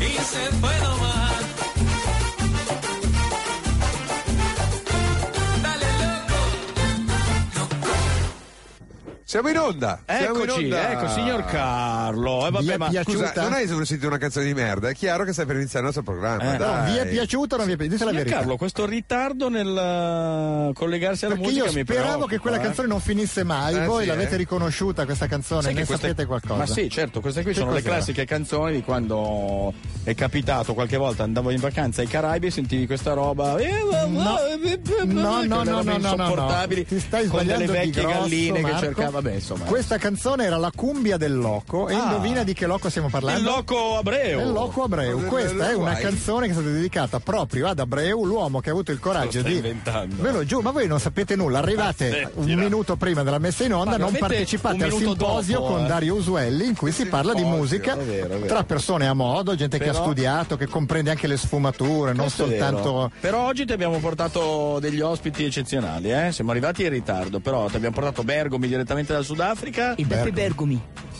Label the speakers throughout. Speaker 1: se fue nomás. Dale, loco.
Speaker 2: Siamo in onda. siamo in
Speaker 3: Eccoci,
Speaker 2: onda.
Speaker 3: ecco, signor Carlo. Eh,
Speaker 4: Mi
Speaker 3: vabbè,
Speaker 4: è
Speaker 3: ma
Speaker 4: piaciuto.
Speaker 2: Scusa,
Speaker 4: Giusta.
Speaker 2: non hai sentito una canzone di merda? È chiaro che stai per iniziare il nostro programma.
Speaker 3: Eh.
Speaker 4: No,
Speaker 2: dai.
Speaker 4: vi è piaciuto o non vi è piaciuto? Dite la
Speaker 3: signor
Speaker 4: verità.
Speaker 3: Carlo, questo ritardo nel eh, collegarsi alla
Speaker 4: Perché
Speaker 3: musica
Speaker 4: io
Speaker 3: mi
Speaker 4: speravo
Speaker 3: preoccupa,
Speaker 4: che quella
Speaker 3: eh.
Speaker 4: canzone non finisse mai.
Speaker 2: Eh,
Speaker 4: Voi
Speaker 2: sì,
Speaker 4: l'avete
Speaker 2: eh.
Speaker 4: riconosciuta questa canzone,
Speaker 3: Sai che
Speaker 4: ne
Speaker 3: queste-
Speaker 4: sapete qualcosa.
Speaker 3: Ma sì, certo, queste qui
Speaker 4: Che
Speaker 3: sono le
Speaker 4: cos'era?
Speaker 3: classiche canzoni di quando è capitato qualche volta andavo in vacanza ai Caraibi e sentivi questa roba. Eh,
Speaker 4: No,
Speaker 5: eh,
Speaker 4: no, no, no, no, no, no, no.
Speaker 3: insopportabili.
Speaker 4: Ti stai
Speaker 3: con delle
Speaker 4: sbagliando di
Speaker 3: vecchie
Speaker 4: grosso,
Speaker 3: galline
Speaker 4: Marco.
Speaker 3: che cercava. Vabbè, insomma.
Speaker 4: Questa canzone era la cumbia del loco e
Speaker 3: Ah.
Speaker 4: indovina di che loco stiamo parlando?
Speaker 3: Il loco Abreu.
Speaker 4: Del loco Abreu.
Speaker 2: Del-
Speaker 4: Questa
Speaker 2: del-
Speaker 4: è una
Speaker 2: guai.
Speaker 4: canzone che è stata dedicata proprio ad Abreu, l'uomo che ha avuto il coraggio
Speaker 3: Lo stai
Speaker 4: di.
Speaker 3: inventando. Ah,
Speaker 4: Ve lo giuro, ma voi non sapete nulla. Arrivate
Speaker 3: Aspetti,
Speaker 4: un
Speaker 3: no.
Speaker 4: minuto prima della messa in
Speaker 3: Ma
Speaker 4: onda, non
Speaker 3: avete un
Speaker 4: partecipate al
Speaker 3: minuto
Speaker 4: simposio
Speaker 3: dopo,
Speaker 4: con
Speaker 3: eh.
Speaker 4: Dario Usuelli in cui si parla di
Speaker 2: simposio,
Speaker 4: musica
Speaker 3: è vero, è vero.
Speaker 4: tra persone a modo, gente che
Speaker 3: Però-
Speaker 4: ha studiato, che comprende anche le sfumature, non
Speaker 3: Questo è
Speaker 4: soltanto.
Speaker 3: vero. Però oggi ti abbiamo portato degli ospiti eccezionali, eh? Siamo arrivati in ritardo, però ti abbiamo portato Bergomi direttamente dal Sudafrica.
Speaker 6: Il Beppe Bergomi.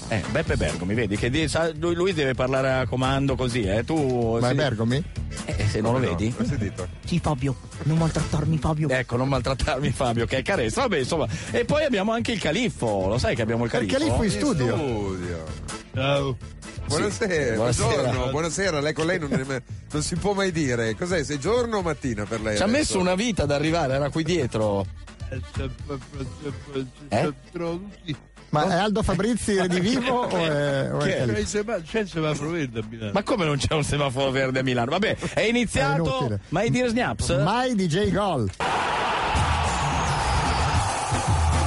Speaker 3: Eh, Beppe Bergomi, vedi che di- sa- lui, lui deve parlare a comando così, eh? Tu
Speaker 4: Ma
Speaker 3: se,
Speaker 4: è Bergomi?
Speaker 3: eh, se non lo vedi?
Speaker 2: L'ho sentito.
Speaker 6: Sì, Fabio. Non maltrattarmi, Fabio.
Speaker 3: Ecco, non maltrattarmi Fabio, che è carezza. Vabbè, insomma. E poi abbiamo anche il califfo. Lo sai che abbiamo il
Speaker 4: Il
Speaker 3: califfo?
Speaker 4: Califfo in studio.
Speaker 2: Studio.
Speaker 7: Ciao.
Speaker 2: Buonasera,
Speaker 3: Sì,
Speaker 2: buongiorno,
Speaker 3: buonasera.
Speaker 2: buonasera. Lei con lei non, non si può mai dire. Cos'è? Sei giorno o mattina per lei?
Speaker 3: Ci ha
Speaker 2: adesso?
Speaker 3: messo una vita ad arrivare, era qui dietro. Eh?
Speaker 4: Ma è Aldo Fabrizi di vivo o è, o è
Speaker 3: Chi è?
Speaker 4: Califfo?
Speaker 7: C'è il semaforo verde a Milano.
Speaker 3: Ma come non c'è un semaforo verde a Milano? Vabbè, è
Speaker 4: È
Speaker 3: iniziato.
Speaker 4: inutile.
Speaker 3: ma i dire snaps?
Speaker 4: Mai DJ Gol.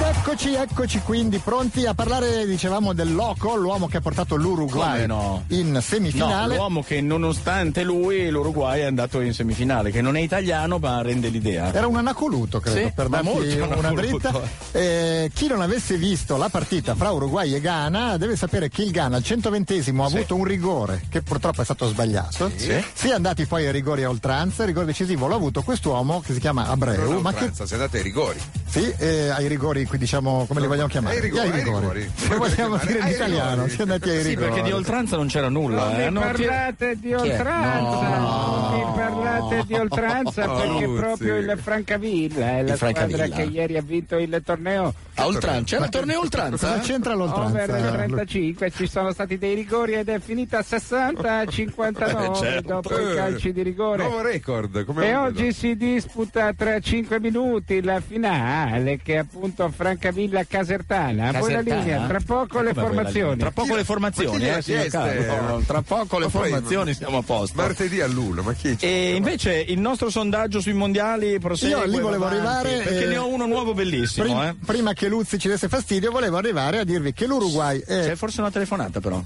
Speaker 4: Eccoci, eccoci quindi pronti a parlare, dicevamo, del Loco, l'uomo che ha portato l'Uruguay
Speaker 3: Come no?
Speaker 4: in
Speaker 3: No,
Speaker 4: semifinale.
Speaker 3: l'uomo che nonostante lui l'Uruguay è andato in semifinale, che non è italiano ma rende l'idea.
Speaker 4: era un anacoluto, credo,
Speaker 3: Sì,
Speaker 4: per
Speaker 3: ma
Speaker 4: darti
Speaker 3: molto
Speaker 4: una
Speaker 3: anacoluto.
Speaker 4: dritta. Eh, chi non avesse visto la partita fra Uruguay e Ghana deve sapere che il Ghana al 120 ha
Speaker 3: Sì.
Speaker 4: avuto un rigore che purtroppo è stato sbagliato.
Speaker 3: Sì.
Speaker 4: Si è andati poi ai rigori a oltranza. Il rigore decisivo l'ha avuto quest'uomo che si chiama Abreu,
Speaker 2: Non a
Speaker 4: ma che
Speaker 2: oltranza, siete andati ai rigori.
Speaker 4: Sì, eh, ai rigori, qui diciamo, come li vogliamo chiamare?
Speaker 2: Ai rigori,
Speaker 4: Gli
Speaker 2: ai rigori.
Speaker 4: Come vogliamo
Speaker 2: Ai
Speaker 4: dire in
Speaker 2: rigori.
Speaker 4: italiano? Siamo andati ai
Speaker 3: Sì,
Speaker 4: rigori.
Speaker 3: perché di oltranza non c'era nulla.
Speaker 8: Non
Speaker 3: eh.
Speaker 8: mi
Speaker 3: Hanno tirato-
Speaker 8: parlate di
Speaker 3: Chi è?
Speaker 8: oltranza,
Speaker 3: No.
Speaker 8: non mi parlate di oltranza
Speaker 2: No,
Speaker 8: perché
Speaker 2: Luzzi.
Speaker 8: proprio il Francavilla è
Speaker 3: Il
Speaker 8: la squadra
Speaker 3: Francavilla.
Speaker 8: che ieri ha vinto il torneo
Speaker 3: A oltranza, c'era il torneo
Speaker 4: Cosa
Speaker 3: oltranza?
Speaker 4: c'entra
Speaker 8: over
Speaker 4: l'oltranza?
Speaker 8: 35, ci sono stati dei rigori ed è finita 60-59
Speaker 3: Eh, certo.
Speaker 8: dopo i calci di rigore.
Speaker 2: Nuovo record. Come
Speaker 8: E
Speaker 2: un-
Speaker 8: oggi si disputa tra 5 minuti la finale che è appunto Francavilla Casertana. Voi la
Speaker 3: Casertana?
Speaker 8: linea, tra poco
Speaker 3: Ma
Speaker 8: le
Speaker 3: come
Speaker 8: formazioni.
Speaker 3: Tra poco le
Speaker 2: Ma
Speaker 3: formazioni,
Speaker 2: chi le ha
Speaker 3: eh, signor
Speaker 2: chieste?
Speaker 3: Carlo. Tra poco le
Speaker 2: Ma poi-
Speaker 3: formazioni siamo a posto.
Speaker 2: Martedì all'uno, ma chi c'è?
Speaker 3: E invece il nostro sondaggio sui mondiali prosegue.
Speaker 4: Io lì volevo
Speaker 3: avanti,
Speaker 4: arrivare,
Speaker 3: Perché
Speaker 4: eh,
Speaker 3: ne ho uno nuovo bellissimo,
Speaker 4: Prim-
Speaker 3: eh.
Speaker 4: Prima che Luzzi ci desse fastidio, volevo arrivare a dirvi che l'Uruguay è
Speaker 3: C'è forse una telefonata, però.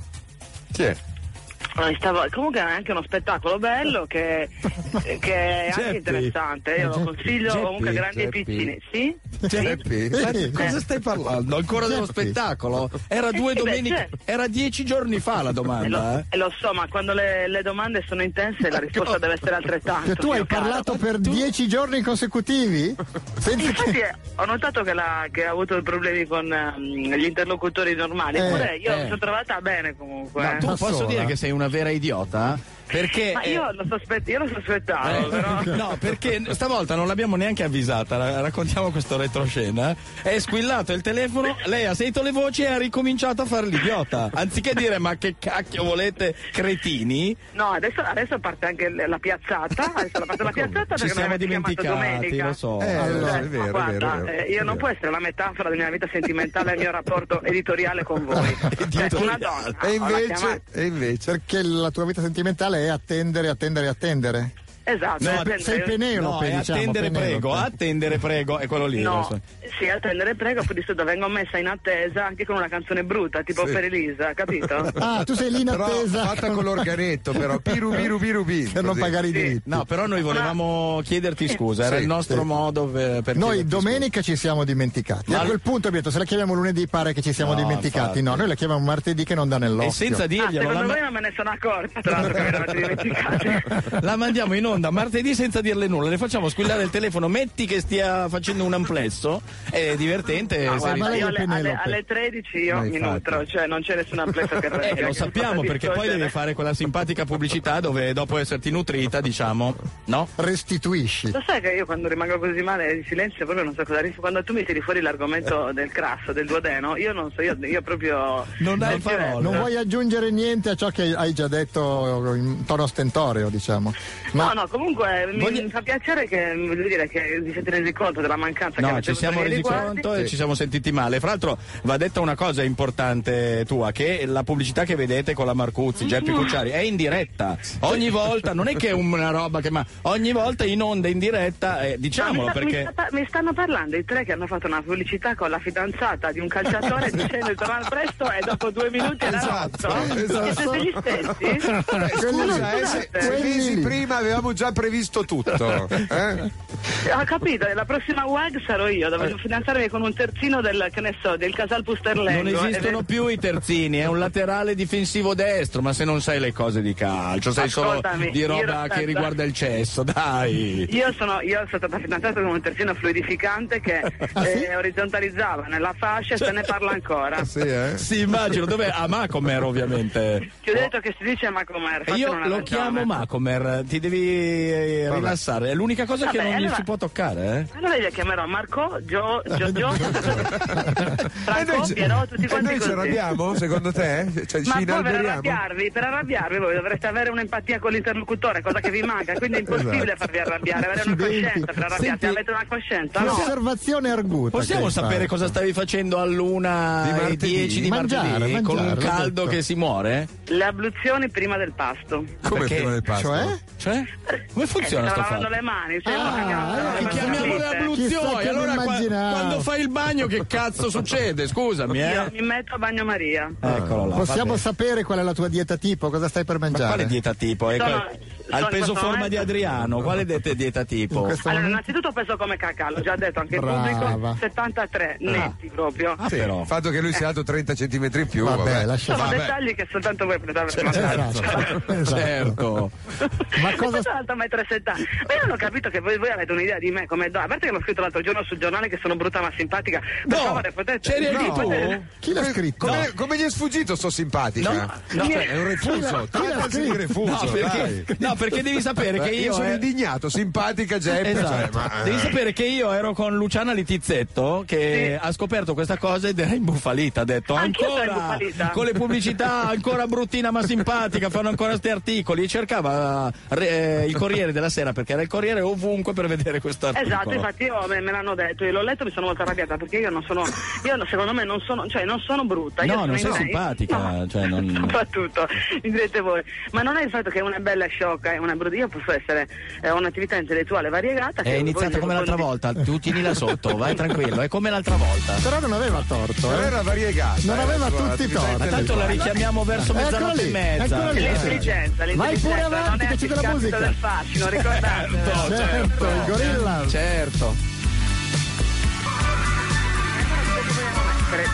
Speaker 2: Chi è?
Speaker 9: Eh, stavo- comunque è anche uno spettacolo bello che, che è anche
Speaker 3: Geppi.
Speaker 9: interessante,
Speaker 3: Eh,
Speaker 9: io lo consiglio
Speaker 3: Geppi,
Speaker 9: comunque grandi
Speaker 2: Geppi.
Speaker 9: e piccini. Sì? Eh,
Speaker 2: Geppi?
Speaker 3: Ma
Speaker 4: Sì.
Speaker 3: di cosa stai parlando? Ancora dello
Speaker 4: Certo.
Speaker 3: spettacolo? Era due
Speaker 9: Eh sì, beh,
Speaker 3: domeniche,
Speaker 9: certo.
Speaker 3: era dieci giorni fa la
Speaker 9: Eh, lo,
Speaker 3: domanda. eh.
Speaker 9: eh, lo so, ma quando le, le domande sono intense la risposta deve essere altrettanto.
Speaker 4: che tu hai
Speaker 9: mio caro.
Speaker 4: parlato per dieci giorni consecutivi? Senza
Speaker 9: Infatti
Speaker 4: che...
Speaker 9: eh, ho notato che, la- che ha avuto problemi con ehm, gli interlocutori normali,
Speaker 4: Eh,
Speaker 9: eppure io
Speaker 3: eh.
Speaker 9: mi sono trovata bene comunque.
Speaker 3: No,
Speaker 9: eh.
Speaker 3: tu
Speaker 4: da
Speaker 3: posso
Speaker 4: sola.
Speaker 3: dire che sei una vera idiota? Perché.
Speaker 9: Ma
Speaker 3: eh,
Speaker 9: io lo, sospett- io lo
Speaker 3: eh,
Speaker 9: sospettavo, però...
Speaker 3: no, perché stavolta non l'abbiamo neanche avvisata. ra- raccontiamo questo retroscena. È squillato il telefono, lei ha sentito le voci e ha ricominciato a fare l'idiota. Anziché dire ma che cacchio volete, cretini,
Speaker 9: No, adesso, adesso parte anche l- la piazzata, adesso la parte la piazzata perché
Speaker 3: ci
Speaker 9: mi
Speaker 3: siamo
Speaker 9: avete chiamato
Speaker 3: dimenticati,
Speaker 9: domenica.
Speaker 3: lo so.
Speaker 2: Eh,
Speaker 4: allora,
Speaker 2: è vero, è
Speaker 9: Ma guarda,
Speaker 2: vero, è vero.
Speaker 9: eh, io non può essere la metafora della mia vita sentimentale e il mio rapporto editoriale con voi. Cioè, una donna.
Speaker 2: E
Speaker 9: ho la chiamata-
Speaker 2: invece, e invece,
Speaker 4: Perché la tua vita sentimentale è attendere, attendere, attendere.
Speaker 9: Esatto.
Speaker 3: No,
Speaker 9: attendere-
Speaker 4: Sei
Speaker 3: No,
Speaker 4: Penelope,
Speaker 3: è
Speaker 4: diciamo.
Speaker 3: attendere
Speaker 4: Penelope.
Speaker 3: prego, attendere prego, è quello lì.
Speaker 9: No,
Speaker 3: adesso.
Speaker 9: sì, attendere prego, poi di solito vengo messa in attesa anche con una canzone brutta, tipo
Speaker 2: Sì.
Speaker 9: per Elisa, capito?
Speaker 4: Ah, tu sei lì in
Speaker 2: però
Speaker 4: attesa.
Speaker 2: fatta con l'organetto, però piru piru piru piru.
Speaker 4: Per non
Speaker 2: così.
Speaker 4: pagare i
Speaker 9: Sì.
Speaker 4: diritti.
Speaker 3: No, però noi volevamo chiederti scusa, era
Speaker 2: Sì,
Speaker 3: il nostro
Speaker 4: sì.
Speaker 3: modo eh, per, per
Speaker 4: Noi
Speaker 3: chiederti
Speaker 4: domenica ci siamo dimenticati.
Speaker 3: Ma-
Speaker 4: A quel punto abbiamo detto se la chiamiamo lunedì pare che ci siamo
Speaker 3: No,
Speaker 4: dimenticati.
Speaker 3: infatti.
Speaker 4: No, noi la chiamiamo martedì che non dà
Speaker 3: scusa.
Speaker 4: nell'occhio.
Speaker 3: E senza
Speaker 9: Ah,
Speaker 3: dirglielo,
Speaker 9: secondo
Speaker 3: la,
Speaker 9: voi
Speaker 3: ma-
Speaker 9: non me ne sono accorta, tra l'altro, che me l'avete dimenticata.
Speaker 3: la mandiamo in onda martedì senza dirle nulla, le facciamo squillare il telefono, metti che stia facendo un amplesso, è divertente.
Speaker 4: Eh,
Speaker 9: No,
Speaker 3: se
Speaker 9: guarda,
Speaker 3: ri-
Speaker 4: lei
Speaker 9: io
Speaker 4: è
Speaker 9: alle,
Speaker 4: Penelope.
Speaker 9: alle- alle 13 io
Speaker 2: Ma
Speaker 9: mi
Speaker 2: infatti.
Speaker 9: nutro, cioè non c'è nessuna amplezza che
Speaker 3: Eh, lo sappiamo perché poi deve fare quella simpatica pubblicità dove dopo esserti nutrita diciamo, no?
Speaker 4: Restituisci.
Speaker 9: Lo sai che io quando rimango così male in silenzio proprio non so cosa rischio. Quando tu mi tiri fuori
Speaker 3: Eh.
Speaker 9: l'argomento del crasso, del duodeno, io non so, io, io proprio.
Speaker 3: Non hai
Speaker 9: mi chiedo-
Speaker 3: parole.
Speaker 4: Non vuoi aggiungere niente a ciò che hai già detto in tono stentoreo, diciamo. Ma
Speaker 9: No, no, comunque eh, mi-
Speaker 3: Voglio-
Speaker 9: mi fa piacere che, voglio dire, che vi siete resi conto della mancanza che
Speaker 3: No,
Speaker 9: avete
Speaker 3: ci
Speaker 9: avuto
Speaker 3: siamo
Speaker 9: nei
Speaker 3: resi
Speaker 9: riguardi.
Speaker 3: conto e ci siamo sentiti male. Fra l'altro va detta una cosa importante tua, che la pubblicità che vedete con la Marcuzzi, Geppi Cucciari, è in diretta. Ogni volta, non è che è una roba che ma ogni volta in onda in diretta, eh,
Speaker 9: No, mi,
Speaker 3: diciamolo
Speaker 9: sta- mi
Speaker 3: perché
Speaker 9: sta- mi stanno parlando i tre che hanno fatto una pubblicità con la fidanzata di un calciatore dicendo il tornare presto e dopo due minuti era
Speaker 2: Esatto,
Speaker 9: rotto.
Speaker 2: esatto.
Speaker 9: Che siete gli stessi?
Speaker 4: quelli-
Speaker 2: Scusa, eh, se-
Speaker 9: scusate.
Speaker 2: se
Speaker 4: quelli
Speaker 2: mesi
Speaker 4: lì.
Speaker 2: prima avevamo già previsto tutto. eh?
Speaker 9: Ho capito, la prossima WAG sarò io, dovrò fidanzarmi con un terzino del, che ne so, del Casal
Speaker 3: non
Speaker 9: Pusterlengo.
Speaker 3: esistono
Speaker 9: Eh,
Speaker 3: più i terzini, è un laterale difensivo destro, ma se non sai le cose di calcio, sai solo
Speaker 9: Ascoltami,
Speaker 3: di
Speaker 9: io-
Speaker 3: roba
Speaker 9: aspetta.
Speaker 3: che riguarda il cesso, dai.
Speaker 9: Eh, Io sono, io sono stata fidanzata con un terzino fluidificante che
Speaker 2: Ah,
Speaker 9: eh, orizzontalizzava nella fascia e se ne parla ancora.
Speaker 2: Sì, eh?
Speaker 3: Sì, immagino, dov'è? A Macomer ovviamente.
Speaker 9: Ti ho detto che si dice Macomer.
Speaker 3: E
Speaker 9: fatene
Speaker 3: Io
Speaker 9: una
Speaker 3: lo
Speaker 9: ragione.
Speaker 3: chiamo Macomer, ti devi eh, rilassare. È l'unica cosa che
Speaker 9: Vabbè,
Speaker 3: non gli
Speaker 9: allora-
Speaker 3: si può toccare, eh?
Speaker 9: Allora io chiamerò Marco, Gio, Gio, Gio, Franco,
Speaker 2: ce-
Speaker 9: Piero, tutti
Speaker 2: e
Speaker 9: quanti
Speaker 2: noi ci
Speaker 9: così.
Speaker 2: arrabbiamo, secondo te? Cioè, ci
Speaker 9: Ma voi per
Speaker 2: inalberiamo?
Speaker 9: arrabbiarvi, per arrabbiarvi voi dovreste avere un'empatia con l'interlocutore, cosa che vi manca, quindi è impossibile
Speaker 2: Esatto.
Speaker 9: farvi arrabbiare, avere una
Speaker 4: Accidenti.
Speaker 9: coscienza per arrabbiarvi,
Speaker 3: Senti,
Speaker 9: avete una coscienza, no?
Speaker 4: Osservazione arguta.
Speaker 3: Possiamo
Speaker 4: che fai.
Speaker 3: sapere cosa stavi facendo
Speaker 2: Di
Speaker 3: all'una e
Speaker 2: martedì?
Speaker 3: 10 di
Speaker 4: Mangiare,
Speaker 3: martedì con
Speaker 4: mangiare,
Speaker 3: un
Speaker 4: l'ho
Speaker 3: caldo
Speaker 4: detto.
Speaker 3: che si muore?
Speaker 9: Le abluzioni prima del pasto.
Speaker 2: Come
Speaker 3: Ah, Perché-
Speaker 2: prima del pasto?
Speaker 4: Cioè?
Speaker 3: Cioè? Come
Speaker 9: Eh,
Speaker 3: funziona
Speaker 9: stavo
Speaker 3: sto
Speaker 9: lavando
Speaker 3: fatto?
Speaker 9: le mani, cioè,
Speaker 4: Ah,
Speaker 9: ragazzi,
Speaker 4: allora
Speaker 9: non
Speaker 4: che
Speaker 9: mi
Speaker 3: Chiamiamole
Speaker 9: capite?
Speaker 4: Chissà
Speaker 3: abluzioni,
Speaker 4: che
Speaker 3: allora
Speaker 4: mi
Speaker 3: qua-
Speaker 4: immaginavo.
Speaker 3: quando fai il bagno che cazzo succede? Scusami,
Speaker 9: Io
Speaker 3: eh?
Speaker 9: mi metto a bagnomaria.
Speaker 3: Eccolo là.
Speaker 4: Possiamo
Speaker 3: vabbè.
Speaker 4: sapere qual è la tua dieta tipo? Cosa stai per
Speaker 3: Ma
Speaker 4: mangiare?
Speaker 3: quale dieta tipo? Eh,
Speaker 9: Sono-
Speaker 3: qual-
Speaker 9: sono
Speaker 3: Al peso
Speaker 9: in questo
Speaker 3: forma
Speaker 9: momento-
Speaker 3: di Adriano, quale dite dieta
Speaker 4: In
Speaker 3: tipo?
Speaker 4: questo
Speaker 9: Allora,
Speaker 4: momento?
Speaker 9: innanzitutto peso come cacà, l'ho già detto anche in
Speaker 4: Brava.
Speaker 9: pubblico, 73 netti proprio.
Speaker 3: Ah,
Speaker 2: Sì,
Speaker 3: però.
Speaker 2: il fatto che lui sia alto 30 centimetri in più.
Speaker 4: Vabbè,
Speaker 2: Vabbè,
Speaker 4: lascia-
Speaker 3: Ah,
Speaker 9: Sono
Speaker 2: Vabbè.
Speaker 9: dettagli che soltanto voi potete avere
Speaker 4: Esatto. Esatto.
Speaker 3: Certo.
Speaker 4: Ma cosa-
Speaker 9: Questo è alto 1,70 m. Ma io non ho capito che voi, voi avete un'idea di me come donna. A parte che l'ho scritto l'altro giorno sul giornale che sono brutta ma simpatica. Per
Speaker 3: No,
Speaker 9: favore, potete.
Speaker 3: c'eri anche
Speaker 9: no,
Speaker 3: tu?
Speaker 9: potete-
Speaker 4: Chi l'ha scritto?
Speaker 2: Come, come gli è sfuggito sto simpatica?
Speaker 3: No,
Speaker 2: Cioè, è un refuso,
Speaker 4: Chi l'ha
Speaker 2: trattasi di
Speaker 4: scritto?
Speaker 2: refuso.
Speaker 3: No,
Speaker 2: dai.
Speaker 3: perché, no, perché devi sapere che
Speaker 2: Beh,
Speaker 3: io,
Speaker 2: io, sono
Speaker 3: eh,
Speaker 2: indignato, simpatica Geppe. cioè,
Speaker 3: Esatto.
Speaker 2: ma-
Speaker 3: Devi sapere che io ero con Luciana Litizzetto che ha scoperto questa cosa ed era imbufalita. Ha detto
Speaker 9: Anch'io sono
Speaker 3: ancora
Speaker 9: imbufalita."
Speaker 3: con le pubblicità ancora bruttina ma simpatica. Fanno ancora sti articoli. E cercava eh, il Corriere della Sera perché era il Corriere ovunque per vedere questo articolo.
Speaker 9: Esatto, infatti io me, me l'hanno detto, io l'ho letto e mi sono molto arrabbiata perché io non sono, io no- secondo me non sono, cioè non sono brutta. io
Speaker 3: No, non
Speaker 9: sono
Speaker 3: sei
Speaker 9: in-
Speaker 3: simpatica,
Speaker 9: no,
Speaker 3: cioè, non-
Speaker 9: Soprattutto, mi direte voi. Ma non è il fatto che una è bella e sciocca e una è brutta, io posso essere eh, un'attività intellettuale variegata.
Speaker 3: È
Speaker 9: che
Speaker 3: iniziata
Speaker 9: voi-
Speaker 3: come l'altra
Speaker 9: voi-
Speaker 3: volta. Tu tienila sotto, vai tranquillo. È come l'altra volta.
Speaker 4: Però non aveva torto.
Speaker 2: Però
Speaker 4: eh.
Speaker 2: era variegata.
Speaker 4: Non
Speaker 2: eh,
Speaker 4: aveva
Speaker 2: la sua
Speaker 4: tutti i
Speaker 2: attività
Speaker 4: torti.
Speaker 3: Ma tanto la richiamiamo verso
Speaker 4: Eccola
Speaker 3: mezzanotte
Speaker 4: lì,
Speaker 3: e mezza.
Speaker 4: eccola lì.
Speaker 9: L'intelligenza,
Speaker 4: Vai pure
Speaker 9: l'intelligenza
Speaker 4: avanti,
Speaker 9: non è
Speaker 4: che c'è della
Speaker 9: affiancata
Speaker 4: musica.
Speaker 9: del fascino, ricordatelo.
Speaker 4: Certo, il gorilla.
Speaker 3: Certo.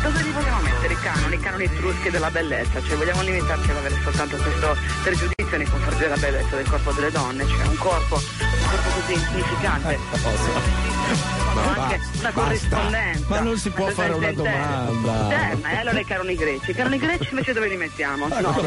Speaker 9: Cosa li vogliamo mettere? I canoni, i canoni etruschi della bellezza, cioè vogliamo limitarci ad avere soltanto questo pregiudizio nei confronti della bellezza del corpo delle donne, cioè un corpo, un corpo così
Speaker 3: Eh,
Speaker 9: insignificante. Ma anche una corrispondenza.
Speaker 3: Ma non si può
Speaker 9: Una
Speaker 3: fare una
Speaker 9: presenza interna.
Speaker 3: domanda.
Speaker 9: Interna, e allora i canoni greci. I canoni greci invece dove li mettiamo?
Speaker 3: Ah,
Speaker 9: No,
Speaker 4: Eh, e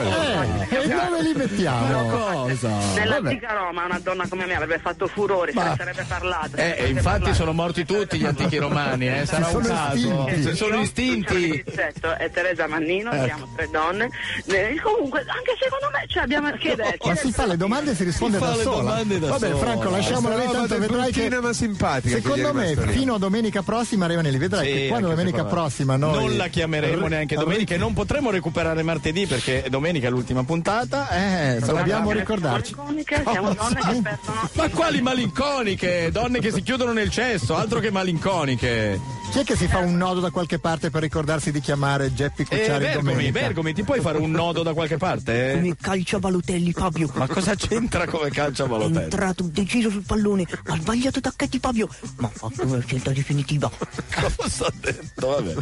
Speaker 4: dove li
Speaker 3: Ma
Speaker 4: mettiamo?
Speaker 3: cosa?
Speaker 9: Nell'antica Roma una donna come me avrebbe fatto furore, se
Speaker 3: Ma-
Speaker 9: ne sarebbe parlato.
Speaker 3: Eh, e infatti sono morti tutti gli antichi romani, eh, sarà
Speaker 4: sono
Speaker 3: un caso.
Speaker 4: istinti.
Speaker 3: Ci sono istinti.
Speaker 9: Pizzetto e certo, Teresa Mannino, siamo tre donne. Eh, comunque, anche secondo me, cioè abbiamo che detto.
Speaker 4: Ma si fa le domande e si risponde
Speaker 3: Si fa
Speaker 4: da
Speaker 3: le
Speaker 4: sola.
Speaker 3: domande da
Speaker 4: Vabbè,
Speaker 3: sola. Eh,
Speaker 4: Franco, lasciamola lì,
Speaker 2: Questa roba
Speaker 4: tanto
Speaker 2: del
Speaker 4: vedrai che.
Speaker 2: bruttina ma simpatica che gli è
Speaker 4: Secondo me,
Speaker 2: rimasta lì.
Speaker 4: fino a domenica prossima, Revanelli, vedrai
Speaker 3: Sì,
Speaker 4: che
Speaker 3: anche
Speaker 4: quando domenica
Speaker 3: secondo me.
Speaker 4: prossima noi.
Speaker 3: Non la chiameremo neanche domenica e non potremo recuperare martedì perché domenica è l'ultima puntata. Eh, sarà-
Speaker 4: Dobbiamo ricordarci.
Speaker 9: Malinconiche, siamo donne che perdono.
Speaker 3: Ma quali malinconiche? Donne che si chiudono nel cesso, altro che malinconiche.
Speaker 4: Chi è che si fa un nodo da qualche parte per ricordarsi di chiamare Geppi
Speaker 3: E
Speaker 4: Cucciari
Speaker 3: Eh, Bergomi,
Speaker 4: domenica?
Speaker 3: Bergomi, ti puoi fare un nodo da qualche parte?
Speaker 10: Come calcia Balotelli, Fabio.
Speaker 3: Ma cosa c'entra come calcia
Speaker 10: È
Speaker 3: Balotelli?
Speaker 10: entrato deciso sul pallone, ha sbagliato i tacchetti Fabio. Ma fa
Speaker 11: una scelta definitiva.
Speaker 3: Cosa ho detto? Vabbè.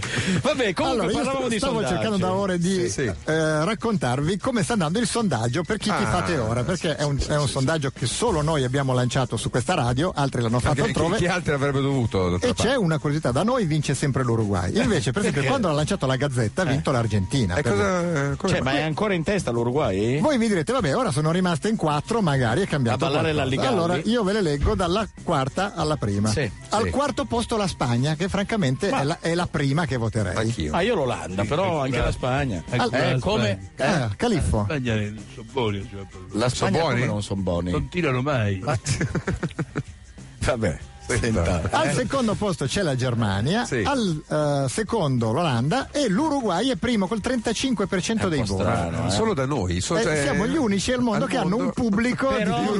Speaker 3: Vabbè, comunque
Speaker 4: Allora, io
Speaker 3: parlavamo
Speaker 4: stavo
Speaker 3: di sondaggi.
Speaker 4: cercando da ore di
Speaker 2: Sì, sì.
Speaker 4: eh, raccontarvi come sta andando il sondaggio per chi ti
Speaker 2: Ah,
Speaker 4: fate ora, perché è un, è un sondaggio che solo noi abbiamo lanciato su questa radio, altri l'hanno fatto
Speaker 2: Perché chi,
Speaker 4: altrove.
Speaker 2: chi altri avrebbe dovuto? d'altra
Speaker 4: E c'è
Speaker 2: parte?
Speaker 4: una curiosità, da noi vince sempre l'Uruguay. Invece, per esempio, quando l'ha lanciato la Gazzetta ha vinto l'Argentina.
Speaker 2: E
Speaker 4: per esempio.
Speaker 2: cosa, come
Speaker 3: Cioè, ma
Speaker 2: mai?
Speaker 3: è ancora in testa l'Uruguay?
Speaker 4: Voi mi direte, vabbè, ora sono rimaste in quattro, magari è cambiato.
Speaker 3: A ballare
Speaker 4: qualcosa.
Speaker 3: l'Alligalli.
Speaker 4: Allora io ve le leggo dalla quarta alla prima.
Speaker 3: Sì,
Speaker 4: Al
Speaker 2: sì.
Speaker 4: quarto posto la Spagna, che francamente è, la, è la prima che voterei.
Speaker 2: Anch'io.
Speaker 3: Ah, io l'Olanda, però
Speaker 7: eh,
Speaker 3: anche la Spagna.
Speaker 7: Anche la
Speaker 3: eh,
Speaker 7: Spagna.
Speaker 3: come?
Speaker 4: Ah, Califfo.
Speaker 7: Spagna è un sobborio, cioè, proprio.
Speaker 3: La Spagna
Speaker 2: buoni?
Speaker 3: come non sono buoni.
Speaker 7: non tirano mai.
Speaker 3: Vabbè, senta.
Speaker 4: Al secondo posto c'è la Germania,
Speaker 2: Sì.
Speaker 4: al eh, secondo l'Olanda e l'Uruguay è primo col 35% dei
Speaker 3: po'
Speaker 4: voti.
Speaker 3: strano.
Speaker 2: Ma Solo da noi. so-
Speaker 4: Eh,
Speaker 2: cioè-
Speaker 4: siamo gli unici al mondo che hanno un pubblico di tifosi
Speaker 3: però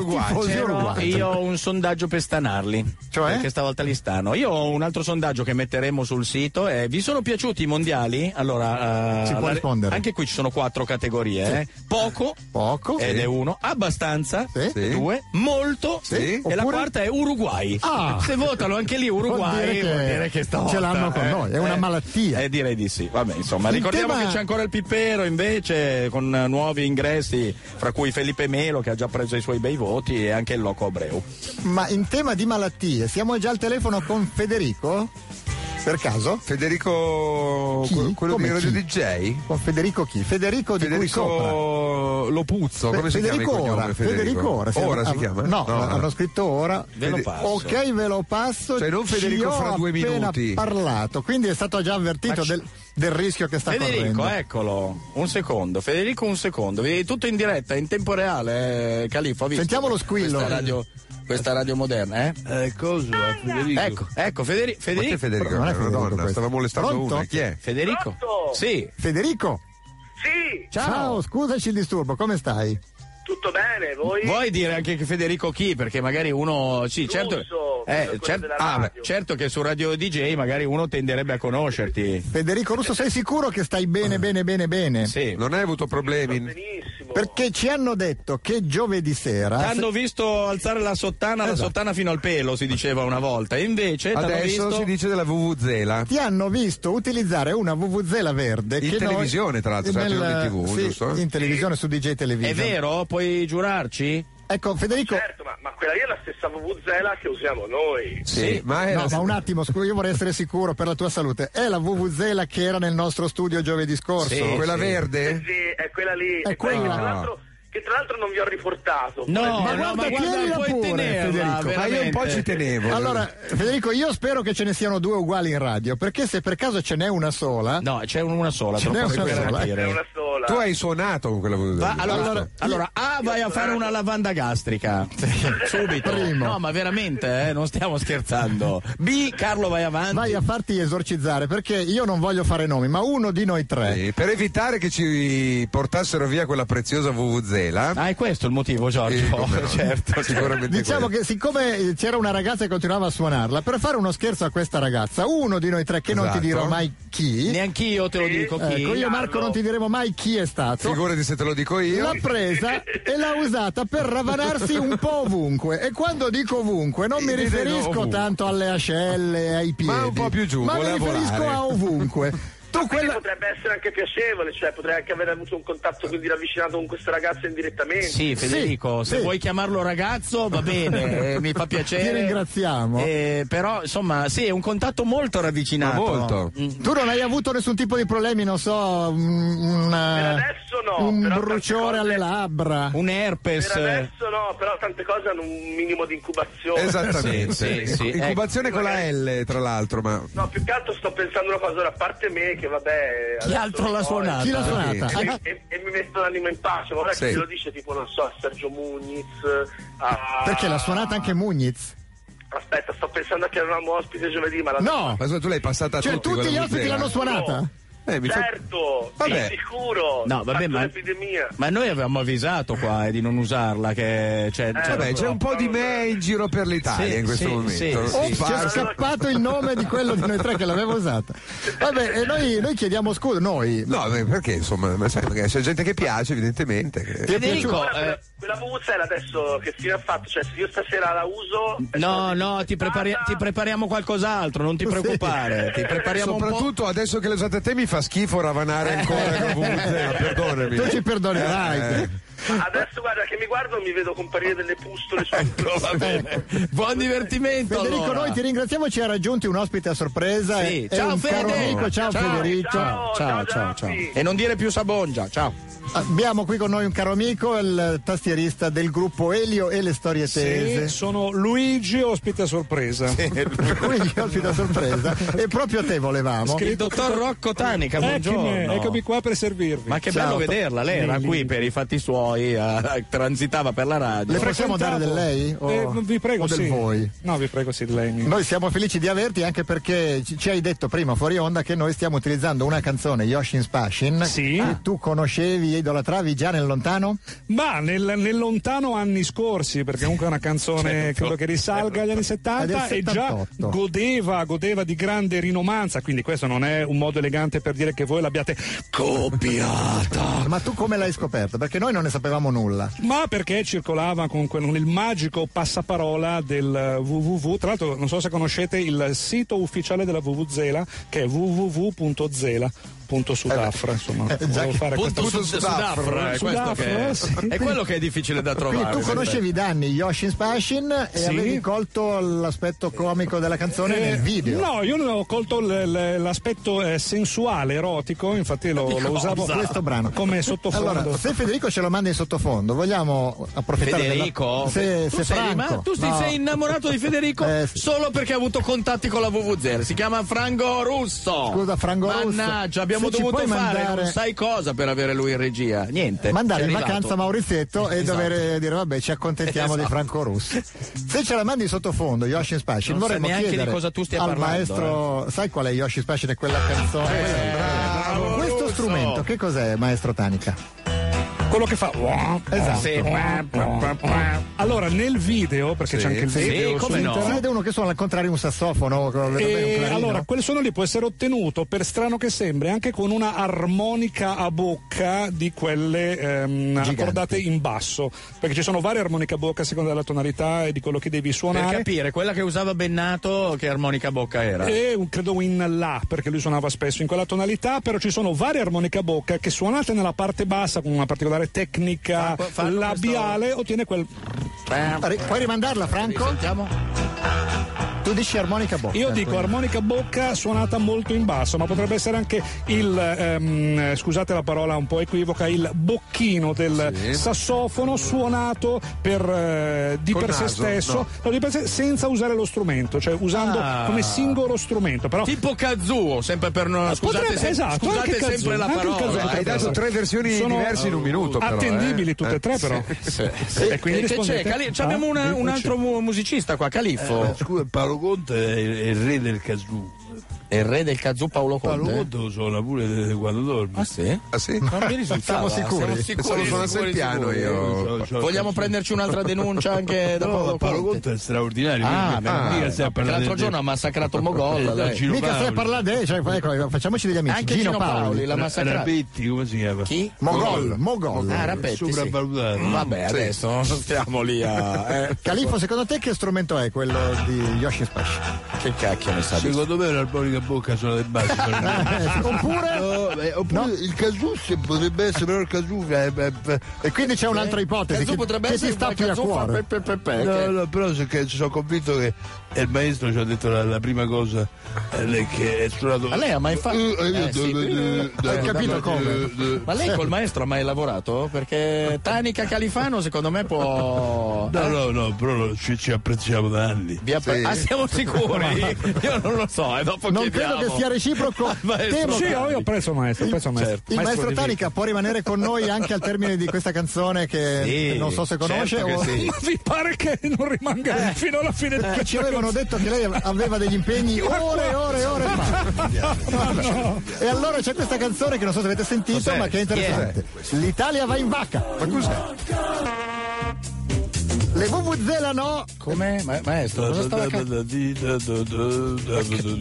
Speaker 4: uruguay.
Speaker 3: cioè, io ho un sondaggio per stanarli.
Speaker 4: Cioè?
Speaker 3: Perché stavolta li stano. Io ho un altro sondaggio che metteremo sul sito. eh, vi sono piaciuti i mondiali? Allora, eh,
Speaker 4: Si può rispondere.
Speaker 3: Anche qui ci sono quattro categorie. eh. Poco.
Speaker 4: Poco.
Speaker 3: Ed è uno, abbastanza,
Speaker 4: Sì.
Speaker 3: è due, molto,
Speaker 2: Sì.
Speaker 3: e la
Speaker 4: Oppure?
Speaker 3: quarta è Uruguay.
Speaker 4: Ah.
Speaker 3: Se votano anche lì Uruguay,
Speaker 4: Vuol dire che Eh, ce
Speaker 3: stavolta,
Speaker 4: l'hanno
Speaker 2: eh.
Speaker 4: con noi, è una malattia.
Speaker 3: Eh, direi di sì. Vabbè, insomma,
Speaker 4: Il
Speaker 3: ricordiamo
Speaker 4: tema-
Speaker 3: che c'è ancora il Pippero invece, con eh, nuovi ingressi, fra cui Felipe Melo che ha già preso i suoi bei voti e anche il Loco Abreu.
Speaker 4: Ma in tema di malattie, siamo già al telefono con Federico? Per caso?
Speaker 2: Federico.
Speaker 4: Chi?
Speaker 2: que- Quello
Speaker 4: Come
Speaker 2: di Radio
Speaker 4: chi?
Speaker 2: DJ?
Speaker 4: Con Federico chi? Federico di cui sopra.
Speaker 2: Federico Lopuzzo,
Speaker 4: Fe-
Speaker 2: come si chiama? il
Speaker 4: Federico
Speaker 2: cognome,
Speaker 4: ora, Federico ora. sì,
Speaker 2: Ora si
Speaker 4: av-
Speaker 2: chiama?
Speaker 4: No, hanno scritto ora.
Speaker 3: Ve lo passo.
Speaker 4: Ok, ve lo passo.
Speaker 2: Cioè, non Federico
Speaker 4: Ci ho
Speaker 2: fra due
Speaker 4: appena
Speaker 2: minuti.
Speaker 4: parlato, quindi è stato già avvertito
Speaker 3: Ma ci-
Speaker 4: del, del rischio che sta
Speaker 3: Federico,
Speaker 4: correndo.
Speaker 3: eccolo, un secondo, Federico un secondo, vedi tutto in diretta, in tempo reale, eh, Califo, ha visto?
Speaker 4: Sentiamo lo squillo.
Speaker 3: Questa radio, questa radio moderna, eh?
Speaker 7: Eh, cosa? Federico?
Speaker 3: Ecco, ecco, Federi-
Speaker 2: Ma chi è
Speaker 3: Federico.
Speaker 2: Federico?
Speaker 4: Però non è
Speaker 2: Era una
Speaker 4: Federico
Speaker 2: donna,
Speaker 4: questo.
Speaker 2: stava molestando
Speaker 4: Pronto?
Speaker 2: una. Chi è?
Speaker 3: Federico?
Speaker 1: Pronto?
Speaker 3: ecco. Sì.
Speaker 4: Federico,
Speaker 1: Sì,
Speaker 4: ciao. scusaci il disturbo, come stai?
Speaker 1: tutto bene, voi?
Speaker 3: Vuoi dire anche che Federico chi? Perché magari uno. Sì, certo.
Speaker 1: Russo,
Speaker 3: eh,
Speaker 1: quello
Speaker 3: cer-
Speaker 1: della
Speaker 3: ah, beh,
Speaker 1: radio.
Speaker 3: certo che su Radio DJ magari uno tenderebbe a conoscerti.
Speaker 4: Federico Russo, sei sicuro che stai bene, bene, bene, bene?
Speaker 3: Sì.
Speaker 2: Non hai avuto problemi?
Speaker 1: Benissimo.
Speaker 4: Perché ci hanno detto che giovedì sera.
Speaker 3: Ti hanno visto alzare la sottana, la sottana fino al pelo, si diceva una volta. E invece t'hanno
Speaker 2: Esatto. Adesso
Speaker 3: visto.
Speaker 2: si dice della VVZela.
Speaker 4: ti hanno visto utilizzare una VVZela verde
Speaker 2: In
Speaker 4: che noi-
Speaker 2: televisione, tra l'altro, sai,
Speaker 4: nel-
Speaker 2: in TV,
Speaker 4: sì,
Speaker 2: giusto?
Speaker 4: in televisione su DJ Television
Speaker 3: È vero? Puoi giurarci?
Speaker 4: ecco Federico
Speaker 1: Certo, ma, ma quella lì è la stessa Vuvuzela che usiamo noi.
Speaker 2: Sì, ma è
Speaker 4: No,
Speaker 2: la-
Speaker 4: ma un attimo, scusa, io vorrei essere sicuro per la tua salute. È la VVZela che era nel nostro studio giovedì scorso?
Speaker 3: Sì.
Speaker 2: quella
Speaker 1: Eh
Speaker 2: verde?
Speaker 1: sì, è quella lì.
Speaker 4: È
Speaker 1: È quella che
Speaker 4: quella.
Speaker 1: tra l'altro, che tra l'altro non vi ho riportato.
Speaker 3: No,
Speaker 4: Ma
Speaker 3: no,
Speaker 4: guarda,
Speaker 3: ma
Speaker 4: tienila
Speaker 3: guarda, puoi
Speaker 4: pure,
Speaker 3: tenerla.
Speaker 2: Ma Ah,
Speaker 4: Federico.
Speaker 2: io un po'
Speaker 3: veramente.
Speaker 2: ci tenevo.
Speaker 4: Allora, Federico, io spero che ce ne siano due uguali in radio, perché se per caso ce n'è una sola,
Speaker 3: No, c'è una sola, te
Speaker 4: Ce
Speaker 3: lo
Speaker 4: n'è
Speaker 3: posso
Speaker 4: una sola?
Speaker 1: È
Speaker 3: garantire.
Speaker 1: una sola.
Speaker 2: tu hai suonato con quella VVZela.
Speaker 3: Va- allora, allora, A, vai a fare una lavanda
Speaker 2: Ah,
Speaker 3: gastrica. Subito.
Speaker 4: Primo.
Speaker 3: No, ma veramente, eh, non stiamo scherzando. B, Carlo, vai avanti.
Speaker 4: vai a farti esorcizzare, perché io non voglio fare nomi, ma uno di noi tre.
Speaker 2: Sì, per evitare che ci portassero via quella preziosa VVZela.
Speaker 3: Ah, è questo il motivo,
Speaker 2: Sì,
Speaker 3: Giorgio?
Speaker 2: Eh, come no,
Speaker 3: certo.
Speaker 2: sicuramente
Speaker 4: Diciamo
Speaker 2: quello.
Speaker 4: che siccome eh, c'era una ragazza che continuava a suonarla, per fare uno scherzo a questa ragazza, uno di noi tre che non ti
Speaker 2: Esatto.
Speaker 4: dirò mai chi,
Speaker 3: Neanch'io te lo dico chi.
Speaker 4: ecco, io e Marco non ti diremo mai chi è stato.
Speaker 2: Figurati se te lo dico io.
Speaker 4: L'ha presa e l'ha usata per ravanarsi un po' ovunque. E quando dico ovunque non mi
Speaker 2: Eh,
Speaker 4: riferisco
Speaker 2: ovunque.
Speaker 4: tanto alle ascelle, ai piedi.
Speaker 2: un po' più giù,
Speaker 4: Ma mi
Speaker 2: voleva
Speaker 4: riferisco
Speaker 2: volare.
Speaker 4: a ovunque. Tu
Speaker 1: Quindi
Speaker 4: quella...
Speaker 1: potrebbe essere anche piacevole, cioè potrei anche aver avuto un contatto quindi ravvicinato con questa ragazza indirettamente.
Speaker 3: Sì, Federico,
Speaker 4: Sì,
Speaker 3: se
Speaker 4: sì.
Speaker 3: vuoi chiamarlo ragazzo va bene, eh, mi fa piacere.
Speaker 4: Ti ringraziamo.
Speaker 3: Eh, però, insomma, sì, è un contatto molto ravvicinato.
Speaker 2: Ma molto.
Speaker 3: Mm.
Speaker 4: Tu non hai avuto nessun tipo di problemi, non so, un,
Speaker 1: Per adesso no,
Speaker 4: un
Speaker 1: però tante cose-
Speaker 4: bruciore alle labbra.
Speaker 3: Un herpes.
Speaker 1: Per
Speaker 4: eh.
Speaker 1: adesso no, però tante cose hanno un minimo di incubazione.
Speaker 2: Esattamente.
Speaker 3: Sì, sì, Eh. Ecco. sì,
Speaker 2: Incubazione con la L, tra l'altro, ma
Speaker 1: No, più che altro sto pensando una cosa, ora, a parte me che vabbè...
Speaker 3: Chi
Speaker 1: adesso
Speaker 3: altro
Speaker 1: lo
Speaker 3: l'ha
Speaker 1: so,
Speaker 3: suonata?
Speaker 4: Chi l'ha suonata?
Speaker 1: E,
Speaker 4: Ah,
Speaker 1: mi- e- e mi metto l'anima in pace, ma ora
Speaker 2: Sì.
Speaker 1: chi lo dice tipo, non so, a Sergio Muniz, a...
Speaker 4: Perché l'ha suonata anche Muniz?
Speaker 1: ah, Aspetta, sto pensando che avevamo ospite giovedì, ma la...
Speaker 4: No!
Speaker 2: Ma scusa, tu l'hai passata a
Speaker 4: Cioè
Speaker 2: tutti.
Speaker 4: tutti gli
Speaker 2: quella
Speaker 4: ospiti
Speaker 2: VVZela?
Speaker 4: l'hanno suonata?
Speaker 2: Eh, mi fa-
Speaker 1: Certo,
Speaker 2: Vabbè.
Speaker 1: di sicuro.
Speaker 3: No, vabbè,
Speaker 1: Tanto
Speaker 3: ma-
Speaker 1: l'epidemia.
Speaker 3: Ma noi avevamo avvisato qua eh, di non usarla, che cioè, cioè,
Speaker 2: Eh, Vabbè, c'è un po' di me in giro per l'Italia
Speaker 3: Sì,
Speaker 2: in questo
Speaker 3: sì,
Speaker 2: momento.
Speaker 3: sì,
Speaker 4: Oh,
Speaker 2: Sì,
Speaker 4: ci è
Speaker 2: parso-
Speaker 4: scappato il nome di quello di noi tre che l'aveva usata. Vabbè, e noi, noi chiediamo scusa, noi.
Speaker 2: No, beh, perché insomma, ma sai, perché c'è gente che piace, evidentemente. che-
Speaker 3: Federico,
Speaker 1: Ora,
Speaker 3: eh,
Speaker 1: quella-
Speaker 9: Quella pupuzzella adesso che fine ha fatto? Cioè, se io stasera la uso. è
Speaker 3: No,
Speaker 9: stata
Speaker 3: no, ti, prepari- ti prepariamo qualcos'altro, non ti preoccupare. Ti prepariamo un po'.
Speaker 2: Eh, Soprattutto adesso che le usate te mi fa schifo ravanare ancora con
Speaker 1: cioè.
Speaker 3: Eh,
Speaker 2: Vuvuzela, perdonami.
Speaker 4: Tu ci perdonerai.
Speaker 2: Eh,
Speaker 9: Adesso guarda che mi guardo mi vedo comparire delle pustole su
Speaker 3: Ecco, va bene. Buon divertimento.
Speaker 4: Federico,
Speaker 3: allora.
Speaker 4: noi ti ringraziamo, ci ha raggiunti un ospite a sorpresa.
Speaker 3: Sì,
Speaker 4: È- è
Speaker 3: ciao,
Speaker 4: un caro
Speaker 3: Fede.
Speaker 4: amico, ciao,
Speaker 3: Ciao,
Speaker 4: Federico.
Speaker 9: ciao, ciao, Gianni.
Speaker 3: E non dire più Sabongia, ciao.
Speaker 4: Abbiamo qui con noi un caro amico, il tastierista del gruppo Elio e le storie tese.
Speaker 5: sono Luigi, ospite a sorpresa.
Speaker 4: Quindi ospite a sorpresa. E proprio a te volevamo.
Speaker 3: Il dottor Rocco
Speaker 4: Eh,
Speaker 3: Tanica, buongiorno.
Speaker 5: Eccomi, eccomi qua per servirvi.
Speaker 3: Ma che
Speaker 4: Ciao.
Speaker 3: bello vederla, lei era qui per i fatti suoi, eh, transitava per la radio.
Speaker 4: Le possiamo dare del lei? O,
Speaker 5: Eh, vi prego,
Speaker 4: o del
Speaker 5: sì.
Speaker 4: voi?
Speaker 5: No, vi prego, sì, lei. mi-
Speaker 4: Noi siamo felici di averti anche perché ci, ci hai detto prima fuori onda che noi stiamo utilizzando una canzone Yoshin Spashin
Speaker 5: Sì.
Speaker 4: che tu conoscevi e idolatravi già nel lontano?
Speaker 5: Ma nel, nel lontano anni scorsi, perché comunque è una canzone credo che risalga agli anni
Speaker 4: Eh,
Speaker 5: 70
Speaker 4: Agli
Speaker 5: e già
Speaker 4: 78.
Speaker 5: godeva, godeva di grande rinomanza, quindi questo non è un modo elegante per dire che voi l'abbiate copiata.
Speaker 4: Ma tu come l'hai scoperta? Perché noi non ne sapevamo nulla.
Speaker 5: Ma perché circolava con quel, il magico passaparola del www, tra l'altro non so se conoscete il sito ufficiale della www che è www.zela.sudafra, insomma,
Speaker 4: Eh, già
Speaker 5: volevo
Speaker 4: che-
Speaker 5: fare
Speaker 3: esatto. Punto
Speaker 5: questo-
Speaker 3: su Sudafra,
Speaker 4: eh,
Speaker 3: è questo
Speaker 5: Sudafra, Eh,
Speaker 3: che è.
Speaker 5: sì.
Speaker 3: È quello che è difficile da
Speaker 4: Quindi
Speaker 3: trovare.
Speaker 4: tu conoscevi da anni Yoshin Spashin e
Speaker 5: Sì.
Speaker 4: avevi colto l'aspetto comico della canzone
Speaker 5: Eh,
Speaker 4: nel video.
Speaker 5: No, io non ho colto l- l- l'aspetto eh, sensuale, erotico, infatti lo, lo usavo
Speaker 4: Oh, esatto. Questo brano.
Speaker 5: come sottofondo.
Speaker 4: Allora, se Federico ce lo manda in sottofondo, vogliamo approfittare
Speaker 3: Federico,
Speaker 4: della... se,
Speaker 3: tu,
Speaker 4: se
Speaker 3: sei,
Speaker 4: Franco-
Speaker 3: rimasto- tu ti
Speaker 4: no.
Speaker 3: sei innamorato di Federico
Speaker 4: Eh, sì.
Speaker 3: solo perché ha avuto contatti con la WWZR. Si chiama Frango Russo.
Speaker 4: Scusa, Frango Russo.
Speaker 3: Mannaggia, abbiamo
Speaker 4: Se ci
Speaker 3: dovuto
Speaker 4: puoi
Speaker 3: fare
Speaker 4: mandare-
Speaker 3: non sai cosa per avere lui in regia. Niente.
Speaker 4: mandare
Speaker 3: ci è
Speaker 4: in
Speaker 3: arrivato.
Speaker 4: vacanza Maurizietto e
Speaker 3: Esatto.
Speaker 4: dover dire vabbè ci accontentiamo di
Speaker 3: Esatto.
Speaker 4: Franco Russo se ce la mandi in sottofondo Yoshin Spashin
Speaker 3: Non sa
Speaker 4: vorremmo
Speaker 3: neanche di
Speaker 4: chiedere
Speaker 3: cosa tu stia
Speaker 4: al
Speaker 3: parlando, eh.
Speaker 4: maestro sai qual è Yoshin Spashin è quella canzone questo strumento che cos'è maestro Tanica?
Speaker 5: Quello che fa.
Speaker 4: esatto
Speaker 5: Eh, Allora, nel video, perché c'è anche il
Speaker 2: sì,
Speaker 5: video. su
Speaker 3: come no?
Speaker 5: internet,
Speaker 4: Si vede uno che suona al contrario un sassofono con- vabbè, un
Speaker 5: E
Speaker 4: clarino.
Speaker 5: Eh, allora, quel suono lì può essere ottenuto, per strano che sembri, anche con una armonica a bocca di quelle ehm,
Speaker 4: Giganti.
Speaker 5: accordate in basso, perché ci sono varie armoniche a bocca a seconda della tonalità e di quello che devi
Speaker 3: Per
Speaker 5: suonare.
Speaker 3: capire, quella che usava Bennato, che armonica a bocca era?
Speaker 5: E un- credo in La, perché lui suonava spesso in quella tonalità, però ci sono varie armoniche a bocca che suonate nella parte bassa con una particolare tecnica
Speaker 3: Fa- fanno
Speaker 5: labiale ottiene quel...
Speaker 4: Ri- puoi rimandarla Franco?
Speaker 3: Sentiamo.
Speaker 4: tu dici armonica a bocca
Speaker 5: Io dico
Speaker 4: quindi.
Speaker 5: armonica a bocca suonata molto in basso, ma potrebbe essere anche il, ehm, eh, scusate la parola un po' equivoca, il bocchino del
Speaker 2: Sì.
Speaker 5: sassofono suonato per, eh, di
Speaker 2: Col
Speaker 5: per se
Speaker 2: naso,
Speaker 5: stesso,
Speaker 2: no.
Speaker 5: no, di per sé, senza usare lo strumento, cioè usando
Speaker 3: Ah.
Speaker 5: come singolo strumento. Però
Speaker 3: Tipo Kazuo, sempre per non. Scusate,
Speaker 5: potrebbe-
Speaker 3: se-
Speaker 5: esatto,
Speaker 3: scusate
Speaker 5: anche
Speaker 3: sempre
Speaker 5: Kazuo,
Speaker 3: la
Speaker 5: anche il
Speaker 3: parola.
Speaker 5: Kazuo
Speaker 2: Hai
Speaker 5: potrebbe
Speaker 2: dato
Speaker 5: esstre-
Speaker 2: tre versioni
Speaker 5: Sono,
Speaker 2: diverse in un minuto. però, eh.
Speaker 5: attendibili tutte e
Speaker 2: Eh,
Speaker 5: tre però. E quindi
Speaker 3: Che- che c'è?
Speaker 5: rispondete?
Speaker 3: Cali- Abbiamo una-
Speaker 5: Ah,
Speaker 3: un altro mu- musicista qua, Califfo.
Speaker 7: Eh, Scusa, Paolo Conte è il, è il re del casù.
Speaker 3: È il re del Kazuo Paolo
Speaker 7: Paolo
Speaker 3: Conte.
Speaker 7: Conte lo suona pure quando dorme.
Speaker 3: Ah sì?
Speaker 2: Ah sì?
Speaker 3: Non mi risultava.
Speaker 4: Siamo sicuri?
Speaker 3: Siamo
Speaker 2: Pensavo
Speaker 3: sicuri,
Speaker 2: suonasse
Speaker 3: sicuri,
Speaker 2: il piano
Speaker 3: sicuri.
Speaker 2: io.
Speaker 7: So- so-
Speaker 3: Vogliamo
Speaker 7: so-
Speaker 3: prenderci un'altra denuncia anche da
Speaker 7: No,
Speaker 3: Paolo
Speaker 7: ma Paolo
Speaker 3: Conte?
Speaker 7: Conte è straordinario.
Speaker 3: Ah,
Speaker 7: perché-
Speaker 3: meno
Speaker 7: mica
Speaker 3: male.
Speaker 7: stiamo
Speaker 3: Perché
Speaker 7: parlando
Speaker 3: l'altro
Speaker 7: di-
Speaker 3: giorno ha massacrato Mogol.
Speaker 7: No,
Speaker 3: lei.
Speaker 7: Eh, Gino
Speaker 4: mica stai
Speaker 7: Paoli. Eh,
Speaker 4: parlando eh, cioè, ecco, faccimoci degli amici
Speaker 3: Anche Gino Paoli l'ha
Speaker 7: Ra-
Speaker 3: massacrato.
Speaker 7: Rabetti, come si chiama?
Speaker 3: Chi?
Speaker 4: Mogol Mogol
Speaker 3: Ah, Rapetti. sì.
Speaker 7: Sopravvalutato.
Speaker 3: Vabbè, adesso non stiamo lì a. eh,
Speaker 4: Califo, secondo te che strumento è quello di Yoshi Spash?
Speaker 3: che cacchio ne sa di
Speaker 7: Secondo me l'armonica a bocca suona del basso.
Speaker 4: Oppure.
Speaker 7: No, eh, oppure il casù se potrebbe essere, però il casù è, è- è- Eh,
Speaker 4: E quindi c'è un'altra ipotesi
Speaker 3: Kazuo
Speaker 4: che,
Speaker 3: Eh, potrebbe
Speaker 4: che
Speaker 3: essere
Speaker 4: ti sta più a
Speaker 3: Kazuo fa
Speaker 4: cuore.
Speaker 3: pe- pe- pe- pe-
Speaker 7: No,
Speaker 3: che-
Speaker 7: no, però se che sono convinto che eh, il maestro ci ha detto la, la prima cosa eh, lei che è suonato.
Speaker 3: Ma lei ha mai fatto-
Speaker 7: Eh, eh,
Speaker 3: Eh, sì.
Speaker 7: eh, eh,
Speaker 4: Hai
Speaker 7: eh,
Speaker 4: capito
Speaker 7: eh,
Speaker 4: come?
Speaker 7: eh,
Speaker 3: Ma lei col maestro ha mai lavorato? Perché Eh, Tanica Califano secondo me può...
Speaker 7: No, no, no, però lo- ci, ci apprezziamo da anni.
Speaker 3: Oh. Vi app- Ah, siamo sicuri? Io non lo so, e dopo
Speaker 4: Non
Speaker 3: chiediamo.
Speaker 4: credo che sia reciproco.
Speaker 3: maestro
Speaker 4: Temo
Speaker 5: Sì,
Speaker 4: che- Certo.
Speaker 5: ho io ho preso il maestro, ho preso il maestro.
Speaker 4: Il maestro Tanica può rimanere con noi anche al termine di questa canzone che
Speaker 3: Sì,
Speaker 4: non so se conosce.
Speaker 3: certo che
Speaker 4: o-
Speaker 3: sì.
Speaker 5: Ma vi pare che non rimanga fino alla fine del
Speaker 4: Eh. Ci avevano detto che lei aveva degli impegni ore e ore e ore fa. E allora c'è questa canzone che non so se avete sentito,
Speaker 3: Cos'è?
Speaker 4: ma che è interessante. L'Italia va in vacca.
Speaker 2: Ma cos'è?
Speaker 4: Le Vuvuzela no!
Speaker 3: Come? Ma- maestro, cosa stava ca-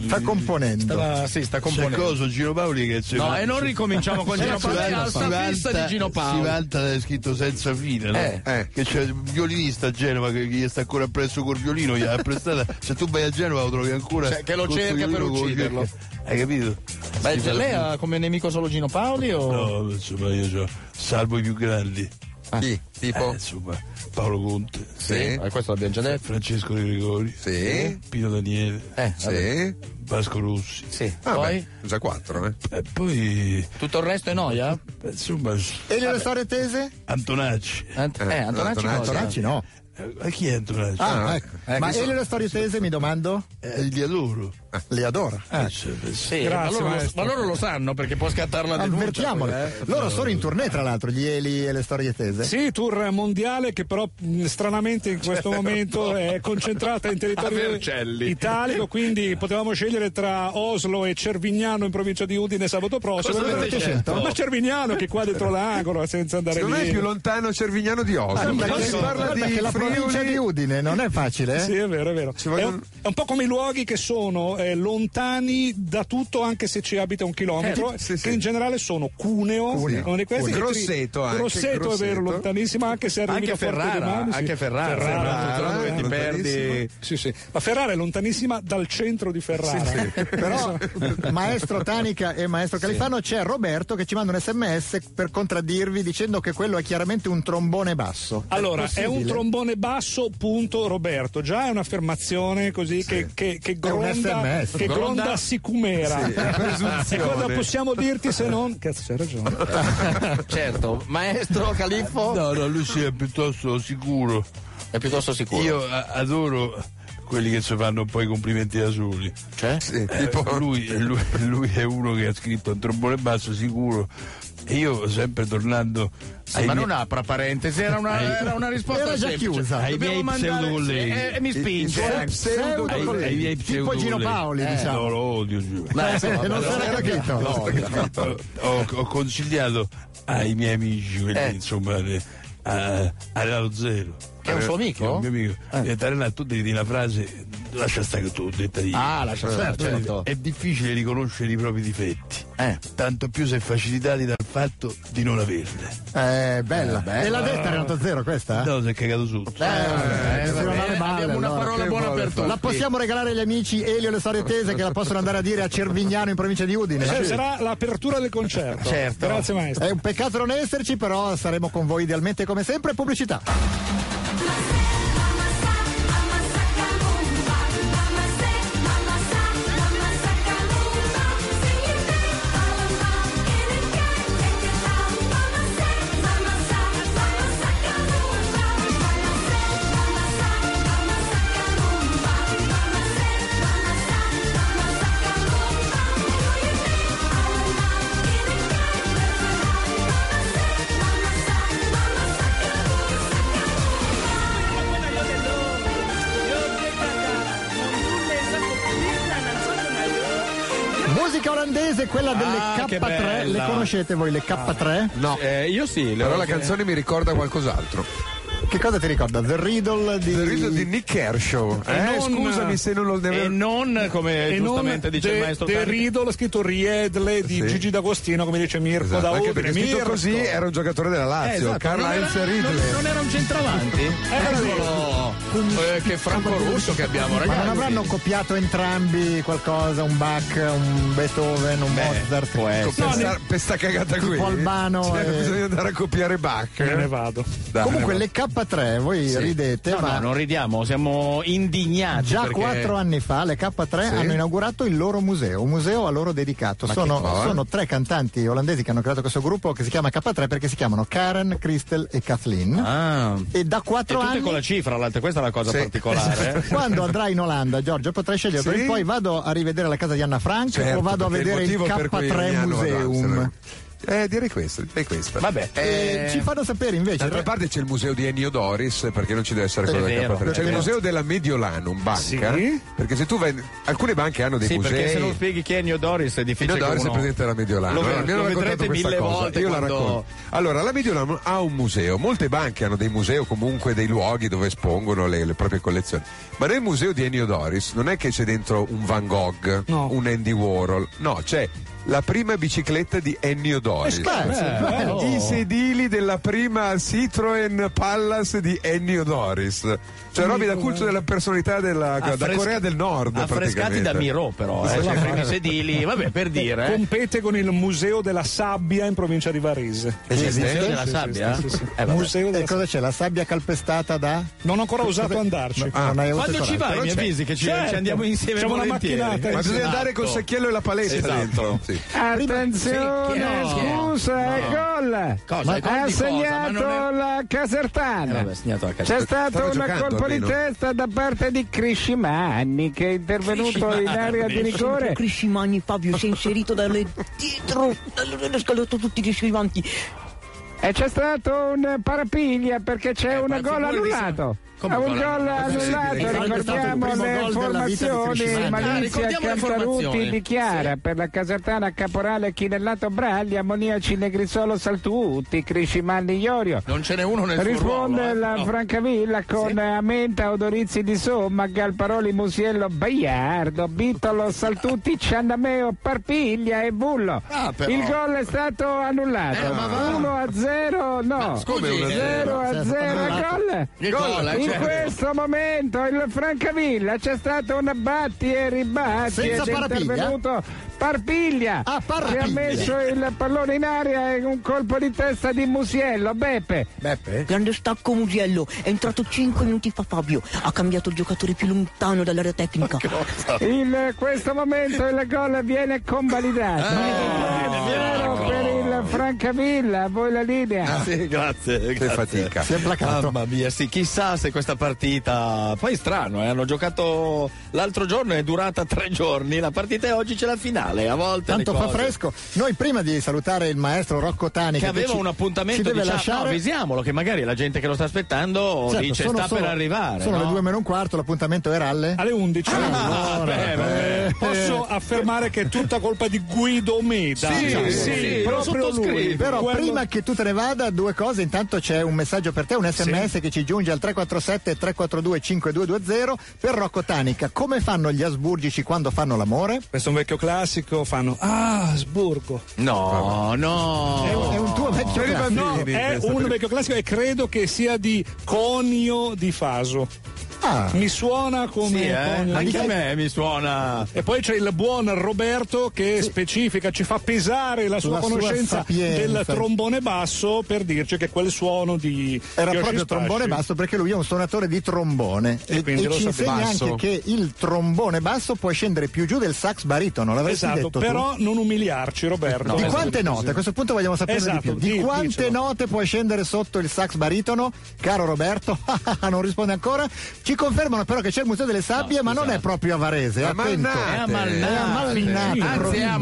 Speaker 4: Sta componendo.
Speaker 3: stava- sì, sta
Speaker 7: C'è
Speaker 3: componendo.
Speaker 7: coso Gino Paoli che c'è.
Speaker 3: No, e non ricominciamo con Gino Paoli,
Speaker 7: Si
Speaker 3: è
Speaker 7: vanta-
Speaker 3: alta fissa di Gino Paoli.
Speaker 7: Si vanta l'ha scritto senza fine, no?
Speaker 3: Eh.
Speaker 2: Eh.
Speaker 7: Che c'è un violinista a Genova che gli sta ancora appresso col violino, gli ha prestata. Se tu vai a Genova lo trovi ancora.
Speaker 3: Cioè, che lo
Speaker 7: con sto
Speaker 3: cerca per
Speaker 7: violino col
Speaker 3: ucciderlo.
Speaker 7: violino. Hai capito?
Speaker 3: Beh, cioè,
Speaker 7: Si fa-
Speaker 3: lei ha come nemico solo Gino Paoli o...
Speaker 7: No, insomma, io c'ho- salvo i più grandi.
Speaker 3: Ah,
Speaker 2: Chi?
Speaker 7: Eh,
Speaker 2: Tipo?
Speaker 7: insomma, Paolo Conte,
Speaker 2: Sì.
Speaker 3: Eh, questo l'abbiamo già detto.
Speaker 7: Francesco De Gregori, Eh,
Speaker 2: Sì.
Speaker 7: Pino Daniele,
Speaker 3: Eh, vabbè.
Speaker 2: Sì.
Speaker 7: Vasco Rossi.
Speaker 3: Sì.
Speaker 2: Ah,
Speaker 3: Poi?
Speaker 2: beh, già quattro, eh.
Speaker 7: E poi,
Speaker 3: Tutto il resto è noia?
Speaker 7: eh, insomma,
Speaker 4: E le storie tese?
Speaker 7: Antonacci.
Speaker 3: Ant- eh, Antonacci
Speaker 2: Antonacci,
Speaker 3: cosa?
Speaker 4: Antonacci no.
Speaker 7: Eh, Ma chi è Antonacci?
Speaker 4: Ah, ecco.
Speaker 5: Eh,
Speaker 4: Ma
Speaker 3: questo-
Speaker 4: e le storie tese, mi domando?
Speaker 7: Eh, li adoro.
Speaker 4: Le Ah, adora.
Speaker 7: Eh, cioè,
Speaker 3: Sì, ma,
Speaker 5: Grazie,
Speaker 3: loro lo,
Speaker 5: maestro.
Speaker 3: ma loro lo sanno perché può scattare la denuncia. quella,
Speaker 4: Avvertiamole.
Speaker 3: eh.
Speaker 4: Loro sono in tournée, tra l'altro, gli Eli e le storie tese.
Speaker 5: Sì, tour mondiale che però mh, stranamente in questo momento è concentrata in
Speaker 3: A
Speaker 5: territorio
Speaker 3: Vercelli.
Speaker 5: italico, quindi potevamo scegliere tra Oslo e Cervignano in provincia di Udine sabato prossimo.
Speaker 3: Cosa avete scelto?
Speaker 5: Ma Cervignano che è qua dietro l'angolo senza andare
Speaker 2: Secondo me è
Speaker 5: lì.
Speaker 2: più lontano Cervignano di Oslo.
Speaker 4: Guarda
Speaker 2: Quando
Speaker 4: che-
Speaker 2: si parla
Speaker 4: guarda
Speaker 2: di
Speaker 4: che la provincia
Speaker 2: Friuli-
Speaker 4: di Udine non è facile, eh?
Speaker 5: Sì, è vero, è vero.
Speaker 2: Ci vogliono-
Speaker 5: È, un, è un po' come i luoghi che sono eh, lontani da tutto, anche se ci abita un chilometro,
Speaker 2: Eh, sì,
Speaker 5: che
Speaker 2: sì.
Speaker 5: in generale sono Cuneo,
Speaker 2: Cuneo.
Speaker 5: uno di questi,
Speaker 2: Cuneo.
Speaker 5: e Tri-
Speaker 2: Grosseto anche,
Speaker 5: Grosseto, è
Speaker 2: Grosseto.
Speaker 5: vero, lontanissimo, anche se
Speaker 3: Anche
Speaker 5: arrivi da Forte dei
Speaker 3: Ferrara,
Speaker 5: Marmi, sì. Certo.
Speaker 3: anche Ferrara, Ferrara,
Speaker 5: Ferrara,
Speaker 3: dove ti perdi...
Speaker 2: lontanissimo.
Speaker 5: Sì, sì. Ma Ferrara è lontanissima dal centro di Ferrara.
Speaker 4: Però maestro Tanica e maestro Califano c'è Roberto che ci manda un sms per contraddirvi dicendo che quello è chiaramente un trombone basso.
Speaker 5: Allora, è un
Speaker 4: possibile?
Speaker 5: trombone basso, punto Roberto. Già è un'affermazione così che, che, che gronda,
Speaker 4: SMS.
Speaker 5: che
Speaker 3: Gronda?
Speaker 5: gronda sicumera. e cosa possiamo dirti se non. Cazzo, c'hai ragione.
Speaker 3: Certo, maestro Califfo
Speaker 7: No, no, lui si è piuttosto sicuro.
Speaker 3: è piuttosto sicuro.
Speaker 7: Io a- adoro quelli che si fanno poi i complimenti da soli.
Speaker 3: Cioè?
Speaker 2: Sì,
Speaker 7: Eh,
Speaker 2: tipo-
Speaker 7: lui, lui- lui è uno che ha scritto un trombone basso sicuro. E io sempre tornando
Speaker 3: Sì, ma non apra parentesi, era una, era una risposta
Speaker 4: Era già
Speaker 3: semplice.
Speaker 4: chiusa.
Speaker 3: Ai
Speaker 7: miei pseudocolleghi.
Speaker 3: E mi spinge.
Speaker 2: suoi
Speaker 3: eh.
Speaker 2: pseudo
Speaker 7: ai,
Speaker 2: colleghi.
Speaker 7: ai miei
Speaker 4: Tipo Gino
Speaker 7: pseudocolleghi.
Speaker 4: Paoli,
Speaker 7: Eh,
Speaker 4: diciamo.
Speaker 7: No, lo odio. Gino.
Speaker 3: Ma,
Speaker 4: Eh,
Speaker 3: insomma,
Speaker 4: non
Speaker 3: però-
Speaker 4: sarà capito.
Speaker 7: ho, ho- ho consigliato ai miei amici, quelli,
Speaker 3: Eh.
Speaker 7: insomma, le- a, a Renato Zero. Eh,
Speaker 3: Che è un suo amico? Eh.
Speaker 7: Che è un mio amico. Gli ho detto, "Renato, tu devi dire una frase, lascia stare che tu l'ho detta io.
Speaker 3: Ah, lascia stare,
Speaker 7: Cioè,
Speaker 3: certo.
Speaker 7: È difficile riconoscere i propri difetti,
Speaker 3: Eh.
Speaker 7: tanto più se facilitati dal fatto di non averle.
Speaker 4: Eh, bella. E l'ha detta Renato Zero questa?
Speaker 7: No, si è cagato su.
Speaker 3: Eh,
Speaker 4: si
Speaker 3: va
Speaker 4: va
Speaker 3: bene,
Speaker 4: male, male,
Speaker 3: abbiamo una
Speaker 4: allora.
Speaker 3: parola buona per tutti.
Speaker 4: La possiamo regalare agli amici Elio e le storie tese che la possono andare a dire a Cervignano in provincia di Udine.
Speaker 5: Cioè, sarà l'apertura del concerto.
Speaker 3: Certo.
Speaker 5: Grazie maestro.
Speaker 4: È un peccato non esserci, però saremo con voi idealmente come sempre. Pubblicità. Musica olandese, quella delle
Speaker 3: Ah, che
Speaker 4: K3. Le
Speaker 3: bella.
Speaker 4: conoscete voi le K3?
Speaker 2: No,
Speaker 3: Eh, io sì, le
Speaker 2: però
Speaker 3: ho-
Speaker 2: la canzone mi ricorda qualcos'altro.
Speaker 4: Che cosa ti ricorda? The Riddle di...
Speaker 2: Il rito di Nick Kershaw. Eh,
Speaker 5: non-
Speaker 2: scusami se non lo
Speaker 3: E
Speaker 2: devo.
Speaker 3: non, come
Speaker 5: E non
Speaker 3: giustamente dice il
Speaker 5: De,
Speaker 3: maestro
Speaker 5: De
Speaker 3: Tarni,
Speaker 5: Riddle, scritto Riedle di
Speaker 2: Sì.
Speaker 5: Gigi D'Agostino, come dice Mirko
Speaker 2: Esatto,
Speaker 5: da
Speaker 2: anche
Speaker 5: Udine.
Speaker 2: perché scritto
Speaker 5: Mirko.
Speaker 2: così era un giocatore della
Speaker 3: Eh,
Speaker 2: Lazio,
Speaker 3: esatto.
Speaker 2: Carl
Speaker 3: non,
Speaker 2: Heinz
Speaker 3: era, non,
Speaker 2: Riedle.
Speaker 3: non era un
Speaker 5: Eh,
Speaker 3: centravanti?
Speaker 2: Eh,
Speaker 3: Eccolo! Eh, che franco russo che abbiamo,
Speaker 4: Ma non
Speaker 3: ragazzi.
Speaker 4: avranno copiato entrambi qualcosa? Un Bach, un Beethoven, un Mozart?
Speaker 3: può essere.
Speaker 2: Per sta, per sta Ecco, cagata qui.
Speaker 4: Albano
Speaker 2: Cioè,
Speaker 4: e-
Speaker 2: bisogna andare a copiare Bach.
Speaker 5: Me ne vado.
Speaker 2: Dai,
Speaker 4: Comunque
Speaker 2: me ne
Speaker 4: le K3, voi ridete,
Speaker 3: No,
Speaker 4: ma
Speaker 3: no, non ridiamo, siamo indignati.
Speaker 4: già
Speaker 3: perché-
Speaker 4: quattro anni fa le K3
Speaker 2: Sì.
Speaker 4: hanno inaugurato il loro museo, un museo a loro dedicato. Sono,
Speaker 2: che cosa?
Speaker 4: sono tre cantanti olandesi che hanno creato questo gruppo che si chiama K3 perché si chiamano Karen, Christel e Kathleen.
Speaker 3: Ah.
Speaker 4: E da
Speaker 3: E
Speaker 4: quattro
Speaker 3: tutte
Speaker 4: anni...
Speaker 3: con la cifra, l'altra, questa è la cosa
Speaker 2: Sì.
Speaker 3: particolare. eh.
Speaker 4: Quando andrai in Olanda, Giorgio, potrai scegliere
Speaker 2: Sì.
Speaker 4: prima o poi vado a rivedere la casa di Anna Frank
Speaker 2: Certo,
Speaker 4: o vado a
Speaker 2: perché il
Speaker 4: vedere il
Speaker 2: motivo per cui
Speaker 4: K3
Speaker 2: ogni anno vado a
Speaker 4: Museum.
Speaker 2: Amsterdam. Eh, direi questo, direi questo.
Speaker 3: Vabbè.
Speaker 4: Eh, ci fanno sapere invece.
Speaker 2: D'altra parte c'è il museo di Ennio Doris, perché non ci deve essere
Speaker 3: È
Speaker 2: quello
Speaker 3: vero,
Speaker 2: del K3.
Speaker 3: è
Speaker 2: C'è il
Speaker 3: vero.
Speaker 2: museo della Mediolanum, banca.
Speaker 5: Sì.
Speaker 2: Perché se tu vai. Alcune banche hanno dei
Speaker 3: Sì,
Speaker 2: musei.
Speaker 3: perché se non spieghi chi è Neo Doris è difficile.
Speaker 2: Ennio Doris
Speaker 3: che
Speaker 2: è
Speaker 3: uno...
Speaker 2: presidente della Mediolanum.
Speaker 3: Lo,
Speaker 2: Allora, mi hanno
Speaker 3: lo
Speaker 2: raccontato
Speaker 3: vedrete
Speaker 2: questa
Speaker 3: mille
Speaker 2: cosa.
Speaker 3: volte.
Speaker 2: Io la
Speaker 3: quando-
Speaker 2: racconto. Allora, la Mediolanum ha un museo. Molte banche hanno dei musei o comunque dei luoghi dove espongono le, le proprie collezioni. Ma nel museo di Ennio Doris non è che c'è dentro un Van Gogh,
Speaker 12: No.
Speaker 2: un Andy Warhol. No, c'è la prima bicicletta di Ennio Doris.
Speaker 3: Eh, oh.
Speaker 2: I sedili della prima Citroen Palace di Ennio Doris. Cioè, robi da culto della personalità della Ecco, da
Speaker 3: eh, Affresca-
Speaker 2: Corea del Nord.
Speaker 3: Affrescati
Speaker 2: praticamente.
Speaker 3: da Miro, però. Eh, cioè, i primi sedili, vabbè, per dire. eh.
Speaker 5: Compete con il Museo della Sabbia in provincia di Varese.
Speaker 2: Esiste?
Speaker 3: Il museo della sabbia?
Speaker 5: Sì, sì, sì.
Speaker 3: Eh, vabbè.
Speaker 5: Museo
Speaker 4: E
Speaker 5: della Sabbia.
Speaker 4: cosa c'è? La sabbia calpestata da?
Speaker 5: Non ho ancora osato andarci.
Speaker 4: ah, non hai avuto il
Speaker 3: Quando ci
Speaker 4: coraggio.
Speaker 3: vai, mi
Speaker 2: c'è.
Speaker 3: avvisi che ci,
Speaker 5: Certo.
Speaker 3: ci andiamo insieme.
Speaker 5: Facciamo una
Speaker 3: volentieri.
Speaker 5: macchinata.
Speaker 2: Ma bisogna andare col
Speaker 3: Esatto.
Speaker 2: secchiello e la palestra
Speaker 3: Esatto.
Speaker 2: dentro. Sì.
Speaker 3: Sì, chi
Speaker 8: Attenzione,
Speaker 3: è? No.
Speaker 8: scusa,
Speaker 3: No.
Speaker 8: è gol.
Speaker 3: Cosa? È gol di
Speaker 8: Ha
Speaker 3: cosa? Ma
Speaker 8: segnato
Speaker 3: non è-
Speaker 8: la
Speaker 3: Eh,
Speaker 8: Casertana.
Speaker 3: vabbè, ha segnato la
Speaker 8: C'è
Speaker 3: calcio.
Speaker 8: stato
Speaker 2: Stava
Speaker 8: un
Speaker 2: giocando,
Speaker 8: colpo di
Speaker 2: almeno.
Speaker 8: testa da parte di Criscimanni che è intervenuto in
Speaker 3: Criscimanni.
Speaker 8: area di rigore.
Speaker 12: Criscimani Fabio si è inserito dalle dietro, dalle, dalle scalette tutti gli scrivanti.
Speaker 8: E c'è stato un parapiglia perché c'è
Speaker 3: Eh,
Speaker 8: un
Speaker 3: ma
Speaker 8: gol
Speaker 3: figurati se-
Speaker 8: annullato.
Speaker 3: Come
Speaker 8: È un
Speaker 3: gol
Speaker 8: gol
Speaker 2: annullato?
Speaker 8: annullato,
Speaker 2: Possibile?
Speaker 4: Sarebbe
Speaker 8: ricordiamo
Speaker 4: stato il
Speaker 8: le
Speaker 4: primo gol della vita di
Speaker 8: formazioni.
Speaker 4: Criscimanni.
Speaker 3: Ah,
Speaker 8: Malizia
Speaker 3: ricordiamo le
Speaker 8: Cantarutti
Speaker 3: formazioni.
Speaker 8: dichiara per la Casertana Caporale Chinellato Braglia, Moniaci Negrisolo Saltutti, Criscimanni Iorio.
Speaker 3: Non ce n'è uno nel suo ruolo.
Speaker 8: Risponde
Speaker 3: eh.
Speaker 8: la
Speaker 3: No.
Speaker 8: Francavilla con
Speaker 3: Sì.
Speaker 8: Amenta, Odorizzi di Somma, Galparoli, Musiello, Baiardo, Bitolo, Saltutti, Ciandameo, Parpiglia e Bullo.
Speaker 3: Ah, però.
Speaker 8: Il gol è stato annullato. 1 a 0, no.
Speaker 2: Come
Speaker 3: Scusi,
Speaker 2: una-
Speaker 3: eh,
Speaker 8: 0 a 0 gol.
Speaker 3: Nicola,
Speaker 8: In
Speaker 2: eh,
Speaker 3: cioè-
Speaker 8: questo momento il Francavilla c'è stato un batti e ribatti
Speaker 4: Senza
Speaker 8: ed è
Speaker 4: Parapiglia?
Speaker 8: intervenuto Parpiglia
Speaker 4: Ah,
Speaker 8: che
Speaker 4: Parapiglia.
Speaker 8: ha messo il pallone in aria e un colpo di testa di Musiello, Beppe.
Speaker 12: Grande stacco Musiello, è entrato 5 minuti fa Fabio, ha cambiato il giocatore più lontano dall'area tecnica.
Speaker 8: In questo momento il gol viene convalidato. Zero per il Francavilla, a voi la linea.
Speaker 3: Sì, grazie. grazie.
Speaker 2: fatica.
Speaker 4: Eh, Si è placato.
Speaker 3: Mamma mia, sì, chissà se questa partita. Poi è strano, eh, hanno giocato l'altro giorno, è durata tre giorni. La partita è oggi, c'è la finale. A volte. le
Speaker 4: Tanto fa
Speaker 3: cose.
Speaker 4: fresco. Noi prima di salutare il maestro Rocco Tani
Speaker 3: Che aveva
Speaker 4: ci-
Speaker 3: un appuntamento di
Speaker 4: ci deve
Speaker 3: diciamo, no,
Speaker 4: lasciare.
Speaker 3: avvisiamolo, che magari la gente che lo sta aspettando
Speaker 4: Certo,
Speaker 3: dice
Speaker 4: sono
Speaker 3: sta
Speaker 4: solo-
Speaker 3: per arrivare.
Speaker 4: Sono
Speaker 3: no?
Speaker 4: le due meno un quarto, l'appuntamento era alle.
Speaker 5: Alle 11.
Speaker 4: Ah,
Speaker 5: Allora,
Speaker 4: vabbè, vabbè.
Speaker 5: eh, posso affermare che è tutta colpa di Guido Meda.
Speaker 3: Sì,
Speaker 5: Cioè,
Speaker 3: sì, sì, lo
Speaker 5: proprio lui.
Speaker 3: sottoscrivo.
Speaker 4: Però
Speaker 5: Quello-
Speaker 4: prima che tu te ne vada, due cose. Intanto c'è un messaggio per te, un sms che ci giunge al 347 342 5220 per Rocco Tanica. Come fanno gli asburgici quando fanno l'amore?
Speaker 5: Questo è un vecchio classico, fanno Ah, Asburgo.
Speaker 3: No, no.
Speaker 4: È, un, è un tuo vecchio
Speaker 2: Per i
Speaker 4: classico.
Speaker 5: No,
Speaker 2: Bene,
Speaker 5: è
Speaker 2: questo
Speaker 5: un
Speaker 2: per-
Speaker 5: vecchio classico e credo che sia di Conio di Faso.
Speaker 4: Ah,
Speaker 5: Mi suona come
Speaker 3: Sì, eh?
Speaker 5: Conio di
Speaker 3: Anche a
Speaker 5: Faso.
Speaker 3: me mi suona.
Speaker 5: E poi c'è il buon Roberto che specifica, ci fa pesare la sua
Speaker 4: La sua
Speaker 5: conoscenza
Speaker 4: sapienza.
Speaker 5: del trombone basso per dirci che quel suono di
Speaker 4: era
Speaker 5: Yoshi
Speaker 4: proprio
Speaker 5: Spashi-
Speaker 4: trombone basso perché lui è un suonatore di trombone e,
Speaker 5: quindi
Speaker 4: e
Speaker 5: lo
Speaker 4: ci
Speaker 5: sapevo.
Speaker 4: insegna
Speaker 2: Basso.
Speaker 4: anche che il trombone basso può scendere più giù del sax baritono, l'avresti
Speaker 5: Esatto,
Speaker 4: detto tu?
Speaker 5: però non umiliarci Roberto.
Speaker 4: Di
Speaker 5: Eh,
Speaker 4: quante note? A questo punto vogliamo sapere
Speaker 5: Esatto,
Speaker 4: di più. Di
Speaker 5: di-
Speaker 4: quante
Speaker 5: dicelo.
Speaker 4: note può scendere sotto il sax baritono? Caro Roberto, non risponde ancora. Ci confermano però che c'è il Museo delle Sabbie, ma non è proprio a Varese. Attento.
Speaker 2: Amannate.
Speaker 4: È a
Speaker 3: Anzi,
Speaker 4: Mallinate,
Speaker 3: è
Speaker 4: provincia.
Speaker 3: a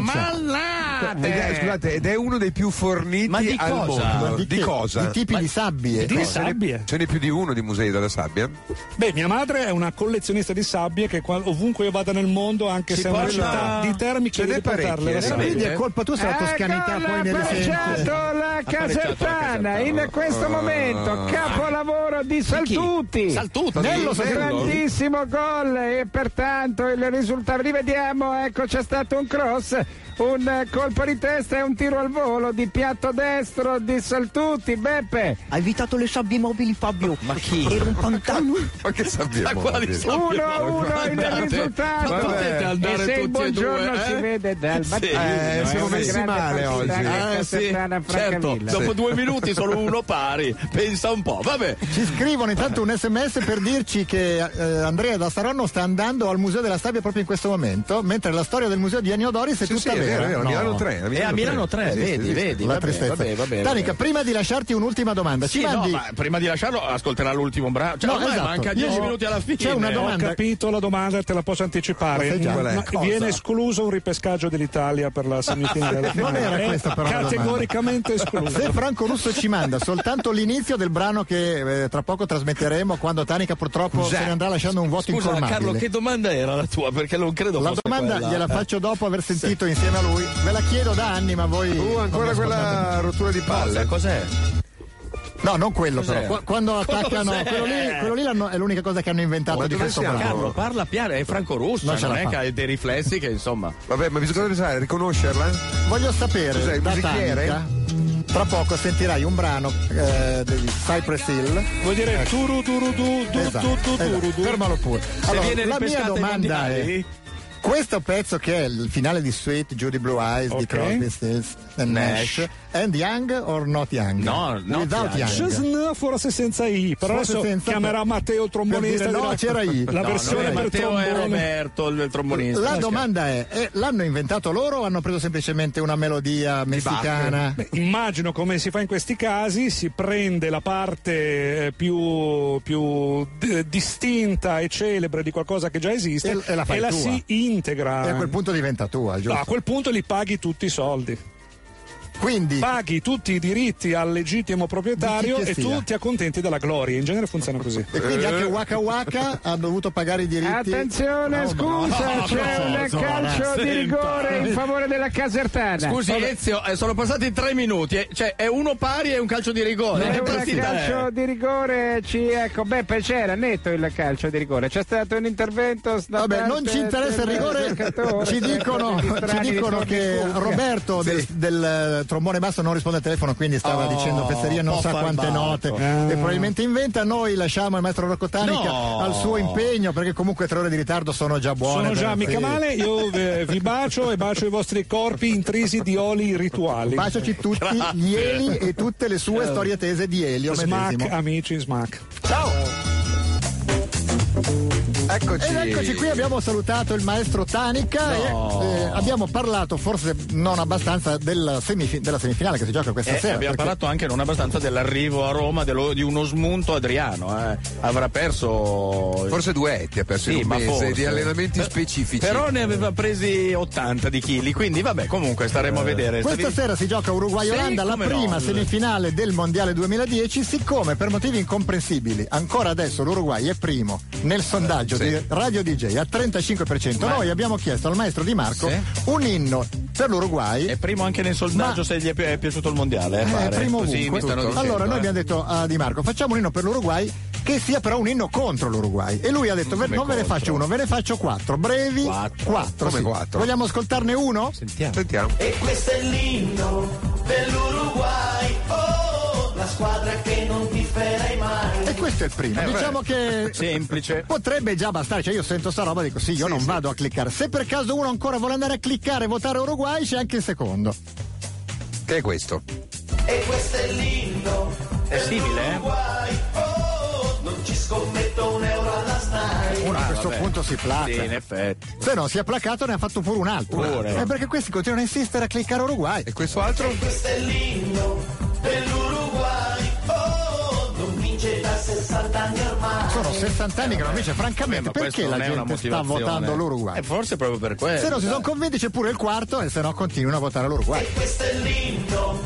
Speaker 2: Ed
Speaker 4: Eh,
Speaker 2: è,
Speaker 3: Malnate.
Speaker 2: scusate, ed è uno dei più forniti
Speaker 3: Ma di
Speaker 2: al
Speaker 3: cosa?
Speaker 2: mondo.
Speaker 4: Ma
Speaker 2: Di
Speaker 4: che?
Speaker 2: cosa?
Speaker 4: Di tipi di sabbie.
Speaker 5: Di sabbie.
Speaker 2: Ce n'è più di uno di musei della sabbia?
Speaker 5: Beh, mia madre è una collezionista di sabbie che qua- ovunque io vada nel mondo, anche
Speaker 3: Ci
Speaker 5: se è una
Speaker 3: porta-
Speaker 5: città di
Speaker 2: Ce
Speaker 5: Termi, chiede
Speaker 2: n'è
Speaker 5: di portarle la
Speaker 2: parecchie,
Speaker 5: sabbia.
Speaker 4: Quindi è colpa tua se la toscanità
Speaker 8: Ecco
Speaker 4: poi
Speaker 8: la
Speaker 4: ne risente.
Speaker 8: pareggiato la Casertana. Oh. In questo momento capolavoro di Saltutti.
Speaker 3: Saltuto.
Speaker 4: Nello Saltutti.
Speaker 8: Grandissimo gol e pertanto il risultato, rivediamo, ecco c'è stato un cross, un eh, colpo di testa e un tiro al volo di piatto destro di Saltutti, Beppe.
Speaker 12: Ha evitato le sabbie mobili Fabio.
Speaker 3: Ma chi?
Speaker 12: Era un pantano.
Speaker 2: Ma che
Speaker 3: Da
Speaker 2: sappiamo?
Speaker 3: quali
Speaker 2: oggi?
Speaker 3: sono?
Speaker 8: 1 a 1 il
Speaker 3: Guardate,
Speaker 8: risultato.
Speaker 3: ma potete
Speaker 8: e
Speaker 3: andare
Speaker 8: se il
Speaker 3: tutti e
Speaker 8: buongiorno
Speaker 3: due,
Speaker 8: si
Speaker 3: eh?
Speaker 8: vede dal
Speaker 3: Sì.
Speaker 8: mattino.
Speaker 2: Eh,
Speaker 8: è
Speaker 2: siamo
Speaker 8: una
Speaker 2: messi
Speaker 8: grande
Speaker 2: male
Speaker 8: partita
Speaker 2: oggi.
Speaker 8: anche
Speaker 3: Eh, sì,
Speaker 8: Casertana,
Speaker 3: certo,
Speaker 8: Francavilla.
Speaker 3: dopo due minuti solo uno pari, pensa un po', Oh, vabbè.
Speaker 4: Ci scrivono intanto un sms per dirci che eh, Andrea da Saronno sta andando al Museo della Sabbia proprio in questo momento, mentre la storia del Museo di Ennio Doris è
Speaker 2: Sì,
Speaker 4: tutta
Speaker 2: sì, è è vero, è vero, a
Speaker 4: No.
Speaker 2: Milano 3.
Speaker 4: Eh, a Milano 3, vedi, vedi, La
Speaker 3: vabbè,
Speaker 4: tristezza.
Speaker 3: vabbè, vabbè, vabbè.
Speaker 4: Danica, prima di lasciarti un'ultima domanda,
Speaker 3: Sì,
Speaker 4: ci
Speaker 3: no,
Speaker 4: mandi
Speaker 3: ma prima di lasciarlo ascolterà l'ultimo brano. Cioè,
Speaker 4: No,
Speaker 3: ormai
Speaker 4: esatto.
Speaker 3: manca 10
Speaker 4: No,
Speaker 3: minuti alla fine. Eh,
Speaker 4: c'è una
Speaker 5: Ho
Speaker 4: domanda.
Speaker 5: capito la domanda, te la posso
Speaker 4: Ma
Speaker 5: anticipare.
Speaker 4: sai già qual è?
Speaker 5: Ma
Speaker 4: Cosa?
Speaker 5: viene escluso un ripescaggio dell'Italia per la semifinale. della
Speaker 4: Non
Speaker 5: finale.
Speaker 4: era
Speaker 5: È
Speaker 4: questa però la domanda.
Speaker 5: Categoricamente escluso.
Speaker 4: Se Franco Russo ci manda soltanto l'inizio del brano che eh, tra poco trasmetteremo quando Tanica purtroppo
Speaker 3: Scusa.
Speaker 4: se ne andrà lasciando un voto
Speaker 3: Scusa,
Speaker 4: incolmabile.
Speaker 3: Carlo, che domanda era la tua? Perché non credo
Speaker 4: La
Speaker 3: fosse
Speaker 4: domanda
Speaker 3: quella.
Speaker 4: gliela
Speaker 3: Eh.
Speaker 4: faccio dopo aver sentito insieme a lui. Ve la chiedo da anni, ma voi.
Speaker 2: Uh, ancora
Speaker 4: non mi ascoltate.
Speaker 2: quella rottura di
Speaker 3: Cosa,
Speaker 2: palle.
Speaker 3: cos'è?
Speaker 4: No, non quello
Speaker 3: Cos'è?
Speaker 4: però. Qua- Quando
Speaker 3: Cos'è? Eh.
Speaker 4: attaccano. Quello lì, quello lì l'hanno- è l'unica cosa che hanno inventato
Speaker 2: Ma
Speaker 4: di
Speaker 2: dove
Speaker 4: questo
Speaker 2: siamo?
Speaker 4: brano.
Speaker 3: Carlo, parla piano, è Franco Russo,
Speaker 4: Non ce
Speaker 3: non
Speaker 4: la
Speaker 3: è
Speaker 4: fa.
Speaker 3: che ha dei riflessi che insomma.
Speaker 2: Vabbè, ma bisogna pensare, riconoscerla?
Speaker 4: Voglio sapere
Speaker 2: Cos'è, il
Speaker 4: da
Speaker 2: musichiere?
Speaker 4: Tanica. Tra poco sentirai un brano eh, degli Cypress Hill. Ecco.
Speaker 5: Vuol dire turu turu du, du,
Speaker 4: Esatto,
Speaker 5: du, du,
Speaker 4: esatto.
Speaker 5: du, du.
Speaker 4: Fermalo pure. Allora,
Speaker 3: viene
Speaker 4: la mia
Speaker 3: ripescata ai
Speaker 4: domanda è:
Speaker 3: mondiali?
Speaker 4: questo pezzo che è il finale di Sweet Judy Blue Eyes di
Speaker 5: Ok.
Speaker 4: Crosby, Stills and Nash.
Speaker 3: Nash.
Speaker 4: and Young or not Young?
Speaker 3: No, not
Speaker 4: Without
Speaker 3: young.
Speaker 4: Young.
Speaker 5: Scesn, forse senza I, però
Speaker 4: Forse
Speaker 5: adesso
Speaker 4: senza-
Speaker 5: chiamerà Matteo il trombonista.
Speaker 4: Per dire, no,
Speaker 5: dirà-
Speaker 4: c'era I.
Speaker 5: La
Speaker 4: No,
Speaker 5: versione
Speaker 3: no,
Speaker 5: per
Speaker 3: Matteo e
Speaker 5: trombone.
Speaker 3: Roberto, il trombonista.
Speaker 4: La
Speaker 3: Eh,
Speaker 4: domanda è, eh, l'hanno inventato loro o hanno preso semplicemente una melodia messicana?
Speaker 5: Beh, immagino come si fa in questi casi, si prende la parte eh, più, più d- distinta e celebre di qualcosa che già esiste
Speaker 4: E- e la fai tua.
Speaker 5: si integra.
Speaker 4: E a quel punto diventa
Speaker 5: No,
Speaker 4: tua,
Speaker 5: a
Speaker 4: giusto?
Speaker 5: quel punto li paghi tutti i soldi,
Speaker 4: Quindi,
Speaker 5: paghi tutti i diritti al legittimo proprietario
Speaker 4: Di chi
Speaker 5: e
Speaker 4: che sia.
Speaker 5: tu ti accontenti della gloria. In genere funziona così.
Speaker 4: e quindi anche Waka Waka ha dovuto pagare i diritti.
Speaker 8: Attenzione, scusa, c'è
Speaker 4: no,
Speaker 8: un
Speaker 4: no,
Speaker 8: calcio di
Speaker 3: senta.
Speaker 8: rigore in favore della Casertana.
Speaker 3: Scusi Ezio, eh, sono passati tre minuti, eh, cioè è uno pari e un calcio di rigore.
Speaker 8: È
Speaker 3: Che
Speaker 8: un
Speaker 3: partita
Speaker 8: calcio
Speaker 3: è?
Speaker 8: di rigore, ci ecco, beh, poi c'era netto il calcio di rigore, c'è stato un intervento. da
Speaker 4: Vabbè,
Speaker 8: parte
Speaker 4: non ci interessa il
Speaker 8: del
Speaker 4: rigore,
Speaker 8: giocatore,
Speaker 4: ci dicono,
Speaker 8: tutti
Speaker 4: ci
Speaker 8: strani
Speaker 4: dicono
Speaker 8: ritorni in
Speaker 4: che
Speaker 8: cuffia.
Speaker 4: Roberto del, del, eh, trombone basso non risponde al telefono, quindi stava
Speaker 3: Oh,
Speaker 4: dicendo fesserie non
Speaker 3: può
Speaker 4: sa
Speaker 3: far
Speaker 4: quante
Speaker 3: barco.
Speaker 4: note
Speaker 5: Ah.
Speaker 4: e probabilmente inventa. Noi lasciamo il maestro Rocco Tanica
Speaker 3: No.
Speaker 4: al suo impegno perché comunque tre ore di ritardo sono già buone.
Speaker 5: Sono
Speaker 4: per-
Speaker 5: già mica
Speaker 4: sì.
Speaker 5: male, io eh, vi bacio e bacio i vostri corpi intrisi di oli rituali. Eh.
Speaker 4: Baciaci tutti gli Eli e tutte le sue storie tese di Elio
Speaker 5: Smack,
Speaker 4: medesimo.
Speaker 5: amici, smack.
Speaker 2: Eccoci.
Speaker 4: Ed eccoci qui, abbiamo salutato il maestro Tanica e eh, abbiamo parlato forse non abbastanza della, semif- della semifinale che si gioca questa
Speaker 3: Eh,
Speaker 4: sera.
Speaker 3: abbiamo
Speaker 4: perché-
Speaker 3: parlato anche non abbastanza dell'arrivo a Roma dello- di uno smunto Adriano. eh. Avrà perso.
Speaker 2: Forse Duetti ha perso
Speaker 3: Sì,
Speaker 2: in un
Speaker 3: ma
Speaker 2: mese
Speaker 3: forse.
Speaker 2: di allenamenti
Speaker 3: Per-
Speaker 2: specifici.
Speaker 3: Però ne aveva presi 80 di chili, quindi vabbè, comunque staremo a vedere.
Speaker 4: Questa
Speaker 3: Stavi-
Speaker 4: sera si gioca Uruguay-Olanda,
Speaker 3: Sì,
Speaker 4: la
Speaker 3: come
Speaker 4: prima
Speaker 3: no.
Speaker 4: semifinale del Mondiale 2010, siccome per motivi incomprensibili ancora adesso l'Uruguay è primo nel sondaggio
Speaker 2: sì.
Speaker 4: di Radio DJ al 35%, noi abbiamo chiesto al maestro Di Marco
Speaker 3: Sì.
Speaker 4: un inno per l'Uruguay
Speaker 3: È primo anche nel sondaggio
Speaker 4: Ma-
Speaker 3: se gli è, pi- è piaciuto il mondiale. eh,
Speaker 4: Eh,
Speaker 3: pare.
Speaker 4: primo
Speaker 3: Così
Speaker 4: ovunque.
Speaker 3: mi stanno dicendo,
Speaker 4: allora noi
Speaker 3: eh.
Speaker 4: abbiamo detto a Di Marco facciamo un inno per l'Uruguay che sia però un inno contro l'Uruguay e lui ha detto "Ve- non ve ne faccio uno ve ne faccio quattro brevi
Speaker 3: Quattro.
Speaker 4: quattro,
Speaker 2: Come
Speaker 4: sì.
Speaker 2: quattro?
Speaker 4: vogliamo ascoltarne uno?
Speaker 3: Sentiamo.
Speaker 2: Sentiamo.
Speaker 1: E questo è l'inno dell'Uruguay, oh, la squadra che non ti ferai mai.
Speaker 4: e questo è il primo diciamo che
Speaker 3: Eh, Semplice.
Speaker 4: potrebbe già bastare cioè io sento sta roba e dico sì io non vado a cliccare se per caso uno ancora vuole andare a cliccare e votare Uruguay c'è anche il secondo
Speaker 2: Che è questo?
Speaker 1: E questo è l'inno
Speaker 3: È simile, eh?
Speaker 1: dell'Uruguay, oh, non ci scommetto un euro alla Snai.
Speaker 4: uno a questo
Speaker 3: Ah, vabbè.
Speaker 4: punto si placa
Speaker 3: Sì, in effetti.
Speaker 4: se no si è placato ne ha fatto pure un altro
Speaker 3: Pure.
Speaker 4: Eh, perché questi continuano a insistere a cliccare Uruguay
Speaker 2: E questo altro?
Speaker 1: Questo è l'inno dell'Uruguay, oh, non vince da 60 anni ormai.
Speaker 4: Sono 60 anni che non vince, Cioè, francamente,
Speaker 3: Ma
Speaker 4: perché
Speaker 3: questo
Speaker 4: la
Speaker 3: non è una
Speaker 4: gente sta
Speaker 3: motivazione.
Speaker 4: votando l'Uruguay?
Speaker 3: Eh, forse proprio per quello.
Speaker 4: Se non si
Speaker 3: dai.
Speaker 4: sono convinti c'è pure il quarto e se no continuano a votare l'Uruguay.
Speaker 1: Questo è l'inno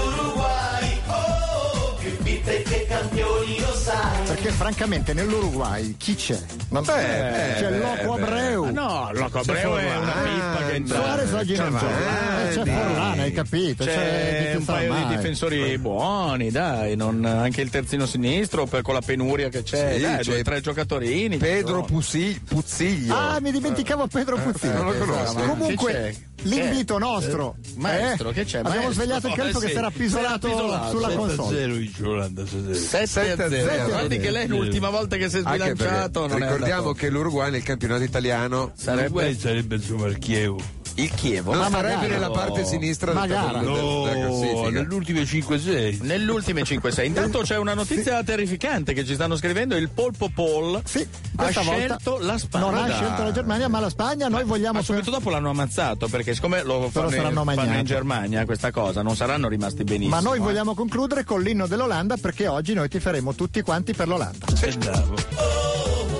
Speaker 1: dell'Uruguay, oh, più vite che campioni lo sai.
Speaker 4: Perché francamente nell'Uruguay chi c'è? Non c'è. C'è Loco Abreu.
Speaker 3: Ah, no, Loco Abreu è Cioè, una pippa che entra.
Speaker 4: Ah, Suarez oggi non gioca. Eh,
Speaker 2: Cavani.
Speaker 4: C'è Forlana, hai capito? Cioè,
Speaker 3: C'è
Speaker 4: chi
Speaker 3: un
Speaker 4: sarà
Speaker 3: paio di
Speaker 4: mai?
Speaker 3: difensori buoni, dai, non- anche il terzino sinistro per- con la penuria che c'è, dai,
Speaker 2: Sì,
Speaker 4: cioè,
Speaker 2: c'è
Speaker 3: due, tre giocatori.
Speaker 2: Pedro Pusi- Puzziglio.
Speaker 4: Ah, mi
Speaker 3: Eh,
Speaker 4: dimenticavo Pedro Puzzini.
Speaker 2: non lo conosco.
Speaker 4: Comunque,
Speaker 3: Chi c'è? Eh,
Speaker 4: l'invito nostro. eh?
Speaker 3: Maestro, che c'è?
Speaker 4: Abbiamo
Speaker 3: Maestro?
Speaker 4: svegliato il calcio
Speaker 3: Eh,
Speaker 4: che
Speaker 3: sì.
Speaker 4: si era
Speaker 3: Si era
Speaker 4: appisolato
Speaker 3: appisolato.
Speaker 4: sulla console.
Speaker 7: 0 in Giolanda stasera.
Speaker 3: 7
Speaker 2: a
Speaker 3: a
Speaker 2: 0.
Speaker 3: 0. Guardi che lei l'ultima volta che si è
Speaker 2: Eh, Anche perché
Speaker 3: sbilanciato. non è
Speaker 2: ricordiamo
Speaker 3: andato.
Speaker 2: che l'Uruguay nel campionato italiano
Speaker 3: sarebbe
Speaker 7: Sarebbe il suo marchievo.
Speaker 3: Il Chievo.
Speaker 2: Non starebbe nella parte sinistra del tabellone della classifica.
Speaker 3: nell'ultime 5-6. Nell'ultime 5-6. Intanto c'è una notizia terrificante che ci stanno scrivendo. Il Polpo Paul ha
Speaker 4: Questa volta
Speaker 3: scelto la Ah, Spagna.
Speaker 4: Non ha scelto la Germania, ma la Spagna noi vogliamo.
Speaker 3: Ma subito dopo l'hanno ammazzato perché siccome lo
Speaker 4: Però
Speaker 3: fanno,
Speaker 4: saranno
Speaker 3: in, fanno
Speaker 4: mangiati.
Speaker 3: in Germania questa cosa, non saranno rimasti benissimo.
Speaker 4: Ma noi
Speaker 3: eh.
Speaker 4: vogliamo concludere con l'inno dell'Olanda perché oggi noi ti faremo tutti quanti per l'Olanda.
Speaker 3: Eh, bravo.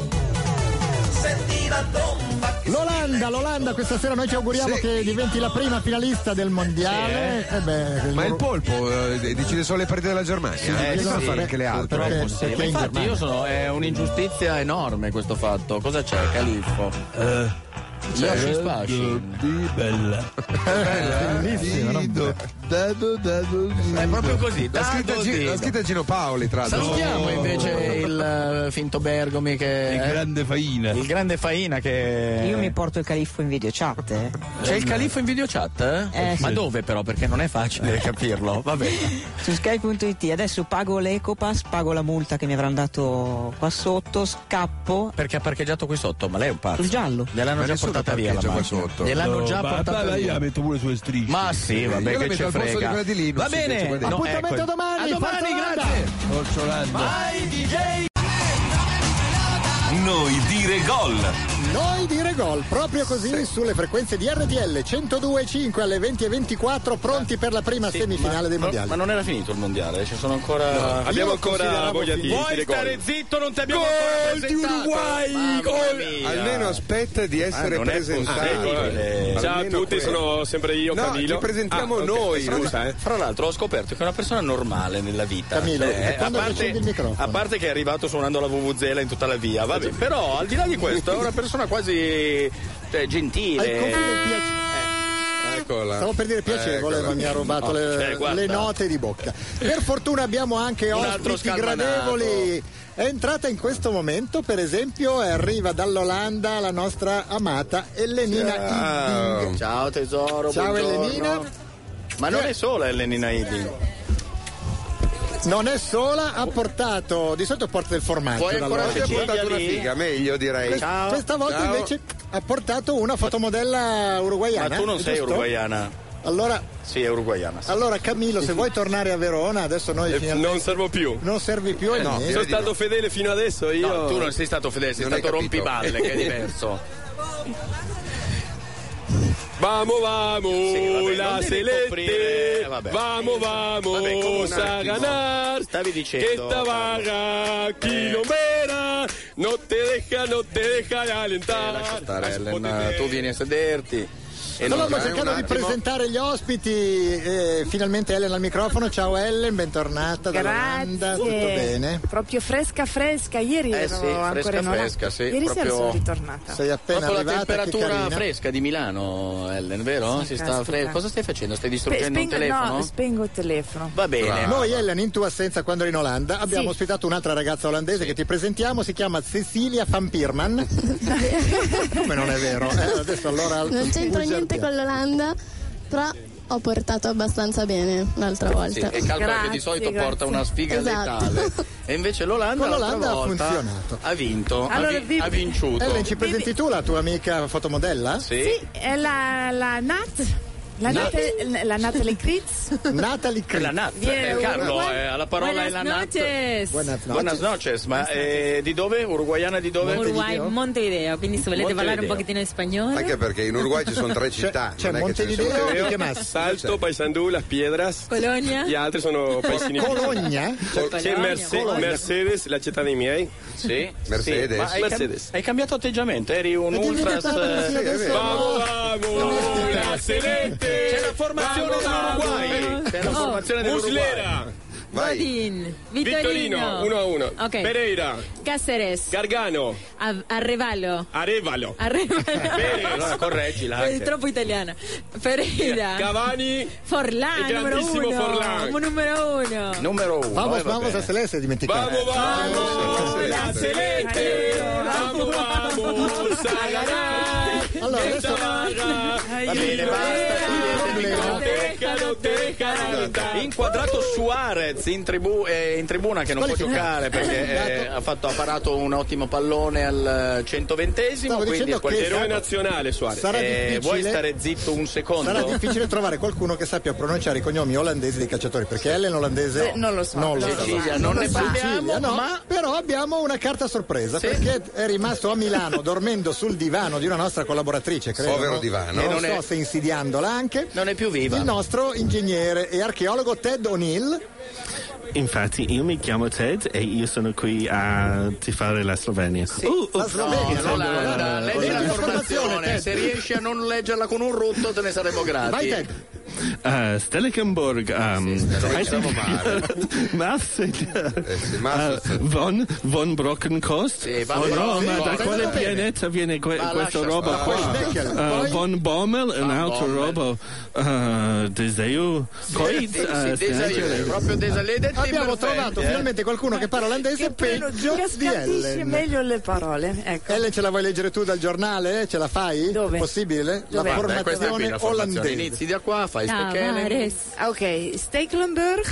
Speaker 4: L'Olanda, l'Olanda, questa sera noi ci auguriamo che diventi la prima finalista del mondiale. Eh beh,
Speaker 2: Ma il
Speaker 4: loro-
Speaker 2: polpo eh, decide solo le partite della Germania?
Speaker 3: Eh,
Speaker 2: Che devono
Speaker 3: sì.
Speaker 2: fare anche le altre? Eh,
Speaker 3: Purtroppo sì. Ma infatti io sono, è un'ingiustizia enorme questo fatto. Cosa c'è, Califfo? Yoshi Spashi.
Speaker 7: bella.
Speaker 3: Eh,
Speaker 4: Bellissima,
Speaker 7: Dito, dado, dado,
Speaker 3: È proprio così.
Speaker 2: La
Speaker 3: dado,
Speaker 2: scritta, Gi-
Speaker 3: dito.
Speaker 2: la scritta Gino Paoli, tra l'altro. Oh.
Speaker 3: Salutiamo invece il eh, finto Bergomi che
Speaker 7: Il
Speaker 3: eh,
Speaker 7: grande faina.
Speaker 3: il grande Faina che
Speaker 9: Io mi porto il califfo in videochat. eh.
Speaker 3: C'è il califfo in videochat?
Speaker 9: Eh,
Speaker 3: Ma
Speaker 9: sì. Eh.
Speaker 3: dove però? Perché non è facile capirlo. Vabbè.
Speaker 9: Su sky.it adesso pago l'ecopass, pago la multa che mi avranno dato qua sotto, scappo.
Speaker 3: Perché ha parcheggiato qui sotto, ma lei è un pazzo.
Speaker 9: Sul giallo.
Speaker 3: Gliel'hanno
Speaker 2: Ma
Speaker 3: già
Speaker 2: nessuno
Speaker 3: portata via la
Speaker 2: parcheggia qua
Speaker 3: macchina.
Speaker 2: sotto.
Speaker 3: Gliel'hanno
Speaker 7: No,
Speaker 3: già
Speaker 7: ma-
Speaker 3: portata
Speaker 7: ma
Speaker 3: via.
Speaker 7: io la metto pure sulle strisce.
Speaker 3: Ma sì, vabbè,
Speaker 2: Io la
Speaker 3: che
Speaker 2: metto
Speaker 3: ci
Speaker 2: al posto di
Speaker 3: frega.
Speaker 2: quella di lì, non
Speaker 3: Va
Speaker 2: si dice
Speaker 3: bene,
Speaker 2: quella di-
Speaker 7: Ecco,
Speaker 4: Appuntamento domani,
Speaker 3: A domani,
Speaker 4: Forza Olanda!
Speaker 3: grazie.
Speaker 7: Forza Olanda.
Speaker 13: Noi dire gol.
Speaker 4: Noi dire gol, proprio così sulle frequenze di RTL 102.5 alle 20 e 24 pronti per la prima semifinale dei
Speaker 3: Ah. Ma-
Speaker 4: mondiali.
Speaker 3: Ma non era finito il mondiale, ci sono ancora.
Speaker 4: abbiamo ancora voglia di
Speaker 3: Vuoi
Speaker 4: dire
Speaker 3: stare
Speaker 4: gol.
Speaker 3: zitto? Non ti abbiamo
Speaker 4: Gol
Speaker 3: ancora
Speaker 4: di
Speaker 3: presentato.
Speaker 4: Uruguay,
Speaker 3: Mamma
Speaker 4: gol.
Speaker 3: mia.
Speaker 14: Almeno aspetta di essere
Speaker 3: Ah, non è
Speaker 14: presentato.
Speaker 3: possibile.
Speaker 14: Almeno
Speaker 3: Ciao a tutti,
Speaker 14: quello.
Speaker 3: sono sempre io,
Speaker 14: No,
Speaker 3: Camillo.
Speaker 14: Ti presentiamo
Speaker 3: Ah, ok.
Speaker 14: noi,
Speaker 3: Fra-
Speaker 14: scusa, eh.
Speaker 3: Fra l'altro ho scoperto che è una persona normale nella vita.
Speaker 4: Camillo,
Speaker 3: Cioè, a,
Speaker 4: quando accendi il
Speaker 3: parte,
Speaker 4: microfono?
Speaker 3: a parte che è arrivato suonando la vuvuzela in tutta la via, vabbè, però al di là di questo è una persona quasi cioè,
Speaker 4: Al confine
Speaker 3: gentile. Eh,
Speaker 4: piace-
Speaker 2: Eccola.
Speaker 4: Stavo per dire piacevole,
Speaker 2: Eccola.
Speaker 4: ma mi ha rubato
Speaker 3: No,
Speaker 4: le,
Speaker 3: cioè, Eh, guarda.
Speaker 4: le note di bocca. Per fortuna abbiamo anche
Speaker 3: Un altro
Speaker 4: ospiti
Speaker 3: scalmanato.
Speaker 4: gradevoli. È entrata in questo momento, per esempio, e arriva dall'Olanda la nostra amata Ellenina Idding.
Speaker 3: Ciao tesoro,
Speaker 4: Ciao
Speaker 3: buongiorno.
Speaker 4: Ellenina.
Speaker 3: Ma non
Speaker 10: Eh.
Speaker 3: è sola Elenina Idi.
Speaker 4: eh. Non è sola, ha portato, di solito porta del formaggio
Speaker 3: Vuoi ancora
Speaker 4: dall'Olanda.
Speaker 14: Oggi ha portato una figa, meglio direi.
Speaker 4: Quest- Questa volta
Speaker 14: Ciao.
Speaker 4: invece ha portato una fotomodella
Speaker 3: Ma
Speaker 4: uruguayana.
Speaker 3: tu non sei
Speaker 4: giusto?
Speaker 3: uruguayana.
Speaker 4: Allora,
Speaker 3: Sì, è uruguayana. sì.
Speaker 4: allora Camillo, se vuoi tornare a Verona, adesso
Speaker 3: Eh,
Speaker 4: noi finalmente- non...
Speaker 1: servo più. Eh,
Speaker 4: servi più e niente.
Speaker 1: Sono stato fedele fino adesso. Io...
Speaker 3: No, tu non sei stato fedele, sei
Speaker 1: Non hai
Speaker 3: stato
Speaker 1: capito.
Speaker 3: rompiballe, che è diverso.
Speaker 1: Vamo, vamo,
Speaker 3: Sì, vabbè, non
Speaker 1: la
Speaker 3: devi
Speaker 1: selette.
Speaker 3: coprire, eh, vabbè.
Speaker 1: vamo,
Speaker 3: Vabbè,
Speaker 1: vamo,
Speaker 3: comunque un
Speaker 1: sa
Speaker 3: attimo.
Speaker 1: ganar.
Speaker 3: Stavi dicendo, Eh.
Speaker 1: Que esta barra quilomera no te deja, no te deja de alentar.
Speaker 4: Eh,
Speaker 3: Stare, Elena, tu vieni a sederti. E
Speaker 4: Stavamo
Speaker 3: non-
Speaker 4: cercando
Speaker 3: un
Speaker 4: di
Speaker 3: attimo.
Speaker 4: presentare gli ospiti, eh, finalmente Ellen al microfono. Ciao Ellen, bentornata dall'Olanda, tutto bene?
Speaker 10: Proprio fresca fresca, ieri
Speaker 3: Eh
Speaker 10: ero
Speaker 3: sì,
Speaker 10: ancora
Speaker 3: fresca,
Speaker 10: in Olanda.
Speaker 3: fresca, sì,
Speaker 10: ieri sera
Speaker 3: proprio-
Speaker 10: sono ritornata.
Speaker 4: Sei appena
Speaker 3: Proprio la
Speaker 4: arrivata, che
Speaker 3: temperatura
Speaker 4: carina.
Speaker 3: fresca di Milano, Ellen, vero?
Speaker 10: Sì,
Speaker 3: Si sta
Speaker 10: caspita.
Speaker 3: fre- Cosa stai facendo? Stai
Speaker 10: Spe-
Speaker 3: distruggendo
Speaker 10: spengo-
Speaker 3: un telefono?
Speaker 10: No, spengo il telefono.
Speaker 3: Va bene.
Speaker 4: Noi Ellen in tua assenza quando eri in Olanda abbiamo
Speaker 10: Sì.
Speaker 4: ospitato un'altra ragazza olandese che ti presentiamo, si chiama Cecilia Van Pirman. Come non è vero? Eh, adesso allora
Speaker 8: Non c'entra
Speaker 4: usa-
Speaker 8: niente con l'Olanda, però ho portato abbastanza bene l'altra
Speaker 3: Sì,
Speaker 8: volta.
Speaker 3: e calcola che di solito porta una sfiga
Speaker 8: Esatto.
Speaker 3: letale. E invece l'Olanda,
Speaker 4: Con l'Olanda
Speaker 3: l'altra
Speaker 4: ha
Speaker 3: volta
Speaker 4: funzionato.
Speaker 3: Ha vinto, ha
Speaker 10: Allora,
Speaker 3: vi-
Speaker 10: vi-
Speaker 3: ha vinciuto.
Speaker 4: Ellen, ci presenti tu la tua amica fotomodella?
Speaker 10: Sì, è la, la Nat. La
Speaker 4: Nat.
Speaker 10: Nat, la Natalie Kritz.
Speaker 4: Natalie Crick.
Speaker 3: La Nat,
Speaker 10: Viene
Speaker 3: eh, Carlo,
Speaker 10: Uruguay.
Speaker 3: eh, alla parola è la
Speaker 12: Buenas
Speaker 3: Nat.
Speaker 10: Eh,
Speaker 12: noches.
Speaker 4: Buenas
Speaker 3: Buenas noches, ma eh, di dove? Uruguayana di dove?
Speaker 12: Uruguay, Montevideo. Quindi se volete parlare un
Speaker 3: Montevideo.
Speaker 12: pochettino in spagnolo.
Speaker 14: Anche perché in Uruguay ci sono tre città.
Speaker 4: c'è
Speaker 14: non è che ce ne sono Cioè.
Speaker 4: Montevideo,
Speaker 14: tre.
Speaker 4: che más?
Speaker 1: Salto, Paisandú, Las Piedras.
Speaker 12: Colonia.
Speaker 1: Gli altri sono paesini. Cioè,
Speaker 4: Cologna?
Speaker 1: C'è Merce-
Speaker 4: Colonia.
Speaker 1: Mercedes, la città dei miei.
Speaker 3: Sì,
Speaker 1: Mercedes.
Speaker 3: ma hai, cam-
Speaker 1: Mercedes.
Speaker 3: hai cambiato atteggiamento, eri un ultras. eh,
Speaker 1: Vamo, vamo, la selette.
Speaker 3: C'è la formazione dell'Uruguay. C'è la
Speaker 12: Oh.
Speaker 3: formazione dell'Uruguay.
Speaker 1: Muslera.
Speaker 12: Godín, Vitorino.
Speaker 1: Vittorino, 1 a 1.
Speaker 12: Ok.
Speaker 1: Pereira,
Speaker 12: Cáceres.
Speaker 1: Gargano,
Speaker 12: A- Arrevalo.
Speaker 1: Arevalo,
Speaker 12: Arrevalo.
Speaker 3: Allora correggila.
Speaker 12: È
Speaker 3: anche.
Speaker 12: troppo italiana. Pereira.
Speaker 1: Cavani,
Speaker 12: Forlán,
Speaker 1: Il
Speaker 12: numero
Speaker 1: grandissimo
Speaker 12: uno.
Speaker 1: Forlán.
Speaker 12: Numero uno.
Speaker 3: Numero uno.
Speaker 4: Vamos,
Speaker 3: eh, va
Speaker 4: vamos
Speaker 3: bene.
Speaker 4: a Celeste, dimenticare.
Speaker 1: Vamos, vamos, la celeste. Vamos, vamos, a ganar.
Speaker 4: Allora,
Speaker 1: Che
Speaker 4: adesso-
Speaker 1: t'amaga.
Speaker 4: Ai,
Speaker 1: Va bene,
Speaker 4: ai,
Speaker 1: basta.
Speaker 4: ai,
Speaker 1: niente di
Speaker 4: ai,
Speaker 1: discoteca, non te dejano andare.
Speaker 3: Inquadrato Suarez in, tribù- eh, in tribuna che non può
Speaker 4: Quale che-
Speaker 3: giocare perché eh, ha, fatto, ha parato un ottimo pallone al 120esimo.
Speaker 4: Stavo
Speaker 3: Quindi
Speaker 4: dicendo
Speaker 3: è quel-
Speaker 4: che- Eroe
Speaker 1: nazionale Suarez.
Speaker 4: Sarà
Speaker 3: Eh,
Speaker 4: difficile-
Speaker 3: vuoi stare zitto un secondo?
Speaker 4: Sarà difficile trovare qualcuno che sappia pronunciare i cognomi olandesi dei calciatori, perché Ellen olandese
Speaker 10: Eh, non lo so.
Speaker 4: Non lo
Speaker 3: Cecilia,
Speaker 4: sa.
Speaker 3: non ne
Speaker 4: Sicilia,
Speaker 3: parliamo,
Speaker 4: no,
Speaker 3: ma-
Speaker 4: però abbiamo una carta sorpresa perché è rimasto a Milano dormendo sul divano di una nostra collaboratrice, credo.
Speaker 2: Povero
Speaker 4: no?
Speaker 2: divano.
Speaker 4: E non,
Speaker 2: Non
Speaker 4: so
Speaker 2: è-
Speaker 4: se insidiandola anche.
Speaker 3: Non è più viva.
Speaker 4: Il nostro ingegnere e archeologo Ted O'Neill.
Speaker 15: Infatti, io mi chiamo Ted e io sono qui a tifare la Slovenia. Uh,
Speaker 4: La Slovenia,
Speaker 15: no,
Speaker 3: L'Olanda,
Speaker 15: no, no,
Speaker 3: leggi
Speaker 15: no,
Speaker 3: la
Speaker 15: no,
Speaker 3: formazione, se
Speaker 4: certo.
Speaker 3: riesci a non leggerla con un rotto te ne saremo grati.
Speaker 15: uh, Stellenbosch, um,
Speaker 3: Stellenbosch.
Speaker 15: Massen,
Speaker 3: Eh,
Speaker 15: uh, von, von Brockenkost.
Speaker 3: va
Speaker 15: oh
Speaker 3: bene,
Speaker 15: no,
Speaker 3: sì,
Speaker 15: ma
Speaker 3: va
Speaker 15: da quale
Speaker 3: bene.
Speaker 15: pianeta viene que-
Speaker 3: Ma
Speaker 15: questa
Speaker 3: lascia
Speaker 15: roba
Speaker 3: stare. Ma poi Steckel,
Speaker 15: qua?
Speaker 3: poi- Ah,
Speaker 15: Uh, von Bommel, un'altra roba. Uh, Deseu, Kreuz,
Speaker 3: Sì,
Speaker 15: uh,
Speaker 3: sì, Desailly,
Speaker 15: Steinheimer.
Speaker 3: proprio Desailly, dei tempi
Speaker 4: Abbiamo
Speaker 3: perfetti,
Speaker 4: trovato
Speaker 3: eh.
Speaker 4: finalmente qualcuno che parla olandese peggio
Speaker 10: che
Speaker 4: di
Speaker 10: capisce
Speaker 4: Ellen.
Speaker 10: meglio le parole. Ecco.
Speaker 4: Ellen ce la vuoi leggere tu dal giornale? Ce la fai? Dove? Possibile?
Speaker 3: Dov'è?
Speaker 4: La
Speaker 3: Guarda, questa è qui
Speaker 4: formazione
Speaker 3: la formazione.
Speaker 4: olandese.
Speaker 3: Inizi da qua, fai
Speaker 10: Ah,
Speaker 3: stecchene.
Speaker 10: Tavares. Ok, Stekelenburg,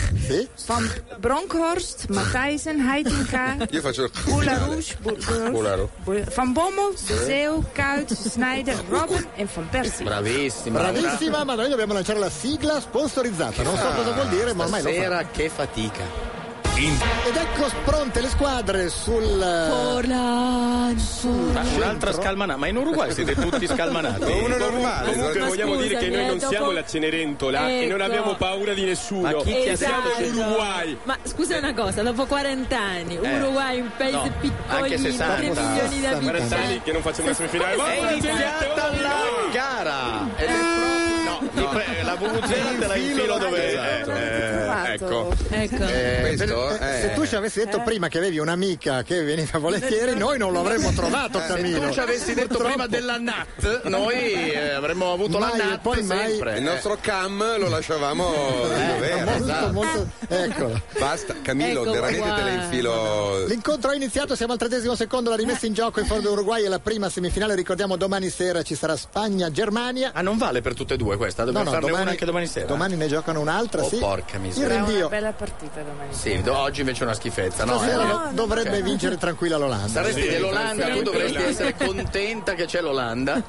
Speaker 10: Van Bronkhorst, Matthijssen, Heitinga,
Speaker 2: Io faccio il
Speaker 10: Boularouche, Boularouche,
Speaker 2: Boularouche.
Speaker 10: Van Bommel, De Zeeuw, Kuyt, Snyder, Robin e Van Persie.
Speaker 3: Bravissima.
Speaker 4: Bravissima, ma noi dobbiamo lanciare la sigla sponsorizzata. Non so cosa vuol dire, ma ormai lo fa.
Speaker 3: Ah, Stasera che fatica.
Speaker 4: Ed ecco pronte le squadre sul. eh,
Speaker 3: Ma un'altra scalmanata, ma in Uruguay siete tutti scalmanati.
Speaker 2: Uno normale,
Speaker 1: Comunque
Speaker 2: non-
Speaker 1: vogliamo dire che noi non
Speaker 12: eh, dopo-
Speaker 1: siamo la Cenerentola e non
Speaker 12: Ecco.
Speaker 1: abbiamo paura di nessuno.
Speaker 3: Ma chi ti ha
Speaker 1: siamo
Speaker 3: detto-
Speaker 1: l'Uruguay.
Speaker 12: Esatto. Ma scusa una cosa, dopo 40 anni,
Speaker 1: Eh,
Speaker 12: Uruguay, un paese
Speaker 1: no,
Speaker 3: anche
Speaker 12: piccolino,
Speaker 3: 60.
Speaker 12: 3 milioni di
Speaker 1: 40
Speaker 12: abitanti.
Speaker 1: anni che non facciamo la semifinale.
Speaker 12: Come
Speaker 1: Vai,
Speaker 12: sei
Speaker 3: iniziata
Speaker 1: Cenerentola!
Speaker 3: la gara.
Speaker 1: Eh,
Speaker 3: Ed è proprio- No, no, eh, la VVZ te la infilo dove
Speaker 2: Esatto.
Speaker 3: eh, ecco.
Speaker 12: Ecco.
Speaker 3: Eh,
Speaker 2: Questo è-
Speaker 4: Se tu ci avessi detto prima che avevi un'amica che veniva volentieri, noi non lo avremmo trovato,
Speaker 3: Eh, Se
Speaker 4: Camillo.
Speaker 3: tu ci avessi detto prima della NAT, noi eh, avremmo avuto
Speaker 4: Mai
Speaker 3: la
Speaker 4: e
Speaker 3: NAT
Speaker 4: poi mai.
Speaker 3: sempre. Eh.
Speaker 2: Il nostro cam lo lasciavamo
Speaker 1: Eh,
Speaker 2: dove era.
Speaker 4: Molto, molto.
Speaker 1: ecco.
Speaker 4: Eccola.
Speaker 2: Basta, esatto. Ecco. Camillo,
Speaker 4: Ecco
Speaker 2: veramente
Speaker 4: qua.
Speaker 2: te le infilo.
Speaker 4: L'incontro è iniziato, siamo al tredicesimo secondo, la rimessa in gioco in fondo Uruguay è la prima semifinale, ricordiamo domani sera ci sarà Spagna-Germania.
Speaker 3: Ah, non vale per tutte e due questa, dobbiamo farne una anche domani sera.
Speaker 4: Domani ne giocano un'altra,
Speaker 3: Oh,
Speaker 4: sì.
Speaker 3: porca
Speaker 4: Il
Speaker 3: miseria.
Speaker 10: Sarà una
Speaker 4: rinvio.
Speaker 10: bella partita domani.
Speaker 3: Sì, do- oggi invece è una schifezza, no?
Speaker 4: Stasera
Speaker 3: eh?
Speaker 4: do- dovrebbe
Speaker 3: Ok.
Speaker 4: vincere tranquilla l'Olanda.
Speaker 3: Saresti
Speaker 4: Sì,
Speaker 3: dell'Olanda, tu
Speaker 4: tranquillamente
Speaker 3: dovresti
Speaker 4: l'Olanda.
Speaker 3: essere contenta che c'è l'Olanda.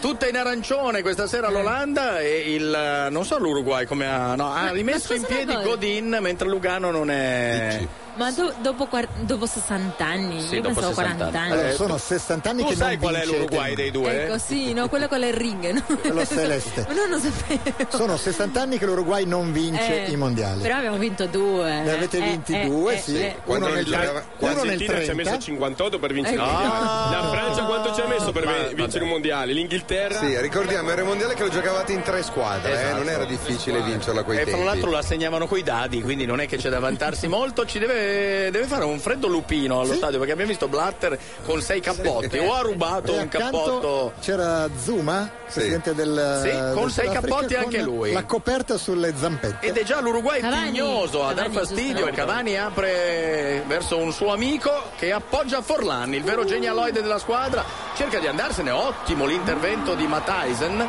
Speaker 3: Tutta in arancione questa sera l'Olanda e il eh, non so l'Uruguay come ha no, ha
Speaker 12: Ma-
Speaker 3: rimesso
Speaker 12: ma
Speaker 3: in
Speaker 12: scusa
Speaker 3: piedi
Speaker 12: una cosa.
Speaker 3: Godin mentre Lugano non è
Speaker 12: Ma do- dopo, quar- dopo 60 anni,
Speaker 3: Sì,
Speaker 12: io
Speaker 3: dopo
Speaker 12: pensavo
Speaker 3: 60
Speaker 12: 40 anni.
Speaker 4: Allora, sono 60 anni
Speaker 3: Tu
Speaker 4: che
Speaker 3: sai
Speaker 4: non
Speaker 3: qual è
Speaker 4: vincete.
Speaker 3: l'Uruguay dei due? eh?
Speaker 12: Ecco, sì, no, quello con le righe. No?
Speaker 4: Quello celeste.
Speaker 12: Ma non lo sapevo.
Speaker 4: Sono 60 anni che l'Uruguay non vince
Speaker 12: Eh,
Speaker 4: i mondiali.
Speaker 12: Però abbiamo vinto due.
Speaker 4: Ne avete
Speaker 12: eh,
Speaker 4: vinti
Speaker 12: eh,
Speaker 4: due,
Speaker 12: eh,
Speaker 4: sì.
Speaker 12: eh.
Speaker 4: Uno nel,
Speaker 1: La-
Speaker 4: tre- uno nel
Speaker 1: L'Argentina ci ha
Speaker 4: 30.
Speaker 1: messo 58 per vincere
Speaker 4: Ecco.
Speaker 1: il mondiale. La
Speaker 4: No.
Speaker 1: Francia quanto ci ha messo per
Speaker 2: Ah. Ma-
Speaker 1: ven- vincere un mondiale? L'Inghilterra?
Speaker 2: Sì, ricordiamo, era il mondiale che lo giocavate in tre squadre, eh, non era difficile vincerlo a quei
Speaker 3: E
Speaker 2: tempi.
Speaker 3: Eh, fra l'altro la segnavano coi dadi, quindi non è che c'è da vantarsi molto. Ci deve, deve fare un freddo lupino allo stadio perché abbiamo visto Blatter con sei cappotti. O ha rubato
Speaker 4: E
Speaker 3: un
Speaker 4: accanto
Speaker 3: cappotto.
Speaker 4: c'era Zuma, presidente del
Speaker 3: Sì, con
Speaker 4: del
Speaker 3: sei
Speaker 4: Sudafrica,
Speaker 3: cappotti
Speaker 4: con
Speaker 3: anche lui.
Speaker 4: La coperta sulle zampette.
Speaker 3: Ed è già l'Uruguay
Speaker 12: Cavani.
Speaker 3: tignoso a dar
Speaker 12: Cavani,
Speaker 3: fastidio.
Speaker 12: giusto.
Speaker 3: Cavani apre verso un suo amico che appoggia Forlan, il vero genialoide della squadra. Cerca di andarsene. Ottimo l'intervento di Matthijsen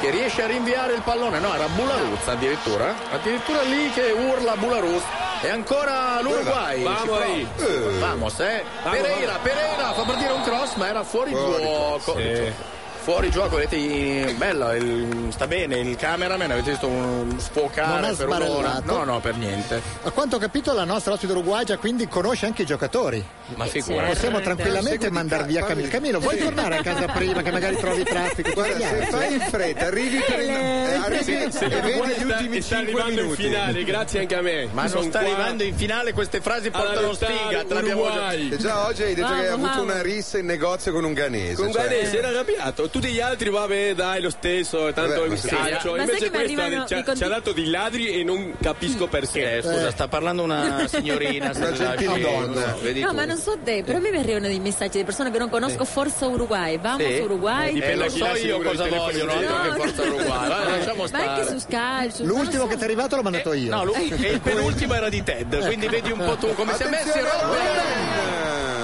Speaker 3: che riesce a rinviare il pallone. No, era Bularuz addirittura. Addirittura lì che urla Bularuz. E ancora l'Uruguay.
Speaker 1: Vamos
Speaker 3: Ci prova.
Speaker 1: ahí.
Speaker 3: Eh, Vamos, eh.
Speaker 1: Vamos,
Speaker 3: Pereira,
Speaker 1: vamos.
Speaker 3: Pereira fa partire un cross, ma era fuori, gioco. Fuori gioco, avete i- bello, il- sta bene il cameraman, avete visto un
Speaker 4: Non
Speaker 3: sfocare
Speaker 4: ha
Speaker 3: per un'ora.
Speaker 4: sbarellato.
Speaker 3: No, no, per niente.
Speaker 4: A quanto ho capito la nostra ospite uruguagia quindi conosce anche i giocatori.
Speaker 3: Ma figura.
Speaker 4: Possiamo
Speaker 2: Segui
Speaker 4: tranquillamente
Speaker 2: di
Speaker 4: mandar
Speaker 2: ca-
Speaker 4: via
Speaker 2: parli-
Speaker 4: Camillo. Camillo, vuoi
Speaker 2: Sì.
Speaker 4: tornare a casa prima che magari trovi traffico?
Speaker 2: Guarda, se fai in fretta, arrivi per il- eh, arrivi
Speaker 1: Se- se
Speaker 2: e
Speaker 1: per voi
Speaker 2: vedi gli
Speaker 1: sta-
Speaker 2: ultimi
Speaker 1: sta
Speaker 2: 5
Speaker 1: arrivando
Speaker 2: minuti.
Speaker 1: in finale, grazie anche a me.
Speaker 3: Ma non
Speaker 1: Sono
Speaker 3: sta
Speaker 1: qua.
Speaker 3: arrivando in finale, queste frasi
Speaker 1: Alla
Speaker 3: portano
Speaker 1: lottare,
Speaker 3: sfiga. te l'abbiamo già- Cioè,
Speaker 1: Uruguay.
Speaker 2: E già oggi hai detto
Speaker 12: Vamos,
Speaker 2: che hai avuto
Speaker 12: vamos.
Speaker 2: una rissa in negozio con un ganese.
Speaker 1: Con
Speaker 2: cioè- Ah.
Speaker 1: Ganese era arrabbiato, tutti gli altri vabbè dai lo stesso, tanto
Speaker 2: Vabbè,
Speaker 1: è un
Speaker 2: ma sì.
Speaker 1: calcio.
Speaker 12: Ma sai
Speaker 1: Invece
Speaker 12: che mi
Speaker 1: questo
Speaker 12: arrivano
Speaker 1: ci
Speaker 12: i
Speaker 1: ha,
Speaker 12: conti-
Speaker 1: ci ha dato di ladri e non capisco perché.
Speaker 3: Eh, scusa, sta parlando una signorina. se
Speaker 2: Una
Speaker 3: ti lasci-
Speaker 2: gentildonna.
Speaker 3: Vedi
Speaker 12: No,
Speaker 3: tu.
Speaker 12: ma non so te, però mi arrivano dei messaggi di persone che non conosco, forza Uruguay, vamos
Speaker 3: Sì.
Speaker 12: Uruguay.
Speaker 3: Eh,
Speaker 1: da
Speaker 3: lo
Speaker 1: chi
Speaker 3: so
Speaker 1: lasci
Speaker 3: io
Speaker 1: libero il
Speaker 3: cosa
Speaker 1: telefono
Speaker 3: vogliono,
Speaker 1: in
Speaker 3: altro
Speaker 1: giro.
Speaker 3: che forza Uruguay. Vai, lasciamo
Speaker 12: Ma anche su Eh.
Speaker 3: stare.
Speaker 12: Skype.
Speaker 4: L'ultimo che ti è arrivato l'ho
Speaker 16: Eh,
Speaker 4: mandato io.
Speaker 3: No, lui- e il penultimo era di Ted, quindi vedi un po' tu come si è messo.
Speaker 2: Attenzione,
Speaker 3: Robben!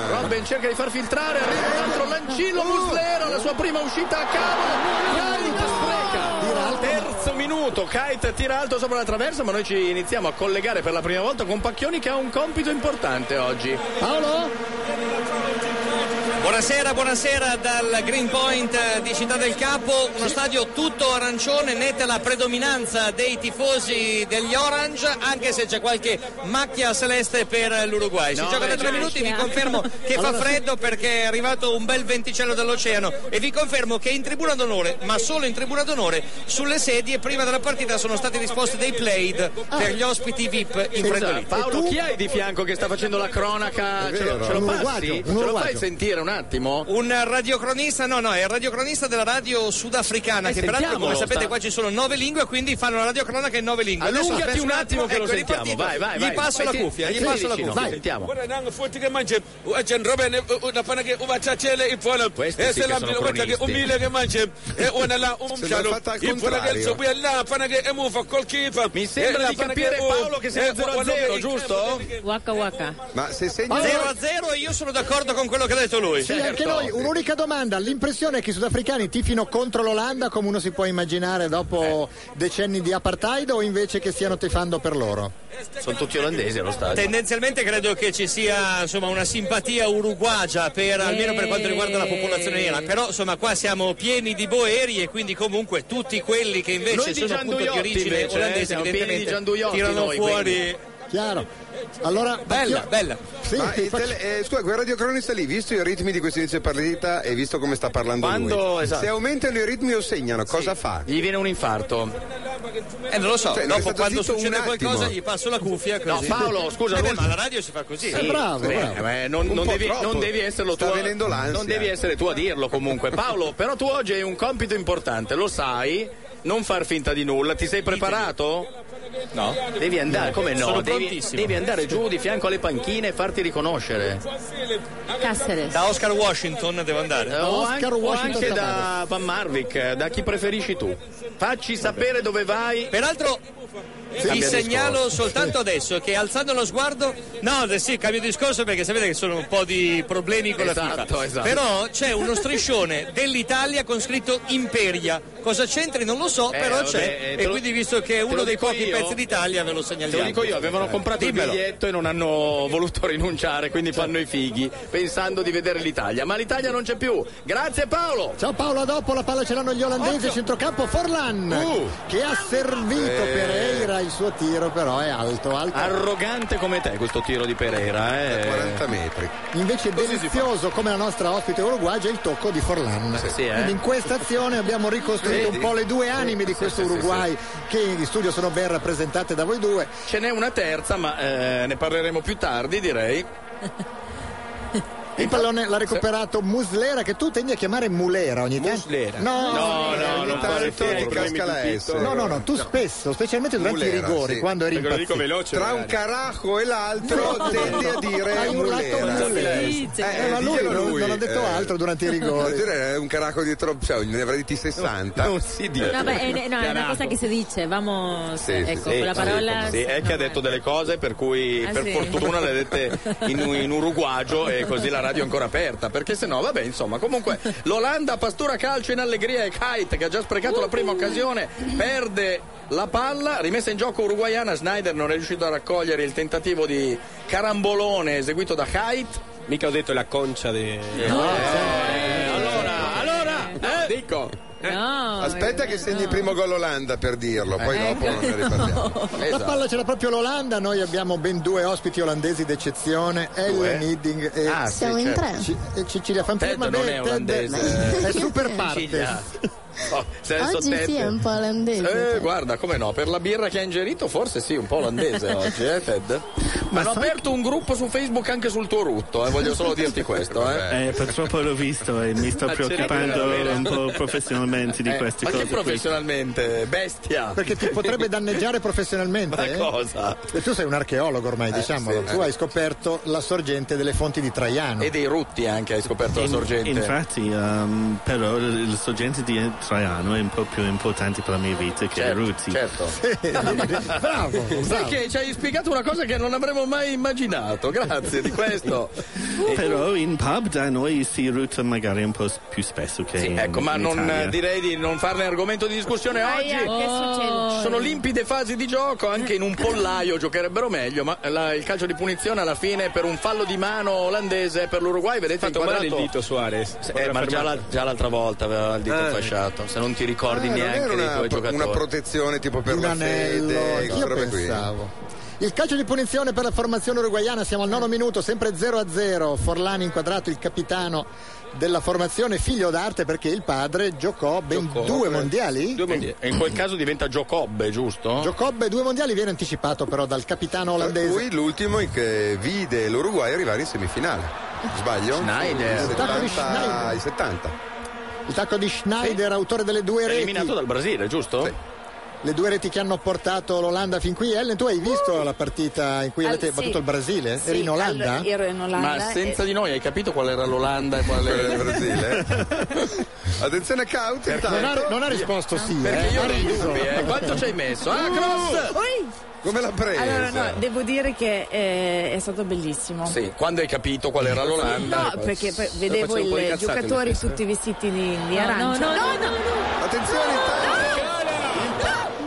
Speaker 2: Robben!
Speaker 3: Ben cerca di far filtrare, arriva un altro Lancillo Muslera, la sua prima uscita a cavo. Kite spreca. Al terzo minuto, Kite tira alto sopra la traversa, ma noi ci iniziamo a collegare per la prima volta con Pacchioni che ha un compito importante oggi.
Speaker 16: Paolo? Buonasera, buonasera dal Green Point eh, di Città del Capo, uno stadio tutto arancione, netta la predominanza dei tifosi degli Orange, anche se c'è qualche macchia celeste per eh, l'Uruguay. Si
Speaker 17: No,
Speaker 16: gioca da
Speaker 17: beh,
Speaker 16: tre
Speaker 17: c'è.
Speaker 16: minuti, vi confermo che
Speaker 17: Allora
Speaker 16: fa
Speaker 17: sì.
Speaker 16: freddo perché è arrivato un bel venticello dall'oceano e vi confermo che in tribuna d'onore, ma solo in tribuna d'onore, sulle sedie prima della partita sono stati disposti dei plaid per gli ospiti VIP
Speaker 17: esatto.
Speaker 16: infreddoliti.
Speaker 3: Paolo, chi hai di fianco che sta facendo la cronaca? ce lo, ce lo
Speaker 16: Un
Speaker 3: passi?
Speaker 16: uruguagio, un
Speaker 3: ce lo fai
Speaker 16: uruguagio.
Speaker 3: sentire un attimo?
Speaker 16: Un radiocronista, no, no, è il radiocronista della radio sudafricana,
Speaker 3: Eh,
Speaker 16: che peraltro,
Speaker 3: sentiamolo,
Speaker 16: come sapete,
Speaker 3: sta-
Speaker 16: qua ci sono nove lingue, quindi fanno la radiocronaca in nove lingue. Adesso
Speaker 3: Allungati
Speaker 16: penso
Speaker 3: un attimo che lo
Speaker 16: ecco, è
Speaker 3: sentiamo, vai,
Speaker 16: ripartito.
Speaker 3: vai, vai.
Speaker 16: Gli passo la
Speaker 3: Metti-
Speaker 16: cuffia, gli
Speaker 3: metti
Speaker 16: passo la
Speaker 3: vicino,
Speaker 16: cuffia.
Speaker 3: vai. Sentiamo.
Speaker 18: Guarda, nango fuerte che eh, mangia, oggi Robin, eh, una panna che una cacciele in fuori,
Speaker 1: Questi
Speaker 18: e
Speaker 1: sì
Speaker 18: se
Speaker 1: che
Speaker 18: la
Speaker 1: sono
Speaker 18: guarda che un
Speaker 1: cronisti.
Speaker 18: mille che mangia, e una là, un
Speaker 1: Se l'hai
Speaker 18: ciano,
Speaker 1: fatta al
Speaker 18: in fuori che il suo, qui è là, panna che è muffa col Eh, keeper. Mi
Speaker 3: sembra di capire,
Speaker 18: oh,
Speaker 3: Paolo, che
Speaker 18: eh,
Speaker 3: siamo 0 a 0, giusto?
Speaker 16: Waka waka.
Speaker 2: Ma se sei
Speaker 16: 0 a 0 io sono d'accordo con quello che ha detto lui. certo.
Speaker 4: Sì, anche
Speaker 3: Certo.
Speaker 4: noi, un'unica domanda, l'impressione è che i sudafricani tifino contro l'Olanda come uno si può immaginare dopo
Speaker 16: Eh.
Speaker 4: decenni di apartheid o invece che stiano tifando per loro?
Speaker 1: Sono tutti olandesi allo stadio.
Speaker 16: Tendenzialmente credo che ci sia insomma, una simpatia uruguagia per, almeno per quanto riguarda la popolazione nera,
Speaker 4: Eh.
Speaker 16: però insomma qua siamo pieni di boeri e quindi comunque tutti quelli che invece
Speaker 3: Noi di
Speaker 16: sono appunto di
Speaker 3: Gianduiotti
Speaker 16: origine
Speaker 3: invece, eh,
Speaker 16: olandese
Speaker 3: siamo pieni di
Speaker 16: evidentemente
Speaker 3: Gianduiotti
Speaker 16: tirano
Speaker 3: noi,
Speaker 16: fuori
Speaker 3: quindi.
Speaker 4: Chiaro. Allora,
Speaker 16: bella, bella.
Speaker 4: Sì,
Speaker 2: Ma il
Speaker 4: faccio-
Speaker 2: tele- eh, scusa, quel radiocronista lì, visto i ritmi di questo inizio di partita e visto come sta parlando
Speaker 3: Quando-
Speaker 2: lui,
Speaker 3: esatto.
Speaker 2: se aumentano i ritmi o segnano, cosa fa?
Speaker 3: Gli viene un infarto.
Speaker 16: Eh, non lo so,
Speaker 2: Cioè, non è
Speaker 16: dopo
Speaker 2: stato
Speaker 16: quando
Speaker 2: zitto un
Speaker 16: succede
Speaker 2: attimo.
Speaker 16: qualcosa gli passo la cuffia
Speaker 3: No,
Speaker 16: così.
Speaker 3: Paolo, scusa.
Speaker 16: Eh beh,
Speaker 3: non-
Speaker 16: ma la radio si fa così. Eh,
Speaker 3: Sì, beh, beh, non, non devi, non devi esserlo tu. a- Non devi essere tu a dirlo comunque. Paolo, però tu oggi hai un compito importante, lo sai. Non far finta di nulla. Ti sei preparato? No. Devi andare, come no?
Speaker 16: Sono
Speaker 3: devi,
Speaker 16: prontissimo.
Speaker 3: devi andare giù di fianco alle panchine e farti riconoscere.
Speaker 16: Casseres. Da Oscar Washington devo andare.
Speaker 3: Eh, o anche, o anche da Van Marvik, eh, da chi preferisci tu. Facci sapere dove vai.
Speaker 16: Peraltro Vi segnalo soltanto adesso che alzando lo sguardo, no, eh sì, cambio discorso perché sapete che sono un po' di problemi con la
Speaker 3: Esatto,
Speaker 16: FIFA.
Speaker 3: esatto.
Speaker 16: Però c'è uno striscione dell'Italia con scritto Imperia. Cosa c'entri non lo so,
Speaker 3: Eh,
Speaker 16: però
Speaker 3: vabbè, eh,
Speaker 16: c'è.
Speaker 3: te
Speaker 16: e
Speaker 3: lo-
Speaker 16: quindi visto che
Speaker 3: te
Speaker 16: è
Speaker 3: lo
Speaker 16: uno dei
Speaker 3: dico
Speaker 16: pochi
Speaker 3: io?
Speaker 16: pezzi d'Italia ve lo segnaliamo.
Speaker 3: Te lo dico io, avevano comprato
Speaker 16: Dimmelo.
Speaker 3: il biglietto e non hanno voluto rinunciare, quindi fanno i fighi, pensando di vedere l'Italia. Ma l'Italia non c'è più. Grazie Paolo!
Speaker 4: Ciao Paolo, a dopo la palla ce l'hanno gli olandesi, centrocampo Forlan che ha servito
Speaker 3: Uh. Eh.
Speaker 4: Pereira, il suo tiro però è alto, alto.
Speaker 3: Arrogante come te questo tiro di Pereira, eh. 40
Speaker 2: metri.
Speaker 4: Invece delizioso come la nostra ospite uruguagia il tocco di Forlan.
Speaker 3: Sì, sì, eh.
Speaker 4: Quindi in questa azione abbiamo ricostruito
Speaker 3: Vedi?
Speaker 4: un po' le due anime di
Speaker 3: Sì,
Speaker 4: questo
Speaker 3: sì, sì,
Speaker 4: Uruguay che in studio sono ben rappresentate da voi due.
Speaker 3: Ce n'è una terza, ma eh, ne parleremo più tardi, direi.
Speaker 4: Il pallone l'ha recuperato Muslera che tu tendi a chiamare Mulera ogni tanto. Muslera. No,
Speaker 3: No, no, non fare figli, problemi di tutto.
Speaker 4: No, no, no, tu spesso, specialmente durante i
Speaker 2: Mulera,
Speaker 4: rigori,
Speaker 2: sì.
Speaker 4: quando eri
Speaker 2: Perché lo dico
Speaker 4: impazzito.
Speaker 2: veloce, Tra un magari. carajo e l'altro
Speaker 4: No.
Speaker 2: tendi a dire
Speaker 4: Hai urlato
Speaker 2: Mulera.
Speaker 4: Mulera.
Speaker 2: Sì, sì.
Speaker 4: Eh, ma lui
Speaker 2: diglielo
Speaker 4: non, non ha detto
Speaker 2: eh.
Speaker 4: altro durante i rigori.
Speaker 2: È un caracco dietro, cioè, ne avrei diti 60. Non, si
Speaker 12: No, beh, è, no, è una cosa che si dice, vamos,
Speaker 2: Sì, sì,
Speaker 12: ecco,
Speaker 2: sì,
Speaker 12: quella
Speaker 2: sì,
Speaker 12: parola...
Speaker 3: Sì, è che ha detto delle cose per cui
Speaker 12: Ah,
Speaker 3: per
Speaker 12: sì.
Speaker 3: fortuna le ha dette in, in uruguagio e così la radio è ancora aperta. Perché se no, vabbè, insomma, comunque l'Olanda pastura calcio in allegria e Kite che ha già sprecato la prima occasione, perde la palla, rimessa in gioco uruguaiana, Schneider non è riuscito a raccogliere il tentativo di carambolone eseguito da Kite.
Speaker 19: Mica ho detto la concia di...
Speaker 3: eh, allora, allora,
Speaker 4: Eh,
Speaker 3: dico.
Speaker 12: Eh. No,
Speaker 2: Aspetta che segni il primo gol Olanda per dirlo, poi
Speaker 4: Eh.
Speaker 2: dopo non ne riparliamo.
Speaker 3: Esatto.
Speaker 4: La palla c'era proprio l'Olanda, noi abbiamo ben due ospiti olandesi d'eccezione, Ellen Hidding e
Speaker 2: Ah, sì, Siamo in certo. tre.
Speaker 4: Ci- e Cecilia
Speaker 3: Ted
Speaker 4: Fanferma.
Speaker 3: non
Speaker 4: Beh,
Speaker 3: è
Speaker 4: Ted eh,
Speaker 3: olandese.
Speaker 4: È super
Speaker 3: Cecilia.
Speaker 4: parte.
Speaker 3: Oh, senso
Speaker 20: Oggi sì,
Speaker 3: Ted.
Speaker 20: è un po' olandese. cioè.
Speaker 3: Eh, guarda, come no, per la birra che ha ingerito forse sì, un po' olandese oggi, eh Ted? Ma hanno aperto un gruppo su Facebook anche sul tuo rutto, eh, voglio solo dirti questo, eh.
Speaker 15: Eh, purtroppo l'ho visto e mi sto
Speaker 3: Ah, c'era
Speaker 15: preoccupando
Speaker 3: quella vera.
Speaker 15: un po' professionalmente di
Speaker 3: Eh,
Speaker 15: queste
Speaker 3: ma
Speaker 15: cose.
Speaker 3: che
Speaker 15: qui.
Speaker 3: professionalmente, bestia!
Speaker 4: Perché ti potrebbe danneggiare professionalmente.
Speaker 3: Ma
Speaker 4: eh?
Speaker 3: cosa?
Speaker 4: E tu sei un archeologo ormai,
Speaker 3: Eh,
Speaker 4: diciamolo.
Speaker 3: sì,
Speaker 4: tu
Speaker 3: eh.
Speaker 4: hai scoperto la sorgente delle fonti di Traiano.
Speaker 3: E dei rutti anche hai scoperto la sorgente.
Speaker 15: Infatti, ehm, però il sorgente di Traiano è un po' più importante per la mia vita che Ruti.
Speaker 3: bravo, Certo, Sai che ci hai spiegato una cosa che non avremmo mai immaginato. Grazie di questo.
Speaker 15: Eh, Però in pub da noi si ruta magari un po' s- più spesso che
Speaker 1: Ehm,
Speaker 15: in-
Speaker 3: Ecco, ma
Speaker 15: in
Speaker 3: non,
Speaker 15: Italia.
Speaker 3: eh, direi di non farne argomento di discussione oggi.
Speaker 10: Ahia, eh, che succede?
Speaker 3: Sono limpide fasi di gioco, anche in un pollaio giocherebbero meglio, ma la- il calcio di punizione alla fine per un fallo di mano olandese per l'Uruguay, vedete
Speaker 1: fatto male il
Speaker 3: inquadrato
Speaker 1: dito Suarez.
Speaker 3: Eh, ma già, la- già l'altra volta aveva il dito
Speaker 1: Ah.
Speaker 3: fasciato, se non ti ricordi
Speaker 1: Ah, non
Speaker 3: neanche
Speaker 2: Eh, era
Speaker 3: dei
Speaker 2: una,
Speaker 3: tuoi
Speaker 2: pro-
Speaker 3: giocatori.
Speaker 2: una protezione tipo per
Speaker 4: Un
Speaker 2: la
Speaker 4: anello,
Speaker 2: fede,
Speaker 4: io
Speaker 2: queste robe qui.
Speaker 4: pensavo. Il calcio di punizione per la formazione uruguaiana, siamo al
Speaker 3: Eh.
Speaker 4: nono minuto, sempre 0-0. Forlani inquadrato il capitano della formazione, figlio d'arte perché il padre giocò ben due mondiali.
Speaker 3: eh. Due mondiali. E in quel caso diventa Giacobbe, giusto?
Speaker 4: Giacobbe due mondiali viene anticipato però dal capitano olandese.
Speaker 2: Lui l'ultimo in che vide l'Uruguay arrivare in semifinale. Sbaglio?
Speaker 4: Schneider.
Speaker 2: Il
Speaker 4: Il tacco di
Speaker 2: 70,
Speaker 4: Schneider.
Speaker 2: i 70.
Speaker 4: Il tacco di Schneider, autore delle due reti.
Speaker 3: Eliminato dal Brasile, giusto?
Speaker 4: Le due reti che hanno portato l'Olanda fin qui. Ellen, tu hai visto la partita in cui
Speaker 10: Al-
Speaker 4: avete
Speaker 10: sì.
Speaker 4: battuto il Brasile?
Speaker 10: Sì,
Speaker 4: Eri in Olanda?
Speaker 10: allora, ero in Olanda.
Speaker 3: Ma senza
Speaker 10: e-
Speaker 3: di noi hai capito qual era l'Olanda e qual era il
Speaker 2: Brasile? Attenzione Cauti,
Speaker 4: Eh, Non ha, non ha risposto sì.
Speaker 3: Perché
Speaker 4: eh.
Speaker 3: io
Speaker 4: Ha
Speaker 3: ho dei
Speaker 4: riso.
Speaker 3: dubbi, eh. Quanto ci hai messo? Ah, cross!
Speaker 10: Ui!
Speaker 2: Uh! Come l'ha presa?
Speaker 10: Allora, no, devo dire che eh, è stato bellissimo.
Speaker 3: Sì, quando hai capito qual era l'Olanda?
Speaker 10: No, perché poi vedevo
Speaker 3: Facevo un po' di
Speaker 10: i
Speaker 3: cazzate
Speaker 10: giocatori
Speaker 3: questa.
Speaker 10: tutti vestiti di, di
Speaker 12: No,
Speaker 10: arancia.
Speaker 12: no, no,
Speaker 2: Attenzione,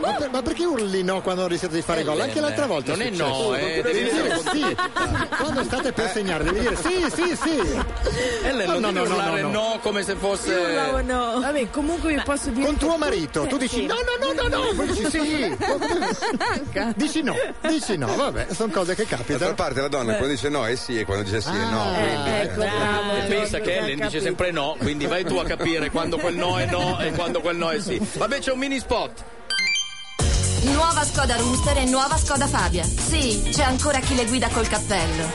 Speaker 4: Ma, per- ma perché urli no quando rischiate di fare gol? Anche
Speaker 3: bene.
Speaker 4: l'altra volta
Speaker 3: Non è
Speaker 4: successo.
Speaker 3: no, eh,
Speaker 4: devi
Speaker 3: devi
Speaker 4: dire
Speaker 3: dire- Eh.
Speaker 4: sì. quando state per segnare, devi dire sì, sì, sì.
Speaker 3: Ellen,
Speaker 4: No,
Speaker 3: non
Speaker 4: no,
Speaker 3: devi
Speaker 4: no, no,
Speaker 3: urlare no,
Speaker 4: no.
Speaker 3: come se fosse...
Speaker 10: Vabbè, comunque vi posso dire.
Speaker 4: Con
Speaker 10: che
Speaker 4: tuo
Speaker 10: tu-
Speaker 4: marito, tu dici
Speaker 10: Sì.
Speaker 4: no, no, no, no, no, poi dici sì. Dici no, dici no, vabbè, sono cose che
Speaker 2: D'altra
Speaker 4: capitano. Ah.
Speaker 2: parte la donna quando dice no è sì e quando dice sì è no. quindi, eh.
Speaker 10: ecco,
Speaker 3: E pensa che Ellen dice sempre no, quindi vai tu a capire quando quel no è no e quando quel no è sì. Vabbè, c'è un mini spot.
Speaker 21: Nuova Skoda Rooster e nuova Skoda Fabia. Sì, c'è ancora chi le guida col cappello.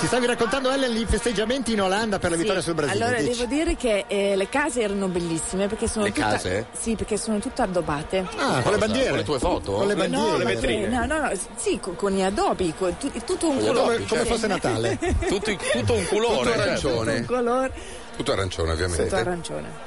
Speaker 4: Ci stavi raccontando Ellen i festeggiamenti in Olanda per la vittoria sul Brasile.
Speaker 10: Allora,
Speaker 4: dici.
Speaker 10: devo dire che eh, le case erano bellissime perché sono
Speaker 4: Le
Speaker 10: tutte
Speaker 4: case?
Speaker 10: Sì, perché sono tutte addobbate.
Speaker 4: Ah, con le bandiere.
Speaker 3: Con le tue foto?
Speaker 4: Con le
Speaker 3: No,
Speaker 4: bandiere.
Speaker 3: le vetrine.
Speaker 10: No, no, no, sì, con, con gli adobi, con tu- tutto un
Speaker 2: Come-
Speaker 10: colore.
Speaker 2: come
Speaker 4: Cioè,
Speaker 2: fosse Natale.
Speaker 3: Tutto, tutto un
Speaker 2: Tutto
Speaker 3: culore.
Speaker 2: arancione.
Speaker 10: Tutto un colore.
Speaker 2: Tutto arancione ovviamente.
Speaker 10: Tutto arancione.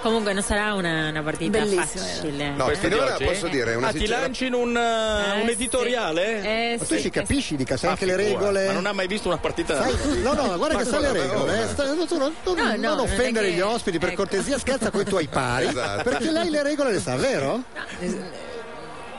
Speaker 12: Comunque non sarà una, una partita
Speaker 10: Bellissima.
Speaker 4: eh.
Speaker 12: facile.
Speaker 2: No,
Speaker 3: Questo di
Speaker 2: finora
Speaker 3: oggi?
Speaker 2: posso dire una
Speaker 3: Ah, ti
Speaker 2: sincera-
Speaker 3: lanci in un, eh,
Speaker 12: Eh,
Speaker 3: un
Speaker 12: sì.
Speaker 3: editoriale? Oh,
Speaker 12: Eh,
Speaker 4: Ma tu ci capisci di sai
Speaker 3: Ah,
Speaker 4: anche le
Speaker 3: figura,
Speaker 4: regole.
Speaker 3: Ma non ha mai visto una partita.
Speaker 4: Sai, tu- no, no, guarda
Speaker 3: Ma
Speaker 4: che sa le
Speaker 3: guarda,
Speaker 4: regole.
Speaker 3: guarda.
Speaker 4: eh. Sta- tu- tu- tu-
Speaker 12: No, no,
Speaker 4: non
Speaker 12: non è
Speaker 4: offendere
Speaker 12: che-
Speaker 4: gli ospiti, per
Speaker 12: ecco.
Speaker 4: cortesia, scherza con i tuoi pari.
Speaker 2: Esatto.
Speaker 4: Perché lei le regole le sa, vero?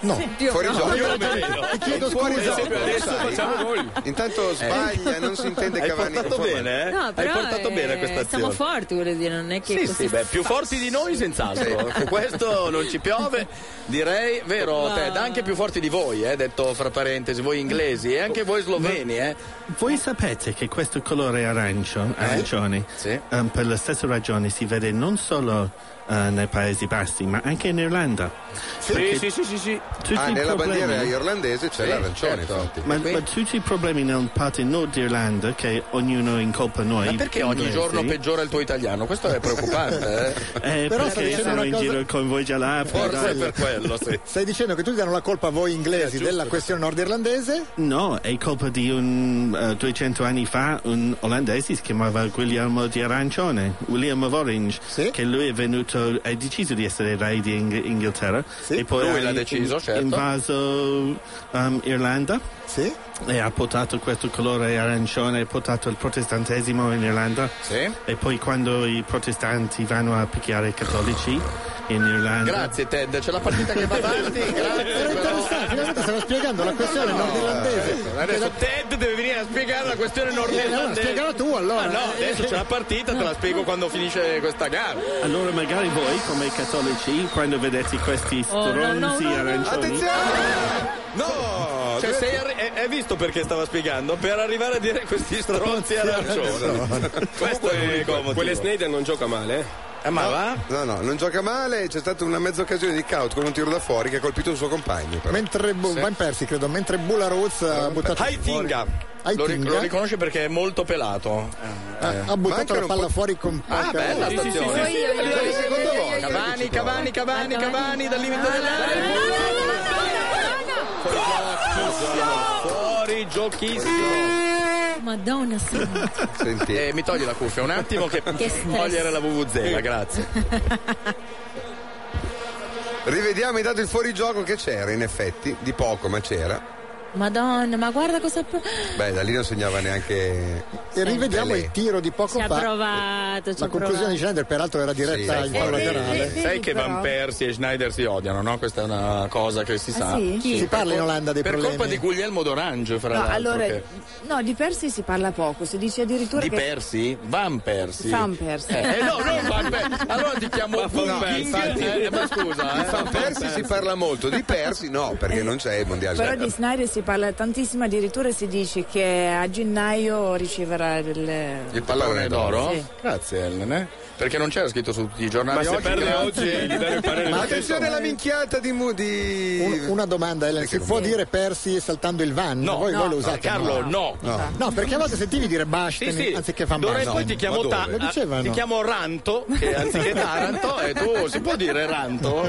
Speaker 4: No.
Speaker 2: Fuori
Speaker 4: No.
Speaker 2: gioco.
Speaker 4: Ti chiedo
Speaker 2: Fuori
Speaker 4: scusa. Eh.
Speaker 2: gioco,
Speaker 3: adesso
Speaker 2: sai.
Speaker 3: facciamo gol.
Speaker 2: Intanto sbaglia, non si intende
Speaker 3: Hai
Speaker 2: Cavani.
Speaker 3: portato
Speaker 2: con Forlan.
Speaker 3: bene, eh?
Speaker 12: No,
Speaker 3: Hai
Speaker 12: però,
Speaker 3: portato
Speaker 12: eh,
Speaker 3: bene questa
Speaker 12: Siamo
Speaker 3: azione.
Speaker 12: forti, voglio dire, non è che
Speaker 3: Sì,
Speaker 12: così
Speaker 3: sì, beh, più forti di noi senz'altro. Su questo non ci piove, direi, vero
Speaker 12: Ma-
Speaker 3: Ted, anche più forti di voi, eh, detto fra parentesi, voi inglesi e anche voi sloveni, eh.
Speaker 15: Voi sapete che questo colore arancio, arancione, ehm, per la stessa ragione si vede non solo eh, nei Paesi Bassi, ma anche in Irlanda. Perché
Speaker 1: sì, sì, sì.
Speaker 15: tutti
Speaker 2: Ah,
Speaker 15: i
Speaker 2: nella
Speaker 15: problemi-
Speaker 2: bandiera irlandese c'è
Speaker 15: Sì, certo.
Speaker 2: l'arancione, infatti.
Speaker 15: Ma, ma tutti i problemi nella parte nord d'Irlanda, che ognuno incolpa noi.
Speaker 3: Ma perché ogni
Speaker 15: inglesi,
Speaker 3: giorno peggiora il tuo italiano? Questo è preoccupante, eh.
Speaker 15: eh,
Speaker 4: Però sto
Speaker 15: perché
Speaker 4: dicendo
Speaker 15: sono
Speaker 4: una
Speaker 15: in
Speaker 4: cosa-
Speaker 15: giro con voi già là.
Speaker 3: Forse
Speaker 15: dai.
Speaker 3: è per quello, sì.
Speaker 4: Stai dicendo che tutti danno la colpa a voi inglesi della questione nordirlandese?
Speaker 15: No, è colpa di un eh, 200 anni fa un olandese si chiamava Guglielmo di Arancione, William of Orange, che lui è venuto, ha deciso di essere re di Ing- Inghilterra e poi
Speaker 3: Lui
Speaker 15: ha
Speaker 3: l'ha deciso, certo.
Speaker 15: invaso um, Irlanda
Speaker 4: sì.
Speaker 15: e ha portato questo colore arancione, ha portato il protestantesimo in Irlanda
Speaker 3: Sì.
Speaker 15: e poi quando i protestanti vanno a picchiare i cattolici in Irlanda...
Speaker 3: Grazie Ted, c'è la partita che va avanti, grazie. però.
Speaker 4: Finalmente stiamo spiegando la questione nordirlandese.
Speaker 3: Eh, Adesso Ted deve venire a spiegare la questione
Speaker 4: Allora,
Speaker 3: nordirlandese.
Speaker 4: spiegala tu, allora. eh,
Speaker 3: Ah, no, adesso c'è la partita, te la spiego quando finisce questa gara.
Speaker 15: Allora magari voi come cattolici quando vedete questi
Speaker 3: Oh, no,
Speaker 15: stronzi
Speaker 3: no, no, no.
Speaker 15: arancioni...
Speaker 3: No! Cioè, sei arri- eh, hai visto perché stava spiegando? Per arrivare a dire questi stronzi arancioni. Questo è l'unico motivo.
Speaker 1: Quelle Snyder non gioca male, eh?
Speaker 3: ma
Speaker 2: no,
Speaker 3: va?
Speaker 2: No, no, non gioca male, c'è stata una mezza occasione di Caut con un tiro da fuori che ha colpito il suo compagno. però.
Speaker 4: Mentre Bu- Van Persie, credo, mentre Bularuz ha buttato
Speaker 3: Haitinga.
Speaker 4: Hai
Speaker 3: Lo, ric-
Speaker 4: Tinga?
Speaker 3: lo riconosce perché è molto pelato. Eh,
Speaker 4: Ah, ha buttato la palla fuori con
Speaker 3: Ah, bella stazione. Cavani, Cavani, Cavani, Cavani, dal limite dell'area. Fuori giochissimo.
Speaker 12: Madonna santa.
Speaker 3: Eh, mi togli la cuffia un attimo che
Speaker 12: Che stress.
Speaker 3: togliere la VVZ, grazie.
Speaker 2: Rivediamo intanto il fuorigioco che c'era, in effetti, di poco, ma c'era.
Speaker 12: Madonna, ma guarda cosa. pro-
Speaker 2: Beh, da lì non segnava neanche.
Speaker 4: E rivediamo il tiro di poco
Speaker 12: Ci ha
Speaker 4: fa.
Speaker 12: provato, Eh, ci
Speaker 4: La
Speaker 12: ha
Speaker 4: conclusione di Schneider, peraltro, era diretta in palla laterale.
Speaker 3: Sai che Van Persie e Schneider si odiano, no? Questa è una cosa che si
Speaker 10: Ah,
Speaker 3: sa.
Speaker 10: sì? Chi?
Speaker 4: Si parla in Olanda dei
Speaker 3: per
Speaker 4: problemi.
Speaker 3: colpa di Guglielmo d'Orange, fra
Speaker 10: No,
Speaker 3: l'altro.
Speaker 10: allora,
Speaker 3: che-
Speaker 10: no, di Persi si parla poco, si dice addirittura
Speaker 3: Di
Speaker 10: che...
Speaker 3: Persi? Van Persi.
Speaker 10: Van Persie.
Speaker 3: Eh, eh, no, non Van Persi. Allora ti chiamo Van
Speaker 2: infatti-
Speaker 3: ma scusa.
Speaker 2: Di
Speaker 3: eh,
Speaker 2: Van Persi si parla molto, di Persi no, perché non c'è il mondiale.
Speaker 10: Però di Snyder si parla tantissimo, addirittura si dice che a gennaio riceverà il...
Speaker 3: Il pallone d'oro?
Speaker 10: Sì.
Speaker 3: Grazie Ellen, eh? Perché non c'era scritto su tutti i giornali.
Speaker 2: Ma se
Speaker 3: oggi,
Speaker 2: perde
Speaker 3: grazie.
Speaker 2: oggi, gli dai il parere. Ma attenzione alla minchiata di. Mu- di...
Speaker 4: Un- una domanda, Ellen, si può dire Persi saltando il van?
Speaker 3: No,
Speaker 4: voi,
Speaker 3: no,
Speaker 4: voi lo usate?
Speaker 3: Carlo, no.
Speaker 4: no. No, perché a volte sentivi dire Basten
Speaker 3: Sì, sì.
Speaker 4: anziché Van
Speaker 3: D'ora in
Speaker 4: Basten.
Speaker 3: poi ti chiamo,
Speaker 4: Ma
Speaker 3: Ta-
Speaker 4: dove? Lo
Speaker 3: ah,
Speaker 4: dicevano.
Speaker 3: ti chiamo Ranto, che anziché Taranto, e tu si può dire Ranto?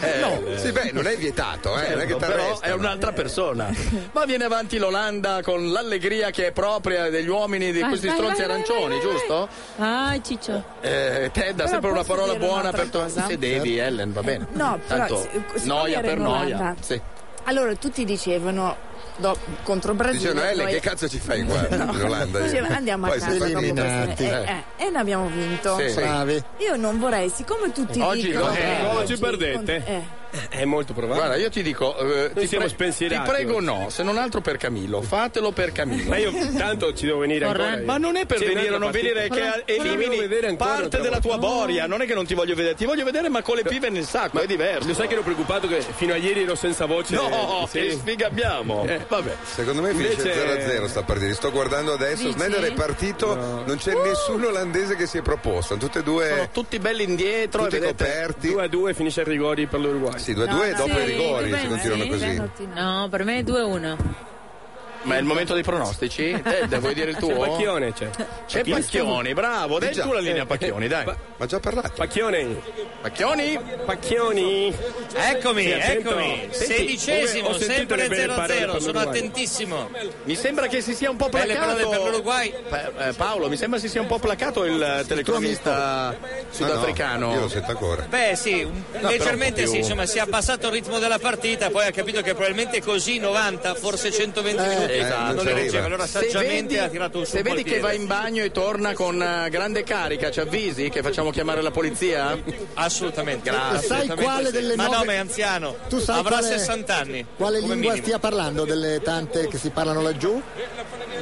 Speaker 3: Eh,
Speaker 2: No, sì, beh, non è vietato, eh, non è che
Speaker 3: Certo, però
Speaker 2: t'arrestano.
Speaker 3: è un'altra persona. Ma viene avanti l'Olanda con l'allegria che è propria degli uomini di
Speaker 10: Ah,
Speaker 12: Vai,
Speaker 3: questi
Speaker 12: vai,
Speaker 3: stronzi
Speaker 12: vai, vai,
Speaker 3: arancioni,
Speaker 12: vai, vai,
Speaker 3: giusto?
Speaker 12: Ah, Ciccio.
Speaker 3: Eh, Ted ha
Speaker 10: Però
Speaker 3: sempre una
Speaker 10: posso
Speaker 3: parola
Speaker 10: dire
Speaker 3: buona
Speaker 10: un'altra
Speaker 3: per to-
Speaker 10: cosa? Certo.
Speaker 3: Se devi, Ellen, va bene.
Speaker 10: No, però
Speaker 3: Tanto,
Speaker 10: si- si può
Speaker 3: noia
Speaker 10: dire
Speaker 3: per
Speaker 10: in
Speaker 3: noia.
Speaker 10: Olanda?
Speaker 3: Sì.
Speaker 10: Allora, tutti dicevano do- contro Brasile...
Speaker 2: Dicevano, Ellen,
Speaker 10: noi-
Speaker 2: che cazzo ci fai qua in Olanda?
Speaker 10: Dicevano, andiamo a
Speaker 2: Poi
Speaker 10: casa.
Speaker 2: siete
Speaker 10: dopo questo".
Speaker 2: eliminati.
Speaker 10: Eh,
Speaker 2: Eh.
Speaker 10: eh, e ne abbiamo vinto.
Speaker 2: Sì, sì. Bravi.
Speaker 10: Io non vorrei, siccome tutti
Speaker 3: Oggi
Speaker 10: dicono...
Speaker 3: no, eh, oggi perdete.
Speaker 10: Eh.
Speaker 3: È molto probabile. Guarda, io ti dico, eh, ti,
Speaker 1: siamo
Speaker 3: ti
Speaker 1: spensierati
Speaker 3: prego
Speaker 1: oggi.
Speaker 3: no, se non altro per Camillo, fatelo per Camillo.
Speaker 1: Ma io tanto ci devo venire ancora. io.
Speaker 3: Ma non è per
Speaker 1: C'è
Speaker 3: venire o non
Speaker 1: un'altra
Speaker 3: venire, è
Speaker 1: partita.
Speaker 3: che
Speaker 1: Volevo vedere
Speaker 3: elimini
Speaker 1: ancora
Speaker 3: parte
Speaker 1: un'altra
Speaker 3: della tua
Speaker 1: volta.
Speaker 3: boria. Non è che non ti voglio vedere, ti voglio vedere, ma con le pive nel sacco, è diverso.
Speaker 1: Lo sai che ero preoccupato che fino a ieri ero senza voce.
Speaker 3: No,
Speaker 1: Sì.
Speaker 3: che sfiga abbiamo.
Speaker 1: Eh,
Speaker 3: vabbè.
Speaker 2: Secondo me finisce
Speaker 1: Invece-
Speaker 2: 0-0 sta partita. Sto guardando adesso.
Speaker 3: Dici?
Speaker 2: Snyder è partito, non c'è
Speaker 10: Uh!
Speaker 2: nessuno olandese che si è proposto. Sono tutte e due.
Speaker 3: Sono tutti belli indietro.
Speaker 2: Tutti
Speaker 3: e vedete-
Speaker 2: coperti.
Speaker 1: 2 a 2 finisce a rigori per l'Uruguay.
Speaker 2: Sì, 2 a 2 dopo i rigori se continuano così.
Speaker 12: No, per me è 2-1.
Speaker 3: Ma è il momento dei pronostici? Ted, vuoi dire il tuo?
Speaker 1: C'è Pacchione, c'è. Eh,
Speaker 3: C'è
Speaker 1: Pacchione.
Speaker 3: Pacchioni, bravo. Dai
Speaker 1: Già.
Speaker 3: tu la linea a
Speaker 1: Eh,
Speaker 3: Pacchioni,
Speaker 1: eh,
Speaker 3: dai.
Speaker 1: pa-
Speaker 2: Ma già parlato.
Speaker 1: Pacchioni.
Speaker 3: Pacchioni?
Speaker 1: Pacchioni.
Speaker 16: Eccomi,
Speaker 1: Sì, attento.
Speaker 16: eccomi.
Speaker 1: Senti,
Speaker 16: Sedicesimo,
Speaker 1: ho sentito
Speaker 16: sempre
Speaker 1: le belle parole
Speaker 16: 0-0.
Speaker 1: per
Speaker 16: Sono
Speaker 1: l'Uruguay.
Speaker 16: attentissimo.
Speaker 3: Mi sembra che si sia un po'
Speaker 16: Belle
Speaker 3: placato.
Speaker 16: parole per l'Uruguay.
Speaker 3: Pa- eh, Paolo, mi sembra si sia un po' placato il eh, telecomunista sudafricano.
Speaker 2: Ah, no, io lo sento ancora.
Speaker 16: Beh sì, un-
Speaker 3: però
Speaker 16: leggermente
Speaker 3: più-
Speaker 16: sì, insomma si è abbassato il ritmo della partita, poi ha capito che probabilmente così 90, forse
Speaker 1: Eh,
Speaker 16: 120 minuti
Speaker 3: Esatto.
Speaker 16: non le reggeva, allora
Speaker 3: se
Speaker 16: saggiamente
Speaker 3: vedi,
Speaker 16: ha tirato un
Speaker 3: se vedi che va in bagno e torna con eh, grande carica, ci avvisi che facciamo chiamare la polizia?
Speaker 16: Ah, Assolutamente,
Speaker 3: Grazie.
Speaker 4: Sai quale delle
Speaker 16: Ma no,
Speaker 4: nove-
Speaker 16: ma è anziano,
Speaker 4: Tu sai
Speaker 16: avrà
Speaker 4: quale-
Speaker 16: 60 anni.
Speaker 4: Quale
Speaker 16: come
Speaker 4: lingua
Speaker 16: minimo.
Speaker 4: stia parlando delle tante che si parlano laggiù?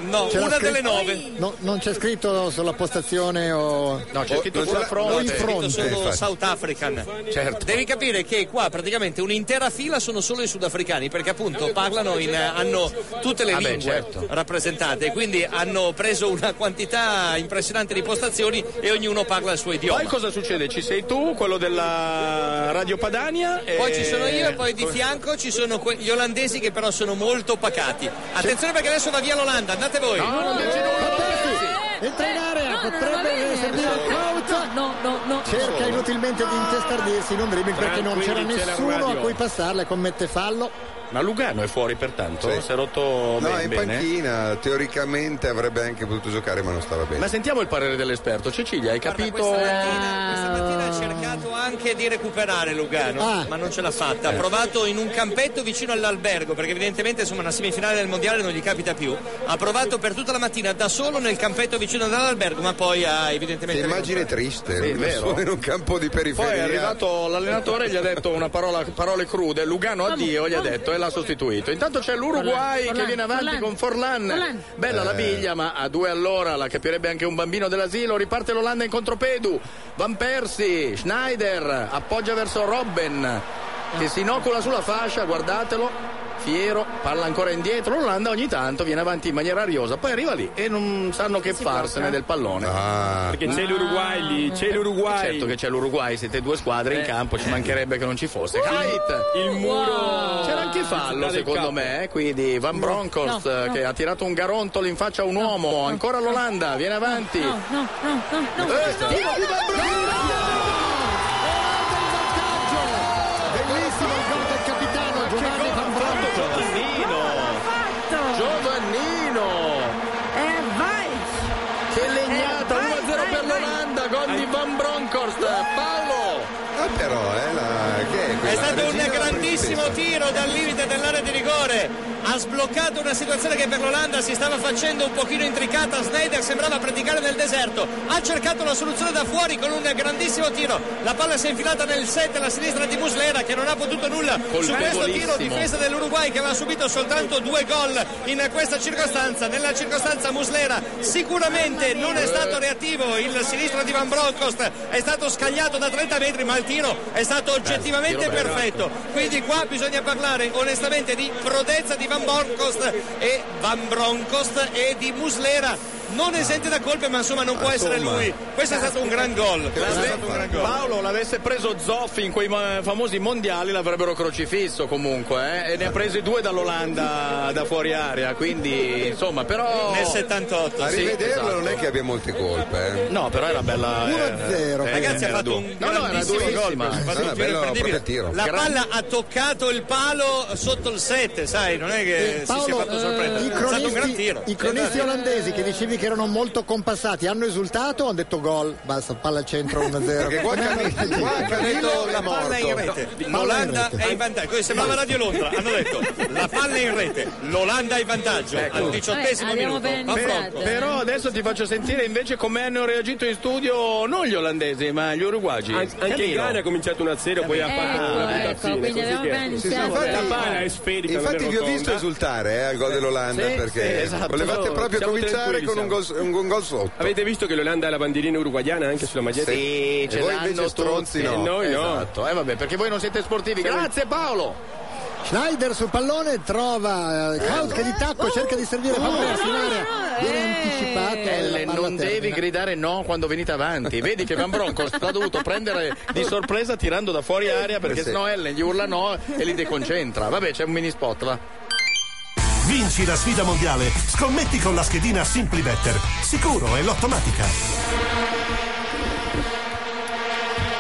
Speaker 16: No,
Speaker 4: C'era
Speaker 16: una
Speaker 4: scritto-
Speaker 16: delle nove.
Speaker 4: No, non c'è scritto sulla postazione o...
Speaker 3: No, c'è scritto sulla
Speaker 16: No,
Speaker 3: fronte.
Speaker 4: in
Speaker 16: c'è scritto
Speaker 4: fronte.
Speaker 16: solo South African.
Speaker 3: Certo.
Speaker 16: Devi capire che qua praticamente un'intera fila sono solo i sudafricani perché appunto parlano in hanno tutte le
Speaker 3: Ah, beh,
Speaker 16: lingue
Speaker 3: certo.
Speaker 16: rappresentate, quindi hanno preso una quantità impressionante di postazioni e ognuno parla il suo idioma.
Speaker 3: Poi cosa succede? Ci sei tu, quello della Radio Padania. e-
Speaker 16: Poi ci sono io e poi di fianco ci sono que- gli olandesi che però sono molto pacati. Attenzione perché adesso va via l'Olanda, andate voi.
Speaker 3: No, non dici nulla, non pensi.
Speaker 4: Entra in area, Eh, potrebbe
Speaker 12: bene.
Speaker 4: servire il Kraut.
Speaker 12: No, no, no.
Speaker 4: Cerca
Speaker 2: Certo.
Speaker 4: inutilmente di intestardirsi in un dribbling perché non c'era
Speaker 3: Tranquilli, c'era
Speaker 4: nessuno a
Speaker 3: Guardiola.
Speaker 4: cui passarla e commette fallo.
Speaker 3: Ma Lugano è fuori pertanto?
Speaker 2: Sì.
Speaker 3: Si è rotto
Speaker 2: No,
Speaker 3: ben-
Speaker 2: in
Speaker 3: bene?
Speaker 2: panchina teoricamente avrebbe anche potuto giocare, ma non stava bene.
Speaker 3: Ma sentiamo il parere dell'esperto. Cecilia, hai capito?
Speaker 16: Questa mattina, questa mattina ha cercato anche di recuperare Lugano,
Speaker 3: Ah.
Speaker 16: ma non ce l'ha fatta. Ha provato in un campetto vicino all'albergo, perché evidentemente insomma una semifinale del mondiale non gli capita più. Ha provato per tutta la mattina da solo nel campetto vicino all'albergo, ma poi ha
Speaker 2: Che
Speaker 16: evidentemente.
Speaker 2: immagine triste,
Speaker 3: Sì,
Speaker 2: da
Speaker 3: vero.
Speaker 2: solo in un campo di periferia.
Speaker 3: Poi è arrivato l'allenatore e gli ha detto una parola, parole crude. Lugano addio, gli ha detto e l'ha sostituito. Intanto c'è l'Uruguay
Speaker 1: Forlan,
Speaker 3: che viene avanti
Speaker 1: Forlan.
Speaker 3: con Forlan.
Speaker 1: Forlan.
Speaker 3: Bella la
Speaker 1: Eh.
Speaker 3: biglia, ma a due all'ora la capirebbe anche un bambino dell'asilo. Riparte l'Olanda in contropedu. Van Persie, Schneider appoggia verso Robben che si inocula sulla fascia, guardatelo. Fiero, palla ancora indietro, l'Olanda ogni tanto viene avanti in maniera ariosa, poi arriva lì e non sanno che farsene del pallone.
Speaker 1: Perché c'è l'Uruguay lì, c'è l'Uruguay. Eh.
Speaker 3: Certo che c'è l'Uruguay, siete due squadre in campo, ci mancherebbe che non ci fosse. Height.
Speaker 1: Il muro.
Speaker 3: C'era anche fallo
Speaker 1: Dare il
Speaker 3: secondo
Speaker 1: capo.
Speaker 3: me, eh, qui di Van Bronckhorst
Speaker 1: No,
Speaker 3: eh,
Speaker 1: no.
Speaker 3: che ha tirato un garontolo in faccia a un uomo, ancora l'Olanda, viene avanti.
Speaker 12: No, no, no, no, no.
Speaker 3: Eh, tiro di Van
Speaker 4: Bellissimo il gol del capitano Giovanni Van Bronckhorst.
Speaker 3: Giovannino. Giovannino.
Speaker 10: Eh, vai!
Speaker 3: Che legnata,
Speaker 10: Eh, vai,
Speaker 3: 1-0 per
Speaker 10: vai,
Speaker 3: l'Olanda, gol di Van Bronckhorst, pallo.
Speaker 2: qua però, eh, la- che è quella?
Speaker 16: È stato
Speaker 2: Regina
Speaker 16: un
Speaker 2: della
Speaker 16: grandissimo tiro dal limite dell'area di rigore. Ha sbloccato una situazione che per l'Olanda si stava facendo un pochino intricata. Snyder sembrava praticare nel deserto. Ha cercato la soluzione da fuori con un grandissimo tiro. La palla si è infilata nel set alla sinistra di Muslera che non ha potuto nulla su questo tiro.
Speaker 3: Colpevolissimo.
Speaker 16: Difesa dell'Uruguay che aveva subito soltanto due gol in questa circostanza. Nella circostanza Muslera sicuramente non è stato reattivo. Il sinistro di Van Bronckhorst è stato scagliato da 30 metri ma il tiro è stato oggettivamente
Speaker 3: tiro esatto. bello.
Speaker 16: perfetto. Quindi qua bisogna parlare onestamente di prodezza di Van Bronckhorst e Van Bronckhorst e di Muslera. Non esente da colpe, ma insomma non può essere
Speaker 3: Ah, Insomma.
Speaker 16: lui. Questo è stato un gran gol. Questo è
Speaker 3: Se
Speaker 16: stato un gran gol.
Speaker 3: Paolo l'avesse preso Zoffi in quei eh, famosi mondiali l'avrebbero crocifisso comunque eh, e ne ha presi due dall'Olanda da fuori area quindi insomma però
Speaker 16: Nel 78,
Speaker 2: A
Speaker 3: sì,
Speaker 2: rivederlo
Speaker 3: esatto.
Speaker 2: non è che abbia molte colpe. eh.
Speaker 3: No, però era bella. eh,
Speaker 2: 1-0.
Speaker 3: eh,
Speaker 2: Ragazzi, ha
Speaker 3: era
Speaker 2: fatto
Speaker 3: dura.
Speaker 2: un
Speaker 3: No, no, era
Speaker 2: grandissimo
Speaker 3: durissima.
Speaker 2: gol, ma-
Speaker 3: Ha fatto
Speaker 2: no,
Speaker 3: un tiro
Speaker 2: bello,
Speaker 3: imperdibile.
Speaker 2: proprio tiro.
Speaker 16: La
Speaker 3: Gran-
Speaker 16: palla ha toccato il palo sotto il 7, sai, non è
Speaker 3: Eh,
Speaker 16: che si sia fatto sorprendere.
Speaker 4: i
Speaker 16: È stato un gran
Speaker 4: cronisti,
Speaker 16: tiro.
Speaker 4: i cronisti olandesi che dicevi che erano molto compassati hanno esultato, hanno detto gol, basta, palla al centro 1-0.
Speaker 2: Perché qua Camillo- qua
Speaker 16: Ha detto
Speaker 2: Camillo
Speaker 16: la
Speaker 2: è
Speaker 16: palla in
Speaker 2: morto.
Speaker 16: rete. L'Olanda è in vantaggio. Questo sembrava Radio Londra. Hanno detto la palla in rete. L'Olanda è in vantaggio.
Speaker 3: Ecco.
Speaker 16: Al diciottesimo
Speaker 12: Vabbè, Eh, abbiamo
Speaker 16: minuto.
Speaker 12: ben
Speaker 16: Ma
Speaker 12: iniziato.
Speaker 16: Franco.
Speaker 1: Però adesso ti faccio sentire invece come hanno reagito in studio non gli olandesi, ma gli uruguagi. Anche il Ghana ha cominciato 1-0, poi ha
Speaker 12: Ecco,
Speaker 1: pagato la
Speaker 12: ecco,
Speaker 1: tazzina,
Speaker 12: quindi
Speaker 1: così
Speaker 12: abbiamo
Speaker 1: che-
Speaker 12: ben
Speaker 1: Sì, sì,
Speaker 12: iniziato.
Speaker 1: La
Speaker 2: Infatti-
Speaker 1: palla è sferica.
Speaker 2: Infatti
Speaker 1: non è
Speaker 2: vi ho
Speaker 1: rotonda.
Speaker 2: visto esultare eh, al gol dell'Olanda
Speaker 1: Sì,
Speaker 2: perché
Speaker 1: sì, esatto,
Speaker 2: volevate
Speaker 1: sono-
Speaker 2: proprio
Speaker 1: siamo
Speaker 2: cominciare
Speaker 1: tranquilli,
Speaker 2: con un, gol, un buon gol sotto.
Speaker 1: Avete visto che l'Olanda ha la bandierina uruguayana anche sulla maglietta?
Speaker 2: Sì, ce E voi l'hanno invece stronzi tutti. no.
Speaker 1: E noi no.
Speaker 3: Esatto, eh vabbè, perché voi non siete sportivi. Grazie Paolo.
Speaker 4: Schneider sul pallone trova eh, Kraut che di
Speaker 12: Oh,
Speaker 4: tacco cerca di servire palla verso l'area, viene anticipato e la
Speaker 3: Ellen,
Speaker 4: palla
Speaker 3: Eh, non devi
Speaker 4: termina.
Speaker 3: gridare no quando venite avanti. Vedi che Van Bronckhorst l'ha dovuto prendere di sorpresa tirando da fuori aria perché
Speaker 22: Eh sì.
Speaker 3: sennò Ellen gli urla no e li deconcentra. Vabbè, c'è un mini spot, va.
Speaker 13: Vinci la sfida mondiale. Scommetti con la schedina Simply Better. Sicuro e lottomatica.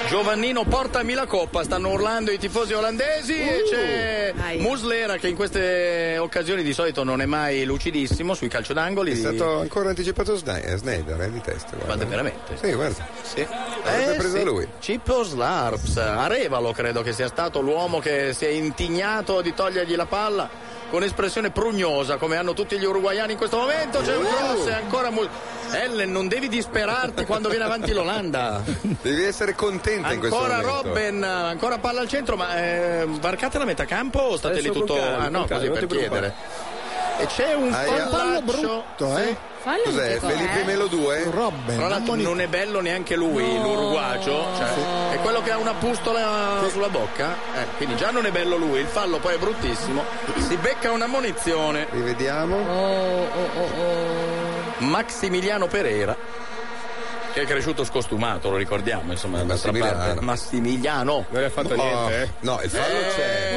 Speaker 3: Giovannino portami la coppa, stanno urlando i tifosi olandesi e c'è Muslera che in queste occasioni di solito non è mai lucidissimo sui calcio d'angoli.
Speaker 2: È stato ancora anticipato Snyder, Snyder eh, di testa. Guarda.
Speaker 3: veramente?
Speaker 2: Sì, guarda.
Speaker 3: Sì.
Speaker 2: L'avrebbe
Speaker 3: Eh,
Speaker 2: preso
Speaker 3: sì.
Speaker 2: lui.
Speaker 3: Cippo Slarps, Arevalo credo che sia stato l'uomo che si è intignato di togliergli la palla con espressione prugnosa come hanno tutti gli uruguaiani in questo momento. C'è un cross e ancora Mul- Ellen, non devi disperarti quando viene avanti l'Olanda.
Speaker 2: Devi essere contenta in questo
Speaker 3: Ancora
Speaker 2: momento.
Speaker 3: Robben, ancora palla al centro, ma eh, varcate la metà campo o state
Speaker 2: Adesso
Speaker 3: lì
Speaker 2: con
Speaker 3: tutto
Speaker 2: calma,
Speaker 3: ah, no,
Speaker 2: con
Speaker 3: così
Speaker 2: calma,
Speaker 3: per
Speaker 2: non ti
Speaker 3: chiedere. E c'è un
Speaker 2: Ah, è un
Speaker 3: fallo
Speaker 2: fallo brutto, eh?
Speaker 12: Fallo
Speaker 2: Cos'è?
Speaker 12: brutto,
Speaker 2: Felipe
Speaker 12: eh.
Speaker 2: Melo 2?
Speaker 4: Robben.
Speaker 3: Tra l'altro non è bello neanche lui, l'uruguagio, cioè, è quello che ha una pustola sulla bocca, eh, quindi già non è bello lui, il fallo poi è bruttissimo, si becca un'ammonizione.
Speaker 2: Rivediamo.
Speaker 3: Maximiliano Pereira, che è cresciuto scostumato, lo ricordiamo, insomma, d'altra
Speaker 2: Massimiliano.
Speaker 3: parte. Massimiliano. Eh, Non
Speaker 1: ha fatto
Speaker 2: No, no, il fallo
Speaker 3: la mano
Speaker 2: c'è. Il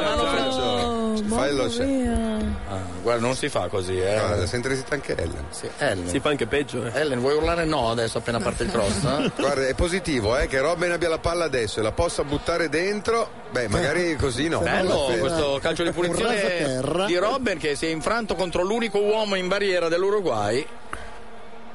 Speaker 2: fallo c'è. Il fallo c'è.
Speaker 3: Ah, guarda, non si fa così, eh.
Speaker 2: Guarda, si è intrisita anche Ellen.
Speaker 3: Sì, Ellen.
Speaker 1: Si fa anche peggio. eh.
Speaker 3: Ellen, vuoi urlare no adesso appena parte il cross? eh?
Speaker 2: Guarda, è positivo eh, che Robben abbia la palla adesso e la possa buttare dentro. Beh,
Speaker 3: Eh.
Speaker 2: magari così no.
Speaker 3: Bello questo calcio di
Speaker 2: rasaterra.
Speaker 3: punizione di Robben che si è infranto contro l'unico uomo in barriera dell'Uruguay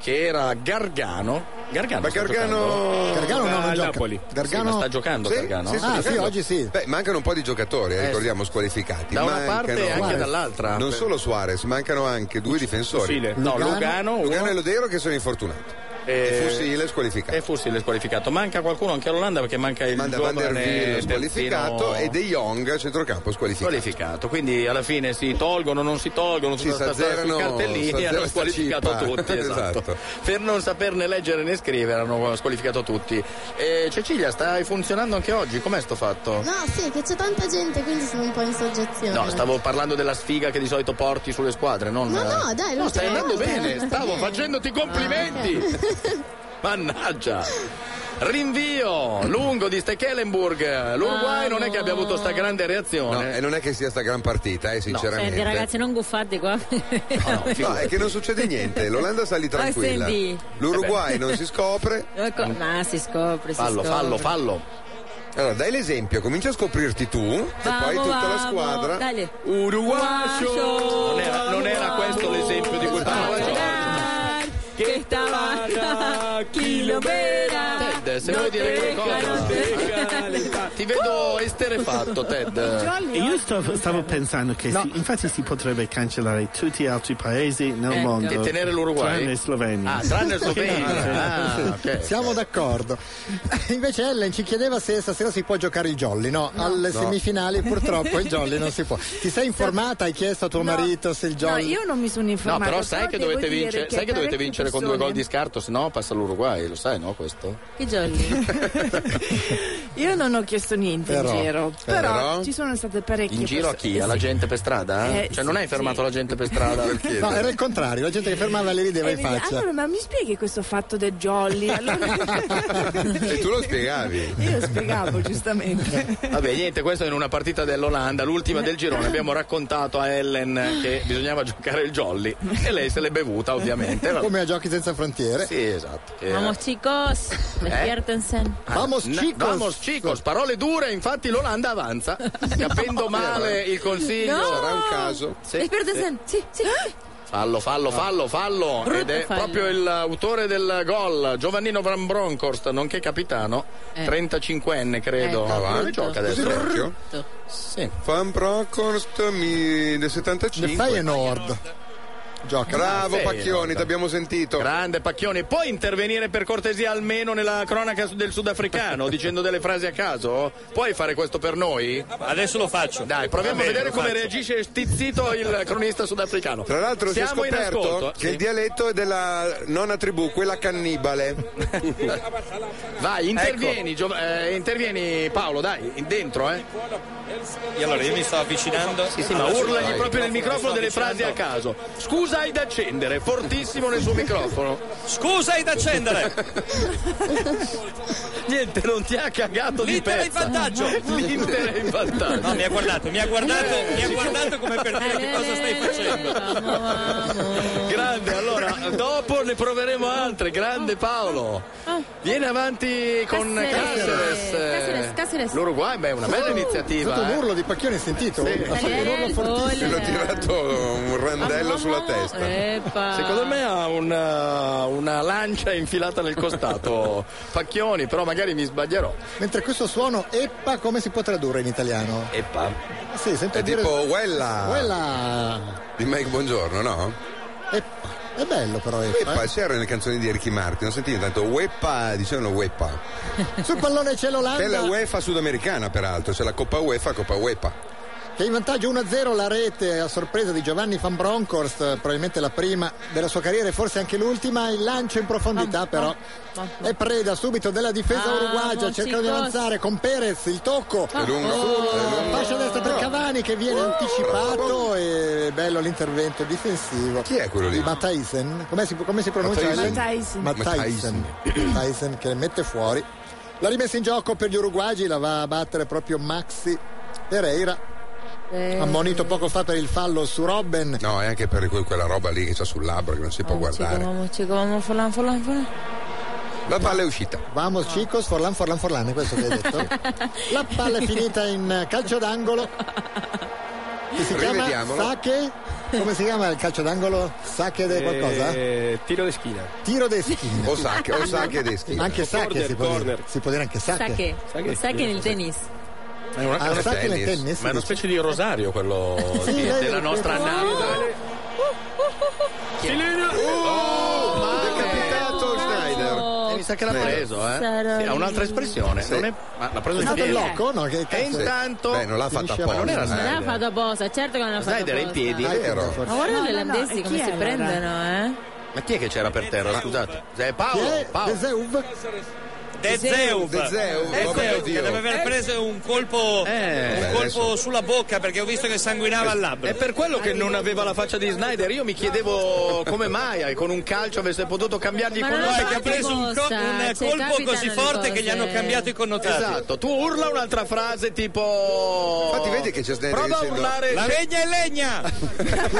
Speaker 3: che era Gargano. Gargano.
Speaker 2: Ma
Speaker 3: sta
Speaker 2: Gargano.
Speaker 3: giocando?
Speaker 1: Ah,
Speaker 2: Al
Speaker 3: Napoli.
Speaker 2: Gargano
Speaker 3: Sì, ma sta giocando
Speaker 2: Sì?
Speaker 3: Gargano?
Speaker 2: Sì,
Speaker 4: Ah,
Speaker 2: sta giocando. Beh, mancano un po' di giocatori, eh,
Speaker 3: Eh,
Speaker 2: ricordiamo, squalificati.
Speaker 3: Da una parte e
Speaker 2: Mancano-
Speaker 3: anche dall'altra.
Speaker 2: Non
Speaker 3: Per-
Speaker 2: solo Suarez, mancano anche due difensori.
Speaker 3: Fusile. No, Lugano. Lugano,
Speaker 2: Lugano
Speaker 3: uno.
Speaker 2: e Lodero che sono infortunati.
Speaker 3: Eh,
Speaker 2: E Fusile squalificato.
Speaker 3: E Fusile squalificato. Manca qualcuno anche all'Olanda perché manca il
Speaker 2: Manda Van
Speaker 3: giovane
Speaker 2: der Wiel squalificato
Speaker 3: terzino-
Speaker 2: e De Jong centrocampo squalificato.
Speaker 3: Squalificato, quindi alla fine si tolgono, non si tolgono,
Speaker 2: Sì,
Speaker 3: tutta sta storia sui
Speaker 2: s'azzerano-
Speaker 3: cartellini
Speaker 2: s'azzerano
Speaker 3: hanno squalificato
Speaker 2: sta cippa.
Speaker 3: tutti. Esatto.
Speaker 2: Esatto.
Speaker 3: Per non saperne leggere né scrivere hanno squalificato tutti. E Cecilia, stai funzionando anche oggi? Com'è sto fatto?
Speaker 10: No, sì, che c'è tanta gente, quindi sono un po' in soggezione.
Speaker 3: No, stavo parlando della sfiga che di solito porti sulle squadre, non.
Speaker 10: No, no, dai,
Speaker 3: No,
Speaker 10: l'ultima
Speaker 3: stai andando
Speaker 10: volta.
Speaker 3: bene, stavo facendoti i complimenti. Mannaggia! Rinvio lungo di Stekelenburg. L'Uruguay non è che abbia avuto sta grande
Speaker 2: No,
Speaker 3: reazione.
Speaker 2: e non è che sia sta gran partita, eh, sinceramente.
Speaker 12: Senti ragazzi, non guffate qua.
Speaker 2: No, è che non succede niente, l'Olanda sta lì tranquilla.
Speaker 12: Ah, senti.
Speaker 2: L'Uruguay
Speaker 12: Eh
Speaker 2: non si scopre.
Speaker 12: Ecco, Ma si scopre, si
Speaker 2: Fallo,
Speaker 12: scopre.
Speaker 2: fallo, fallo. Allora, dai l'esempio, comincia a scoprirti tu e
Speaker 12: Vamo,
Speaker 2: poi tutta la
Speaker 12: vamo,
Speaker 2: squadra.
Speaker 12: Dale.
Speaker 3: Uruguayo. Non era, non era questo l'esempio di cui parlavo.
Speaker 12: Que esta vaca kilomera
Speaker 3: Ted, se vuoi dire qualcosa. Ti vedo esterefatto, Ted.
Speaker 15: E io stavo, stavo pensando che si- infatti si potrebbe cancellare tutti gli altri paesi nel
Speaker 3: Ecco.
Speaker 15: mondo
Speaker 3: E tenere l'Uruguay?
Speaker 15: tranne Slovenia
Speaker 3: Ah, tranne Slovenia. Ah, ok.
Speaker 4: Siamo d'accordo. Invece Ellen ci chiedeva se stasera si può giocare il jolly. No, alle
Speaker 10: No.
Speaker 4: semifinali purtroppo il jolly non si può. Ti sei informata? Hai chiesto a tuo marito se il
Speaker 10: No,
Speaker 4: jolly.
Speaker 10: io non mi sono
Speaker 3: No,
Speaker 10: informata.
Speaker 3: però sai che
Speaker 10: devo
Speaker 3: dovete
Speaker 10: dire
Speaker 3: vincere,
Speaker 10: che
Speaker 3: sai che dovete
Speaker 10: parecchie
Speaker 3: vincere con due
Speaker 10: persone-
Speaker 3: gol di scarto, se no passa l'Uruguay, lo sai, no? Questo?
Speaker 12: Che jolly.
Speaker 10: Io non ho chiesto niente
Speaker 3: Però-
Speaker 10: in giro, però,
Speaker 3: però- Eh
Speaker 10: ci sono state parecchie
Speaker 3: In giro a
Speaker 10: persone-
Speaker 3: chi? Alla
Speaker 10: Sì.
Speaker 3: gente per strada?
Speaker 10: Eh,
Speaker 3: cioè, non hai fermato la gente per strada?
Speaker 4: No, era il contrario, la gente che fermava le rideva
Speaker 10: E
Speaker 4: in
Speaker 10: mi dice,
Speaker 4: faccia.
Speaker 10: Allora, ma mi spieghi questo fatto del jolly? Allora
Speaker 3: Cioè,
Speaker 2: E tu lo spiegavi.
Speaker 10: io spiegavo giustamente.
Speaker 3: Vabbè, niente, questo in una partita dell'Olanda, l'ultima del girone, abbiamo raccontato a Ellen che bisognava giocare il jolly e lei se l'è bevuta, ovviamente. Vabbè.
Speaker 4: Come a Giochi senza frontiere.
Speaker 3: Sì, esatto. che-
Speaker 12: Vamos chicos, despiértense.
Speaker 3: Eh? Ah, na- vamos chicos, parole dure, infatti l'Olanda avanza, capendo male il consiglio.
Speaker 12: No.
Speaker 3: Sarà un caso. Ah! Sì,
Speaker 12: Despiértense. Sì, sì.
Speaker 3: Fallo, fallo, fallo, fallo.
Speaker 12: Brutto
Speaker 3: Ed è
Speaker 12: fallo.
Speaker 3: proprio l'autore del gol, Giovannino Van Bronckhorst, nonché capitano,
Speaker 2: Eh.
Speaker 3: 35enne credo.
Speaker 2: Ecco,
Speaker 3: Non
Speaker 2: brutto.
Speaker 3: gioca adesso.
Speaker 2: Così vecchio?
Speaker 3: Sì.
Speaker 2: Fan Proconst mi... del 75.
Speaker 3: Del
Speaker 4: Feyenoord. Gioca.
Speaker 2: Bravo
Speaker 3: Sì,
Speaker 2: Pacchioni,
Speaker 3: guarda.
Speaker 2: ti abbiamo sentito.
Speaker 3: Grande Pacchioni, puoi intervenire per cortesia almeno nella cronaca su- del sudafricano dicendo delle frasi a caso? Puoi fare questo per noi? Adesso lo faccio. Dai, proviamo
Speaker 2: Va
Speaker 3: a
Speaker 2: bene,
Speaker 3: vedere
Speaker 2: lo
Speaker 3: come
Speaker 2: faccio.
Speaker 3: reagisce stizzito il cronista sudafricano.
Speaker 2: Tra l'altro
Speaker 3: siamo
Speaker 2: si è
Speaker 3: in
Speaker 2: scoperto
Speaker 3: ascolto.
Speaker 2: che
Speaker 3: Sì.
Speaker 2: il dialetto è della nona tribù, quella cannibale.
Speaker 3: Vai, intervieni, Giov- eh, intervieni Paolo, dai, in- dentro, eh.
Speaker 16: E allora io mi sto avvicinando.
Speaker 3: Sì, sì, ma urlagli proprio nel microfono delle frasi a caso. Scusa hai da accendere, fortissimo nel suo microfono.
Speaker 16: Scusa hai da accendere.
Speaker 3: Niente, non ti ha cagato di
Speaker 16: L'Inter è
Speaker 3: pezza.
Speaker 16: in vantaggio.
Speaker 3: L'Inter è in vantaggio.
Speaker 16: No, mi ha guardato, Esatto, mi ha guardato, mi ha guardato come per dire che cosa stai facendo.
Speaker 3: Grande, allora, dopo ne proveremo altre. Grande Paolo. Ah. Vieni avanti con
Speaker 12: Caceres.
Speaker 3: Caceres.
Speaker 12: Caceres, Caceres. Oh.
Speaker 3: L'Uruguay, beh, è una bella iniziativa.
Speaker 4: È stato un
Speaker 3: eh.
Speaker 4: urlo di Pacchioni, hai sentito? Ha fatto un urlo
Speaker 12: Daniele,
Speaker 4: fortissimo.
Speaker 2: L'ho tirato un
Speaker 12: Ah,
Speaker 2: randello sulla testa.
Speaker 12: Epa.
Speaker 3: Secondo me ha una, una lancia infilata nel costato. Pacchioni, però magari mi sbaglierò.
Speaker 4: Mentre questo suono eppa come si può tradurre in italiano?
Speaker 3: Eppa.
Speaker 4: Sì, sempre
Speaker 2: È
Speaker 4: dire
Speaker 2: tipo Wella.
Speaker 4: Wella.
Speaker 2: Di Mike Buongiorno, no?
Speaker 4: È bello però eppa. eh.
Speaker 2: Weppa, c'era nelle canzoni di Ricky Martin, non sentivo tanto Weppa, dicevano Weppa.
Speaker 4: eh. Sul pallone c'è l'Olanda.
Speaker 2: C'è la UEFA sudamericana, peraltro, c'è la Coppa UEFA, Coppa UEFA.
Speaker 4: Che in vantaggio 1-0 la rete a sorpresa di Giovanni Van Bronckhorst, probabilmente la prima della sua carriera e forse anche l'ultima. Il lancio in profondità però è preda subito della difesa
Speaker 23: Ah,
Speaker 4: uruguagia,
Speaker 23: non
Speaker 4: cercano
Speaker 23: si
Speaker 4: di
Speaker 23: cos- Ah.
Speaker 4: avanzare con Perez, il tocco.
Speaker 23: È lungo.
Speaker 4: Sulla fascia Oh. destra per Cavani che viene anticipato e bello l'intervento difensivo. Chi
Speaker 2: è quello lì?
Speaker 4: Di Mattaisen. Come si, come si pronuncia?
Speaker 2: Matthijsen.
Speaker 4: Mattaisen.
Speaker 2: Matthijsen.
Speaker 4: Mattaisen. Mattaisen che mette fuori. La rimessa in gioco per gli uruguagi, la va a battere proprio Maxi Pereira.
Speaker 12: Eh,
Speaker 4: Ammonito poco fa per il fallo su Robben. Ah,
Speaker 2: No, è anche per que- quella roba lì che c'ha sul labbro che non si può guardare.
Speaker 12: Vamos chicos, vamos forlan, forlan, forlan.
Speaker 2: La palla è uscita.
Speaker 4: Vamos chicos, Forlan, Forlan, Forlan, è questo che hai detto. La palla è finita in calcio d'angolo. Che si chiama
Speaker 1: Rivediamolo.
Speaker 4: Sake? Come si chiama il calcio d'angolo? Sake de qualcosa?
Speaker 1: Eh, tiro di schina.
Speaker 4: Tiro de schina.
Speaker 2: O sacche, o sacche deschi.
Speaker 4: Anche
Speaker 1: O
Speaker 4: sacche
Speaker 1: corner,
Speaker 4: si può, dire.
Speaker 1: corner.
Speaker 4: si può dire anche sacche.
Speaker 12: Saque. Saque nel tennis.
Speaker 3: È una,
Speaker 4: Ah,
Speaker 3: è una-
Speaker 4: sa che nel tennis,
Speaker 3: ma è una specie di rosario quello
Speaker 4: Sì,
Speaker 3: di-
Speaker 4: lei-
Speaker 3: della nostra
Speaker 4: Oh!
Speaker 3: Napoli.
Speaker 1: Sileno!
Speaker 2: ma Oh, è capitato Schneider.
Speaker 1: Oh.
Speaker 3: Eh, mi sa che l'ha
Speaker 2: Sì.
Speaker 3: preso, eh?
Speaker 2: Sarà
Speaker 3: Sì, ha un'altra espressione.
Speaker 2: Sì.
Speaker 3: Non è- ma l'ha preso
Speaker 2: È
Speaker 3: in
Speaker 2: stato il
Speaker 3: piedi.
Speaker 2: loco, no? Che
Speaker 3: E
Speaker 2: cazzo è?
Speaker 3: intanto.
Speaker 2: Beh, non l'ha fatta
Speaker 3: Ma non era
Speaker 2: apposta,
Speaker 12: Non l'ha
Speaker 3: Snyder.
Speaker 12: fatto apposta, certo che non l'ha fatto
Speaker 3: Snyder è in
Speaker 12: apposta.
Speaker 3: piedi. Vero.
Speaker 12: Ma guarda
Speaker 10: No,
Speaker 12: gli
Speaker 10: no, no,
Speaker 12: olandesi
Speaker 10: e
Speaker 12: come
Speaker 10: chi
Speaker 12: si
Speaker 10: è allora?
Speaker 12: prendono, eh?
Speaker 3: Ma chi è che c'era per terra? Scusate. Eh,
Speaker 4: Chi
Speaker 3: Paolo,
Speaker 4: è?
Speaker 3: Paolo.
Speaker 4: De Zeuv?
Speaker 16: De Zeuv.
Speaker 2: De Zeuv,
Speaker 16: De
Speaker 2: oh mio
Speaker 16: Zeuv,
Speaker 2: Dio.
Speaker 16: Eh, che deve
Speaker 3: Eh,
Speaker 16: aver preso un colpo, un
Speaker 3: Beh,
Speaker 16: colpo sulla bocca perché ho visto che sanguinava al labbro.
Speaker 3: Eh, È per quello che non aveva la faccia di Snyder. Io mi chiedevo come mai eh, con un calcio avesse potuto cambiargli
Speaker 12: Ma
Speaker 3: con
Speaker 12: non
Speaker 3: un
Speaker 12: lo
Speaker 16: Guarda che ha
Speaker 12: fate
Speaker 16: preso un, co-
Speaker 12: apposta,
Speaker 16: un eh,
Speaker 12: cioè,
Speaker 16: colpo
Speaker 12: capitano
Speaker 16: così
Speaker 12: le
Speaker 16: forte che gli hanno
Speaker 12: cose.
Speaker 16: cambiato i connotati.
Speaker 3: Esatto, tu urla un'altra frase tipo.
Speaker 2: Infatti vedi che c'è Snyder
Speaker 3: Prova a
Speaker 2: dicendo-
Speaker 3: urlare.
Speaker 16: La legna è legna!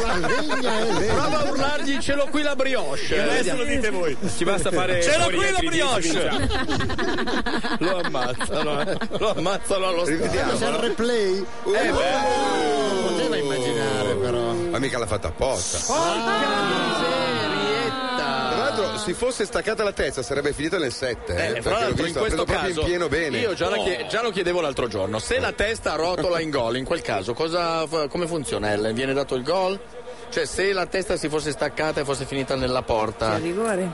Speaker 2: eh,
Speaker 3: Prova a urlargli ce l'ho qui la brioche.
Speaker 16: E adesso lo dite voi. Ci basta fare Ce l'ho fuori qui la altri dieci, brioche.
Speaker 3: lo ammazzano, eh. lo ammazzano allo
Speaker 2: Rivediamo.
Speaker 4: C'è il
Speaker 3: stadio.
Speaker 4: replay.
Speaker 2: Eh, beh.
Speaker 4: Poteva immaginare però.
Speaker 2: Ma mica l'ha fatta apposta.
Speaker 4: Ah,
Speaker 3: Porca miserietta!
Speaker 2: Tra l'altro, si si fosse staccata la testa sarebbe finita nel 7.
Speaker 3: Eh, fra l'altro in questo caso
Speaker 2: proprio in pieno bene. Oh.
Speaker 3: io già, la
Speaker 2: No.
Speaker 3: chie- già lo chiedevo l'altro giorno, se la testa rotola in gol in quel caso cosa fa- come funziona? Ellen? Viene dato il gol? Cioè se la testa si fosse staccata e fosse finita nella porta
Speaker 24: C'è rigore?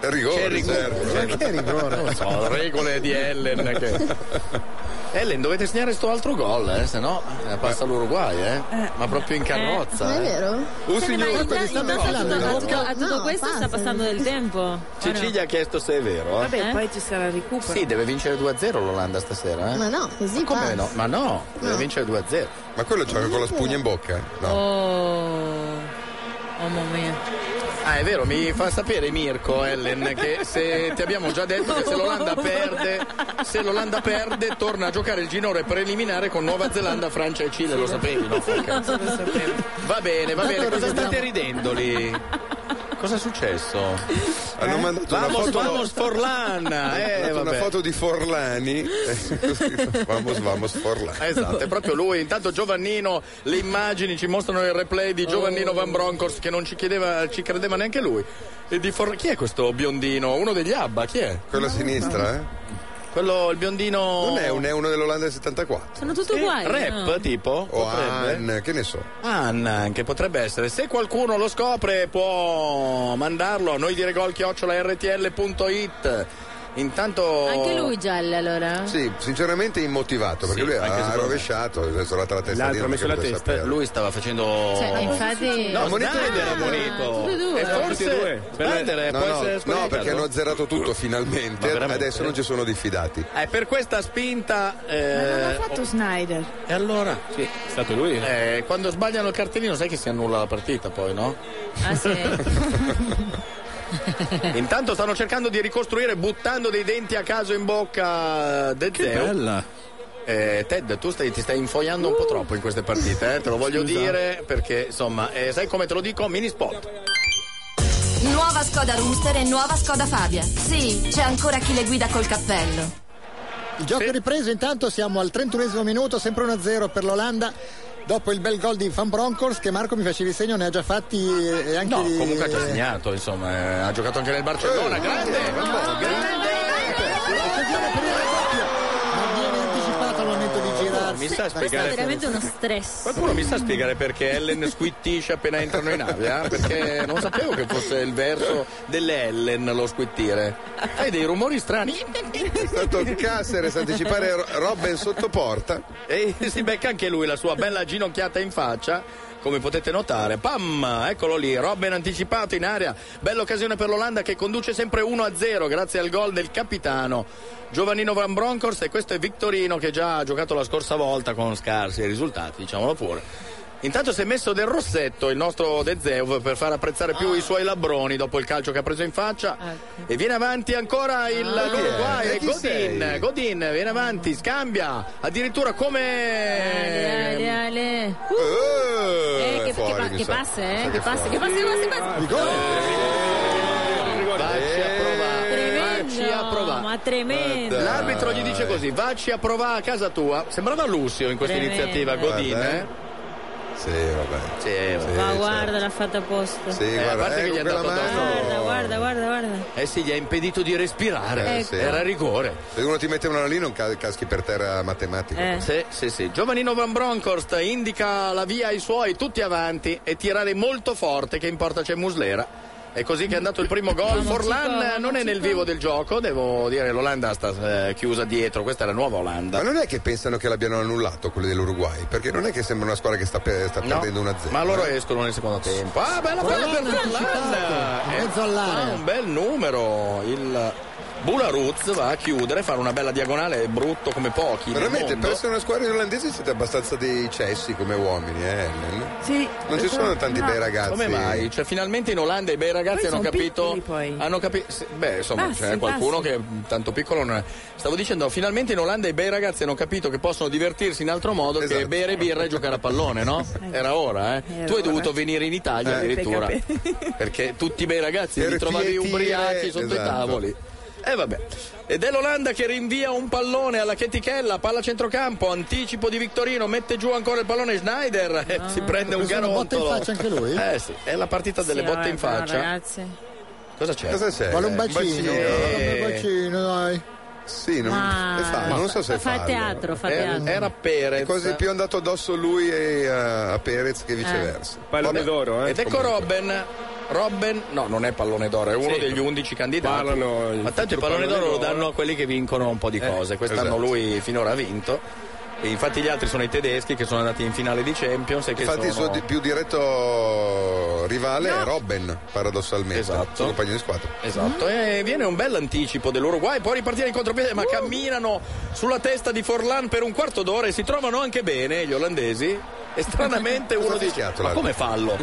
Speaker 3: C'è rigore. certo,
Speaker 4: Che rigore?
Speaker 3: Non lo so, regole di Ellen che- Ellen dovete segnare sto altro gol, eh, se no eh, passa l'Uruguay, eh. Ma proprio in carrozza.
Speaker 25: Non è
Speaker 3: eh.
Speaker 25: vero?
Speaker 3: Un
Speaker 25: Senti, ma
Speaker 3: signore
Speaker 25: in-
Speaker 3: che gli
Speaker 25: in-
Speaker 3: sta
Speaker 25: intanto
Speaker 3: mettendo
Speaker 25: tutto-
Speaker 3: in
Speaker 25: a
Speaker 3: bocca.
Speaker 25: tutto-
Speaker 12: A tutto
Speaker 25: No,
Speaker 12: questo sta
Speaker 25: passa.
Speaker 12: passando del tempo. o no?
Speaker 3: Cecilia ha chiesto se è vero. eh.
Speaker 24: Vabbè, poi ci sarà il recupero.
Speaker 3: Ah, Sì, deve vincere 2-0 l'Olanda stasera, eh?
Speaker 25: Ma no, così
Speaker 3: Come
Speaker 12: ah.
Speaker 25: passa.
Speaker 3: no? Ma no, deve vincere 2-0.
Speaker 2: Ma quello gioca con la spugna in bocca? eh?
Speaker 12: Oh, mamma mia.
Speaker 3: Ah, è vero, mi fa sapere Mirko, Ellen, che se ti abbiamo già detto che se l'Olanda perde, se l'Olanda perde, torna a giocare il ginore preliminare con Nuova Zelanda, Francia e Cile, lo sapevi, no? Focca? Va bene, va bene, cosa state ridendo lì? Cosa è successo?
Speaker 2: Hanno mandato una
Speaker 3: Eh? Vamos,
Speaker 2: foto-
Speaker 3: vamos, Forlan! Eh,
Speaker 2: una
Speaker 3: vabbè.
Speaker 2: foto di Forlani. vamos, vamos, Forlani.
Speaker 3: Esatto, è proprio lui. Intanto Giovannino, le immagini ci mostrano il replay di Giovannino Van Bronckhorst che non ci, chiedeva, ci credeva neanche lui. E di For- Chi è questo biondino? Uno degli Abba, chi è?
Speaker 2: Quello a sinistra, eh?
Speaker 3: Quello, il biondino...
Speaker 2: Non è un è uno dell'Olanda del 74.
Speaker 12: Sono
Speaker 3: Eh,
Speaker 12: tutti uguali.
Speaker 3: Rap,
Speaker 12: no?
Speaker 3: tipo?
Speaker 2: O
Speaker 3: Potrebbe?
Speaker 2: Ann, che ne so.
Speaker 3: Anna anche potrebbe essere. Se qualcuno lo scopre può mandarlo a noi dire gol chiocciola rtl.it. Intanto...
Speaker 12: Anche lui giallo allora.
Speaker 2: Sì, sinceramente immotivato, perché
Speaker 3: Sì,
Speaker 2: lui
Speaker 3: anche
Speaker 2: ha
Speaker 3: secondo me.
Speaker 2: rovesciato, si è solata la testa
Speaker 3: L'altro ha messo la testa. Lui stava facendo...
Speaker 12: Cioè, infatti-
Speaker 3: No,
Speaker 12: Ah,
Speaker 3: Snyder era bonito.
Speaker 12: tutti e due.
Speaker 3: E forse...
Speaker 12: Tutti e
Speaker 2: due.
Speaker 3: Snyder è-
Speaker 2: Eh, No,
Speaker 3: può
Speaker 2: no,
Speaker 3: essere
Speaker 2: no,
Speaker 3: squalificato?
Speaker 2: perché hanno azzerato tutto finalmente. Adesso non ci sono diffidati.
Speaker 3: Eh, per questa spinta... eh,
Speaker 24: Ma non l'ha fatto Snyder.
Speaker 3: E allora? Sì, è stato lui. quando sbagliano il cartellino sai che si annulla la partita poi, no?
Speaker 12: Ah, sì.
Speaker 3: Intanto stanno cercando di ricostruire buttando dei denti a caso in bocca De Zeo.
Speaker 26: bella.
Speaker 3: Eh, Ted, tu stai- ti stai infoiando un po' troppo in queste partite, eh, te lo voglio
Speaker 21: Scusa.
Speaker 3: dire perché insomma, eh, sai come te lo dico? Mini spot.
Speaker 21: Nuova Skoda Rooster e nuova Skoda Fabia. Sì, c'è ancora chi le guida col cappello.
Speaker 4: Il gioco è ripreso, intanto siamo al 31 minuto, sempre 1-0 per l'Olanda. Dopo il bel gol di Van Bronckhorst, che Marco mi facevi segno, ne ha già fatti eh, e anche
Speaker 3: No,
Speaker 4: di-
Speaker 3: comunque ha già segnato, insomma, eh, ha giocato anche nel Barcellona, grande!
Speaker 4: anticipato al momento di girarsi.
Speaker 3: Mi sa
Speaker 12: Questo è
Speaker 3: spiegare
Speaker 12: veramente uno stress.
Speaker 3: Qualcuno mi sa spiegare perché Ellen squittisce appena entrano in aria? Perché non sapevo che fosse il verso delle Ellen lo squittire. Hai dei rumori strani. È
Speaker 2: stato Caceres a anticipare Ro- Robben sotto porta.
Speaker 3: E si becca anche lui la sua bella ginocchiata in faccia. Come potete notare, pam, eccolo lì, Robben anticipato in aria, bella occasione per l'Olanda che conduce sempre 1-0 grazie al gol del capitano Giovannino Van Bronckhorst e questo è Victorino che già ha giocato la scorsa volta con scarsi risultati, diciamolo pure. Intanto si è messo del rossetto il nostro De Zeuv per far apprezzare più i suoi labbroni dopo il calcio che ha preso in faccia e viene avanti ancora il l'Uruguay,
Speaker 2: E Ah, chi
Speaker 3: Godin,
Speaker 2: sei?
Speaker 3: Eh, Godin viene avanti, scambia, addirittura come...
Speaker 12: Ale, ale. Uh. Eh, che, che
Speaker 3: fuori,
Speaker 12: pa-
Speaker 3: mi
Speaker 12: che
Speaker 3: sa. Mi
Speaker 12: passa,
Speaker 3: sa
Speaker 12: eh?
Speaker 3: che
Speaker 12: Che passa,
Speaker 3: fuori.
Speaker 12: che passa, che passa, che passa.
Speaker 3: Vacci
Speaker 12: Eh,
Speaker 3: a provare, vacci a provare.
Speaker 12: Ma tremendo.
Speaker 3: L'arbitro gli dice così, vacci a provare a casa tua. Sembrava Lucio in questa
Speaker 12: Tremendo.
Speaker 3: iniziativa, Godin,
Speaker 2: Vabbè.
Speaker 3: eh?
Speaker 2: Sì, vabbè.
Speaker 3: Sì, vabbè.
Speaker 12: Ma guarda, l'ha fatta apposta.
Speaker 2: Sì,
Speaker 3: Eh, a
Speaker 2: guarda,
Speaker 3: parte che
Speaker 2: ecco
Speaker 3: gli ha
Speaker 2: quella
Speaker 3: dato addosso.
Speaker 12: Guarda, guarda, guarda, guarda.
Speaker 3: Eh sì, gli ha impedito di respirare.
Speaker 12: Ecco.
Speaker 3: Era rigore.
Speaker 2: Eh. Se uno ti mette una lì non ca- caschi per terra matematica.
Speaker 12: Eh.
Speaker 3: Sì, sì, sì. Giovanino Van Bronckhorst indica la via ai suoi, tutti avanti, e tirare molto forte, che in porta c'è Muslera. È così che è andato il primo gol.
Speaker 1: Vamos,
Speaker 3: Forlan
Speaker 1: Zico, vamos,
Speaker 3: non è nel vivo del gioco, devo dire, l'Olanda sta eh, chiusa dietro, questa è la nuova Olanda.
Speaker 2: Ma non è che pensano che l'abbiano annullato quelli dell'Uruguay, perché non è che sembra una squadra che sta, per- sta perdendo una 0
Speaker 3: Ma loro escono nel secondo tempo. Ah, bella
Speaker 2: Forlan
Speaker 3: palla per Forlan!
Speaker 2: anticipato,
Speaker 3: Eh,
Speaker 2: mezzo all'area.
Speaker 3: ah, un bel numero. Il Bularuz va a chiudere, fare una bella diagonale, è brutto come pochi. nel
Speaker 2: Veramente,
Speaker 3: mondo.
Speaker 2: per essere una squadra irlandese siete abbastanza dei cessi come uomini, eh? Ellen?
Speaker 24: Sì.
Speaker 2: Non
Speaker 12: eh,
Speaker 2: ci sono tanti bei ragazzi.
Speaker 3: Come mai? Cioè, finalmente in Olanda i bei
Speaker 24: Poi
Speaker 3: ragazzi hanno
Speaker 24: sono
Speaker 3: capito.
Speaker 24: piccoli, poi.
Speaker 3: Hanno capito. sì, Beh, insomma,
Speaker 24: Bassi,
Speaker 3: c'è qualcuno
Speaker 24: bassi.
Speaker 3: che mh, tanto piccolo non è. Stavo dicendo, finalmente in Olanda i bei ragazzi hanno capito che possono divertirsi in altro modo
Speaker 2: Esatto.
Speaker 3: che bere birra e giocare a pallone, no? Era ora, eh?
Speaker 1: Era
Speaker 3: tu hai
Speaker 1: ora.
Speaker 3: dovuto venire in Italia
Speaker 1: Eh.
Speaker 3: addirittura.
Speaker 1: Per
Speaker 3: Perché tutti i bei ragazzi
Speaker 1: Per
Speaker 3: li trovavi
Speaker 1: pietire,
Speaker 3: ubriachi sotto i
Speaker 1: esatto.
Speaker 3: tavoli. E vabbè. Ed è l'Olanda che rinvia un pallone alla Chetichella, palla centrocampo, anticipo di Victorino, mette giù ancora il pallone Schneider, e si prende un
Speaker 4: Ha preso una botta in
Speaker 3: garottolo.
Speaker 4: faccia anche lui?
Speaker 3: Eh sì, è la partita delle
Speaker 12: Sì,
Speaker 3: botte in
Speaker 12: vabbè, però,
Speaker 3: faccia.
Speaker 12: Ragazzi.
Speaker 3: Cosa c'è?
Speaker 2: Cosa c'è?
Speaker 4: Vuole un bacino.
Speaker 2: Eh.
Speaker 4: Un bacino, dai.
Speaker 2: Sì, non,
Speaker 12: Ah,
Speaker 2: che fa? non so se
Speaker 12: fa
Speaker 2: farlo.
Speaker 12: teatro, fa
Speaker 2: Era-
Speaker 12: teatro.
Speaker 2: era Perez. Cose più è andato addosso lui e eh, a Perez
Speaker 12: Eh.
Speaker 2: che viceversa. Vabbè.
Speaker 3: Ed ecco Robben. Robben, no, non è pallone d'oro, è uno
Speaker 2: Sì.
Speaker 3: degli undici candidati.
Speaker 1: Parlano il
Speaker 3: Ma tanto
Speaker 1: futuro
Speaker 3: il pallone d'oro
Speaker 1: pallone
Speaker 3: lo
Speaker 1: d'oro.
Speaker 3: danno a quelli che vincono un po' di
Speaker 1: Eh,
Speaker 3: cose. Quest'anno
Speaker 1: esatto.
Speaker 3: lui finora ha vinto. E infatti gli altri sono i tedeschi che sono andati in finale di Champions e che
Speaker 2: Infatti il suo
Speaker 3: sono...
Speaker 2: di- più diretto rivale è Robben, paradossalmente.
Speaker 3: Esatto.
Speaker 2: Suo compagno di squadra.
Speaker 3: Esatto, e viene un bel anticipo dell'Uruguay, può ripartire in contropiede, ma camminano sulla testa di Forlan per un quarto d'ora e si trovano anche bene gli olandesi. E stranamente
Speaker 2: Cosa
Speaker 3: uno
Speaker 2: ha
Speaker 3: dice:
Speaker 2: fischiato
Speaker 3: Ma come
Speaker 2: l'arbitro?"
Speaker 3: fallo?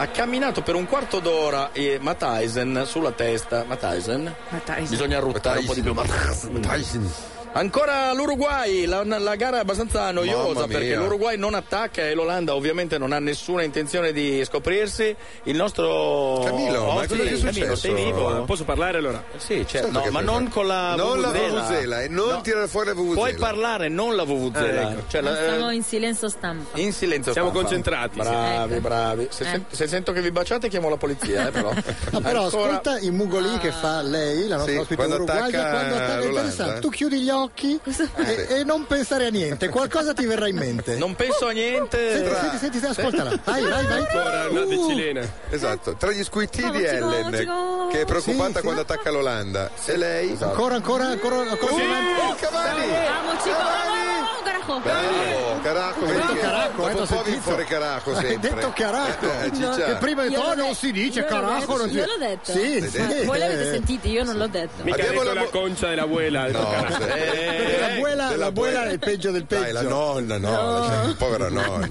Speaker 3: Ha camminato per un quarto d'ora e Matthijsen sulla testa. Matthijsen?
Speaker 27: Matthijsen.
Speaker 3: Bisogna arruttare un po' di più. Matthijsen. Ancora l'Uruguay, la, la gara è abbastanza noiosa
Speaker 2: Mamma mia.
Speaker 3: perché l'Uruguay non attacca e l'Olanda ovviamente non ha nessuna intenzione di scoprirsi. Il nostro
Speaker 2: Camillo, ma
Speaker 3: ospite-
Speaker 2: cosa ti è
Speaker 3: Camillo, sei
Speaker 2: successo?
Speaker 3: vivo?
Speaker 1: Posso parlare allora?
Speaker 3: Sì, certo.
Speaker 2: Certo
Speaker 3: No,
Speaker 2: che
Speaker 3: ma
Speaker 2: puoi
Speaker 3: non
Speaker 2: fare.
Speaker 3: con la
Speaker 2: Non la
Speaker 3: vuvuzela.
Speaker 2: vuvuzela, e non
Speaker 3: No.
Speaker 2: tirare fuori la vuvuzela.
Speaker 3: Puoi parlare, non la vuvuzela.
Speaker 1: Ah, ecco.
Speaker 3: Cioè, la- eh,
Speaker 12: Siamo in silenzio stampa.
Speaker 3: in silenzio.
Speaker 1: Siamo
Speaker 3: stampa.
Speaker 1: concentrati, sì.
Speaker 3: Bravi,
Speaker 4: Ecco.
Speaker 3: bravi. Se,
Speaker 12: Eh.
Speaker 3: sen- se sento che vi baciate, chiamo la polizia, eh, però.
Speaker 4: No, però
Speaker 3: Ancora-
Speaker 4: ascolta i mugolini che fa lei, la nostra
Speaker 3: Sì,
Speaker 4: ospite
Speaker 3: quando
Speaker 4: uruguaya,
Speaker 3: attacca
Speaker 4: quando attacca
Speaker 3: l'Olanda.
Speaker 4: interessante. Tu chiudi gli occhi e, e non pensare a niente, qualcosa ti verrà in mente.
Speaker 3: Non penso a niente.
Speaker 4: Senti, senti, senti, senti, ascoltala. Vai, vai, vai. Uh.
Speaker 2: Esatto, tra gli squittii di
Speaker 4: Vamos,
Speaker 2: Ellen,
Speaker 4: vamos.
Speaker 2: che è preoccupata
Speaker 4: Sì, sì. Esatto.
Speaker 2: quando attacca l'Olanda. E lei?
Speaker 4: Ancora, ancora, ancora, ancora.
Speaker 2: Esatto. Oh, Cavani!
Speaker 12: Vamos, chico, vamos, carajo.
Speaker 2: Bravo, Caraco,
Speaker 4: Hai
Speaker 2: vedi
Speaker 4: detto
Speaker 2: che
Speaker 4: Caraco,
Speaker 2: dopo
Speaker 4: eh, t'ho
Speaker 2: un po' viene
Speaker 4: sentito.
Speaker 2: fuori Caraco sempre.
Speaker 4: Hai detto Caraco.
Speaker 2: Eh, eh,
Speaker 4: No,
Speaker 2: Ciccia.
Speaker 4: che prima di
Speaker 12: Io
Speaker 4: no
Speaker 12: l'ho
Speaker 4: non
Speaker 12: detto,
Speaker 4: si dice
Speaker 12: io l'ho
Speaker 4: Caraco,
Speaker 12: detto,
Speaker 4: non si-
Speaker 12: Io l'ho detto.
Speaker 4: Sì, sì.
Speaker 12: Ma Voi l'avete
Speaker 4: Eh.
Speaker 12: sentito, io non l'ho detto.
Speaker 1: Mica
Speaker 2: Abbiamo
Speaker 1: Abbiamo la,
Speaker 2: la mo-
Speaker 1: concia dell'abuela.
Speaker 2: No, eh,
Speaker 3: Eh.
Speaker 4: Perché la buela, la buela è il peggio del peggio.
Speaker 2: Dai, la nonna, no, la povera nonna.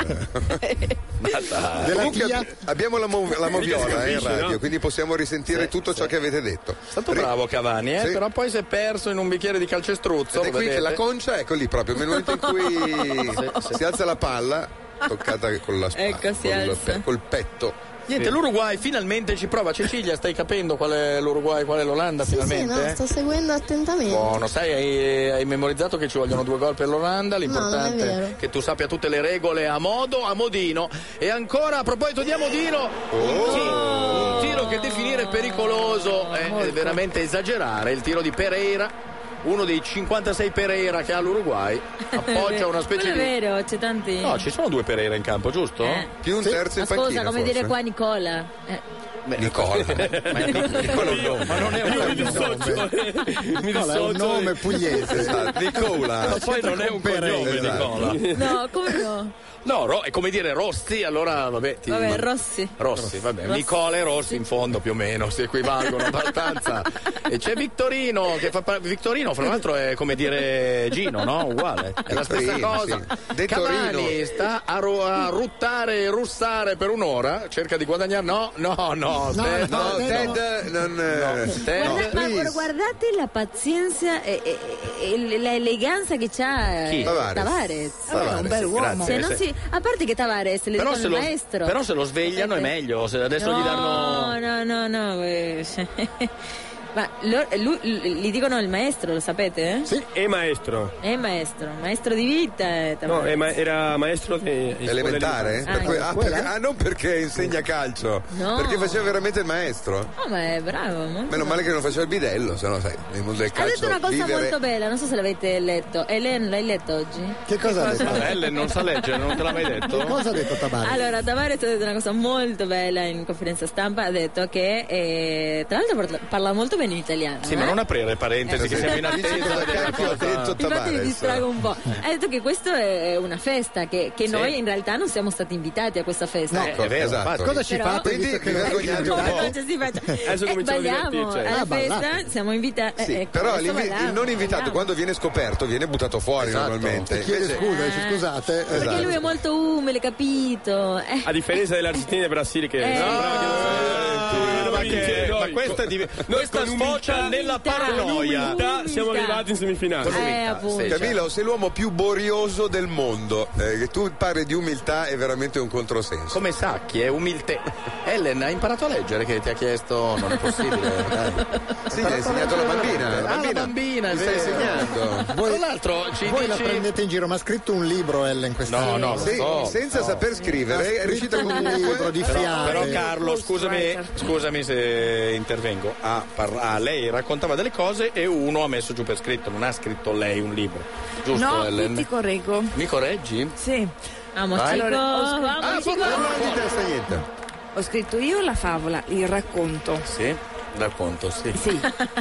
Speaker 4: Della
Speaker 2: Comunque
Speaker 4: tia.
Speaker 2: ab- abbiamo la, mo-
Speaker 3: Mica
Speaker 2: la
Speaker 3: si
Speaker 2: moviola eh, in
Speaker 3: capisce,
Speaker 2: radio,
Speaker 3: no?
Speaker 2: quindi possiamo risentire
Speaker 3: Sì,
Speaker 2: tutto ciò che avete detto.
Speaker 3: È stato bravo Cavani, eh?
Speaker 2: Sì.
Speaker 3: però poi si è perso in un bicchiere di calcestruzzo.
Speaker 2: Ed è
Speaker 3: lo
Speaker 2: qui che
Speaker 3: vedete?
Speaker 2: la concia, ecco lì proprio, nel momento in cui
Speaker 3: Sì, sì.
Speaker 2: si alza la palla, toccata con la spalla,
Speaker 12: Ecco, si
Speaker 2: col,
Speaker 12: alza.
Speaker 2: pe- col petto.
Speaker 3: Niente, l'Uruguay finalmente ci prova. Cecilia, stai capendo qual è l'Uruguay, qual è l'Olanda
Speaker 10: Sì, sì,
Speaker 3: finalmente?
Speaker 10: no,
Speaker 3: eh?
Speaker 10: sto seguendo attentamente.
Speaker 3: Buono, sai, hai, hai memorizzato che ci vogliono due gol per l'Olanda. L'importante
Speaker 10: No, non è
Speaker 3: è
Speaker 10: vero.
Speaker 3: che tu sappia tutte le regole a modo, a modino. E ancora a proposito di Amodino,
Speaker 2: Oh!
Speaker 3: un, ti- un tiro che definire pericoloso eh, è, è veramente esagerare. Il tiro di Pereira, uno dei 56 Pereira che ha l'Uruguay, appoggia una specie
Speaker 12: Quello
Speaker 3: di.
Speaker 12: è vero, c'è tanti.
Speaker 3: No, ci sono due Pereira in campo, giusto?
Speaker 12: Eh.
Speaker 2: Più un terzo
Speaker 12: Ma
Speaker 2: in
Speaker 12: scusa,
Speaker 2: panchina
Speaker 12: come
Speaker 2: forse.
Speaker 12: dire qua Nicola. Eh,
Speaker 2: Nicola.
Speaker 3: Ma non è un
Speaker 1: Mi
Speaker 4: Nicola è
Speaker 1: dissocio.
Speaker 4: un nome pugliese.
Speaker 2: Esatto, Nicola.
Speaker 3: Ma poi non è un cognome,
Speaker 2: Esatto.
Speaker 3: Nicola.
Speaker 12: No, come no?
Speaker 3: No, ro- è come dire Rossi, allora vabbè. Ti...
Speaker 12: Vabbè, Rossi.
Speaker 3: Rossi, vabbè,
Speaker 12: Rossi.
Speaker 3: Nicola e Rossi in fondo più o meno si equivalgono abbastanza. e c'è Vittorino che fa par- Vittorino, fra l'altro, è come dire Gino, no? Uguale, è la stessa
Speaker 2: Vittorino,
Speaker 3: cosa.
Speaker 2: sì. Dettorino.
Speaker 3: Cavani sta a, ru- a ruttare e russare per un'ora, cerca di guadagnare. No, no, no, Ted,
Speaker 2: No, Ted non... eh,
Speaker 3: Ted-
Speaker 12: Guarda- ma guarda- guardate la pazienza e, e- e la eleganza che c'ha
Speaker 3: Chi?
Speaker 12: eh,
Speaker 3: Tavares.
Speaker 12: Tavares.
Speaker 3: Tavares,
Speaker 12: È un bel uomo.
Speaker 3: grazie.
Speaker 12: Se non si- a parte che Tavares le
Speaker 3: Però
Speaker 12: dicono
Speaker 3: se,
Speaker 12: il
Speaker 3: lo,
Speaker 12: maestro.
Speaker 3: però se lo svegliano è meglio, se adesso
Speaker 12: no,
Speaker 3: gli danno.
Speaker 12: No, no, no. eh, Ma lo- lui- gli dicono il maestro, lo sapete? Eh?
Speaker 1: E maestro.
Speaker 12: È maestro, maestro di vita. eh,
Speaker 1: No,
Speaker 12: Tavares.
Speaker 1: è ma- era maestro di...
Speaker 2: Elementare?
Speaker 12: Ah,
Speaker 2: Per que- ah,
Speaker 12: quella?
Speaker 2: perché- ah, non perché insegna calcio,
Speaker 12: No.
Speaker 2: perché faceva veramente il maestro.
Speaker 12: No, Oh, ma è bravo. molto
Speaker 2: Meno
Speaker 12: bravo.
Speaker 2: male che non faceva il bidello, sennò sai, nel mondo del
Speaker 12: Ha
Speaker 2: calcio.
Speaker 12: detto una cosa
Speaker 2: vivere-
Speaker 12: molto bella, non so se l'avete letto. Elen, l'hai letto oggi?
Speaker 4: Che cosa ha detto?
Speaker 3: Ma Ellen non sa leggere, non te l'ha mai detto?
Speaker 4: Che cosa ha detto Tabari?
Speaker 12: Allora, Tavares ha detto una cosa molto bella in conferenza stampa, ha detto che eh, tra l'altro parla, parla molto bene l'italiano.
Speaker 3: Sì, ma non aprire le parentesi,
Speaker 2: Eh,
Speaker 3: che
Speaker 2: sì.
Speaker 3: siamo in
Speaker 2: Dici
Speaker 3: attesa
Speaker 2: cosa
Speaker 3: di una
Speaker 2: cacchio ha
Speaker 3: cosa.
Speaker 2: detto eh.
Speaker 12: Infatti mi
Speaker 2: Tavares.
Speaker 12: distrago un po'. Ha detto che questa è una festa, che, che
Speaker 3: Sì.
Speaker 12: noi in realtà non siamo stati invitati a questa festa.
Speaker 3: Ecco, è vero,
Speaker 2: esatto.
Speaker 3: infatti.
Speaker 4: Cosa ci
Speaker 12: Però-
Speaker 4: fate?
Speaker 2: Quindi
Speaker 4: visto che
Speaker 2: vi
Speaker 4: non-
Speaker 2: vergognate un
Speaker 12: Cosa
Speaker 2: po'.
Speaker 12: ci si faccia?
Speaker 1: Adesso
Speaker 12: Eh,
Speaker 1: cominciamo a
Speaker 12: balliamo
Speaker 1: divertirci.
Speaker 12: alla
Speaker 4: Ah, ballate.
Speaker 12: festa, siamo eh, invitati.
Speaker 2: Sì, però l'invi- il non invitato
Speaker 12: quando
Speaker 2: quando viene scoperto viene buttato fuori
Speaker 3: Esatto.
Speaker 2: normalmente.
Speaker 4: Ti chiede
Speaker 2: Invece-
Speaker 4: scusa, dice, scusate. eh,
Speaker 12: Perché
Speaker 2: Esatto.
Speaker 12: lui è molto umile, capito? Eh.
Speaker 1: A differenza dell'Argentina e del Brasile che...
Speaker 12: Eh.
Speaker 1: sembrava
Speaker 2: Ah,
Speaker 1: che-
Speaker 3: Ma che-
Speaker 1: Noi
Speaker 3: ma
Speaker 1: con-
Speaker 3: questa, è div- questa
Speaker 1: con umiltà-
Speaker 3: sfocia nella
Speaker 12: umiltà,
Speaker 3: paranoia.
Speaker 12: umiltà.
Speaker 1: Ah, Siamo arrivati in semifinale.
Speaker 12: Eh,
Speaker 3: umiltà,
Speaker 12: appunto.
Speaker 3: sì, certo.
Speaker 2: Camillo, sei l'uomo più borioso del mondo. eh, che tu parli di umiltà è veramente un controsenso.
Speaker 3: Come sacchi, è umiltà. Ellen, hai imparato a leggere che ti ha chiesto? Non è possibile. dai.
Speaker 2: Sì, gli hai insegnato la bambina.
Speaker 3: Ah,
Speaker 2: La bambina,
Speaker 3: la bambina, è
Speaker 2: mi stai
Speaker 3: vero.
Speaker 2: insegnando.
Speaker 4: Eh, Voi,
Speaker 3: Tra l'altro, ci
Speaker 4: voi la
Speaker 3: dici-
Speaker 4: prendete in giro, ma ha scritto un libro Ellen quest'anno.
Speaker 3: No, no,
Speaker 2: Sì,
Speaker 3: so,
Speaker 2: senza
Speaker 3: no.
Speaker 2: saper scrivere, è riuscito
Speaker 4: un
Speaker 2: comunque
Speaker 4: libro di
Speaker 3: Però,
Speaker 4: fiabe.
Speaker 3: però, Carlo, scusami, scusami se intervengo, ha parla- ah, lei raccontava delle cose e uno ha messo giù per scritto, non ha scritto lei un libro. Giusto,
Speaker 10: no, Ah,
Speaker 3: Ellen?
Speaker 10: ti correggo.
Speaker 3: Mi correggi?
Speaker 10: Sì.
Speaker 3: Vamos,
Speaker 10: Allora,
Speaker 3: chico,
Speaker 10: ho scritto-
Speaker 3: vamos, Ah, chico. proprio, non di testa
Speaker 2: niente.
Speaker 10: Ho scritto io la favola, il racconto.
Speaker 3: Sì, racconto, sì.
Speaker 10: Sì.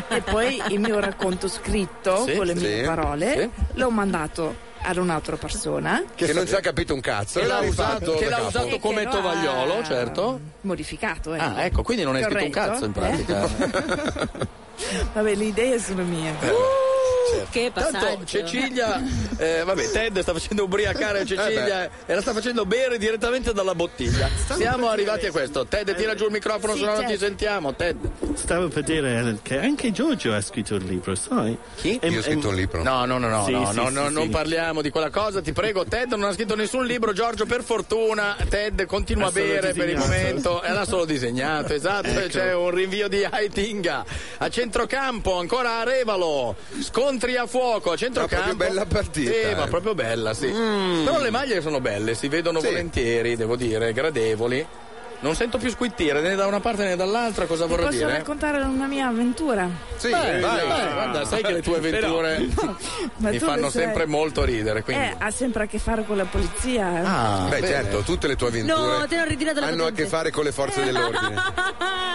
Speaker 10: e poi il mio racconto scritto
Speaker 3: Sì,
Speaker 10: con le
Speaker 3: sì,
Speaker 10: mie parole
Speaker 3: sì.
Speaker 10: l'ho mandato ad un'altra persona
Speaker 2: Che, non ci ha capito un cazzo.
Speaker 3: Che
Speaker 2: e
Speaker 3: l'ha
Speaker 2: rifatto
Speaker 3: usato, che
Speaker 2: da
Speaker 3: l'ha
Speaker 2: capo.
Speaker 3: usato come
Speaker 10: lo ha-
Speaker 3: tovagliolo, certo.
Speaker 10: modificato. eh.
Speaker 3: Ah, ecco, quindi non hai scritto un
Speaker 10: Corretto,
Speaker 3: cazzo in
Speaker 10: eh?
Speaker 3: pratica.
Speaker 10: Vabbè, le idee sono mie. Uh,
Speaker 12: che
Speaker 3: Eh, certo. Tanto Cecilia, eh, vabbè, Ted sta facendo ubriacare Cecilia
Speaker 1: Eh
Speaker 3: e la sta facendo bere direttamente dalla bottiglia. Siamo arrivati a questo. Ted, tira giù il microfono,
Speaker 1: Sì,
Speaker 3: se no non
Speaker 1: certo.
Speaker 3: ti sentiamo. Ted.
Speaker 15: Stavo per dire Ellen, che anche Giorgio ha scritto un libro, sai?
Speaker 3: Chi?
Speaker 15: Em-
Speaker 3: Io ho scritto
Speaker 15: em-
Speaker 3: un libro. No, no, no, no,
Speaker 15: Sì,
Speaker 3: no,
Speaker 15: sì,
Speaker 3: no,
Speaker 15: sì,
Speaker 3: no,
Speaker 15: sì.
Speaker 3: non parliamo di quella cosa, ti prego. Ted non ha scritto nessun libro, Giorgio, per fortuna. Ted continua
Speaker 15: Ha
Speaker 3: a
Speaker 15: solo
Speaker 3: bere per il
Speaker 15: disegnato.
Speaker 3: momento. Era solo disegnato, esatto.
Speaker 15: Ecco.
Speaker 3: C'è un rinvio di Haitinga. A centrocampo, ancora Arevalo. Scontri a fuoco, a centrocampo.
Speaker 2: Ma proprio bella partita,
Speaker 3: Sì, ma
Speaker 2: eh.
Speaker 3: proprio bella, sì.
Speaker 2: Mm.
Speaker 3: Però le maglie sono belle, si vedono
Speaker 2: Sì.
Speaker 3: volentieri, devo dire, gradevoli. Non sento più squittire né da una parte né dall'altra, cosa
Speaker 10: Ti
Speaker 3: vorrei
Speaker 10: posso
Speaker 3: dire?
Speaker 10: raccontare una mia avventura?
Speaker 3: Sì, vai, vai, guarda, sai che le tue avventure
Speaker 10: Ma
Speaker 3: mi
Speaker 10: tu
Speaker 3: fanno
Speaker 10: lo sai.
Speaker 3: sempre molto ridere, quindi.
Speaker 10: Eh, ha sempre a che fare con la polizia. eh.
Speaker 2: Ah, beh,
Speaker 3: bene.
Speaker 2: certo, tutte le tue avventure
Speaker 10: No, te l'ho ritirata la
Speaker 2: hanno a che fare con le forze dell'ordine.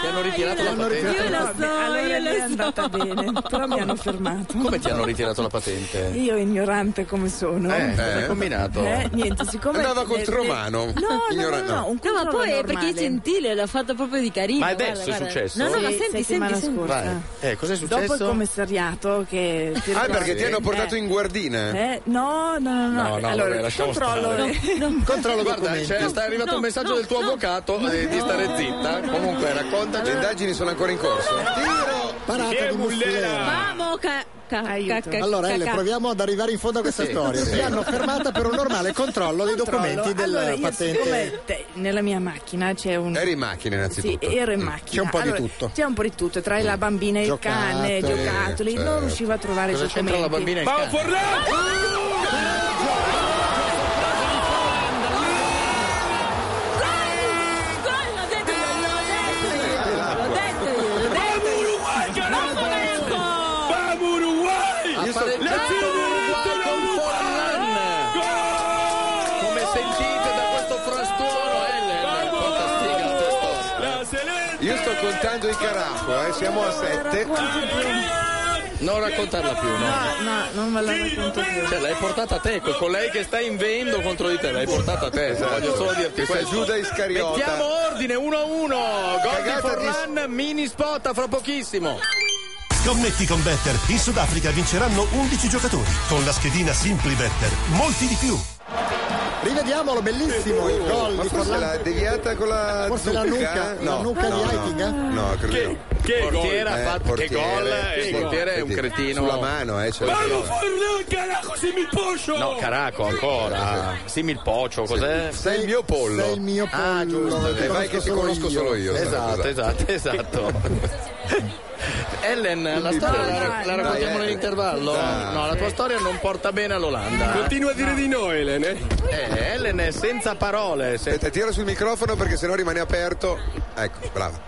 Speaker 3: Ti hanno ritirato la
Speaker 10: Io
Speaker 3: patente?
Speaker 10: lo so, allora io è andata bene, però mi hanno fermato.
Speaker 3: Come ti hanno ritirato la patente?
Speaker 10: Io ignorante come sono.
Speaker 3: Eh, cosa hai combinato?
Speaker 10: Eh, niente, siccome
Speaker 2: Andava
Speaker 10: le-
Speaker 2: contro
Speaker 10: le-
Speaker 2: mano.
Speaker 10: No, no, no,
Speaker 2: Ignorante.
Speaker 10: no, un
Speaker 12: No, ma
Speaker 10: controllo
Speaker 12: poi è perché è
Speaker 10: normale.
Speaker 12: gentile, l'ha fatto proprio di carino.
Speaker 3: Ma adesso
Speaker 12: guarda,
Speaker 3: è
Speaker 12: guarda.
Speaker 3: successo?
Speaker 12: No, no, ma
Speaker 10: Sì,
Speaker 12: senti,
Speaker 10: settimana
Speaker 12: senti, senti.
Speaker 10: scorsa.
Speaker 3: Vai. Eh, cos'è
Speaker 10: Dopo il
Speaker 3: successo?
Speaker 10: commissariato che ti
Speaker 2: Ah,
Speaker 10: ricordi?
Speaker 2: perché ti hanno portato
Speaker 10: Eh,
Speaker 2: in guardina.
Speaker 10: eh, no, no, no, no,
Speaker 3: No, no,
Speaker 10: allora
Speaker 3: vabbè, lasciamo
Speaker 10: controllo
Speaker 3: stare.
Speaker 2: Controllo
Speaker 3: Guarda, c'è- sta arrivato un messaggio del tuo avvocato eh, di stare zitta. Comunque, raccontaci.
Speaker 2: Le indagini sono ancora in corso.
Speaker 4: Tiro! Parata di Muffilera.
Speaker 12: Vamo, ca- ca- ca- ca-
Speaker 4: Allora, Elle,
Speaker 12: ca-
Speaker 4: proviamo ad arrivare in fondo a questa
Speaker 12: Sì,
Speaker 4: storia.
Speaker 12: sì.
Speaker 4: Ti hanno fermata per un normale controllo dei documenti della
Speaker 10: allora, io,
Speaker 4: patente.
Speaker 10: siccome te- nella mia macchina c'è un
Speaker 2: Eri in macchina
Speaker 10: Sì,
Speaker 2: innanzitutto.
Speaker 10: ero in
Speaker 2: Mm.
Speaker 10: macchina. Allora, C'è un po' di tutto, tra la bambina e il cane,
Speaker 2: Giocattoli,
Speaker 10: giocattoli,
Speaker 2: certo.
Speaker 10: non riuscivo a trovare
Speaker 2: Cosa c'entra
Speaker 10: giocattoli.
Speaker 2: la bambina e il Paolo cane?
Speaker 3: Ha pareggiato l'Uruguay con Forlan. Come sentite da questo frastuono, Ellen? Porta sfiga al frastuono.
Speaker 2: Io sto contando i caracco, eh, siamo a sette.
Speaker 3: Non raccontarla più, no.
Speaker 10: No, non me la racconto più.
Speaker 3: Cioè, l'hai portata a te, que- con lei che sta invendo contro di te, l'hai portata a te,
Speaker 2: Esatto.
Speaker 3: voglio solo dirti
Speaker 2: Questa è
Speaker 3: questo.
Speaker 2: Giuda Iscariota.
Speaker 3: Mettiamo ordine, 1-1, Oh, gol di
Speaker 2: Cagata di-
Speaker 3: Forlan, mini spot fra pochissimo.
Speaker 13: Scommetti con Better, in Sudafrica vinceranno 11 giocatori. Con la schedina Simply Better, molti di più.
Speaker 4: Rivediamolo, bellissimo il gol
Speaker 2: Ma
Speaker 4: di
Speaker 2: forse
Speaker 4: Forlan.
Speaker 2: l'ha deviata con la
Speaker 4: Forse la nuca,
Speaker 2: no,
Speaker 4: la nuca
Speaker 2: no,
Speaker 4: di
Speaker 2: no.
Speaker 4: Haitinga?
Speaker 2: No, credo di no.
Speaker 3: Che portiere
Speaker 2: Eh,
Speaker 3: ha fatto che gol, eh, il
Speaker 2: sì.
Speaker 3: portiere è un
Speaker 2: Vedi,
Speaker 3: cretino.
Speaker 2: Sulla mano, eh, ce l'ha.
Speaker 28: Forlan, carajo, se mi poscio!
Speaker 3: No, caraco ancora. Simil pocio, cos'è?
Speaker 2: Sei il mio pollo.
Speaker 4: Sei il mio pollo.
Speaker 3: Ah, giusto.
Speaker 2: Eh, vai che ti conosco solo io.
Speaker 3: Esatto, esatto, esatto. Ellen, la storia la, ra- la raccontiamo
Speaker 2: Dai,
Speaker 3: nell'intervallo?
Speaker 2: Dai.
Speaker 3: No, la tua storia non porta bene all'Olanda.
Speaker 1: Continua a dire di no, Elena.
Speaker 3: Eh, Ellen è senza parole. se-
Speaker 2: Aspetta, tira sul microfono perché sennò rimane aperto. Ecco, brava.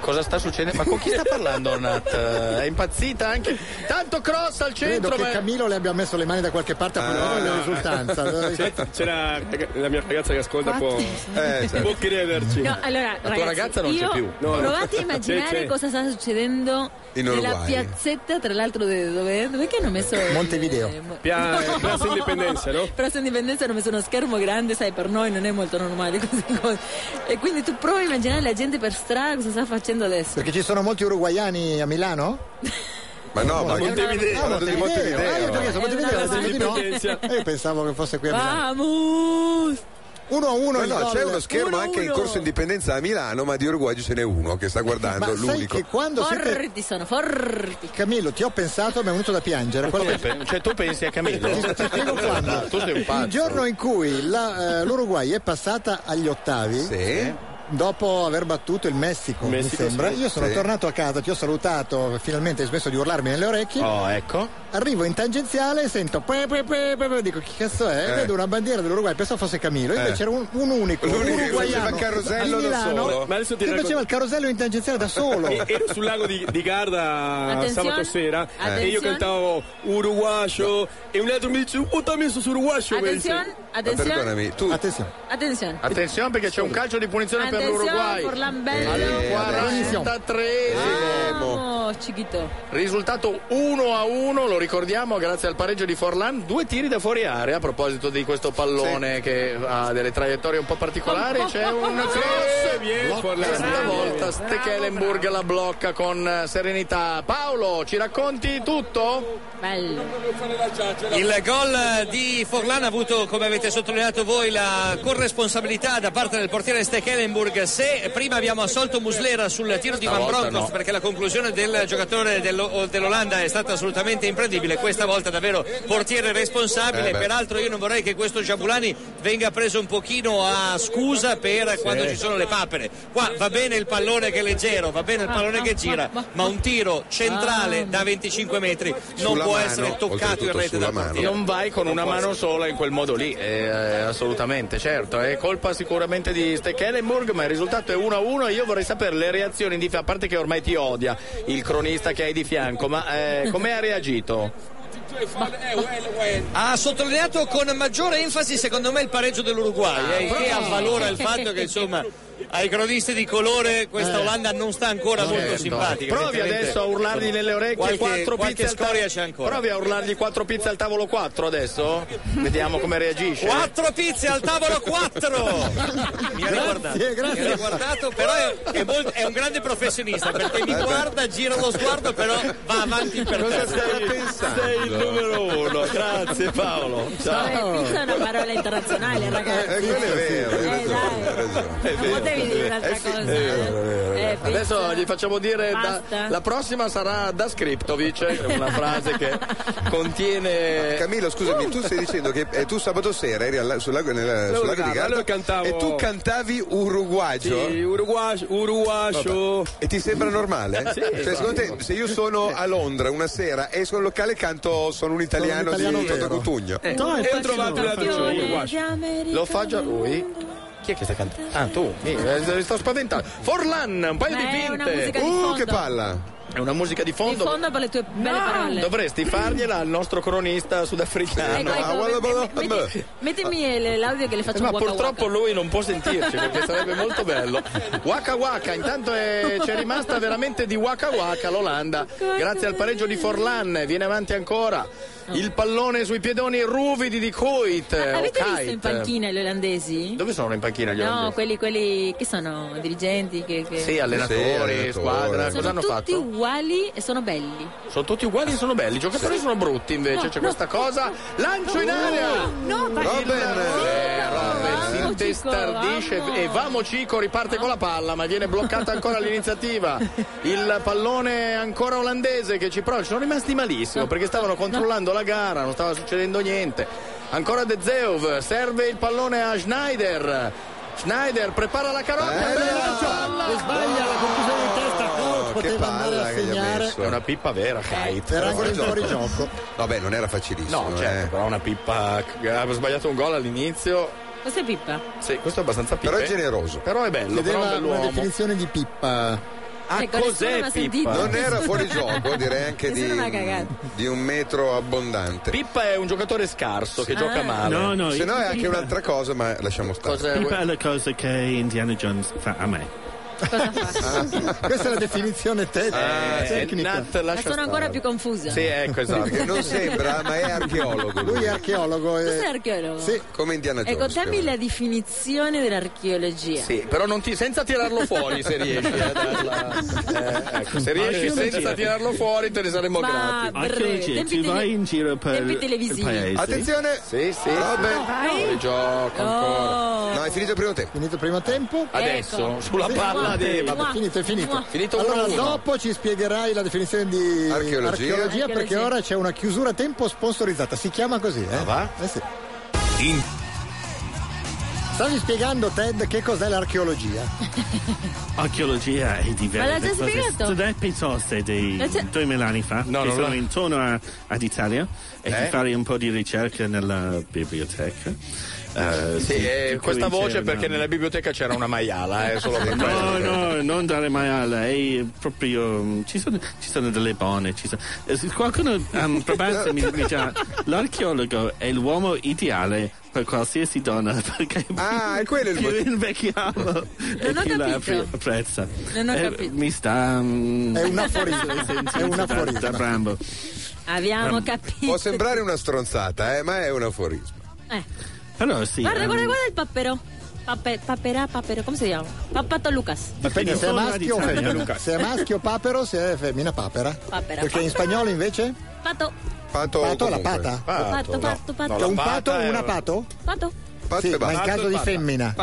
Speaker 3: Cosa sta succedendo? Ma con chi sta parlando Nat? È impazzita anche. Tanto cross al centro,
Speaker 4: Credo che
Speaker 3: ma
Speaker 4: Camillo le abbia messo le mani da qualche parte
Speaker 1: Ah.
Speaker 4: a quella della risultanza.
Speaker 1: C'è, c'è la, la mia ragazza che ascolta può,
Speaker 2: Eh, certo.
Speaker 1: può crederci.
Speaker 12: No, allora,
Speaker 1: tua
Speaker 12: ragazzi,
Speaker 1: ragazza non c'è
Speaker 12: io-
Speaker 1: più. No, no.
Speaker 12: provate a immaginare
Speaker 1: C'è, c'è.
Speaker 12: cosa sta succedendo
Speaker 2: In
Speaker 12: nella
Speaker 2: Uruguay.
Speaker 12: piazzetta, tra l'altro, de- dove, dove che hanno messo.
Speaker 4: Montevideo.
Speaker 1: Pia-
Speaker 3: eh,
Speaker 12: No.
Speaker 1: Piazza Indipendenza, no?
Speaker 12: Piazza Indipendenza hanno messo uno schermo grande, sai, per noi non è molto normale queste cose. E quindi tu provi a immaginare la gente per strada cosa sta facendo adesso.
Speaker 4: Perché ci sono molti uruguayani a Milano?
Speaker 2: Ma no, ma
Speaker 4: Montevideo.
Speaker 2: Ho parlato di
Speaker 4: Ah, io ti ho
Speaker 2: Montevideo.
Speaker 4: chiesto Montevideo,
Speaker 12: È una
Speaker 4: ho detto di no.
Speaker 1: indipendenza.
Speaker 4: Eh, Io pensavo che fosse qui a Milano.
Speaker 12: Vamos!
Speaker 4: 1 a 1
Speaker 2: No, no, c'è uno schermo anche in corso indipendenza a Milano, ma di Uruguay ce n'è uno che sta guardando,
Speaker 4: Ma sai
Speaker 2: l'unico.
Speaker 4: che quando siete...
Speaker 12: Forti sono, forti.
Speaker 4: Camillo, ti ho pensato e mi è venuto da piangere. Qual-
Speaker 3: Come pe- Cioè, tu pensi a Camillo? tu sei un
Speaker 4: Il
Speaker 3: pazzo.
Speaker 4: giorno in cui la, eh, l'Uruguay è passata agli ottavi,
Speaker 2: Sì.
Speaker 4: dopo aver battuto il Messico,
Speaker 3: Messico,
Speaker 4: mi sembra.
Speaker 3: sì.
Speaker 4: Io sono
Speaker 3: Sì.
Speaker 4: tornato a casa, ti ho salutato, finalmente hai smesso di urlarmi nelle orecchie.
Speaker 3: Oh, ecco.
Speaker 4: Arrivo in tangenziale e sento pe, pe, pe, pe, pe, dico chi cazzo è?
Speaker 3: Eh.
Speaker 4: Vedo una bandiera dell'Uruguay, pensavo fosse Camillo,
Speaker 3: Eh.
Speaker 4: invece era un, un unico, un
Speaker 3: L'unico che
Speaker 4: uruguaiano
Speaker 3: faceva il carosello
Speaker 4: di
Speaker 3: da
Speaker 4: Milano,
Speaker 3: solo. Ma adesso ti
Speaker 4: che
Speaker 3: raccon-
Speaker 4: faceva il carosello in tangenziale da solo.
Speaker 1: E- Ero sul lago di, di Garda
Speaker 4: Attenzione.
Speaker 1: sabato sera e io
Speaker 4: Attenzione.
Speaker 1: cantavo Uruguayo e un altro mi dice "Oh, un también sos uruguayo mi dice.
Speaker 12: Attenzione, attenzione,
Speaker 29: tu.
Speaker 4: Attenzione.
Speaker 12: attenzione.
Speaker 3: Attenzione perché c'è un calcio di punizione per
Speaker 12: Attenzione,
Speaker 3: l'Uruguay.
Speaker 12: Forlan Bello.
Speaker 3: Al
Speaker 12: Eh, adesso.
Speaker 3: 43esimo.
Speaker 12: Oh, Chiquito.
Speaker 3: Risultato 1 a 1, lo ricordiamo grazie al pareggio di Forlan, due tiri da fuori area a proposito di questo pallone che ha delle traiettorie un po' particolari, c'è un cross
Speaker 1: Bien, Forlan.
Speaker 3: questa
Speaker 1: Bravo.
Speaker 3: volta Stekelenburg la blocca con eh, serenità. Paolo, ci racconti tutto?
Speaker 16: Il gol di Forlan ha avuto, come avete sottolineato voi, la corresponsabilità da parte del portiere Stekelenburg. Se prima abbiamo assolto Muslera sul tiro di Van
Speaker 3: Stavolta
Speaker 16: Bronckhorst
Speaker 3: no.
Speaker 16: perché la conclusione del giocatore dello- dell'Olanda è stata assolutamente imprendibile, questa volta davvero portiere responsabile.
Speaker 3: Eh beh.
Speaker 16: Peraltro io non vorrei che questo Giabulani venga preso un pochino a scusa per quando ci sono le papere. Qua va bene il pallone che è leggero, va bene il pallone che gira, ma un tiro centrale da 25 metri non
Speaker 3: Sulla
Speaker 16: può
Speaker 3: mano,
Speaker 16: essere toccato
Speaker 3: oltretutto
Speaker 16: veramente
Speaker 3: sulla
Speaker 16: dal
Speaker 3: mano.
Speaker 16: portiere.
Speaker 3: Non vai con
Speaker 16: Non
Speaker 3: una
Speaker 16: può
Speaker 3: mano
Speaker 16: essere.
Speaker 3: sola in quel modo lì, eh, assolutamente, certo. È colpa sicuramente di Stekelenburg, ma il risultato è 1-1 e io vorrei sapere le reazioni di a parte che ormai ti odia il cronista che hai di fianco, ma eh, come ha reagito?
Speaker 16: Ha sottolineato con maggiore enfasi, secondo me, il pareggio dell'Uruguay, eh, il che avvalora il fatto che insomma ai cronisti di colore questa Olanda non sta ancora molto
Speaker 3: Certo.
Speaker 16: simpatica.
Speaker 3: Eh. Provi
Speaker 16: Evidentemente,
Speaker 3: adesso a urlargli
Speaker 16: insomma,
Speaker 3: nelle orecchie
Speaker 16: qualche,
Speaker 3: quattro
Speaker 16: qualche
Speaker 3: pizze al
Speaker 16: scoria
Speaker 3: tavolo-
Speaker 16: c'è ancora.
Speaker 3: Provi a urlargli quattro pizze al tavolo 4 adesso? Vediamo come reagisce.
Speaker 16: Quattro pizze al tavolo 4! Mi ha riguardato, Mi ha riguardato, però è, è molto- è un grande professionista perché mi guarda, gira lo sguardo, però va avanti per
Speaker 3: Cosa
Speaker 16: terra.
Speaker 3: stai pensando? Sei il numero uno, grazie Paolo.
Speaker 12: Vabbè, pizza è una parola internazionale,
Speaker 3: Eh,
Speaker 12: ragazzi. Eh, Non potevi dire un'altra cosa. Eh, pizza.
Speaker 3: Adesso gli facciamo dire da-
Speaker 12: Basta.
Speaker 3: la prossima sarà da Scriptovic, una frase che contiene
Speaker 2: Eh, Camillo, scusami, tu stai dicendo che eh, tu sabato sera eri alla- sul lago, nella- sul lago di
Speaker 3: urlavo,
Speaker 2: Garda
Speaker 3: allora cantavo-
Speaker 2: Eh, e tu cantavi uruguagio.
Speaker 3: Sì,
Speaker 1: uruguacio,
Speaker 2: E ti sembra normale?
Speaker 1: Sì,
Speaker 2: cioè, secondo te, se io sono a Londra una sera, esco al locale e canto Sono un italiano,
Speaker 1: italiano
Speaker 2: di Toto
Speaker 1: vero.
Speaker 2: Cotugno.
Speaker 1: Eh, No,
Speaker 3: e ho trovato una Lo fa già lui? Chi è che sta cantando? Ah, tu, mi eh, sto spaventando. Forlan, un paio
Speaker 12: Ma
Speaker 3: di
Speaker 12: è una
Speaker 3: pinte.
Speaker 12: musica di Uh, fondo. che
Speaker 2: palla!
Speaker 3: È una musica di
Speaker 12: Di
Speaker 3: fondo.
Speaker 12: fondo per le tue belle parole.
Speaker 3: Dovresti fargliela al nostro cronista
Speaker 12: Ecco,
Speaker 3: sudafricano.
Speaker 12: ecco,
Speaker 3: Ah, guarda, guarda,
Speaker 12: metti-
Speaker 3: guarda.
Speaker 12: metti- mettimi l- l'audio che le faccio
Speaker 3: Eh, Ma
Speaker 12: waka waka.
Speaker 3: purtroppo lui non può sentirci perché sarebbe molto bello. Waka Waka, intanto è- c'è rimasta veramente di Waka Waka l'Olanda. Grazie al pareggio di Forlan, viene avanti ancora. Il pallone sui piedoni ruvidi di Coit.
Speaker 12: Ah, Avete
Speaker 3: o
Speaker 12: visto in
Speaker 3: eh, Kite.
Speaker 12: panchina gli olandesi?
Speaker 3: Dove sono in panchina gli
Speaker 12: No,
Speaker 3: olandesi?
Speaker 12: quelli, quelli che sono dirigenti. Che, che-
Speaker 3: Sì, allenatori,
Speaker 2: allenatori.
Speaker 3: squadra.
Speaker 12: Sono
Speaker 3: Cosa hanno
Speaker 12: tutti
Speaker 3: fatto?
Speaker 12: uguali e sono belli.
Speaker 3: Sono tutti uguali e sono belli. I giocatori sono brutti invece.
Speaker 12: No,
Speaker 3: C'è
Speaker 12: no.
Speaker 3: questa cosa. Lancio in aria!
Speaker 12: No, no,
Speaker 3: Robben, eh, Robben si intestardisce
Speaker 4: Ah.
Speaker 3: e Vamo Cico riparte con la palla ma viene bloccata ancora l'iniziativa il pallone ancora olandese che ci prova, ci sono rimasti malissimo perché stavano controllando la gara non stava succedendo niente ancora De Zeuv serve il pallone a Schneider Schneider prepara la carota
Speaker 4: Eh, E sbaglia la conclusione di testa,
Speaker 3: Oh,
Speaker 4: Coach
Speaker 2: che
Speaker 4: poteva andare
Speaker 2: palla
Speaker 4: a
Speaker 2: che gli ha
Speaker 4: segnare. Eh,
Speaker 2: messo.
Speaker 3: È una pippa vera, Kite.
Speaker 4: Era ancora in fuori
Speaker 2: gioco. Vabbè, non era facilissimo. eh.
Speaker 3: no certo però una pippa ha sbagliato un gol all'inizio
Speaker 12: Questa è Pippa.
Speaker 3: sì, questo è abbastanza pippe.
Speaker 2: Però è generoso.
Speaker 3: Però è bello, però è
Speaker 4: Chiedeva
Speaker 3: un
Speaker 4: una
Speaker 3: bell'uomo.
Speaker 4: definizione di pippa.
Speaker 3: Ah,
Speaker 12: Ecco, nessuno l'ha sentito.
Speaker 2: Non era fuori gioco, direi anche di,
Speaker 12: Nessuno l'ha cagato.
Speaker 2: di un metro abbondante.
Speaker 3: Pippa è un giocatore scarso
Speaker 2: che
Speaker 15: Ah. gioca male. No, no,
Speaker 2: Se no è anche
Speaker 15: Pippa-
Speaker 2: un'altra cosa, ma lasciamo stare.
Speaker 15: Pippa è la cosa che Indiana Jones fa a me.
Speaker 4: Ah. Questa è la definizione te-
Speaker 3: Ah,
Speaker 15: Eh,
Speaker 4: tecnica.
Speaker 3: Nat,
Speaker 12: Ma sono ancora più confusa.
Speaker 3: ecco, esatto.
Speaker 2: Perché non sembra, ma è archeologo.
Speaker 4: Lui è archeologo. eh.
Speaker 12: Tu sei archeologo?
Speaker 2: Sì. Come Indiana Jones.
Speaker 12: Ecco, dammi la definizione dell'archeologia.
Speaker 3: Sì, però non ti- senza tirarlo fuori se riesci eh, dalla- eh, ecco, se riesci senza tirarlo fuori te ne saremmo
Speaker 12: Ma
Speaker 3: grati
Speaker 12: Archeologia, Tempi
Speaker 15: ci
Speaker 12: tele-
Speaker 15: vai in giro per
Speaker 12: tempi
Speaker 15: il
Speaker 12: televisivi.
Speaker 15: paese.
Speaker 2: Attenzione! Ah,
Speaker 3: Sì, sì.
Speaker 2: Robben.
Speaker 3: Fuori gioco ancora.
Speaker 2: No, è finito il primo tempo.
Speaker 4: Finito il primo tempo?
Speaker 2: Ecco.
Speaker 3: Adesso, sulla palla di-
Speaker 4: Vabbè, finito, è finito.
Speaker 3: Finito
Speaker 4: allora,
Speaker 3: 1-1.
Speaker 4: dopo ci spiegherai la definizione di
Speaker 2: Archeologia.
Speaker 4: archeologia, perché
Speaker 2: Archeologia.
Speaker 4: ora c'è una chiusura a tempo sponsorizzata. Si chiama così, eh? va? Eh sì.
Speaker 30: In
Speaker 4: Stavi spiegando, Ted, che cos'è l'archeologia.
Speaker 15: Archeologia è diversa.
Speaker 4: Ma l'ha già
Speaker 15: cose. Cioè,
Speaker 4: spiegato?
Speaker 15: Studenti toste di
Speaker 4: L'ha già-
Speaker 15: 2000 anni fa,
Speaker 4: No,
Speaker 15: che
Speaker 4: non
Speaker 15: sono
Speaker 4: l'ha-
Speaker 15: intorno a- ad Italia e
Speaker 3: Eh?
Speaker 15: di fare un po' di ricerca nella biblioteca. Eh,
Speaker 3: Sì,
Speaker 15: di-
Speaker 3: eh,
Speaker 15: di cui
Speaker 3: questa voce
Speaker 15: c'erano-
Speaker 3: perché nella biblioteca c'era una maiala, eh, solo per
Speaker 15: No,
Speaker 3: quello.
Speaker 15: no, non dare mai alla, è proprio. mm, Ci sono, ci sono delle buone. Ci sono, eh, se qualcuno um, probabilmente mi, mi già. L'archeologo è l'uomo ideale per qualsiasi donna perché
Speaker 2: Ah, è quello il
Speaker 15: più
Speaker 2: motivo.
Speaker 15: invecchiamo e
Speaker 2: Non ho
Speaker 15: più Esatto. la
Speaker 2: capito.
Speaker 15: appre- apprezza.
Speaker 12: Non ho
Speaker 15: Eh,
Speaker 12: capito.
Speaker 15: mi sta. mm,
Speaker 3: Eh,
Speaker 12: È un aforisma,
Speaker 15: sentito
Speaker 12: è un
Speaker 15: da-
Speaker 12: aforisma.
Speaker 15: Da Brambo.
Speaker 12: Abbiamo
Speaker 15: Ehm,
Speaker 12: capito.
Speaker 2: Può sembrare una stronzata, eh, ma è un aforismo.
Speaker 12: Eh.
Speaker 3: Ah,
Speaker 15: Però sì.
Speaker 12: guarda,
Speaker 3: eh.
Speaker 15: ehm,
Speaker 12: guarda, guarda il papero. Pape- papera, papero, come si chiama? Pappato Lucas.
Speaker 4: Ma quindi se è maschio o
Speaker 15: Sono
Speaker 4: femmina?
Speaker 15: Luca.
Speaker 4: Se è maschio papero, se è femmina papera.
Speaker 12: Papera.
Speaker 4: Perché in spagnolo invece?
Speaker 12: Pato,
Speaker 2: Pato,
Speaker 4: pato la
Speaker 2: comunque.
Speaker 4: pata.
Speaker 2: Pato,
Speaker 12: Pato, pato, pato.
Speaker 4: C'è un pato o una pato?
Speaker 12: pato.
Speaker 2: Pato
Speaker 4: Sì,
Speaker 2: e
Speaker 4: ma in
Speaker 2: basta.
Speaker 4: caso di
Speaker 3: pata.
Speaker 4: femmina.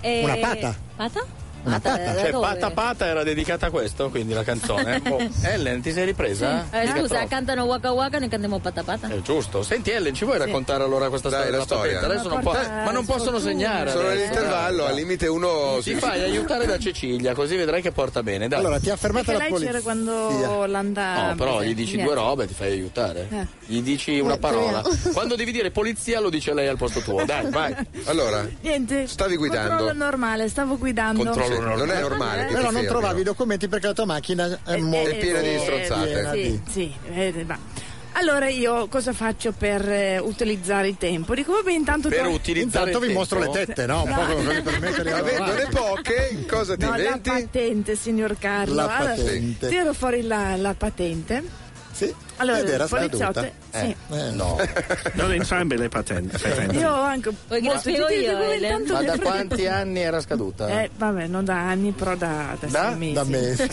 Speaker 12: Eh,
Speaker 3: Una pata.
Speaker 12: Pata?
Speaker 4: Una
Speaker 12: pata.
Speaker 3: Cioè,
Speaker 12: Eh, Dove?
Speaker 3: Pata Pata era dedicata a questo, quindi la canzone. Oh, Ellen, ti sei ripresa?
Speaker 12: Eh,
Speaker 3: Mica
Speaker 12: scusa,
Speaker 3: troppo.
Speaker 12: cantano Waka Waka, noi cantiamo Pata Pata.
Speaker 3: È giusto. Senti Ellen, ci vuoi raccontare allora questa
Speaker 2: Dai,
Speaker 3: storia
Speaker 2: la
Speaker 3: della
Speaker 2: storia.
Speaker 3: papetta? Adesso
Speaker 2: Ma
Speaker 3: non po-
Speaker 2: porca
Speaker 3: ma non possono
Speaker 2: sfortuna.
Speaker 3: segnare.
Speaker 2: Sono
Speaker 3: adesso.
Speaker 2: all'intervallo,
Speaker 3: Dai,
Speaker 2: al
Speaker 3: dai.
Speaker 2: limite uno
Speaker 3: Ti
Speaker 2: si-
Speaker 3: fai aiutare da Cecilia, così vedrai che porta bene. Dai.
Speaker 4: Allora, ti ha fermata
Speaker 10: Perché
Speaker 4: la
Speaker 10: lei c'era
Speaker 4: polizia.
Speaker 10: quando l'anda...
Speaker 3: No, però gli dici due robe, ti fai aiutare.
Speaker 12: Eh.
Speaker 10: Eh.
Speaker 3: Gli dici una parola. Quando devi dire polizia, lo dice lei al posto tuo. Dai, vai.
Speaker 2: Allora,
Speaker 10: Niente.
Speaker 2: Stavi guidando?
Speaker 10: Controllo normale, stavo guidando.
Speaker 2: Controllo Sì, normale. non è normale che ti
Speaker 4: Però non
Speaker 2: fermino.
Speaker 4: trovavi i documenti perché la tua macchina eh, è molto
Speaker 2: piena di strozzate.
Speaker 4: piena
Speaker 10: Eh, Sì,
Speaker 4: di-
Speaker 10: sì, eh, va. Allora io cosa faccio per eh, utilizzare il tempo? Dico, vabbè, intanto...
Speaker 2: Per
Speaker 10: tu-
Speaker 2: utilizzare
Speaker 4: Intanto vi mostro le tette, no? Un po' come quelli per mettere
Speaker 2: Avendone poche, cosa ti
Speaker 10: No, la
Speaker 2: inventi?
Speaker 10: patente, signor Carlo.
Speaker 2: La
Speaker 10: Allora,
Speaker 2: patente.
Speaker 10: tiro fuori la, la patente.
Speaker 4: Sì.
Speaker 10: Allora,
Speaker 15: Ed era
Speaker 10: il poliziotto.
Speaker 15: scaduta. Eh.
Speaker 10: Sì.
Speaker 3: Eh,
Speaker 15: No. Non entrambe le patenti. patenti.
Speaker 10: Io ho anche
Speaker 12: Vuoi che lo
Speaker 10: molti
Speaker 12: spiego
Speaker 10: tutti i
Speaker 12: io,
Speaker 10: documenti,
Speaker 12: Elena?
Speaker 10: tanto
Speaker 12: Ma
Speaker 10: ne
Speaker 12: da
Speaker 10: frega-
Speaker 3: Quanti anni era scaduta?
Speaker 10: Eh, vabbè, non da anni, però da, da, sei mesi.
Speaker 4: Da mesi.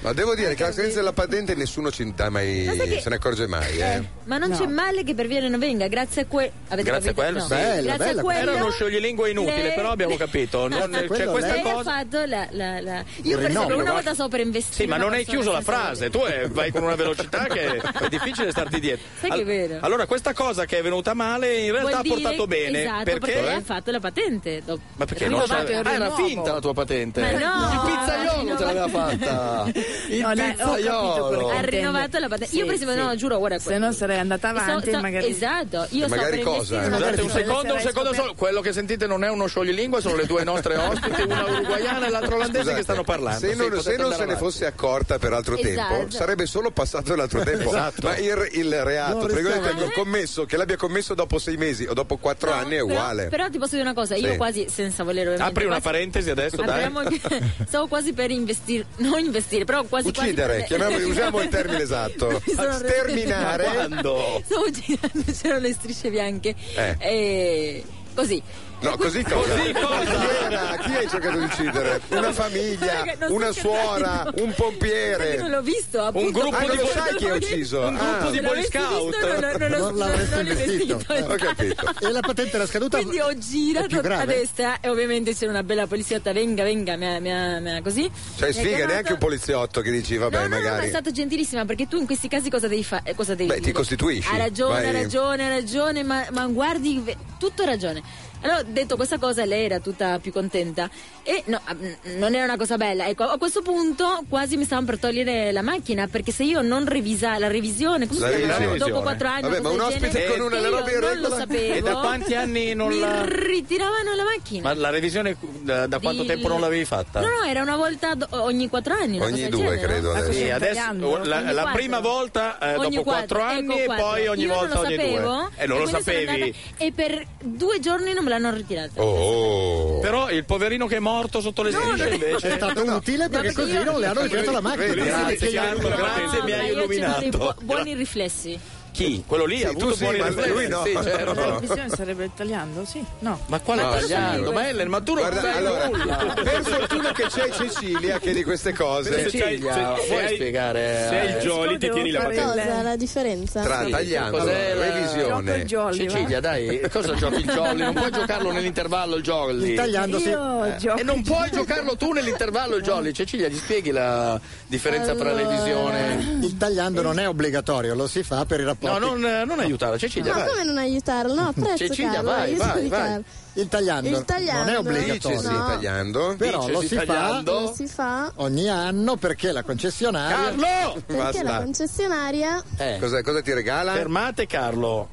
Speaker 2: Ma devo dire che la scadenza della patente nessuno ci dà mai,
Speaker 12: Eh, Ma sai che-
Speaker 2: se ne accorge mai. eh.
Speaker 12: Ma non
Speaker 10: No.
Speaker 12: c'è male che per viene non venga, grazie a quello.
Speaker 3: Grazie a quello, sì.
Speaker 12: grazie a quello.
Speaker 3: Era uno scioglilingua inutile,
Speaker 12: lei-
Speaker 3: però abbiamo capito. Non-
Speaker 12: Grazie a
Speaker 3: c'è
Speaker 12: quello,
Speaker 3: questa
Speaker 12: lei
Speaker 3: cosa.
Speaker 12: ha fatto la, la, la...
Speaker 3: Il
Speaker 12: Io
Speaker 3: rinomio,
Speaker 12: per esempio una
Speaker 3: guarda.
Speaker 12: volta so per investire.
Speaker 3: Sì, ma
Speaker 12: una
Speaker 3: non hai
Speaker 12: persona
Speaker 3: chiuso la
Speaker 12: senza
Speaker 3: frase, tu eh, vai con una velocità che è difficile starti dietro.
Speaker 12: Sai che è vero.
Speaker 3: Allora, questa cosa che è venuta male in
Speaker 12: Vuol
Speaker 3: realtà ha
Speaker 12: dire-
Speaker 3: portato bene.
Speaker 12: esatto,
Speaker 3: perché?
Speaker 12: lei ha fatto la patente. dopo.
Speaker 3: Ma perché
Speaker 12: Quindi
Speaker 3: non
Speaker 12: ho
Speaker 3: c'era-
Speaker 12: fatto il
Speaker 3: Ah, era
Speaker 12: rinnovo.
Speaker 3: finta la tua patente.
Speaker 12: Ma no,
Speaker 3: Eh, il pizzaiolo
Speaker 12: no.
Speaker 3: ce l'aveva fatta. Il
Speaker 10: No, dai, ho capito
Speaker 3: pizzaiolo.
Speaker 12: Ha rinnovato la patente.
Speaker 10: Sì,
Speaker 12: io per esempio,
Speaker 10: sì.
Speaker 12: no, giuro, guarda
Speaker 10: Se no sarei andata avanti, magari...
Speaker 12: Esatto, io
Speaker 2: E
Speaker 12: so
Speaker 2: magari
Speaker 12: per
Speaker 2: cosa?
Speaker 12: investire-
Speaker 3: Scusate un secondo, un
Speaker 10: sarei
Speaker 3: secondo
Speaker 10: scoperta.
Speaker 3: solo. Quello che sentite non è uno scioglilingua, sono le due nostre ospiti, una uruguayana e l'altra olandese
Speaker 2: Scusate,
Speaker 3: che stanno parlando.
Speaker 2: Se
Speaker 3: Sì,
Speaker 2: non,
Speaker 3: potete
Speaker 2: se non
Speaker 3: andare
Speaker 2: se ne
Speaker 3: avanti.
Speaker 2: fosse accorta per altro
Speaker 3: Esatto.
Speaker 2: tempo, sarebbe solo passato l'altro tempo.
Speaker 3: Esatto.
Speaker 2: Ma il, il reato,
Speaker 3: Non
Speaker 2: tra virgolette,
Speaker 3: rischiamo-
Speaker 2: commesso, che l'abbia commesso dopo sei mesi o dopo quattro anni è
Speaker 12: Però-
Speaker 2: uguale.
Speaker 12: Però, ti posso dire una cosa, io
Speaker 2: Sì.
Speaker 12: quasi senza voler ovviamente,
Speaker 3: Apri una
Speaker 12: quasi-
Speaker 3: parentesi adesso, dai.
Speaker 12: Apriamo anche- stavo quasi per investire, non investire, però quasi
Speaker 2: Uccidere,
Speaker 12: quasi per-
Speaker 2: chiamiamo- usiamo il termine esatto.
Speaker 12: Mi sono resa-
Speaker 2: Sterminare.
Speaker 3: Quando?
Speaker 12: Stavo girando, c'erano le strisce bianche.
Speaker 2: Eh.
Speaker 12: E così.
Speaker 2: No, così cosa?
Speaker 3: Così cosa?
Speaker 2: Chi, era? Chi hai cercato di uccidere? Una famiglia,
Speaker 12: Guarda che non sto
Speaker 2: una suora,
Speaker 12: scherzando.
Speaker 2: un
Speaker 12: Perché non
Speaker 2: pompiere.
Speaker 12: l'ho visto, appunto.
Speaker 2: gruppo
Speaker 12: Ah,
Speaker 2: di
Speaker 12: non lo
Speaker 2: Boy- sai chi ha ucciso?
Speaker 12: Un gruppo
Speaker 2: Ah.
Speaker 12: di Boy
Speaker 2: L'avresti
Speaker 12: Scout.
Speaker 2: visto, non lo-
Speaker 12: non lo-
Speaker 4: Non l'avresti
Speaker 12: non l'ho
Speaker 4: investito.
Speaker 12: vestito,
Speaker 4: Eh,
Speaker 12: esatto.
Speaker 2: Ho capito.
Speaker 4: E la patente era scaduta?
Speaker 12: Quindi ho
Speaker 4: più
Speaker 12: girato
Speaker 4: grave.
Speaker 12: a destra e ovviamente c'era una bella poliziotta, venga, venga, mi ha, mi ha- mi ha- così.
Speaker 2: Cioè,
Speaker 12: Mi ha
Speaker 2: sfiga,
Speaker 12: chiamato-
Speaker 2: neanche un poliziotto che dici, vabbè,
Speaker 12: Eh, No, no, no, ma
Speaker 2: magari.
Speaker 12: è stata gentilissima perché tu in questi casi cosa devi fare? Cosa devi
Speaker 2: Beh,
Speaker 12: dire?
Speaker 2: ti costituisci,
Speaker 12: Ha ragione,
Speaker 2: vai-
Speaker 12: ha ragione, ha ragione, ma, ma guardi, ve- tutto ragione. Allora, detto questa cosa, lei era tutta più contenta e no, ah, mm, non era una cosa bella. Ecco, a questo punto quasi mi stavano per togliere la macchina perché se io non revisa la revisione, come
Speaker 2: La
Speaker 12: si chiama?
Speaker 2: revisione.
Speaker 12: Dopo quattro anni,
Speaker 2: Vabbè,
Speaker 12: una
Speaker 2: ma
Speaker 12: cosa
Speaker 2: un
Speaker 12: del
Speaker 2: ospite
Speaker 12: genere,
Speaker 2: con una
Speaker 12: io
Speaker 2: roba in
Speaker 12: non lo
Speaker 2: regola?
Speaker 12: sapevo.
Speaker 3: E da quanti anni non
Speaker 12: mi
Speaker 3: la-
Speaker 12: ritiravano la macchina?
Speaker 3: Ma la revisione da, da quanto
Speaker 12: Di-
Speaker 3: tempo non l'avevi fatta?
Speaker 12: No, no, era una volta do- ogni quattro anni. una
Speaker 3: Ogni
Speaker 12: cosa del
Speaker 3: due,
Speaker 12: genere,
Speaker 3: credo,
Speaker 12: no?
Speaker 3: adesso. Ah, Sì, adesso, o- la-
Speaker 12: Ogni
Speaker 3: la
Speaker 12: quattro.
Speaker 3: prima volta, eh,
Speaker 12: Ogni
Speaker 3: dopo quattro anni e
Speaker 12: quattro.
Speaker 3: poi ogni
Speaker 12: Io non
Speaker 3: volta
Speaker 12: lo
Speaker 3: ogni due.
Speaker 12: sapevo,
Speaker 3: Eh, non lo
Speaker 12: quindi sono
Speaker 3: sapevi.
Speaker 12: andata- e per due giorni non me l'hanno ritirata.
Speaker 3: Oh. Però il poverino che è morto sotto le strisce invece.
Speaker 4: È stato utile perché
Speaker 12: perché
Speaker 4: così
Speaker 12: io-
Speaker 4: non le hanno ritirato la macchina.
Speaker 3: Vedi, grazie,
Speaker 4: Perché gli hanno-
Speaker 3: Carlo, grazie, mi hai
Speaker 12: io ho dei
Speaker 3: illuminato.
Speaker 12: bu- buoni riflessi.
Speaker 3: Chi? Quello lì
Speaker 2: Sì,
Speaker 3: ha
Speaker 2: tu
Speaker 3: avuto
Speaker 2: sì,
Speaker 3: buoni
Speaker 2: ma
Speaker 3: riflessi.
Speaker 2: lui no.
Speaker 3: Sì, certo.
Speaker 2: No, no.
Speaker 10: Bisogna sarebbe italiano, sì. No.
Speaker 3: Ma quale
Speaker 2: No,
Speaker 3: tagliando?
Speaker 2: sì.
Speaker 3: Ma Ellen, ma tu non
Speaker 2: Guarda,
Speaker 3: sai
Speaker 2: allora,
Speaker 3: nulla.
Speaker 2: per fortuna che c'è Cecilia che di queste cose
Speaker 3: Cecilia, vuoi spiegare? eh?
Speaker 1: se hai il jolly, ti tieni la
Speaker 31: Cosa
Speaker 1: patente.
Speaker 31: è la differenza?
Speaker 2: tra tagliando,
Speaker 3: Cos'è la-
Speaker 2: revisione.
Speaker 3: Cecilia, dai, cosa giochi il jolly? Non puoi giocarlo nell'intervallo il jolly.
Speaker 4: Il tagliando, sì. Io
Speaker 3: Eh, E non puoi giocarlo tu nell'intervallo il jolly. Cecilia, gli spieghi la differenza tra revisione.
Speaker 4: Il tagliando non è obbligatorio, lo si fa per i
Speaker 3: No, non, non aiutare, Cecilia.
Speaker 1: Ma
Speaker 3: vai.
Speaker 1: come non aiutarlo? No, apprezzo
Speaker 3: Cecilia,
Speaker 1: Carlo,
Speaker 3: vai,
Speaker 1: io
Speaker 3: vai,
Speaker 1: sono di
Speaker 3: vai.
Speaker 1: Carlo.
Speaker 4: Il tagliando.
Speaker 1: Il tagliando.
Speaker 4: Non è obbligatorio.
Speaker 1: Dicesi No.
Speaker 2: tagliando.
Speaker 4: Però lo
Speaker 2: Dicesi
Speaker 4: si, fa,
Speaker 2: tagliando.
Speaker 1: Lo si fa
Speaker 4: ogni anno perché la concessionaria...
Speaker 1: perché la concessionaria
Speaker 2: Cosa, cosa ti regala?
Speaker 3: Eh. Fermate Carlo.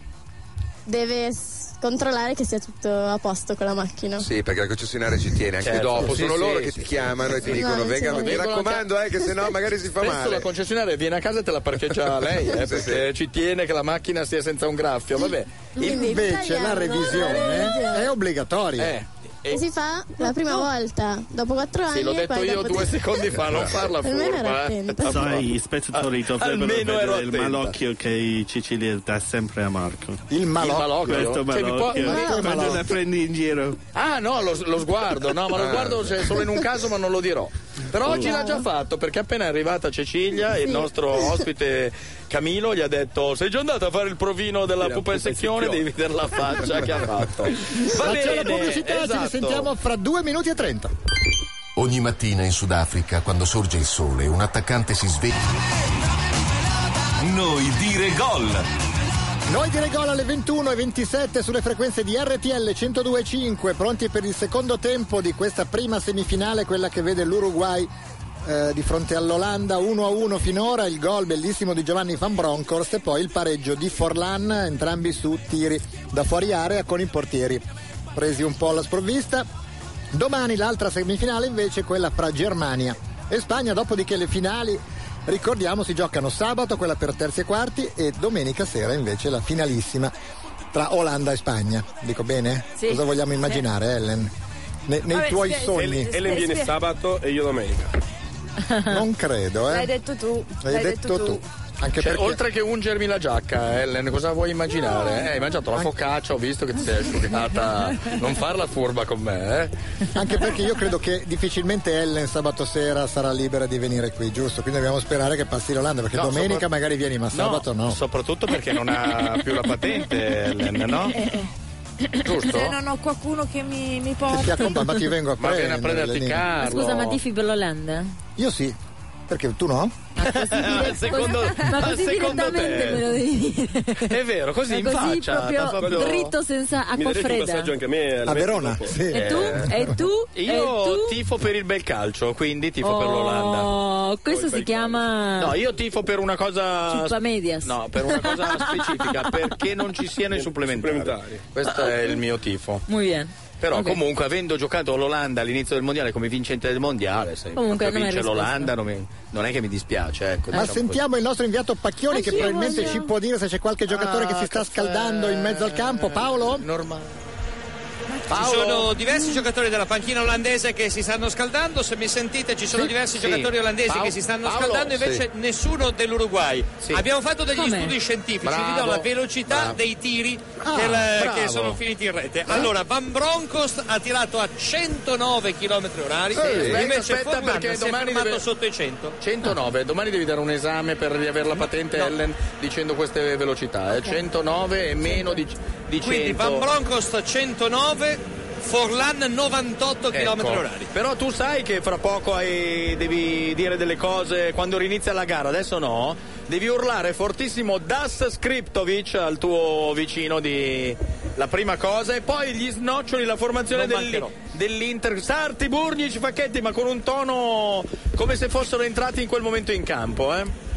Speaker 1: deve s- controllare che sia tutto a posto con la macchina.
Speaker 2: Sì, perché la concessionaria ci tiene anche
Speaker 3: Certo,
Speaker 2: dopo,
Speaker 3: sì,
Speaker 2: sono
Speaker 3: sì,
Speaker 2: loro
Speaker 3: sì,
Speaker 2: che ti
Speaker 3: sì.
Speaker 2: chiamano e ti
Speaker 31: Esatto.
Speaker 3: Sì,
Speaker 2: dicono
Speaker 3: no,
Speaker 2: venga, mi
Speaker 3: vengono
Speaker 2: raccomando eh, che
Speaker 12: cioè
Speaker 2: se no magari si fa
Speaker 3: Spesso la
Speaker 2: male.
Speaker 3: concessionaria viene a casa e te la parcheggia lei, eh,
Speaker 2: Sì,
Speaker 3: perché ci tiene che la macchina stia senza un graffio. Vabbè.
Speaker 1: Quindi
Speaker 4: Invece la
Speaker 1: tagliando,
Speaker 4: revisione eh, è obbligatoria.
Speaker 3: Eh,
Speaker 1: E si fa la prima volta, dopo quattro anni.
Speaker 3: sì, l'ho
Speaker 1: e
Speaker 3: detto
Speaker 1: poi
Speaker 3: io
Speaker 1: dopo
Speaker 3: due
Speaker 1: ti-
Speaker 3: secondi fa, non farla
Speaker 1: Almeno ero
Speaker 3: furba. eh.
Speaker 1: attenta.
Speaker 15: Sai, gli spettatori dovrebbero
Speaker 3: almeno ero
Speaker 15: vedere il
Speaker 3: attenta.
Speaker 15: malocchio che Cecilia dà sempre a Marco.
Speaker 4: Il
Speaker 3: malocchio?
Speaker 15: Questo
Speaker 3: Che mi può-
Speaker 15: malocchio.
Speaker 3: Il malocchio.
Speaker 15: Quando la prendi in giro.
Speaker 3: Ah no, lo, lo sguardo, no, ma lo
Speaker 15: Ah.
Speaker 3: sguardo c'è solo in un caso ma non lo dirò. Però oggi l'ha già fatto perché appena è arrivata Cecilia, il
Speaker 32: Sì.
Speaker 3: nostro ospite Camilo gli ha detto sei già andata a fare il provino della pupa in secchione, devi vedere la faccia che ha fatto. Va
Speaker 4: Facciamo
Speaker 3: bene,
Speaker 4: la pubblicità, ci
Speaker 3: esatto.
Speaker 4: risentiamo fra due minuti e trenta.
Speaker 18: Ogni mattina in Sudafrica, quando sorge il sole, un attaccante si sveglia.
Speaker 13: Noi dire gol.
Speaker 4: Noi di Regola alle 21.27 sulle frequenze di RTL 102.5, pronti per il secondo tempo di questa prima semifinale, quella che vede l'Uruguay eh, di fronte all'Olanda 1-1 finora, il gol bellissimo di Giovanni Van Bronckhorst e poi il pareggio di Forlan, entrambi su tiri da fuori area con i portieri presi un po' alla sprovvista. Domani l'altra semifinale invece è quella fra Germania e Spagna, dopodiché le finali ricordiamo si giocano sabato quella per terzi e quarti e domenica sera invece la finalissima tra Olanda e Spagna. Dico bene?
Speaker 10: Sì.
Speaker 4: Cosa vogliamo immaginare Ellen? Ne- nei
Speaker 10: Vabbè,
Speaker 4: tuoi
Speaker 10: spie-
Speaker 4: sogni.
Speaker 10: spie- Ellen viene spie-
Speaker 4: sabato e io domenica. Non credo, eh.
Speaker 10: L'hai detto tu.
Speaker 4: L'hai detto tu. Anche
Speaker 3: Cioè,
Speaker 4: perché-
Speaker 3: Oltre che ungermi la giacca, Ellen, cosa vuoi immaginare? Eh, hai mangiato la focaccia, ho visto che ti sei asciugata. Non farla furba con me, eh?
Speaker 4: Anche perché io credo che difficilmente Ellen sabato sera sarà libera di venire qui, giusto? Quindi dobbiamo sperare che passi l'Olanda, perché
Speaker 3: No,
Speaker 4: domenica
Speaker 3: sopra-
Speaker 4: magari vieni, ma sabato no.
Speaker 3: Soprattutto perché non ha più la patente, Ellen, no? Giusto?
Speaker 12: Eh,
Speaker 33: Se non ho qualcuno che mi, mi
Speaker 4: Ti
Speaker 33: porta.
Speaker 4: accompagno, ma ti vengo a
Speaker 3: Ma
Speaker 4: prendere.
Speaker 3: viene a prenderti
Speaker 4: Lenina.
Speaker 3: Carlo.
Speaker 12: Scusa, ma tifi per l'Olanda?
Speaker 4: Io sì, perché tu no?
Speaker 3: Al secondo,
Speaker 12: ma
Speaker 3: al
Speaker 12: così
Speaker 3: secondo
Speaker 12: direttamente me lo
Speaker 3: te.
Speaker 12: devi dire.
Speaker 3: È vero, così in
Speaker 12: Ma Eh, così
Speaker 3: faccia.
Speaker 12: proprio
Speaker 3: t'ha fatto-
Speaker 12: dritto senza acqua fredda.
Speaker 4: A Verona, sì.
Speaker 12: E tu? E tu?
Speaker 3: Eh, Io tifo per il bel calcio, quindi tifo per l'Olanda.
Speaker 12: Oh, questo si chiama
Speaker 3: No, io tifo per una cosa.
Speaker 12: Cippa Medias.
Speaker 3: No, per una cosa specifica, perché non ci siano i supplementari. Questo è il mio tifo.
Speaker 12: Muy bien.
Speaker 3: Però
Speaker 12: Ok.
Speaker 3: comunque avendo giocato l'Olanda all'inizio del mondiale come vincente del mondiale, se
Speaker 12: Comunque,
Speaker 3: proprio
Speaker 12: non hai
Speaker 3: vince
Speaker 12: risposto.
Speaker 3: l'Olanda non, mi- non è che mi dispiace, ecco.
Speaker 4: Eh. Ma
Speaker 3: diciamo
Speaker 4: sentiamo il nostro inviato Pacchioni che
Speaker 3: Anch'io
Speaker 4: probabilmente
Speaker 3: voglio.
Speaker 4: ci può dire se c'è qualche giocatore che si
Speaker 16: Ah,
Speaker 4: sta scaldando in mezzo al
Speaker 16: eh,
Speaker 4: campo. Paolo?
Speaker 3: Paolo?
Speaker 16: Ci sono diversi giocatori della panchina olandese che si stanno scaldando, se mi sentite ci sono
Speaker 3: Sì,
Speaker 16: diversi
Speaker 3: sì.
Speaker 16: giocatori olandesi
Speaker 3: Paolo-
Speaker 16: che si stanno
Speaker 3: Paolo,
Speaker 16: scaldando, invece
Speaker 3: sì.
Speaker 16: nessuno dell'Uruguay.
Speaker 3: Sì.
Speaker 16: Abbiamo fatto degli
Speaker 3: Com'è?
Speaker 16: studi scientifici, vi do
Speaker 3: Bravo,
Speaker 16: la velocità
Speaker 3: bravo.
Speaker 16: dei tiri eh,
Speaker 3: Ah,
Speaker 16: che la-
Speaker 3: bravo. Eh?
Speaker 16: che sono finiti in rete. Allora, Van Bronckhorst ha tirato a 109 km orari,
Speaker 3: Sì, aspetta,
Speaker 16: invece
Speaker 3: aspetta,
Speaker 16: Forlan
Speaker 3: perché
Speaker 16: si è
Speaker 3: domani
Speaker 16: fermato
Speaker 3: deve-
Speaker 16: sotto i 100.
Speaker 3: 109, domani devi dare un esame per riavere la patente Ellen dicendo queste velocità, eh. 109 e meno di, di 100.
Speaker 16: Quindi Van Bronckhorst 109, Forlan 98 km
Speaker 3: Ecco.
Speaker 16: orari.
Speaker 3: Però tu sai che fra poco hai- devi dire delle cose quando rinizia la gara, adesso no. Devi urlare fortissimo Das Skriptovic al tuo vicino di la prima cosa e poi gli snoccioli la formazione
Speaker 16: Non
Speaker 3: del-
Speaker 16: mancherò.
Speaker 3: dell'Inter. Sarti, Burnic, Facchetti, ma con un tono come se fossero entrati in quel momento in campo, eh.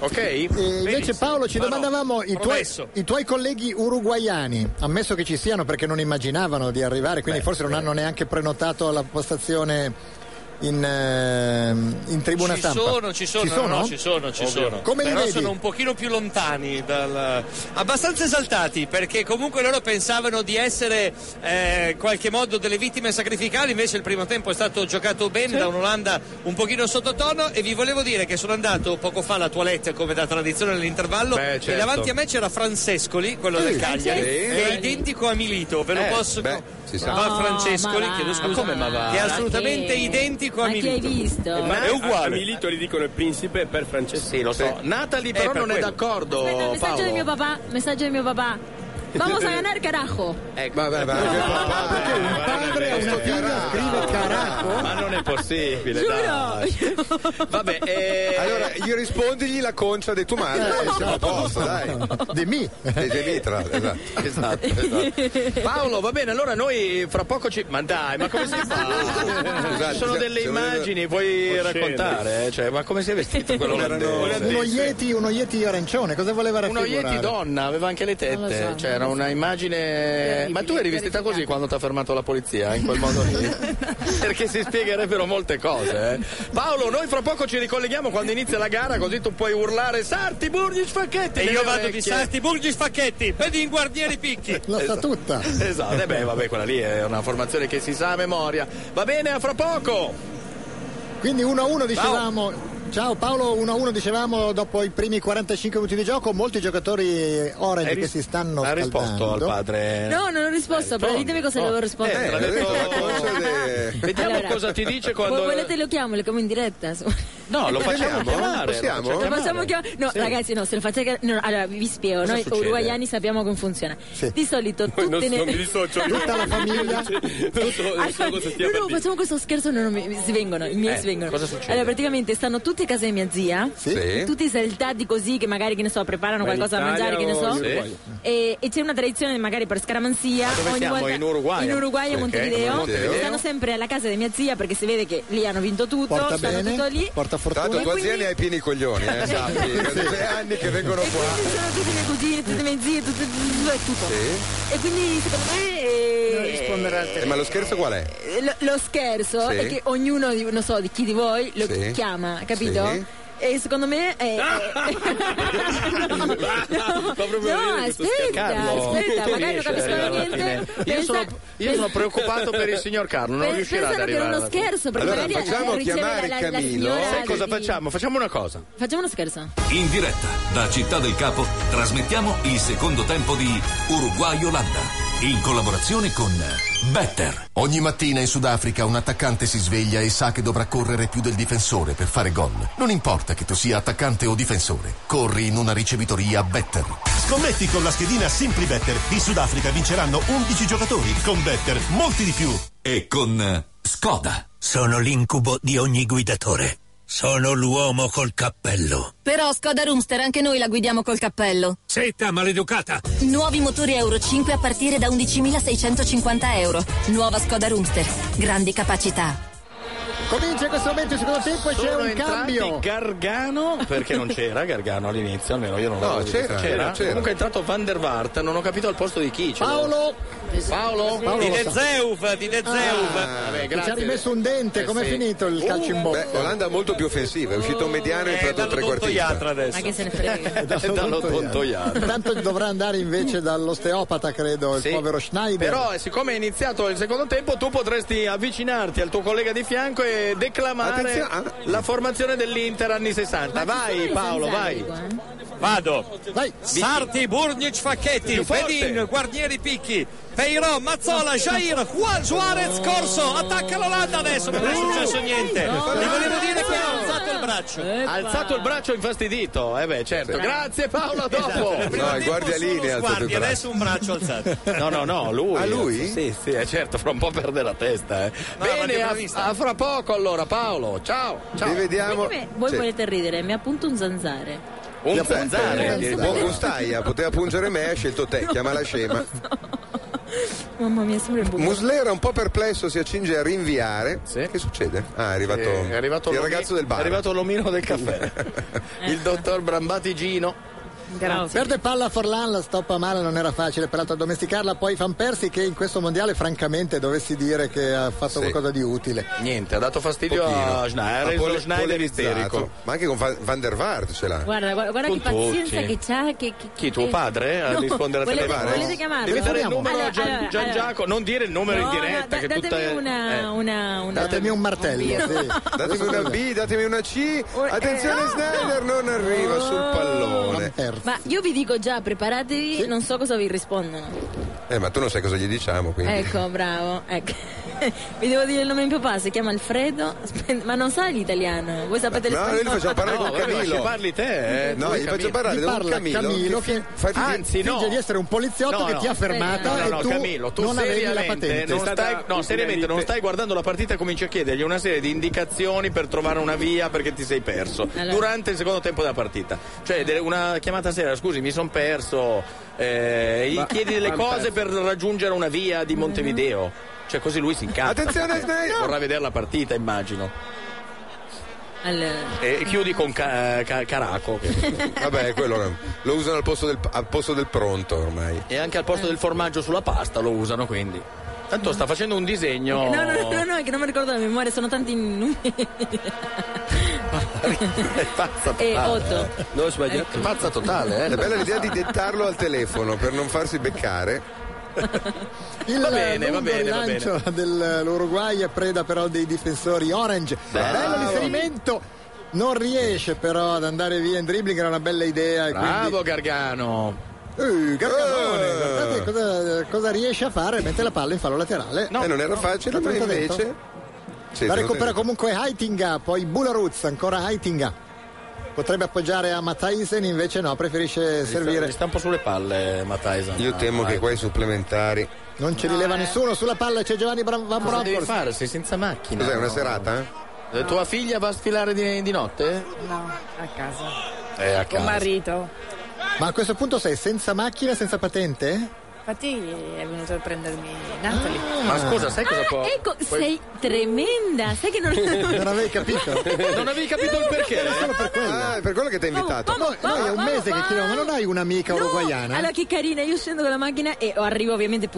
Speaker 3: Ok?
Speaker 4: E Eh, invece Paolo ci domandavamo i, tuoi,
Speaker 3: Promesso.
Speaker 4: i tuoi colleghi uruguaiani, ammesso che ci siano perché non immaginavano di arrivare, quindi forse non hanno neanche prenotato la postazione in, ehm, in tribuna
Speaker 16: ci
Speaker 4: stampa.
Speaker 16: sono, ci sono,
Speaker 4: Ci sono?
Speaker 16: no, no, ci sono, ci sono.
Speaker 4: Come li
Speaker 16: Però
Speaker 4: vedi?
Speaker 16: sono un pochino più lontani, dal... abbastanza esaltati perché comunque loro pensavano di essere eh, in qualche modo delle vittime sacrificali, invece il primo tempo è stato giocato bene da un'Olanda un pochino sottotono e vi volevo dire che sono andato poco fa alla toilette come da tradizione all'intervallo
Speaker 3: Beh,
Speaker 16: e
Speaker 3: certo.
Speaker 16: davanti a me c'era Francescoli, quello del Cagliari,
Speaker 3: sì.
Speaker 16: che è identico a Milito, ve lo
Speaker 3: Eh,
Speaker 16: posso...
Speaker 3: beh, si sa.
Speaker 16: Ma
Speaker 3: No,
Speaker 16: Francescoli,
Speaker 3: ma va,
Speaker 16: chiedo
Speaker 3: ma
Speaker 16: scusa,
Speaker 3: come ma va?
Speaker 16: che è assolutamente
Speaker 3: Ma che-
Speaker 16: identico a
Speaker 3: ma chi
Speaker 16: Milito.
Speaker 3: hai visto?
Speaker 1: Eh,
Speaker 16: E
Speaker 3: Eh, Ma
Speaker 16: è uguale.
Speaker 32: A Milito gli dicono il principe per Francesco.
Speaker 1: Eh,
Speaker 3: Sì, lo so. Natalie però non è d'accordo,
Speaker 12: Aspetta, messaggio
Speaker 3: Paolo.
Speaker 12: di mio papà, messaggio di mio papà. Vamos a ganar, carajo.
Speaker 3: Ecco.
Speaker 13: Vabbè, vabbè.
Speaker 4: Padre a una figlia scrive carajo.
Speaker 3: Ma non è possibile,
Speaker 12: Giuro.
Speaker 3: dai. Vabbè, eh,
Speaker 2: Allora, gli rispondigli la concia di tua madre.
Speaker 3: No.
Speaker 2: Siamo a posto, dai.
Speaker 4: Di me.
Speaker 2: Di Demitra, esatto.
Speaker 3: Esatto, esatto. Paolo, va bene, allora noi fra poco ci. Ma dai, ma come si fa?
Speaker 2: Scusate,
Speaker 3: Ci sono
Speaker 2: se-
Speaker 3: delle
Speaker 2: se volete-
Speaker 3: immagini, vuoi
Speaker 2: Oscene.
Speaker 3: raccontare? eh? Cioè, ma come si è vestito quello olandese?
Speaker 4: Uno Yeti, uno Yeti arancione, cosa voleva
Speaker 3: Uno
Speaker 4: raffigurare?
Speaker 3: Yeti donna, aveva anche le
Speaker 4: Non lo
Speaker 3: tette,
Speaker 4: so,
Speaker 3: cioè era una immagine. Ma tu eri vestita così quando ti ha fermato la polizia, in quel modo lì. Perché si spiegherebbero molte cose. eh. Paolo, noi fra poco ci ricolleghiamo quando inizia la gara, così tu puoi urlare Sarti Burgis Facchetti!
Speaker 16: E io
Speaker 3: nelle
Speaker 16: vado di
Speaker 3: orecchie."
Speaker 16: Sarti Burgis Facchetti, vedi in guardieri picchi.
Speaker 4: La sa tutta.
Speaker 3: Esatto, e beh, vabbè, quella lì è una formazione che si sa a memoria. Va bene, a fra poco!
Speaker 4: Quindi 1-1 dicevamo. Ciao Paolo, 1-1 dicevamo dopo i primi 45 minuti di gioco, molti giocatori orange
Speaker 3: Hai ris-
Speaker 4: che si stanno
Speaker 3: Ha
Speaker 4: scaldando.
Speaker 3: risposto al padre.
Speaker 12: No, non ho risposto, però ditemi cosa dovevo rispondere.
Speaker 3: Eh, l'ha detto- Vediamo cosa ti dice quando.
Speaker 12: Voi volete lo chiamo, lo chiamo in diretta. su-
Speaker 3: No, lo facciamo chiamare.
Speaker 2: Possiamo?
Speaker 3: lo
Speaker 12: Lo
Speaker 3: facciamo
Speaker 12: facciamo chiamare? No,
Speaker 3: Sì.
Speaker 12: ragazzi, no, se lo faccio chiamare- no, allora vi spiego,
Speaker 3: Cosa
Speaker 12: noi
Speaker 3: succede?
Speaker 12: uruguaiani sappiamo come funziona. Di solito tutte
Speaker 3: non-
Speaker 12: ne-
Speaker 3: non mi dissocio.
Speaker 4: Tutta la famiglia.
Speaker 3: Non so, non so cosa stia
Speaker 12: no,
Speaker 3: per
Speaker 12: no,
Speaker 3: dire.
Speaker 12: facciamo questo scherzo, no, no, mi svengono, i miei
Speaker 3: Eh,
Speaker 12: svengono.
Speaker 3: cosa succede?
Speaker 12: Allora, praticamente stanno tutti a casa di mia zia,
Speaker 3: Sì.
Speaker 12: tutti saltati così che magari, che ne so, preparano
Speaker 3: Ma in
Speaker 12: qualcosa da
Speaker 3: Italia
Speaker 12: mangiare, che ne
Speaker 3: o
Speaker 12: so.
Speaker 3: in Uruguay?
Speaker 12: E, e c'è una tradizione magari per scaramanzia.
Speaker 3: Ma dove
Speaker 12: ogni
Speaker 3: siamo?
Speaker 12: volta-
Speaker 3: In Uruguay?
Speaker 12: In Uruguay a
Speaker 3: Ok,
Speaker 12: Montevideo.
Speaker 3: Montevideo.
Speaker 12: Stanno sempre alla casa di mia zia perché si vede che lì hanno vinto tutto,
Speaker 2: Porta
Speaker 12: stanno
Speaker 2: bene,
Speaker 12: tutto lì.
Speaker 4: Porta
Speaker 2: Tanto
Speaker 12: E
Speaker 2: tua zia
Speaker 12: quindi-
Speaker 2: ne hai pieni i coglioni, eh,
Speaker 3: esatto.
Speaker 2: sappi. Da due anni che vengono qua.
Speaker 12: Ci sono tutte le cugine, tutte le mie zie, tutte, tutto, è tutto. E quindi secondo me. eh,
Speaker 2: Eh, ma lo scherzo qual è?
Speaker 12: eh, lo, lo scherzo
Speaker 2: Sì.
Speaker 12: è che ognuno di, non so, di chi di voi lo
Speaker 2: Sì.
Speaker 12: chiama, capito?
Speaker 2: Sì.
Speaker 12: E secondo me è.
Speaker 3: Ah! Fa proprio
Speaker 12: no,
Speaker 3: vedere questo
Speaker 12: aspetta,
Speaker 3: Carlo,
Speaker 12: aspetta,
Speaker 3: tu
Speaker 12: magari non
Speaker 3: riesci ad
Speaker 12: capiscono
Speaker 3: arrivare Cioè, alla
Speaker 12: niente.
Speaker 3: fine? Io sono, io sono preoccupato per il signor Carlo, non
Speaker 12: Pe-
Speaker 3: riuscirà ad
Speaker 12: pensano che
Speaker 3: arrivare.
Speaker 12: era uno
Speaker 3: alla fine.
Speaker 12: scherzo, perché Allora, magari facciamo riceve chiamare la- la Camillo. signora
Speaker 3: Sai cosa
Speaker 12: di-
Speaker 3: facciamo? Facciamo una cosa.
Speaker 12: Facciamo uno scherzo.
Speaker 18: In diretta da Città del Capo trasmettiamo il secondo tempo di Uruguay-Olanda in collaborazione con Better.
Speaker 34: Ogni mattina in Sudafrica un attaccante si sveglia e sa che dovrà correre più del difensore per fare gol. Non importa che tu sia attaccante o difensore, corri in una ricevitoria Better.
Speaker 9: Scommetti con la schedina Simply Better. In Sudafrica vinceranno 11 giocatori. Con Better, molti di più.
Speaker 18: E con Skoda.
Speaker 8: Sono l'incubo di ogni guidatore. Sono l'uomo col cappello.
Speaker 35: Però Skoda Roomster anche noi la guidiamo col cappello.
Speaker 8: Setta maleducata!
Speaker 35: Nuovi motori Euro 5 a partire da 11.650 euro. Nuova Skoda Roomster. Grandi capacità.
Speaker 4: Comincia in questo momento il secondo tempo e c'è
Speaker 3: Sono
Speaker 4: un
Speaker 3: entrati
Speaker 4: cambio.
Speaker 3: Gargano, perché non c'era Gargano all'inizio, almeno io non
Speaker 2: No,
Speaker 3: l'avevo visto.
Speaker 2: c'era, c'era, c'era.
Speaker 3: Comunque è entrato Van der Vaart, non ho capito al posto di chi. c'era.
Speaker 4: Paolo,
Speaker 3: Paolo,
Speaker 4: Paolo
Speaker 3: di
Speaker 4: lo sa.
Speaker 3: De Zeuf, di De Zeuf.
Speaker 4: Che
Speaker 3: Vabbè,
Speaker 4: ci ha
Speaker 3: grazie.
Speaker 4: rimesso un dente,
Speaker 3: Eh,
Speaker 4: com'è
Speaker 3: sì.
Speaker 4: finito il calcio in bocca?
Speaker 2: Uh, Beh, Olanda è molto più offensiva, è uscito un
Speaker 3: Eh,
Speaker 2: mediano e è entrato un trequartista.
Speaker 12: Ma che se ne frega.
Speaker 3: Dall'odontoiatra.
Speaker 4: Tanto dovrà andare invece dall'osteopata, credo, il
Speaker 3: Sì.
Speaker 4: povero Schneider.
Speaker 3: Però eh, siccome è iniziato il secondo tempo tu potresti avvicinarti al tuo collega di fianco e declamare
Speaker 2: Attenzione, ah.
Speaker 3: la formazione dell'Inter anni 60. Vai Paolo, vai.
Speaker 16: Vado.
Speaker 4: Vai.
Speaker 16: Sarti, Burnic, Facchetti,
Speaker 3: Più forte.
Speaker 16: Fedin, Guarnieri Picchi, Peirò, Mazzola, Jair, Juan Suarez, Corso, attacca l'Olanda adesso, non è successo niente. Vi volevo dire che ha alzato il braccio.
Speaker 3: Ha alzato il braccio infastidito, eh beh certo.
Speaker 16: Sì.
Speaker 3: Grazie Paolo, a
Speaker 16: Esatto,
Speaker 3: dopo.
Speaker 16: nel primo No, il tempo guardialini solo ha alzato il sguardi, braccio. adesso un braccio alzato.
Speaker 3: No, no, no, lui.
Speaker 16: Ah, lui?
Speaker 3: Sì, sì, eh, certo, fra un po' perde la testa. eh.
Speaker 16: No,
Speaker 3: Bene,
Speaker 16: l'abbiamo
Speaker 3: a,
Speaker 16: vista.
Speaker 3: a fra poco allora Paolo, ciao. ciao.
Speaker 12: Perché me- voi volete ridere, mi appunto un zanzare.
Speaker 3: Un
Speaker 2: Vabbè,
Speaker 3: zanzare.
Speaker 2: eh,
Speaker 3: addirittura.
Speaker 2: Un staia, poteva pungere me, ha scelto te, chiama la scema.
Speaker 12: Mamma mia, sembra il buco.
Speaker 2: Muslera un po' perplesso si accinge a rinviare. Che succede? Ah, è arrivato,
Speaker 3: Sì, è arrivato
Speaker 2: il
Speaker 3: l'omi-
Speaker 2: ragazzo del bar.
Speaker 3: È arrivato l'omino del caffè. il dottor Brambatigino.
Speaker 4: Grazie. Perde palla Forlan, la stoppa male, non era facile peraltro addomesticarla. Poi Van Persi che in questo mondiale francamente dovessi dire che ha fatto qualcosa di utile.
Speaker 3: Niente, ha dato fastidio
Speaker 2: Pochino.
Speaker 3: a Schneider, ha
Speaker 2: Ha
Speaker 3: reso
Speaker 2: pole-
Speaker 3: Schneider
Speaker 2: polemizzato.
Speaker 3: isterico.
Speaker 2: Ma anche con Van Van der Vaart ce l'ha.
Speaker 12: Guarda, guarda, guarda
Speaker 2: Con
Speaker 12: che pazienza
Speaker 2: tutti.
Speaker 12: che c'ha. Che, che-
Speaker 2: Chi, tuo
Speaker 12: che-
Speaker 2: padre, a rispondere al
Speaker 12: volete,
Speaker 2: telefono?
Speaker 12: Volete chiamarlo?
Speaker 3: Devi dare il numero
Speaker 12: Allora,
Speaker 3: a Gian,
Speaker 12: allora,
Speaker 3: Gian
Speaker 12: allora.
Speaker 3: Giacomo, non dire il numero in
Speaker 12: No,
Speaker 3: diretta.
Speaker 12: da-
Speaker 3: che
Speaker 12: datemi
Speaker 3: tutta è-
Speaker 12: una,
Speaker 3: eh.
Speaker 12: una, una-
Speaker 4: Datemi un martello. sì.
Speaker 2: Datemi una B, datemi una C. Attenzione,
Speaker 12: eh, no,
Speaker 2: Snyder non arriva sul pallone.
Speaker 12: Ma io vi dico già, preparatevi, non so cosa vi rispondono.
Speaker 2: Eh, ma tu non sai cosa gli diciamo, quindi.
Speaker 12: Ecco, bravo. Ecco. Vi devo dire il nome di mio papà, si chiama Alfredo, Aspetta, ma non sa l'italiano. Voi sapete
Speaker 2: no, noi
Speaker 12: l'espagnolo?
Speaker 2: li facciamo parlare
Speaker 3: No,
Speaker 2: con
Speaker 3: vabbè,
Speaker 2: Camillo.
Speaker 3: ci parli te, eh, tu
Speaker 2: no,
Speaker 3: e
Speaker 2: gli
Speaker 3: Camillo.
Speaker 2: faccio parlare
Speaker 3: Gli
Speaker 2: con
Speaker 3: parla
Speaker 2: Camillo.
Speaker 3: Camillo che-
Speaker 2: fa-
Speaker 3: Anzi, no.
Speaker 4: Finge di essere un poliziotto
Speaker 3: No,
Speaker 4: che
Speaker 3: no.
Speaker 4: ti ha fermato
Speaker 3: No, no,
Speaker 4: e
Speaker 3: no,
Speaker 4: tu
Speaker 3: Camillo, tu
Speaker 4: non avevi la
Speaker 3: seriamente,
Speaker 4: patente.
Speaker 3: non stai, no, seriamente non stai guardando la partita e cominci a chiedergli una serie di indicazioni per trovare una via perché ti sei perso
Speaker 36: Allora.
Speaker 3: durante il secondo tempo della partita. Cioè, de- una chiamata sera, scusi, mi sono perso, eh, gli
Speaker 36: Ma-
Speaker 3: chiedi le
Speaker 36: ma-
Speaker 3: cose per raggiungere una via di Montevideo. Cioè, così lui si incazza.
Speaker 12: Attenzione, Snail!
Speaker 3: Vorrà vedere la partita, immagino.
Speaker 12: Al-
Speaker 3: E chiudi con Ca- Ca- Caraco. che-
Speaker 2: Vabbè, quello ora lo usano al posto del, al posto del pronto ormai.
Speaker 3: E anche al posto
Speaker 12: Eh.
Speaker 3: del formaggio sulla pasta lo usano, quindi. Tanto sta facendo un disegno.
Speaker 12: No, no, no, no, no, è che non mi ricordo la memoria, sono tanti numeri.
Speaker 3: Pazza
Speaker 12: E Eh, otto.
Speaker 3: Non ho
Speaker 2: Eh,
Speaker 3: sbagliato. Pazza totale, eh.
Speaker 2: È bella l'idea di dettarlo al telefono per non farsi beccare.
Speaker 4: Il
Speaker 2: Va bene, va
Speaker 4: lungo
Speaker 2: bene, va
Speaker 4: rilancio dell'Uruguay è preda però dei difensori orange.
Speaker 2: Bravo.
Speaker 4: Bello riferimento. Non riesce però ad andare via in dribbling, era una bella idea. e
Speaker 3: Bravo Gargano.
Speaker 4: quindi- Eh, Gargamone,
Speaker 3: Eh.
Speaker 4: guardate cosa, cosa riesce a fare, mette la palla in fallo laterale.
Speaker 2: No. Eh, non era facile, ma
Speaker 4: l'ha tentato.
Speaker 2: invece- Sì,
Speaker 4: la
Speaker 2: te lo
Speaker 4: recupera
Speaker 2: tengo.
Speaker 4: comunque Heitinga, poi Bularuz, ancora Heitinga. Potrebbe appoggiare a Mataisen, invece no, preferisce servire.
Speaker 3: Mi sta un po' sulle palle, Mataisa. Ah,
Speaker 2: Io temo che qua i supplementari.
Speaker 4: Non ci rileva nessuno, sulla palla c'è Giovanni Bra- Van
Speaker 3: eh. Cosa devi
Speaker 4: Bronckhorst.
Speaker 3: fare? Sei senza macchina.
Speaker 2: Cos'è, una
Speaker 3: No.
Speaker 2: serata?
Speaker 3: Eh, Tua figlia va a sfilare di, di notte?
Speaker 10: No, a casa.
Speaker 3: Eh, a
Speaker 10: Con marito.
Speaker 4: Ma a questo punto sei senza macchina, senza patente?
Speaker 10: Infatti è venuto a prendermi Natalie.
Speaker 4: Ah, Ma scusa,
Speaker 3: sai
Speaker 4: cosa può-
Speaker 12: Ecco,
Speaker 4: puoi-
Speaker 12: sei tremenda, sai che non
Speaker 4: Non avevi capito?
Speaker 12: Eh.
Speaker 3: Non avevi capito il perché?
Speaker 4: Era solo per quello.
Speaker 2: Ah, è per quello che ti ha invitato.
Speaker 4: Noi, noi è un
Speaker 12: vamos,
Speaker 4: mese che chiediamo, ma non hai un'amica uruguayana?
Speaker 12: Allora, che carina, io scendo con la macchina e arrivo ovviamente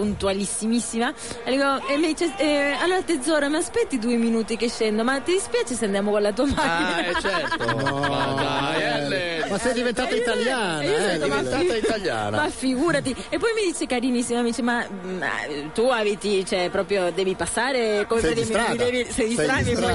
Speaker 12: puntualissimissima. E, dico- e mi dice, eh, allora tesoro, mi aspetti due minuti che scendo, ma ti dispiace se andiamo con la tua macchina?
Speaker 3: Ah, eh, certo. Ma dai, eh. Elle.
Speaker 4: Ma sei diventata italiana,
Speaker 12: E io
Speaker 4: eh?
Speaker 12: sono
Speaker 4: Lilla.
Speaker 3: diventata italiana.
Speaker 12: Ma figurati. E poi mi dice carinissima, mi dice, ma, ma tu abiti, cioè proprio devi passare come
Speaker 4: Sei
Speaker 12: devi,
Speaker 4: distratta.
Speaker 12: mi devi,
Speaker 4: Sei
Speaker 12: sei distratto, mi puoi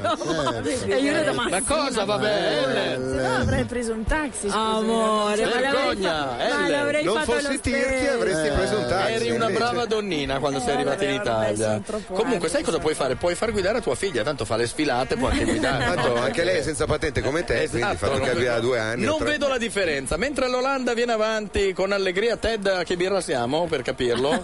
Speaker 12: lasciare. no? E io dico, ma,
Speaker 3: Eh,
Speaker 12: Eh.
Speaker 3: Ma cosa, vabbè? Elle?
Speaker 10: Se no avrei preso un taxi. eh, scusa.
Speaker 12: Amore, ma l'avrei
Speaker 3: Vergogna,
Speaker 12: fa- ma
Speaker 3: Elle.
Speaker 12: l'avrei
Speaker 3: Non
Speaker 12: fatto
Speaker 3: fossi
Speaker 12: lo
Speaker 3: Tirchi,
Speaker 12: stesso.
Speaker 2: avresti preso un taxi,
Speaker 3: Eri una
Speaker 2: invece.
Speaker 3: brava donnina quando sei arrivata in Italia. Comunque, sai cosa puoi fare? Puoi far guidare a tua figlia, tanto fa le sfilate, può anche guidare.
Speaker 2: Tanto
Speaker 3: no?
Speaker 2: anche lei è senza patente come te,
Speaker 3: Esatto,
Speaker 2: quindi fatto
Speaker 3: non
Speaker 2: che abbia
Speaker 3: vedo-
Speaker 2: due anni. o
Speaker 3: Non
Speaker 2: tre.
Speaker 3: vedo la differenza. Mentre l'Olanda viene avanti con allegria, Ted, a che birra siamo per capirlo?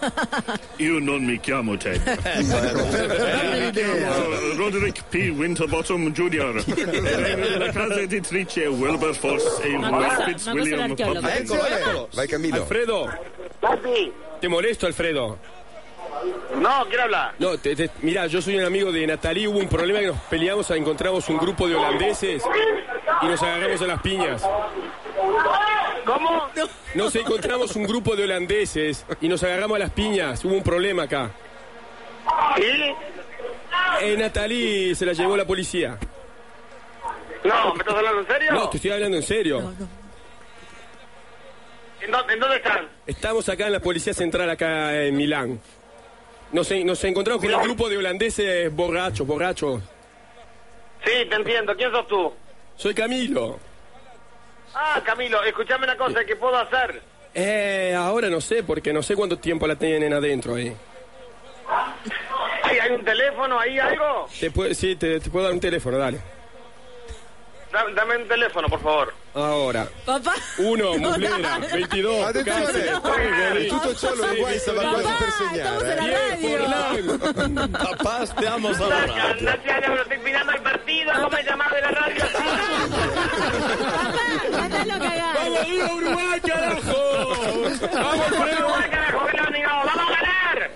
Speaker 1: Io non mi chiamo Ted. Eh, mi chiamo Roderick P. Winterbottom Jr. Eh, La casa editrice Wilberforce e
Speaker 15: Ma questa-
Speaker 1: Westfitz
Speaker 15: ma questo è
Speaker 1: William.
Speaker 15: l'archeologo. Eccolo, eccolo.
Speaker 2: Vai Camillo.
Speaker 1: Alfredo, te molesto Alfredo.
Speaker 9: No, quiero hablar.
Speaker 1: No, te- te- mira, yo soy un amigo de Natalí, hubo un problema que nos peleamos, encontramos un grupo de holandeses y nos agarramos a las piñas.
Speaker 9: ¿Cómo?
Speaker 1: Nos encontramos un grupo de holandeses y nos agarramos a las piñas, hubo un problema acá. Eh, Natalí se la llevó la policía.
Speaker 9: No, ¿me estás hablando en serio?
Speaker 1: No, te estoy hablando en serio.
Speaker 9: ¿En dónde, en dónde están?
Speaker 1: Estamos acá en la Policía Central, acá en Milán. Nos, en- nos encontramos con un grupo de holandeses borrachos, borrachos.
Speaker 9: Sí, te entiendo. ¿Quién sos tú?
Speaker 1: Soy Camilo.
Speaker 9: Ah, Camilo, escuchame una cosa que puedo hacer.
Speaker 1: Eh, ahora no sé, porque no sé cuánto tiempo la tienen adentro eh. ahí.
Speaker 9: Ay, ¿Hay un teléfono ahí, algo?
Speaker 1: Te puedo, sí, te, te puedo dar un teléfono, dale.
Speaker 9: Da- dame un teléfono, por favor.
Speaker 1: Ahora.
Speaker 12: Papá.
Speaker 1: Uno, muslera, 22.
Speaker 9: Attenzione,
Speaker 1: Attenzione,
Speaker 2: tutto ciò l'Uruguay stava quasi per segnare.
Speaker 3: Papà, stiamo salvando.
Speaker 9: Pero estoy mirando el partido, ¿cómo me llamás de la radio?
Speaker 12: Mandalo a cagar.
Speaker 9: ¡Vamos, viva Uruguay, carajo! ¡Vamos, Uruguay, carajo, que lo digo! ¡Vamos a ganar!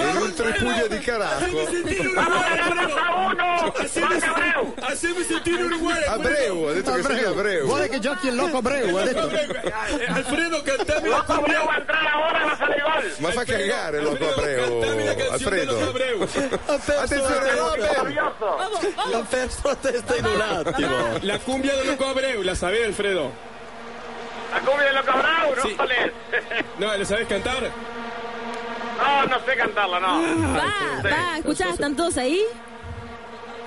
Speaker 2: E l'ultrapuglia di Caracco.
Speaker 3: Cioè,
Speaker 1: Haceme sentir Uruguay.
Speaker 2: Abreu, ha detto che sei Abreu.
Speaker 4: Vuole che giochi il loco Abreu, ha detto.
Speaker 1: Alfredo, cantame la
Speaker 2: Ma fa cagare Loco Abreu. Alfredo.
Speaker 3: Ha perso
Speaker 2: Attenzione,
Speaker 3: la testa.
Speaker 2: Robert.
Speaker 3: Ha perso la testa in un attimo.
Speaker 1: La cumbia de Loco Abreu, ¿la sabés, Alfredo?
Speaker 9: ¿La cumbia de Loco Abreu? ¿No cuál es?
Speaker 1: No, ¿la sabés cantar?
Speaker 9: No, no sé cantarla, no.
Speaker 12: Va, va, escuchá, ¿están todos ahí?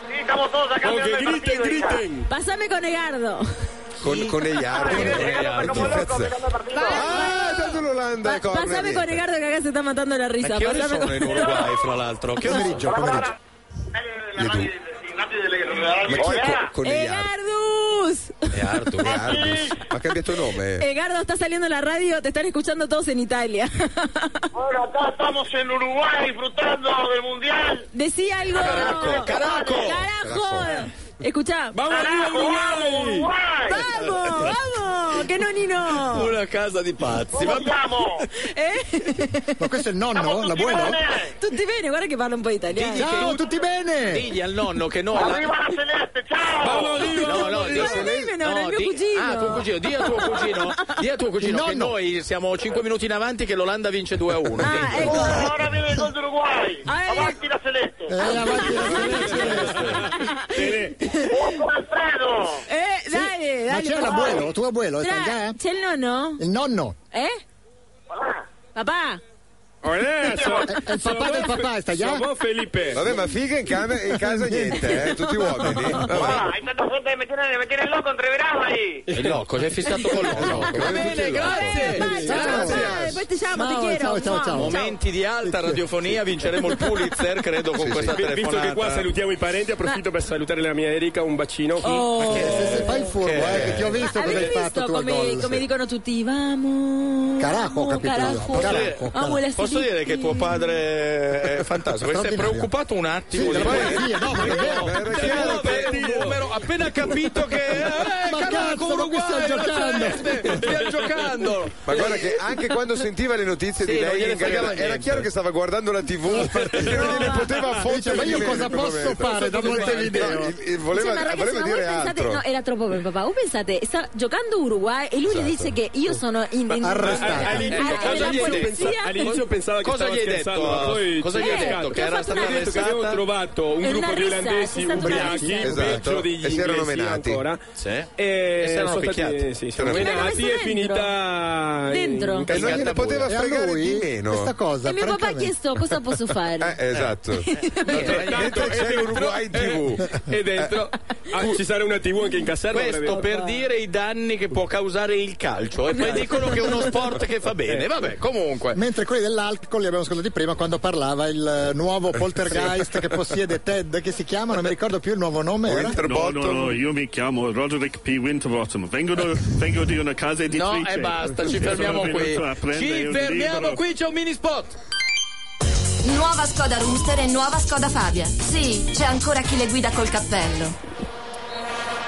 Speaker 9: Sí, estamos todos acá.
Speaker 1: Oh, que griten, griten.
Speaker 12: Pásame con Egardo.
Speaker 2: Con, con Eyardo.
Speaker 12: Va,
Speaker 37: dato l'Olanda.
Speaker 12: Pa- pasame con Ricardo que acá se está matando la risa.
Speaker 3: Ma che ore
Speaker 12: Pasame
Speaker 3: sono
Speaker 12: con-
Speaker 3: in Uruguay, fra l'altro? Che ore sono?
Speaker 2: eh, Ma chi è co- con
Speaker 3: Eh.
Speaker 2: gli
Speaker 12: Egardus.
Speaker 2: Artus? Ma ha cambiato nome.
Speaker 12: Egardo está saliendo en la radio, te están escuchando todos en Italia.
Speaker 9: Bueno, acá estamos en Uruguay disfrutando del mundial.
Speaker 12: Decía algo.
Speaker 9: Caraco, caraco.
Speaker 12: Carajo. Escuchá.
Speaker 9: Vamos arriba, Uruguay.
Speaker 2: eh,
Speaker 12: Vamos, vamos. Que no Nino.
Speaker 3: Una casa di
Speaker 2: Oh,
Speaker 3: pazzi. Ma
Speaker 12: Eh?
Speaker 4: Ma questo è il nonno? L'abuelo?
Speaker 12: Tutti bene, guarda che parla un po' di italiano.
Speaker 4: Ciao, tutti
Speaker 2: eh.
Speaker 4: bene?
Speaker 3: Digli al nonno che no.
Speaker 9: Arriva la celeste, ciao.
Speaker 3: Vamos, arriva, No, no, di-
Speaker 12: dimmelo, era il mio
Speaker 3: di-
Speaker 12: cugino.
Speaker 3: Ah, tuo cugino, di a tuo cugino, di a tuo cugino che noi siamo 5 minuti in avanti che l'Olanda vince 2 a 1.
Speaker 9: Ah, ecco. Ora viene il gol
Speaker 1: Eh.
Speaker 9: dell'Uruguay.
Speaker 4: Ah,
Speaker 9: Avanti la celeste.
Speaker 12: Eh, dai, dai.
Speaker 4: Ma c'è
Speaker 12: per
Speaker 4: l'abuelo,
Speaker 12: favore.
Speaker 4: tuo abuelo, è
Speaker 12: Tra-
Speaker 4: italiano?
Speaker 12: C'è il nonno?
Speaker 4: Il nonno.
Speaker 12: Eh? Papà.
Speaker 15: Oh, eh,
Speaker 2: Olè,
Speaker 4: so- È- è Eh, il papà so- del papà, sta già? so-
Speaker 2: Felipe. Vabbè, ma figa in, cam- in casa niente, eh? Tutti uomini. Vabbè.
Speaker 9: Hai tanta suerte di mettere, mettere il loco, entreverás
Speaker 12: eh.
Speaker 9: ahí.
Speaker 3: Il loco, si è fissato con il loco.
Speaker 9: Va bene, grazie.
Speaker 12: Dai, ciao, ciao, poi ti llamo, ti quiero.
Speaker 4: Oh,
Speaker 3: Momenti di alta radiofonia, vinceremo il Pulitzer, credo, con questa telefonata.
Speaker 1: Visto che qua salutiamo i parenti, approfitto per salutare la mia Erika, un bacino.
Speaker 12: Oh.
Speaker 4: Se fai il furbo, eh, che ti ho visto cosa hai
Speaker 12: Ah, Avete
Speaker 4: fatto
Speaker 12: visto
Speaker 4: tu al
Speaker 12: come,
Speaker 4: gol.
Speaker 12: come dicono tutti? Vamos.
Speaker 4: Carajo, ho capito io.
Speaker 12: Carajo.
Speaker 3: Posso dire-
Speaker 12: Carajo, Amo Ah, la
Speaker 3: Posso
Speaker 12: Filippina.
Speaker 3: dire che tuo padre è fantastico, si è preoccupato un attimo di
Speaker 4: poesia, no, ma davvero.
Speaker 3: Però per il numero, appena capito che eh,
Speaker 4: Ma
Speaker 3: carajo,
Speaker 4: cazzo, ma
Speaker 3: Uruguay,
Speaker 4: che
Speaker 3: la
Speaker 4: stiamo giocando?
Speaker 3: celeste, stiamo giocando.
Speaker 2: Ma guarda che anche quando sentiva le notizie
Speaker 3: Sì,
Speaker 2: di
Speaker 3: non
Speaker 2: lei,
Speaker 3: gliene
Speaker 2: era,
Speaker 3: fregava
Speaker 2: era
Speaker 3: niente.
Speaker 2: chiaro che stava guardando la TV perché non gliene poteva
Speaker 4: Dice,
Speaker 2: fottere.
Speaker 4: ma io
Speaker 2: di
Speaker 4: cosa
Speaker 2: me in quel
Speaker 4: posso
Speaker 2: momento.
Speaker 4: fare da Montevideo?
Speaker 2: No, il- il
Speaker 12: Cioè,
Speaker 2: Voleva,
Speaker 12: ma ragazzi,
Speaker 2: voleva
Speaker 12: ma voi
Speaker 2: dire
Speaker 12: pensate-
Speaker 2: altro.
Speaker 12: no, eh, era troppo per papà. Voi pensate, sta giocando Uruguay e lui le
Speaker 4: Esatto.
Speaker 12: dice che
Speaker 4: Oh.
Speaker 12: io sono in, in
Speaker 1: Arrestato.
Speaker 3: Eh,
Speaker 12: All'inizio,
Speaker 1: Cosa gli hai detto? All'inizio pensava che
Speaker 3: Cosa
Speaker 1: stava
Speaker 3: gli hai
Speaker 1: scherzando,
Speaker 3: detto?
Speaker 1: ma poi
Speaker 3: Cosa gli hai
Speaker 1: Eh,
Speaker 3: detto? Che
Speaker 1: ho
Speaker 3: era
Speaker 1: fatto
Speaker 3: stata
Speaker 1: una detto che
Speaker 3: arrestata?
Speaker 1: avevano trovato un
Speaker 12: È una
Speaker 1: gruppo di
Speaker 12: rissa,
Speaker 1: olandesi
Speaker 12: c'è stata una
Speaker 1: ubriachi,
Speaker 12: rissa.
Speaker 2: Esatto,
Speaker 1: peggio degli
Speaker 2: e si erano
Speaker 1: inglesi
Speaker 2: menati.
Speaker 1: ancora.
Speaker 3: Sì.
Speaker 1: E
Speaker 3: E si erano
Speaker 1: sono stati
Speaker 3: picchiati.
Speaker 1: sì, sono
Speaker 3: Si erano
Speaker 1: menati
Speaker 12: messi
Speaker 1: è finita in
Speaker 12: Dentro.
Speaker 2: E non gliene
Speaker 1: cascatabue.
Speaker 2: poteva
Speaker 4: E a
Speaker 2: fregare di
Speaker 4: lui
Speaker 2: meno.
Speaker 4: questa cosa.
Speaker 12: E mio papà ha
Speaker 4: francamente-
Speaker 12: chiesto cosa posso fare.
Speaker 2: Eh, esatto.
Speaker 1: Eh,
Speaker 2: Mentre c'è l'Uruguay in TV.
Speaker 1: E dentro
Speaker 2: Eh.
Speaker 1: ah, ci sarà una TV anche in caserma.
Speaker 3: Questo
Speaker 1: avrebbe-
Speaker 3: per
Speaker 2: Ah.
Speaker 3: dire i danni che può causare il calcio e poi dicono che è uno sport che fa
Speaker 4: Eh.
Speaker 3: bene. Vabbè, comunque.
Speaker 4: Mentre quelli dell'alcol li abbiamo ascoltati prima quando parlava il eh, nuovo poltergeist che possiede Ted, che si chiama, non mi ricordo più il nuovo nome. Era?
Speaker 15: No, no, no, io mi chiamo Roderick P. Winterbottom. Vengo, da- vengo di una casa editrice.
Speaker 3: No, e basta, ci
Speaker 15: Sono
Speaker 3: fermiamo
Speaker 15: venuto
Speaker 3: qui.
Speaker 15: a prendere
Speaker 3: Ci
Speaker 15: un
Speaker 3: fermiamo
Speaker 15: libro.
Speaker 3: qui, c'è un mini spot.
Speaker 21: Nuova Skoda Rooster e nuova Skoda Fabia. Sì, c'è ancora chi le guida col cappello.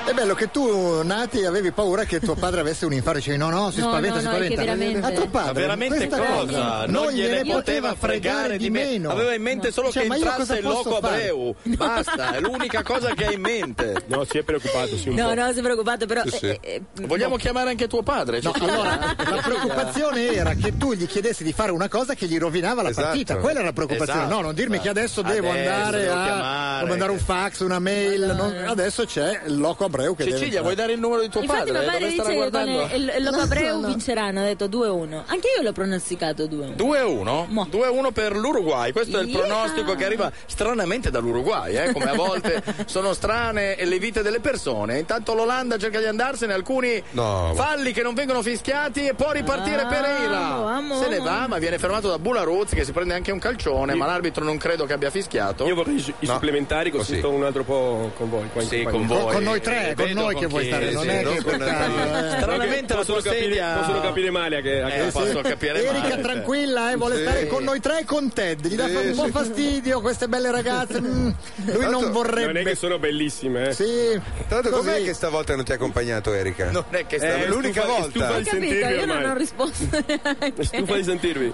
Speaker 4: È bello che tu, Nati, avevi paura che tuo padre avesse un infarto. Dicevi, no, no, si
Speaker 12: No,
Speaker 4: spaventa,
Speaker 12: no,
Speaker 4: si
Speaker 12: no, è che
Speaker 4: spaventa.
Speaker 12: veramente-
Speaker 4: A tuo padre.
Speaker 3: Ma veramente
Speaker 4: questa
Speaker 3: cosa? Non gliene poteva fregare di meno. Aveva in mente solo
Speaker 4: Cioè,
Speaker 3: che
Speaker 4: ma io cosa
Speaker 3: entrasse il
Speaker 4: posso
Speaker 3: loco
Speaker 4: fare?
Speaker 3: Abreu. Basta, è l'unica cosa che hai in mente.
Speaker 1: No, si è preoccupato, sì, un
Speaker 12: No,
Speaker 1: po'.
Speaker 12: no, sei preoccupato, però.
Speaker 1: Sì, sì.
Speaker 12: eh, eh,
Speaker 3: Vogliamo chiamare anche tuo padre? Cioè,
Speaker 4: No,
Speaker 3: Ci-
Speaker 4: allora, la preoccupazione era che tu gli chiedessi di fare una cosa che gli rovinava la
Speaker 2: Esatto.
Speaker 4: partita. Quella era la preoccupazione.
Speaker 3: Esatto.
Speaker 4: No, non dirmi che adesso devo
Speaker 3: Adesso
Speaker 4: andare
Speaker 3: devo
Speaker 4: a
Speaker 3: chiamare.
Speaker 4: devo mandare un fax, una mail. non- adesso c'è il loco Abreu che deve
Speaker 3: Cecilia,
Speaker 4: entrare.
Speaker 3: vuoi dare il numero di tuo padre?
Speaker 12: Infatti, mio padre
Speaker 3: Dove
Speaker 12: dice
Speaker 3: starà
Speaker 12: che con
Speaker 3: guardando?
Speaker 12: il, il Loco
Speaker 38: No,
Speaker 12: Abreu
Speaker 38: no.
Speaker 12: vinceranno. Ha detto 2-1. Anche io l'ho pronosticato 2-1.
Speaker 3: 2-1? 2-1 per l'Uruguay, questo è il
Speaker 12: Yeah.
Speaker 3: pronostico che arriva stranamente dall'Uruguay, eh, come a volte sono strane le vite delle persone. Intanto l'Olanda cerca di andarsene, alcuni
Speaker 2: No, ma-
Speaker 3: falli che non vengono fischiati e può ripartire
Speaker 12: Ah,
Speaker 3: Pereira.
Speaker 12: amo,
Speaker 3: Se ne
Speaker 12: amo.
Speaker 3: va, ma viene fermato da Bularuz che si prende anche un calcione, ma l'arbitro non credo che abbia fischiato.
Speaker 1: Io vorrei i, su- i supplementari
Speaker 3: Oh,
Speaker 1: così
Speaker 2: Così.
Speaker 1: sto un altro po' con voi. qua in
Speaker 3: Sì,
Speaker 1: compagnia.
Speaker 3: con voi.
Speaker 4: Con noi tre,
Speaker 3: Eh,
Speaker 4: con
Speaker 3: vedo
Speaker 4: noi che vuoi
Speaker 3: chi-
Speaker 4: stare, non
Speaker 3: sì,
Speaker 4: è
Speaker 3: no?
Speaker 4: che
Speaker 2: con-
Speaker 4: eh.
Speaker 3: Stranamente la
Speaker 1: Possono
Speaker 3: tua
Speaker 1: capire,
Speaker 3: sedia...
Speaker 1: possono capire male a che, a che-
Speaker 3: Eh, posso capire male,
Speaker 4: Erika
Speaker 3: cioè.
Speaker 4: tranquilla, eh, vuole
Speaker 2: Sì.
Speaker 4: stare con noi tre e con Ted. Gli dà
Speaker 2: Sì,
Speaker 4: un po'
Speaker 2: sì.
Speaker 4: fastidio queste belle ragazze. mm, lui non
Speaker 2: Tanto-
Speaker 4: vorrebbe.
Speaker 1: Non è che sono bellissime, eh.
Speaker 4: Sì.
Speaker 2: Tanto com'è
Speaker 4: così.
Speaker 2: che stavolta non ti ha accompagnato Erika?
Speaker 3: Non è che sta...
Speaker 2: Eh, l'unica
Speaker 1: stufa-
Speaker 2: volta.
Speaker 1: Stufa
Speaker 12: Ho
Speaker 1: di
Speaker 12: capito,
Speaker 1: sentirvi
Speaker 12: io non
Speaker 1: ormai.
Speaker 12: ho risposto
Speaker 1: Stufa di
Speaker 12: neanche.
Speaker 1: sentirvi.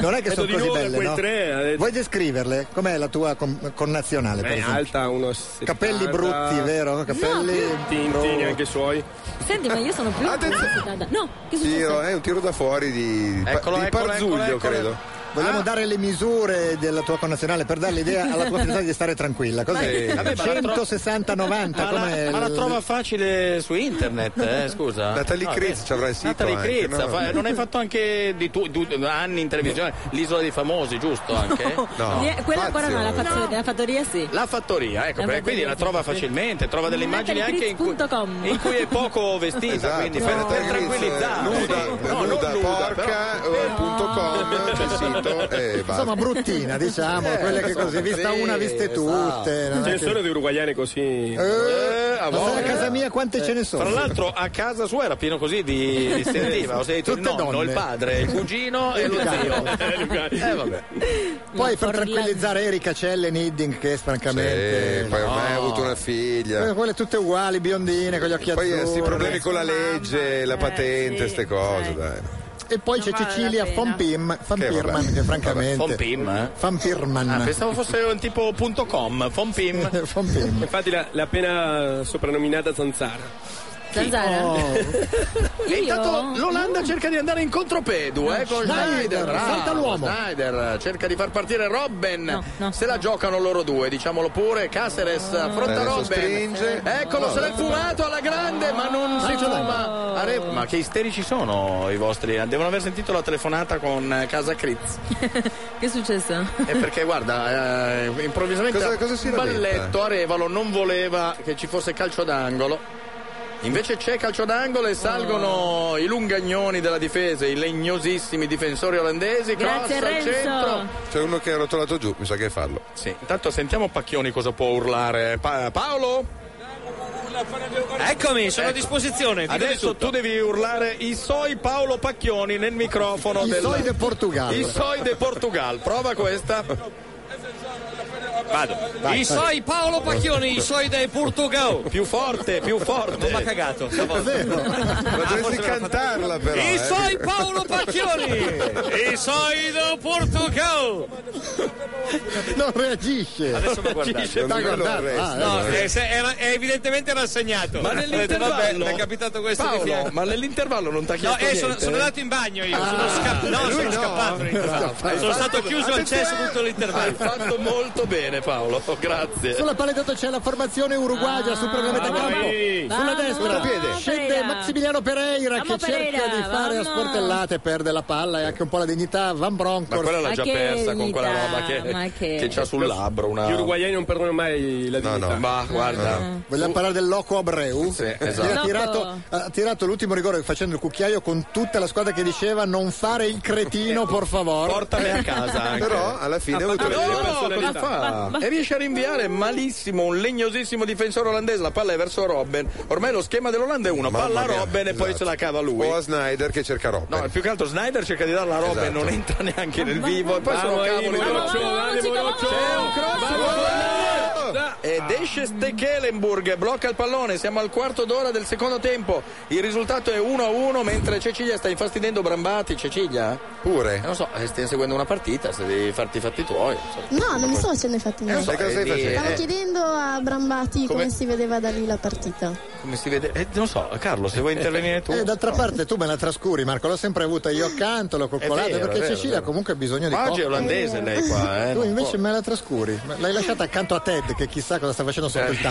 Speaker 4: Non è che
Speaker 1: Detto
Speaker 4: sono
Speaker 1: di
Speaker 4: così
Speaker 1: nuovo da
Speaker 4: belle,
Speaker 1: quei
Speaker 4: no?
Speaker 1: tre, ha detto-
Speaker 4: Vuoi descriverle? Com'è la tua con- connazionale? per
Speaker 1: È
Speaker 4: esempio?
Speaker 1: Eh, alta, uno 70.
Speaker 4: Capelli brutti, vero? Capelli
Speaker 1: Tintini anche suoi.
Speaker 12: Senti, ma io sono più.
Speaker 2: Attenzione.
Speaker 12: No, che succede?
Speaker 2: Tiro, eh, un tiro da fuori di,
Speaker 3: Eccolo,
Speaker 2: di
Speaker 3: eccolo,
Speaker 2: Parzuglio,
Speaker 3: eccolo, eccolo.
Speaker 2: credo.
Speaker 4: Vogliamo dare le misure della tua connazionale per dare l'idea alla tua fidanzata di stare tranquilla. Cos'è?
Speaker 3: Sì. Vabbè, ma la tro-
Speaker 4: 160-90,
Speaker 3: Ma la,
Speaker 4: com'è?
Speaker 3: ma la trova facile su internet, eh, scusa.
Speaker 2: Natalie
Speaker 3: No,
Speaker 2: Criz
Speaker 3: eh,
Speaker 2: ci avrà il sito
Speaker 3: Natalie
Speaker 2: anche,
Speaker 3: Criz,
Speaker 2: no?
Speaker 3: fa- non hai fatto anche di tu, du- anni in televisione l'isola dei famosi, giusto? Anche?
Speaker 2: Ah,
Speaker 12: Lì- Quella ancora no, la,
Speaker 3: Fazio.
Speaker 12: fazzo- la fattoria sì.
Speaker 3: La fattoria, ecco,
Speaker 12: La
Speaker 3: perché quindi la trova facilmente, trova delle immagini anche in cui, Eh.
Speaker 12: Nataliecriz.com.
Speaker 3: in cui è poco vestita,
Speaker 2: Esatto.
Speaker 3: quindi per, per
Speaker 2: eh,
Speaker 3: tranquillizzare.
Speaker 4: Eh,
Speaker 3: Nuda, no, non nuda,
Speaker 2: porca eh, punto com, c'è il sito
Speaker 4: eh,
Speaker 2: e basta.
Speaker 4: Insomma, bruttina, diciamo,
Speaker 3: Eh,
Speaker 1: eh,
Speaker 4: quelle che così, vista una, viste
Speaker 1: esatto.
Speaker 3: esatto.
Speaker 4: tutte. non
Speaker 39: Ce
Speaker 4: è
Speaker 39: ne
Speaker 4: che-
Speaker 39: sono di uruguayane così.
Speaker 4: Ma sai a casa mia quante ce ne sono?
Speaker 3: Eh, Tra l'altro a casa sua era pieno così di, di sedativa, ho sentito il
Speaker 4: Tutte
Speaker 3: nonno,
Speaker 4: donne.
Speaker 3: il padre, il cugino e lo zio.
Speaker 2: Esatto.
Speaker 3: Eh, vabbè.
Speaker 4: Poi per tranquillizzare Erika c'è Ellen Hiddink che francamente...
Speaker 2: Eh, poi ormai ha
Speaker 4: No.
Speaker 2: avuto una figlia.
Speaker 4: Eh, Quelle tutte uguali, biondine, con gli occhi
Speaker 2: Poi
Speaker 4: azzurri.
Speaker 2: questi problemi con la legge, la patente, queste cose, dai.
Speaker 4: E poi c'è Cecilia Fompim, Fampirman, che, francamente...
Speaker 3: Fompim, eh?
Speaker 4: Fampirman.
Speaker 3: Ah, pensavo fosse un tipo punto .com, fompim.
Speaker 39: Infatti l'ha l'ha appena soprannominata Zanzara.
Speaker 12: Zanzara?
Speaker 3: E intanto l'Olanda cerca di andare in contropedu eh, con
Speaker 4: Schneider,
Speaker 3: Schneider. bravo,
Speaker 4: Mm. salta l'uomo.
Speaker 3: Schneider cerca di far partire Robben. se la giocano loro due, diciamolo pure. Caceres
Speaker 4: Ah. Eh,
Speaker 3: affronta
Speaker 2: Adesso
Speaker 3: Robben.
Speaker 2: stringe.
Speaker 3: Eccolo,
Speaker 2: No,
Speaker 3: se l'è
Speaker 2: no.
Speaker 3: fumato alla grande, ma
Speaker 4: Ah,
Speaker 3: non si fuma. A re- Ma che isterici sono i vostri? Devono aver sentito la telefonata con eh, Casa Critz.
Speaker 12: Che è successo?
Speaker 3: Eh, perché guarda, eh, improvvisamente
Speaker 2: Cosa- cosa si
Speaker 3: un
Speaker 2: lamenta?
Speaker 3: balletto Arevalo non voleva che ci fosse calcio d'angolo. Invece c'è calcio d'angolo e salgono
Speaker 4: Ah.
Speaker 3: i lungagnoni della difesa, i legnosissimi difensori olandesi. cross
Speaker 12: Grazie,
Speaker 3: al
Speaker 12: Renzo.
Speaker 3: centro.
Speaker 2: C'è uno che è rotolato giù, mi sa che è fallo.
Speaker 3: Sì, intanto sentiamo Pacchioni cosa può urlare. Pa- Paolo?
Speaker 16: Eccomi, sono a
Speaker 3: Ecco.
Speaker 16: disposizione. vi do
Speaker 3: Adesso
Speaker 16: tutto.
Speaker 3: tu devi urlare i soi Paolo Pacchioni nel microfono
Speaker 4: I
Speaker 3: del
Speaker 4: soi de Portugal.
Speaker 3: I soi de Portugal. Prova questa. Vado.
Speaker 16: I soi Paolo Pacchioni, i soi del Portugal.
Speaker 3: Più forte, più forte.
Speaker 16: Non mi ha cagato stavolta. Ah,
Speaker 2: Ma dovresti cantarla però.
Speaker 16: I
Speaker 2: eh.
Speaker 16: soi Paolo Pacchioni, i soi del Portugal.
Speaker 4: Non reagisce.
Speaker 16: Adesso mi guardate.
Speaker 4: Sta
Speaker 16: Non mi
Speaker 4: guardando,
Speaker 2: arresta.
Speaker 4: ah,
Speaker 16: No,
Speaker 4: ecco.
Speaker 16: è,
Speaker 3: eh,
Speaker 16: è- è evidentemente
Speaker 3: Ma
Speaker 16: rassegnato. Ho detto, Vabbè,
Speaker 3: nell'intervallo
Speaker 16: mi è capitato questo di
Speaker 3: Paolo,
Speaker 16: fianco.
Speaker 3: ma nell'intervallo non ti ha
Speaker 16: No,
Speaker 3: chiesto
Speaker 16: eh, sono,
Speaker 3: niente?
Speaker 16: sono andato in bagno io, sono, scappato no, sono scappato. in realtà. Sono stato chiuso al cesso tutto
Speaker 3: Hai
Speaker 16: l'intervallo.
Speaker 3: fatto molto bene Paolo, Oh, grazie.
Speaker 4: Sulla paletota c'è la formazione
Speaker 3: Ah,
Speaker 4: uruguaia super la metà campo. Sulla destra scende Maximiliano Pereira che
Speaker 12: Vamos,
Speaker 4: cerca
Speaker 12: Pereira,
Speaker 4: di fare a
Speaker 12: vamos.
Speaker 4: sportellate, perde la palla e anche un po' la dignità. Van Bronckhorst.
Speaker 3: Ma quella l'ha già
Speaker 12: Ma che
Speaker 3: persa con quella
Speaker 12: vita,
Speaker 3: roba che,
Speaker 12: ma che-
Speaker 3: che c'ha sul labbro. Una...
Speaker 39: Gli uruguayani non perdono mai la dignità.
Speaker 3: Ma guarda,
Speaker 4: Vogliamo parlare del Loco Abreu?
Speaker 3: Sì,
Speaker 4: Che
Speaker 3: esatto.
Speaker 4: Ha, tirato,
Speaker 12: Loco.
Speaker 4: ha tirato l'ultimo rigore facendo il cucchiaio con tutta la squadra che diceva non fare il cretino, por favor.
Speaker 3: portami a casa anche. Ah,
Speaker 2: Però alla fine ho avuto
Speaker 3: No,
Speaker 2: delle
Speaker 3: cosa
Speaker 2: personalità.
Speaker 3: fa? E riesce a rinviare malissimo un legnosissimo difensore olandese. La palla è verso Robben. Ormai lo schema dell'Olanda è uno:
Speaker 2: Mamma
Speaker 3: palla a
Speaker 2: mia,
Speaker 3: Robben e poi
Speaker 2: esatto.
Speaker 3: se la cava lui.
Speaker 2: O a Snyder che cerca roba.
Speaker 3: No, più che altro Snyder cerca di darla a Robben,
Speaker 2: Esatto.
Speaker 3: non entra neanche nel vivo. E poi sono
Speaker 39: Vamo,
Speaker 3: cavoli.
Speaker 39: Ivo,
Speaker 3: loro.
Speaker 39: Ivo, Ivo, Ivo,
Speaker 3: C'è un cross
Speaker 39: Vamo,
Speaker 3: con la- ed esce Stekelenburg, blocca il pallone, siamo al quarto d'ora del secondo tempo, il risultato è 1-1 mentre Cecilia sta infastidendo Brambati, Cecilia? Eh,
Speaker 2: Pure.
Speaker 3: Non so, eh, stai seguendo una partita, se devi farti i fatti tuoi.
Speaker 40: No, non mi sto facendo i fatti miei.
Speaker 2: so, cosa stai
Speaker 3: eh, di-
Speaker 2: facendo?
Speaker 40: Stavo
Speaker 3: eh,
Speaker 40: chiedendo a Brambati come...
Speaker 3: Come?
Speaker 40: si vedeva da lì la partita.
Speaker 3: come si vede? Eh, non so, Carlo, se vuoi intervenire tu.
Speaker 4: E Eh, d'altra parte tu me la trascuri, Marco. L'ho sempre avuta io accanto, l'ho coccolata
Speaker 3: vero,
Speaker 4: perché
Speaker 3: è vero, è
Speaker 4: Cecilia
Speaker 3: vero.
Speaker 4: comunque ha bisogno di
Speaker 3: Ma oggi è
Speaker 4: coccole.
Speaker 3: olandese lei qua, eh.
Speaker 4: Tu
Speaker 3: non
Speaker 4: invece
Speaker 3: può.
Speaker 4: me la trascuri, l'hai lasciata accanto a Ted che chissà cosa sta facendo sotto il tavolo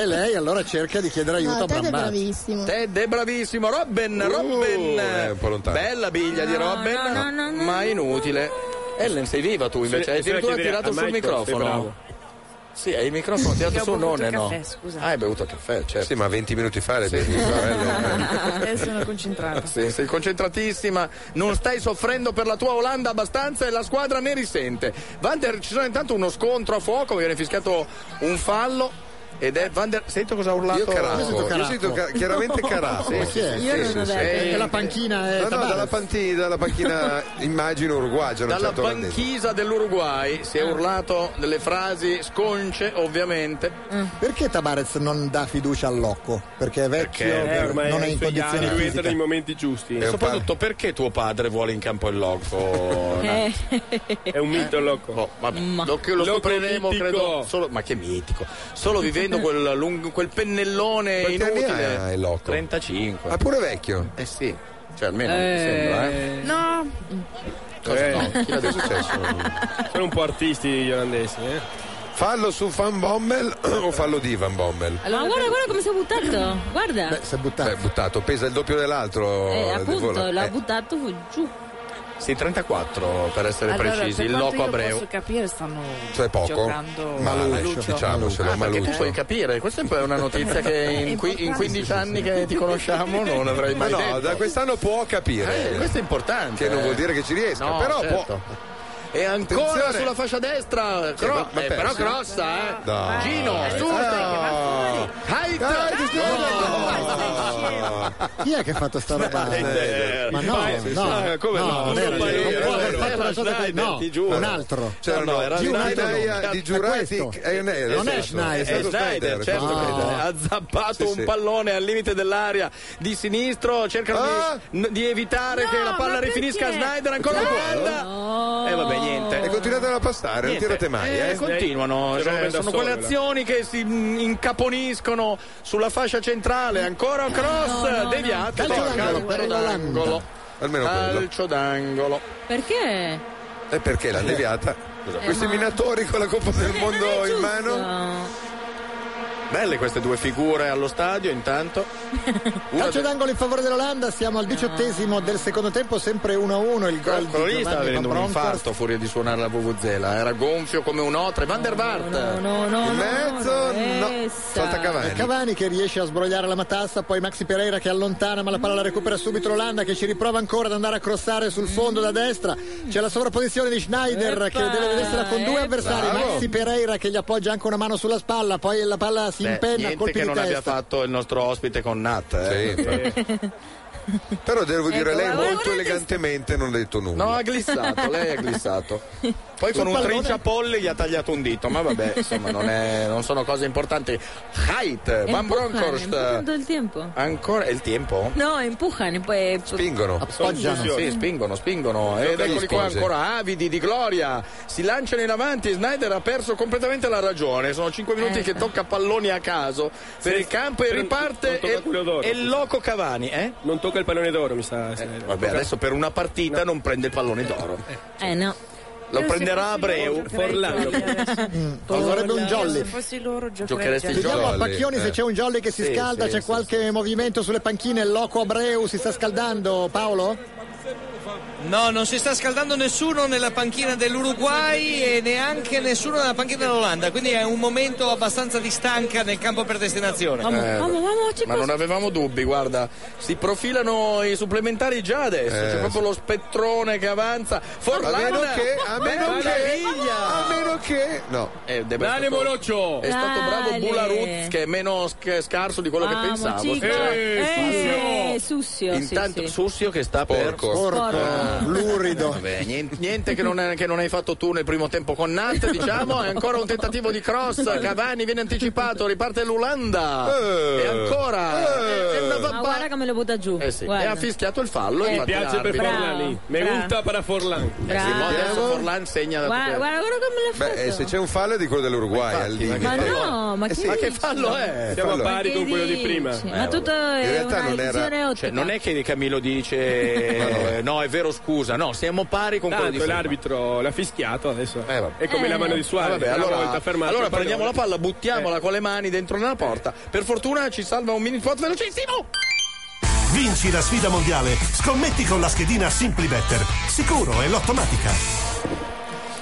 Speaker 4: e lei allora cerca di chiedere aiuto
Speaker 40: No,
Speaker 4: a
Speaker 40: Ted è
Speaker 4: Brambati.
Speaker 40: bravissimo.
Speaker 3: Ted è bravissimo, Robben, Robben.
Speaker 2: è un po' lontano.
Speaker 3: Bella biglia di Robben,
Speaker 12: no, no, no,
Speaker 3: ma inutile. Ellen, sei viva tu invece,
Speaker 39: Se-
Speaker 3: hai
Speaker 39: se la
Speaker 3: addirittura
Speaker 39: chiedere
Speaker 3: tirato
Speaker 39: a
Speaker 3: sul
Speaker 39: Michael, sei
Speaker 3: microfono.
Speaker 39: bravo.
Speaker 3: Sì, hai il microfono tirato
Speaker 10: Io ho
Speaker 3: su, non
Speaker 10: bevuto
Speaker 3: è
Speaker 10: il
Speaker 3: no.
Speaker 10: caffè, scusa.
Speaker 3: Ah, hai bevuto il caffè, certo.
Speaker 2: Sì, ma 20 minuti fa le bevi, sorelle.
Speaker 4: Ah,
Speaker 10: Adesso sono concentrata.
Speaker 3: Sì, sei concentratissima, non stai soffrendo per la tua Olanda abbastanza e la squadra ne risente. Van der, ci sono intanto uno scontro a fuoco, viene fischiato un fallo ed è Van der, sento cosa ha urlato.
Speaker 2: Io caraffo, io
Speaker 4: caraffo.
Speaker 2: sento ca- chiaramente caraffo.
Speaker 4: Ma chi è?
Speaker 2: Sì,
Speaker 4: Io
Speaker 2: sì,
Speaker 4: non
Speaker 2: sì, sì.
Speaker 4: ho detto.
Speaker 2: Eh,
Speaker 4: Perché la panchina è
Speaker 2: No, no,
Speaker 4: Tabarez.
Speaker 2: dalla, panti- dalla panchina immagino uruguagia, non
Speaker 3: Dalla
Speaker 2: certo olandese.
Speaker 3: banchisa dell'Uruguay si è
Speaker 4: Ah.
Speaker 3: urlato delle frasi sconce, ovviamente.
Speaker 40: Eh.
Speaker 4: Perché Tabarez non dà fiducia al Locco? Perché è vecchio,
Speaker 3: Perché,
Speaker 39: Eh,
Speaker 4: per-
Speaker 39: ormai
Speaker 4: non è
Speaker 39: ai
Speaker 4: in
Speaker 39: suoi
Speaker 4: condizioni
Speaker 39: anni, lui entra
Speaker 4: fisiche.
Speaker 39: nei momenti giusti.
Speaker 2: Eh,
Speaker 3: Soprattutto perché tuo padre vuole in campo il loco?
Speaker 12: Eh,
Speaker 39: È un mito, loco.
Speaker 3: Oh, vabbè, lo, che lo
Speaker 39: Loco
Speaker 3: scopriremo,
Speaker 39: mitico.
Speaker 3: credo. Solo, ma che mitico! Solo vivendo quel, lungo- quel pennellone
Speaker 2: Quanti anni
Speaker 3: inutile. Eh
Speaker 2: ha il Loco?
Speaker 3: 35.
Speaker 2: Ma pure vecchio.
Speaker 9: eh.
Speaker 3: Eh sì, cioè almeno mi sembra, eh.
Speaker 10: No,
Speaker 2: Cosa no? Chi l'ha detto?
Speaker 39: Sono un po' artisti gli olandesi, eh.
Speaker 2: Fallo su Van Bommel o fallo di Van Bommel?
Speaker 12: Allora, ma guarda, guarda come si è buttato. Guarda.
Speaker 2: si è buttato. pesa il doppio dell'altro.
Speaker 12: Eh,
Speaker 2: del volo.
Speaker 12: appunto, l'ha
Speaker 2: Eh,
Speaker 12: buttato fu- giù.
Speaker 3: Sì, 34 per essere
Speaker 10: allora,
Speaker 3: precisi, il
Speaker 10: per quanto
Speaker 3: loco
Speaker 10: io
Speaker 3: Abreu.
Speaker 10: posso capire stanno
Speaker 3: Cioè poco?
Speaker 10: giocando
Speaker 3: Maluccio,
Speaker 10: Maluccio.
Speaker 3: diciamocelo, Ah, perché tu Maluccio. puoi capire, questa è una notizia che in, qui- in 15 anni che ti conosciamo non avrei mai
Speaker 2: Ma no,
Speaker 3: detto.
Speaker 2: da quest'anno può capire.
Speaker 3: Eh, questo è importante.
Speaker 2: Che non vuol dire che ci riesca,
Speaker 3: No,
Speaker 2: però
Speaker 3: certo.
Speaker 2: può.
Speaker 3: E ancora
Speaker 2: Attenzione.
Speaker 3: sulla fascia destra,
Speaker 2: Sì,
Speaker 3: cro-
Speaker 2: ma- ma
Speaker 3: eh, però
Speaker 2: perso.
Speaker 3: crossa, eh.
Speaker 2: No.
Speaker 3: Gino, su.
Speaker 2: No.
Speaker 3: Height.
Speaker 2: Dai, ti spiego.
Speaker 4: Chi è che ha fatto sta roba?
Speaker 2: Schneider.
Speaker 4: Eh, Ma no,
Speaker 2: Ma-
Speaker 4: no,
Speaker 2: Ah, come no?
Speaker 4: no, non è
Speaker 2: Uno
Speaker 4: vero,
Speaker 2: era-
Speaker 4: non può aver
Speaker 2: era
Speaker 4: fatto una cosa
Speaker 2: Schneider,
Speaker 4: del- no,
Speaker 2: ti giuro.
Speaker 4: un altro.
Speaker 2: C'erano
Speaker 4: No, no, era
Speaker 2: di
Speaker 4: Schneider.
Speaker 2: un'aia di
Speaker 4: È
Speaker 2: giurati
Speaker 4: questo.
Speaker 2: eh, non è-
Speaker 4: Non è
Speaker 2: esatto.
Speaker 4: Schneider.
Speaker 2: È
Speaker 3: Eh, certo.
Speaker 2: stato
Speaker 3: Schneider, certo
Speaker 2: No.
Speaker 3: che ha zappato
Speaker 2: Sì,
Speaker 3: un
Speaker 2: sì.
Speaker 3: pallone al limite dell'area di sinistro, cercano di, n- di evitare che la palla rifinisca a Schneider, ancora una volta. E Eh, vabbè, niente.
Speaker 2: E continuate a passare, non
Speaker 3: Niente.
Speaker 2: tirate mai. Eh,
Speaker 3: Continuano, cioè, sono quelle azioni che si mm, incaponiscono sulla fascia centrale, ancora un cross,
Speaker 12: No, no, no.
Speaker 3: deviato,
Speaker 12: Calcio
Speaker 3: tocca
Speaker 12: d'angolo,
Speaker 3: al
Speaker 12: per
Speaker 3: d'angolo.
Speaker 2: Almeno quello.
Speaker 3: Calcio d'angolo.
Speaker 12: Perché?
Speaker 2: E perché l'ha deviata? Scusa,
Speaker 12: Eh,
Speaker 2: Questi
Speaker 12: ma-
Speaker 2: minatori con la Coppa
Speaker 12: Eh,
Speaker 2: del Mondo in
Speaker 3: Eh,
Speaker 2: mano.
Speaker 3: Belle queste due figure allo stadio intanto.
Speaker 4: Calcio d'angolo in favore dell'Olanda, siamo al diciottesimo del secondo tempo, sempre 1-1 il gol
Speaker 3: Quello
Speaker 4: di
Speaker 3: lì stava
Speaker 4: Giovanni Van
Speaker 3: avendo un
Speaker 4: Bronckhorst.
Speaker 3: infarto a furia di suonare la vuvuzela, era gonfio come un otre. Van der Vaart.
Speaker 12: No, no, Eh,
Speaker 3: In mezzo, no. Salta Cavani.
Speaker 4: È Cavani che riesce a sbrogliare la matassa, poi Maxi Pereira che allontana, ma la palla la recupera subito l'Olanda che ci riprova ancora ad andare a crossare sul fondo da destra. C'è la sovrapposizione di Schneider che deve vedersela con due avversari.
Speaker 3: bravo.
Speaker 4: Maxi Pereira che gli appoggia anche una mano sulla spalla, poi la palla si
Speaker 3: Beh,
Speaker 4: impenna,
Speaker 3: niente
Speaker 4: colpi
Speaker 3: che
Speaker 4: di
Speaker 3: non abbia
Speaker 4: testa.
Speaker 3: fatto il nostro ospite con Nat. eh.
Speaker 2: Però devo dire,
Speaker 3: Ecco,
Speaker 2: lei
Speaker 3: guarda,
Speaker 2: molto elegantemente non ha detto nulla.
Speaker 3: No, ha glissato, lei ha glissato. Poi
Speaker 2: Sul
Speaker 3: con un
Speaker 2: pallone-
Speaker 3: trinciapolle gli ha tagliato un dito, ma vabbè, insomma, non, è- non sono cose importanti. Height, Van
Speaker 12: Empujan
Speaker 3: Bronckhorst. eh,
Speaker 12: todo el tiempo.
Speaker 3: Ancora è il tempo?
Speaker 12: No, empujan. eh, Pues,
Speaker 3: Spingono, Sì, spingono, spingono. Ed
Speaker 2: Gli
Speaker 3: eccoli qua
Speaker 2: spinge.
Speaker 3: ancora avidi di gloria. Si lanciano in avanti. Snyder ha perso completamente la ragione. Sono 5 minuti
Speaker 1: Eh.
Speaker 3: che tocca palloni a caso per il campo e
Speaker 39: non-
Speaker 3: riparte.
Speaker 39: non tocca
Speaker 3: E,
Speaker 39: quello d'oro.
Speaker 3: e Loco Cavani, eh?
Speaker 39: Non tocca il pallone d'oro, mi sa. Schneider.
Speaker 3: Vabbè, adesso per una partita non prende il pallone d'oro.
Speaker 12: Eh, no.
Speaker 3: Lo prenderà Abreu. Mm.
Speaker 39: Forlano.
Speaker 4: Oh, vorrebbe un jolly.
Speaker 10: Se
Speaker 3: Eh,
Speaker 10: fossi loro giocherei
Speaker 3: Giocheresti il
Speaker 10: già.
Speaker 4: Vediamo a
Speaker 3: jolly.
Speaker 4: Pacchioni se
Speaker 3: Eh.
Speaker 4: c'è un jolly che si
Speaker 3: Sì,
Speaker 4: scalda,
Speaker 3: sì,
Speaker 4: c'è
Speaker 3: sì,
Speaker 4: qualche movimento sulle panchine, il loco Abreu si sta scaldando, Paolo?
Speaker 16: No, non si sta scaldando nessuno nella panchina dell'Uruguay e neanche nessuno nella panchina dell'Olanda, quindi è un momento abbastanza di stanca nel campo per destinazione.
Speaker 3: Eh, ma non avevamo dubbi, guarda, si profilano i supplementari già adesso,
Speaker 2: Eh,
Speaker 3: c'è proprio lo spettrone che avanza. Forlana,
Speaker 2: A meno che- a meno che-
Speaker 3: meraviglia!
Speaker 2: a meno che No.
Speaker 3: Eh, deve- è
Speaker 2: Dale,
Speaker 3: stato-
Speaker 2: Moloccio!
Speaker 3: È stato bravo
Speaker 2: Dale.
Speaker 3: Bularuz che è meno sc- scarso di quello che
Speaker 12: Vamos,
Speaker 3: pensavo.
Speaker 12: chicos. Eh, Sussio, sì,
Speaker 3: Intanto
Speaker 12: sì.
Speaker 3: Sussio che sta Eh, porco,
Speaker 12: Sporco.
Speaker 2: Eh,
Speaker 4: lurido.
Speaker 3: niente, niente che, non è- che non hai fatto tu nel primo tempo con Nat, diciamo, è ancora un tentativo di cross, Cavani viene anticipato, riparte l'Ulanda e ancora è una
Speaker 12: Ma guarda come lo butta giù.
Speaker 3: Eh sì, e
Speaker 12: Guarda.
Speaker 3: ha fischiato il fallo.
Speaker 12: Mi
Speaker 3: infatti
Speaker 12: piace per
Speaker 3: l'arbitro.
Speaker 12: Forlani. Me Bravo. gusta
Speaker 3: para
Speaker 39: Eh,
Speaker 3: Forlan.
Speaker 12: Bravo.
Speaker 3: adesso Forlan segna da
Speaker 12: Guarda, guarda, guarda come l'ha fatto.
Speaker 2: Beh, eh, se c'è un fallo è di quello dell'Uruguay, al limite.
Speaker 12: ma no, ma,
Speaker 2: Eh
Speaker 12: che
Speaker 2: sì.
Speaker 12: dici?
Speaker 2: Siamo a pari
Speaker 12: Ma che
Speaker 2: con quello di prima.
Speaker 12: dici?
Speaker 3: Eh,
Speaker 12: ma tutto
Speaker 3: vabbè.
Speaker 12: è una decisione ottica.
Speaker 3: cioè, non è che Camillo dice eh, no, è vero, scusa, no, siamo pari con quello
Speaker 39: Tanto
Speaker 3: di prima.
Speaker 39: l'arbitro l'ha fischiato adesso. È come
Speaker 3: Eh.
Speaker 39: la mano di Suarez.
Speaker 3: Ah, vabbè,
Speaker 39: una
Speaker 3: allora,
Speaker 39: volta fermato
Speaker 3: allora
Speaker 39: il pallone.
Speaker 3: prendiamo la palla, buttiamola
Speaker 39: Eh.
Speaker 3: con le mani dentro nella porta. Per fortuna ci salva un mini spot velocissimo.
Speaker 9: Vinci la sfida mondiale. Scommetti con la schedina Simply Better. Sicuro e l'ottomatica.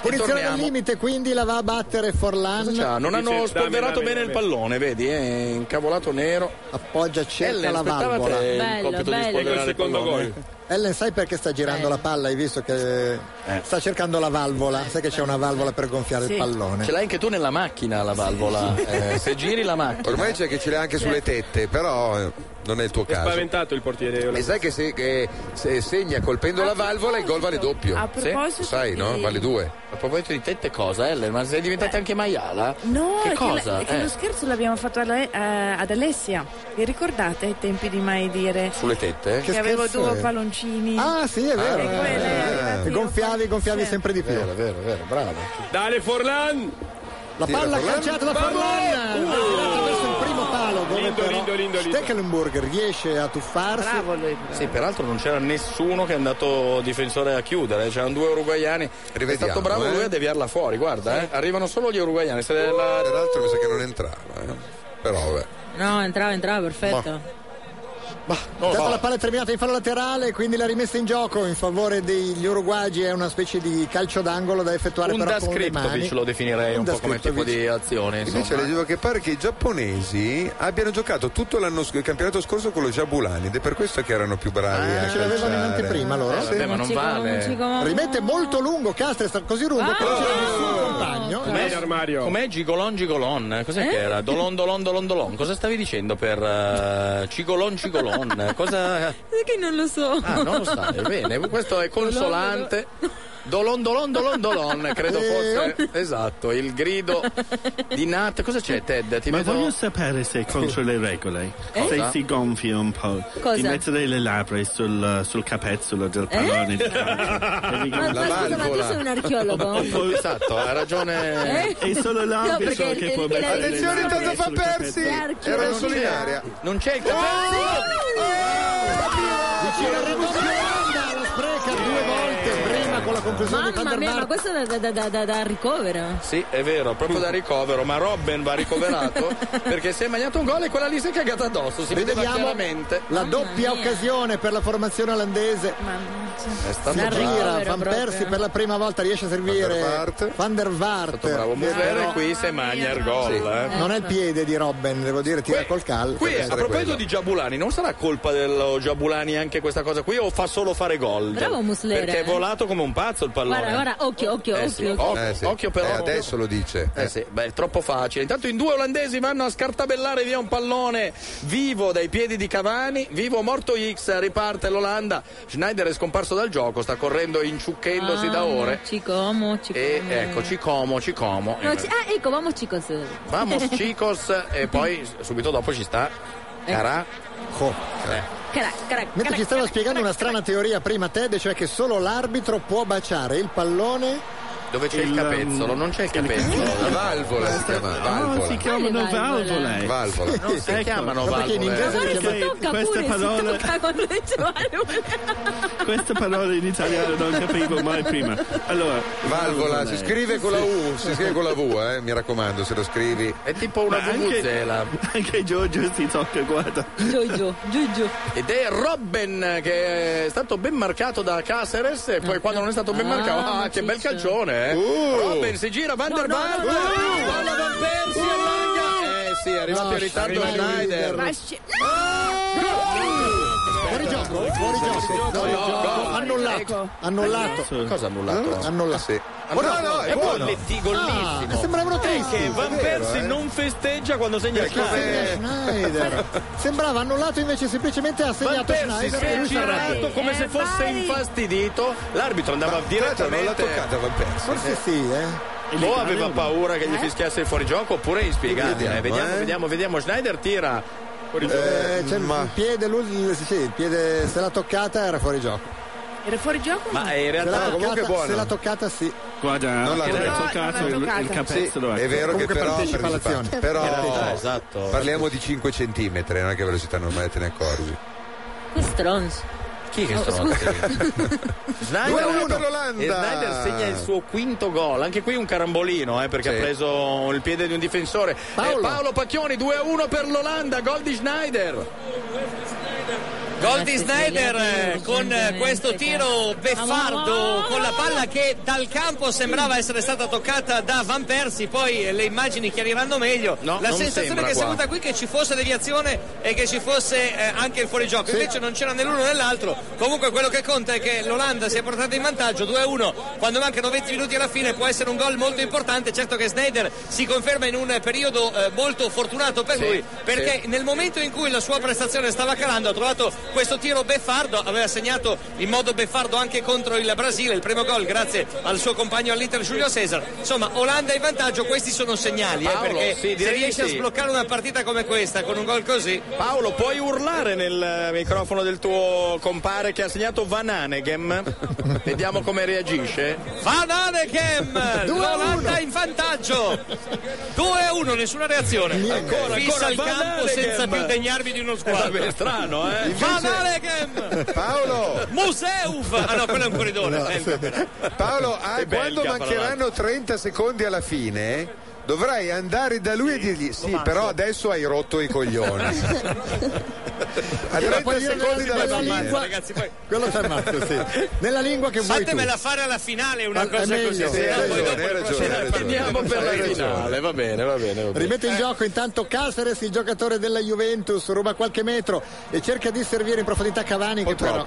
Speaker 4: Punizione al limite, quindi la va a battere Forlan.
Speaker 3: Ah, non hanno spolverato bene il pallone, vedi? È incavolato nero.
Speaker 4: Appoggia cerca
Speaker 3: Ellen,
Speaker 4: la
Speaker 3: aspettava
Speaker 4: valvola.
Speaker 3: te il
Speaker 4: Bello,
Speaker 3: compito di
Speaker 4: bello.
Speaker 3: spolverare il
Speaker 4: Ecco il secondo Eh.
Speaker 3: pallone.
Speaker 4: Ellen, sai perché sta girando la palla? Hai visto che sta cercando la valvola? Sai che c'è una valvola per gonfiare il pallone?
Speaker 3: Ce l'hai anche tu nella macchina la valvola. Eh, se giri la macchina.
Speaker 2: Ormai c'è che ce l'ha anche sulle tette, però eh, non è il tuo
Speaker 39: È
Speaker 2: caso.
Speaker 39: spaventato il portiere.
Speaker 2: E sai che se, che se segna colpendo la valvola il gol vale doppio.
Speaker 3: A proposito
Speaker 2: Sì? Sai, no?
Speaker 3: di-
Speaker 2: Vale due.
Speaker 3: A proposito di tette cosa, Ellen? Ma sei diventata anche maiala?
Speaker 10: No,
Speaker 3: che
Speaker 10: è che, la-
Speaker 3: cosa?
Speaker 10: è che
Speaker 3: Eh.
Speaker 10: lo scherzo l'abbiamo fatto alla- eh, ad Alessia. Vi ricordate ai tempi di mai dire
Speaker 3: Sulle tette?
Speaker 10: che, avevo due palloncini? Ecco,
Speaker 4: Ah, sì, è vero.
Speaker 10: E quella è
Speaker 4: Eh, gonfiavi, gonfiavi sempre di più.
Speaker 3: Vero, vero, vero, bravo.
Speaker 39: Dale Forlan!
Speaker 4: La palla calciata da Forlan!
Speaker 39: Vamos! Uh!
Speaker 4: Tirata verso il primo palo dove
Speaker 39: Lindo,
Speaker 4: però
Speaker 39: lindo, indolito.
Speaker 4: Stecklenburg riesce a tuffarsi.
Speaker 3: Sì, peraltro non c'era nessuno che è andato difensore a chiudere, eh. c'erano due uruguaiani. È stato bravo
Speaker 2: eh.
Speaker 3: lui a deviarla fuori, guarda, eh. arrivano solo gli uruguaiani. Se la...
Speaker 2: Peraltro mi sa che non entrava, eh. però vabbè.
Speaker 12: No, entrava, entrava, perfetto.
Speaker 39: Oh,
Speaker 4: Intanto la palla è terminata in fallo laterale, quindi la rimessa in gioco in favore degli uruguagi è una specie di calcio d'angolo da effettuare
Speaker 3: Un
Speaker 4: però con le
Speaker 3: dascriptovic
Speaker 4: mani.
Speaker 3: lo definirei un,
Speaker 4: Un
Speaker 3: po' come tipo di azione.
Speaker 2: Invece
Speaker 3: Insomma.
Speaker 2: leggevo che pare che i giapponesi abbiano giocato tutto l'anno sc- il campionato scorso con lo Jabulani ed è per questo che erano più bravi. a
Speaker 4: Ah,
Speaker 39: Cioè,
Speaker 4: Ce Eh, l'avevano in
Speaker 2: calciare.
Speaker 39: eh,
Speaker 4: anteprima
Speaker 3: Eh,
Speaker 4: loro.
Speaker 2: Sì.
Speaker 4: Rimette molto lungo Castres, così lungo che non c'era nessun compagno.
Speaker 3: Com'è, com'è Gigolon Gigolon? Cos'è
Speaker 4: Eh?
Speaker 3: che era? Dolon Dolon Dolon Dolon. Cosa stavi dicendo per eh, Cigolon Cigolon? Cosa...
Speaker 12: Sai che non lo so.
Speaker 3: Ah, non lo sai. Bene, questo è consolante. Dolon Dolon Dolon Dolon, credo
Speaker 15: Eh.
Speaker 3: fosse esatto, il grido di Nat. Cosa c'è Ted? Ti
Speaker 15: Ma
Speaker 3: vedo-
Speaker 15: voglio sapere se è contro le regole,
Speaker 3: Eh?
Speaker 15: se si gonfia un po',
Speaker 12: Cosa? Eh?
Speaker 15: di mettere le labbra sul, sul capezzolo del pallone di calcio. E di
Speaker 12: Ma- ma scusa, ma tu sei un archeologo?
Speaker 3: esatto, ha ragione.
Speaker 15: È Eh? solo l'arbitro che può mettere le
Speaker 2: Attenzione,
Speaker 15: labbre
Speaker 2: intanto fa
Speaker 15: sul
Speaker 2: persi!
Speaker 15: capezzolo.
Speaker 2: Era solo in area.
Speaker 3: Non c'è il capezzolo!
Speaker 4: Oh! Vicino al raddoppio Olanda, la spreca due volte prima con la conclusione di Van
Speaker 12: Mamma
Speaker 4: der
Speaker 12: mia, ma
Speaker 4: Vaart.
Speaker 12: questo è da, da, da, da, da ricovero.
Speaker 3: Sì, è vero, proprio da ricovero, ma Robben va ricoverato perché si è mangiato un gol e quella lì si è cagata addosso, si vedeva
Speaker 4: Rivediamo
Speaker 3: chiaramente.
Speaker 4: la doppia occasione per la formazione olandese.
Speaker 3: È stato
Speaker 4: La
Speaker 3: bravo.
Speaker 4: gira, Van Persie per la prima volta riesce a servire Van der Vaart.
Speaker 3: Bravo Muller
Speaker 4: Però
Speaker 3: e qui se magna il gol. eh.
Speaker 4: Non è il piede di Robben, devo dire, tira col calcio.
Speaker 3: Qui a proposito di Giabulani, non sarà colpa del Giabulani anche questa cosa qui o fa solo fare gol? Cioè,
Speaker 12: Bravo Muslera,
Speaker 3: Perché è
Speaker 12: eh.
Speaker 3: volato come un pazzo il pallone.
Speaker 12: Guarda, guarda, occhio, occhio,
Speaker 3: Eh
Speaker 12: occhio.
Speaker 3: sì, occhio, occhio però.
Speaker 2: Eh, adesso lo dice.
Speaker 3: Eh sì, beh, è troppo facile. Intanto in due olandesi vanno a scartabellare via un pallone vivo dai piedi di Cavani, vivo morto X, riparte l'Olanda. Schneider è scomparso dal gioco, sta correndo inciucchendosi
Speaker 12: Ah.
Speaker 3: da ore.
Speaker 12: Cicomo, cicomo.
Speaker 3: E ecco, Cicomo, Cicomo.
Speaker 12: No, ci- ah, ecco, vamos chicos.
Speaker 3: Vamos Chicos e poi subito dopo ci sta Carà.
Speaker 12: Carac, carac,
Speaker 4: Mentre ci stava spiegando una strana teoria prima Ted, cioè che solo l'arbitro può baciare il pallone
Speaker 3: Dove c'è il,
Speaker 4: Il,
Speaker 3: capezzolo?
Speaker 4: um,
Speaker 3: Non c'è il capezzolo.
Speaker 2: La valvola si chiama,
Speaker 15: No,
Speaker 2: valvola.
Speaker 15: si chiamano
Speaker 2: Quale valvole?
Speaker 15: valvole.
Speaker 2: Valvole.
Speaker 3: Non si
Speaker 15: Ecco,
Speaker 3: chiamano
Speaker 15: perché
Speaker 3: valvole.
Speaker 15: in inglese le chiamano- queste parole Queste parole in italiano non capivo mai prima. Allora,
Speaker 2: Valvola, si scrive con la U,
Speaker 15: Sì.
Speaker 2: si scrive con la V, eh, mi raccomando, se lo scrivi.
Speaker 3: È tipo
Speaker 15: Ma anche, anche Giorgio si tocca, guarda.
Speaker 12: Giorgio, Giorgio.
Speaker 3: Ed è Robben che è stato ben marcato da Caceres e poi quando non è stato ben marcato, ah, che bel calcione, eh. Uh. Robben si gira, Van der Vaart, palla Van Persie, allarga. Eh sì, è arrivato in ritardo Schneider.
Speaker 4: Fuori gioco, fuori gioco, fuori gioco.
Speaker 39: Ecco.
Speaker 4: Annullato, annullato.
Speaker 3: Cosa annullato?
Speaker 4: Annullato.
Speaker 3: Ah, no, no, è golletti, gollissimo.
Speaker 4: Ah, sembravano tristi.
Speaker 3: Perché Van
Speaker 4: È vero,
Speaker 3: Persie
Speaker 4: eh.
Speaker 3: non festeggia quando segna
Speaker 4: Perché
Speaker 3: il Schneider.
Speaker 4: segna Schneider. Sembrava annullato invece semplicemente ha
Speaker 3: Van
Speaker 4: segnato
Speaker 3: Persie si
Speaker 4: Schneider.
Speaker 3: è
Speaker 4: Lui sarà-
Speaker 3: girato come se fosse infastidito. L'arbitro andava direttamente.
Speaker 2: Non l'ha toccata Van Persie.
Speaker 4: Forse sì, eh.
Speaker 3: O aveva paura che gli fischiasse il fuorigioco oppure è inspiegabile.
Speaker 2: Vediamo,
Speaker 3: Vediamo, vediamo,
Speaker 2: eh.
Speaker 3: vediamo, Schneider tira.
Speaker 4: Eh, c'è il piede, lui, sì, il piede se l'ha toccata era fuori gioco.
Speaker 10: Era fuori gioco?
Speaker 3: eh. Ma in
Speaker 4: Se l'ha
Speaker 3: realtà comunque
Speaker 4: toccata-
Speaker 3: è buono.
Speaker 4: Se l'ha toccata sì.
Speaker 15: Guarda,
Speaker 2: Non l'ha
Speaker 15: era
Speaker 2: toccata.
Speaker 15: toccato
Speaker 10: No, non l'ha
Speaker 15: il-
Speaker 10: toccata.
Speaker 15: il capezzolo.
Speaker 2: eh, Sì,
Speaker 15: ecco.
Speaker 2: è vero che però, partecipa- però
Speaker 3: Eh, esatto.
Speaker 2: parliamo di 5 cm, non è che a velocità normale te ne accorgi.
Speaker 12: Che stronzo.
Speaker 3: Chi che
Speaker 12: Oh,
Speaker 3: stronzo? Schneider,
Speaker 2: 2-1 per l'Olanda.
Speaker 3: e Schneider Eh, segna il suo quinto gol. Anche qui un carambolino, eh, perché
Speaker 2: Sì.
Speaker 3: ha preso il piede di un difensore. Paolo, Paolo Pacchioni 2-1 per l'Olanda, gol di Schneider.
Speaker 16: Gol di Snyder eh, con eh, questo tiro beffardo con la palla che dal campo sembrava essere stata toccata da Van Persie, poi eh, le immagini chiariranno meglio.
Speaker 3: No,
Speaker 16: la
Speaker 3: non
Speaker 16: sensazione
Speaker 3: sembra
Speaker 16: che è
Speaker 3: qua.
Speaker 16: venuta qui che ci fosse deviazione e che ci fosse eh, anche il fuorigioco, invece non c'era né l'uno né l'altro. Comunque quello che conta è che l'Olanda si è portata in vantaggio 2-1 quando mancano 20 minuti alla fine può essere un gol molto importante, certo che Snyder si conferma in un eh, periodo eh, molto fortunato per
Speaker 3: Sì,
Speaker 16: lui perché
Speaker 3: sì.
Speaker 16: nel momento in cui la sua prestazione stava calando ha trovato questo tiro beffardo, aveva segnato in modo beffardo anche contro il Brasile, il primo gol grazie al suo compagno all'Inter Giulio Cesar. Insomma, Olanda in vantaggio, questi sono segnali, eh,
Speaker 3: Paolo,
Speaker 16: perché
Speaker 3: sì,
Speaker 16: se
Speaker 3: direi
Speaker 16: riesce a
Speaker 3: di sì.
Speaker 16: sbloccare una partita come questa con un gol così,
Speaker 3: Paolo, puoi urlare nel microfono del tuo compare che ha segnato Van Aneghem? Vediamo come reagisce.
Speaker 16: Van Aneghem,
Speaker 3: 2 a 1.
Speaker 16: l'Olanda in vantaggio 2 a 1, nessuna reazione
Speaker 3: Ancora,
Speaker 16: fissa
Speaker 3: ancora
Speaker 16: il
Speaker 3: Van
Speaker 16: campo
Speaker 3: Haneghem.
Speaker 16: senza più degnarvi di uno
Speaker 3: Eh,
Speaker 16: sguardo
Speaker 3: vabbè, è strano, eh?
Speaker 16: Van
Speaker 3: Invece-
Speaker 16: Aneghem
Speaker 2: Paolo!
Speaker 16: Museuf ah no, quello è un corridore eh, il campionato.
Speaker 2: Paolo, ah,
Speaker 16: Che bel
Speaker 2: quando
Speaker 16: capo
Speaker 2: mancheranno 30 secondi alla fine, dovrai andare da lui e dirgli: Sì,
Speaker 3: manco."
Speaker 2: però adesso hai rotto i coglioni. A 30 secondi dalla
Speaker 4: lingua,
Speaker 2: fine.
Speaker 16: ragazzi poi
Speaker 4: Quello ti ammazzo, sì. Nella lingua che vuoi tu.
Speaker 16: fatemela fare alla finale
Speaker 4: Ah,
Speaker 16: una
Speaker 4: è
Speaker 16: cosa
Speaker 4: meglio.
Speaker 16: così
Speaker 4: Sì,
Speaker 16: se
Speaker 4: hai
Speaker 16: no poi
Speaker 4: ragione,
Speaker 16: dopo
Speaker 4: hai
Speaker 16: il
Speaker 4: ragione,
Speaker 16: prossimo-
Speaker 4: hai ragione.
Speaker 3: Andiamo per la finale, va bene, va bene. va bene.
Speaker 10: Eh.
Speaker 4: Rimette in gioco intanto Caceres, il giocatore della Juventus, ruba qualche metro e cerca di servire in profondità Cavani che però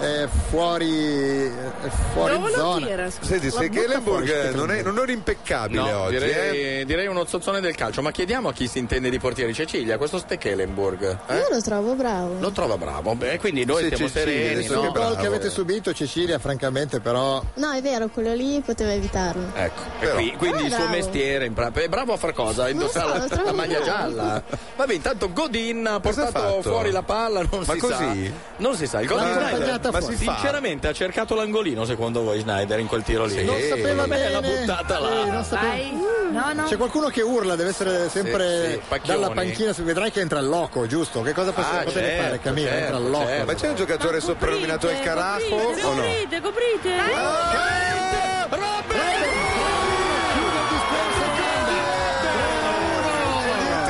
Speaker 4: è fuori, è fuori
Speaker 10: Dove lo
Speaker 4: zona.
Speaker 10: tira, scusa?
Speaker 2: Senti, se Kellenburg eh, non è, non è
Speaker 3: No,
Speaker 2: impeccabile oggi, eh.
Speaker 3: direi, direi uno zozzone del calcio, ma chiediamo a chi si intende di portieri Cecilia, questo Stekelenburg. eh?
Speaker 4: Uh!
Speaker 40: Io lo trovo bravo.
Speaker 3: Lo trova bravo, beh, quindi noi
Speaker 2: Sì,
Speaker 3: siamo
Speaker 2: Cecilia,
Speaker 3: sereni.
Speaker 2: adesso
Speaker 3: no?
Speaker 2: che eh.
Speaker 4: Il gol che eh. avete subito Cecilia, francamente, però
Speaker 40: No, è vero, quello lì poteva evitarlo.
Speaker 3: Ecco, e qui- quindi
Speaker 40: Ah,
Speaker 3: il suo
Speaker 40: bravo.
Speaker 3: mestiere in pra- è bravo a far cosa? A
Speaker 40: Non lo so,
Speaker 3: indossare
Speaker 40: lo
Speaker 3: la- la,
Speaker 40: trovo
Speaker 3: maglia
Speaker 40: bravo.
Speaker 3: gialla. Vabbè, intanto Godin ha
Speaker 2: Cosa ha
Speaker 3: portato
Speaker 2: fatto?
Speaker 3: fuori la palla, non
Speaker 2: Ma
Speaker 3: si
Speaker 2: così?
Speaker 3: sa. Non si sa, il gol
Speaker 2: L'ha
Speaker 3: di
Speaker 2: tagliata
Speaker 3: Schneider.
Speaker 2: Ma fuori. si fa?
Speaker 3: sinceramente ha cercato l'angolino secondo voi Schneider in quel tiro lì?
Speaker 4: non sapeva bene.
Speaker 3: l'ha buttata là.
Speaker 4: Sì, non sapeva-
Speaker 10: Vai. No, no.
Speaker 4: C'è qualcuno che urla, deve essere
Speaker 3: Sì,
Speaker 4: sempre
Speaker 3: sì, Pacchioni.
Speaker 4: dalla panchina, vedrai che entra al loco, giusto? Che cosa possiamo
Speaker 3: Ah,
Speaker 4: potevi
Speaker 3: certo,
Speaker 4: fare Camilla?
Speaker 3: certo,
Speaker 4: entra al loco.
Speaker 3: certo.
Speaker 2: Ma c'è un giocatore soprannominato il Carajo
Speaker 12: Eh, coprite,
Speaker 2: o no? Ah,
Speaker 12: coprite, coprite.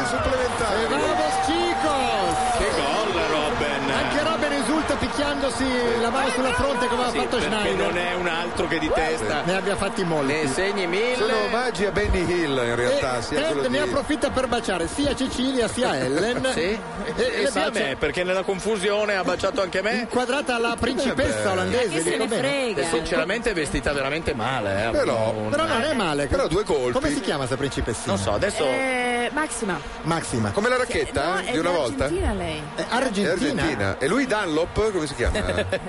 Speaker 2: supplementare.
Speaker 4: Vamos Chicos!
Speaker 3: Che gol Robben!
Speaker 4: Anche Robin esulta picchiandosi la mano sulla fronte come ha
Speaker 3: Sì,
Speaker 4: fatto
Speaker 3: perché
Speaker 4: Schneider.
Speaker 3: non è un altro che di testa.
Speaker 4: Ne abbia fatti molti.
Speaker 3: Ne segni mille.
Speaker 2: Sono omaggi a Benny Hill in realtà,
Speaker 4: E
Speaker 2: sia
Speaker 4: Ted
Speaker 2: quello
Speaker 4: Eh,
Speaker 2: di...
Speaker 4: ne approfitta per baciare sia Cecilia sia Ellen.
Speaker 3: Sì.
Speaker 2: Eh,
Speaker 4: E,
Speaker 3: E,
Speaker 4: le
Speaker 3: sì, a
Speaker 4: bacia.
Speaker 3: me, perché nella confusione ha baciato anche me.
Speaker 4: Inquadrata alla principessa
Speaker 3: Vabbè.
Speaker 4: olandese,
Speaker 12: Che se
Speaker 4: dico
Speaker 12: ne
Speaker 4: bene.
Speaker 12: frega.
Speaker 3: E sinceramente è vestita veramente male. eh.
Speaker 2: Però-
Speaker 3: Un-
Speaker 4: Però non è male.
Speaker 2: Però due colpi.
Speaker 4: Come si chiama questa principessina?
Speaker 3: Non so, adesso.
Speaker 10: Eh, Maxima.
Speaker 4: Maxima.
Speaker 2: Come la racchetta
Speaker 10: No,
Speaker 2: eh,
Speaker 10: è
Speaker 2: di una volta?
Speaker 10: dell'Argentina lei.
Speaker 4: È
Speaker 2: È
Speaker 4: Argentina.
Speaker 2: argentina. E lui Dunlop, come si chiama?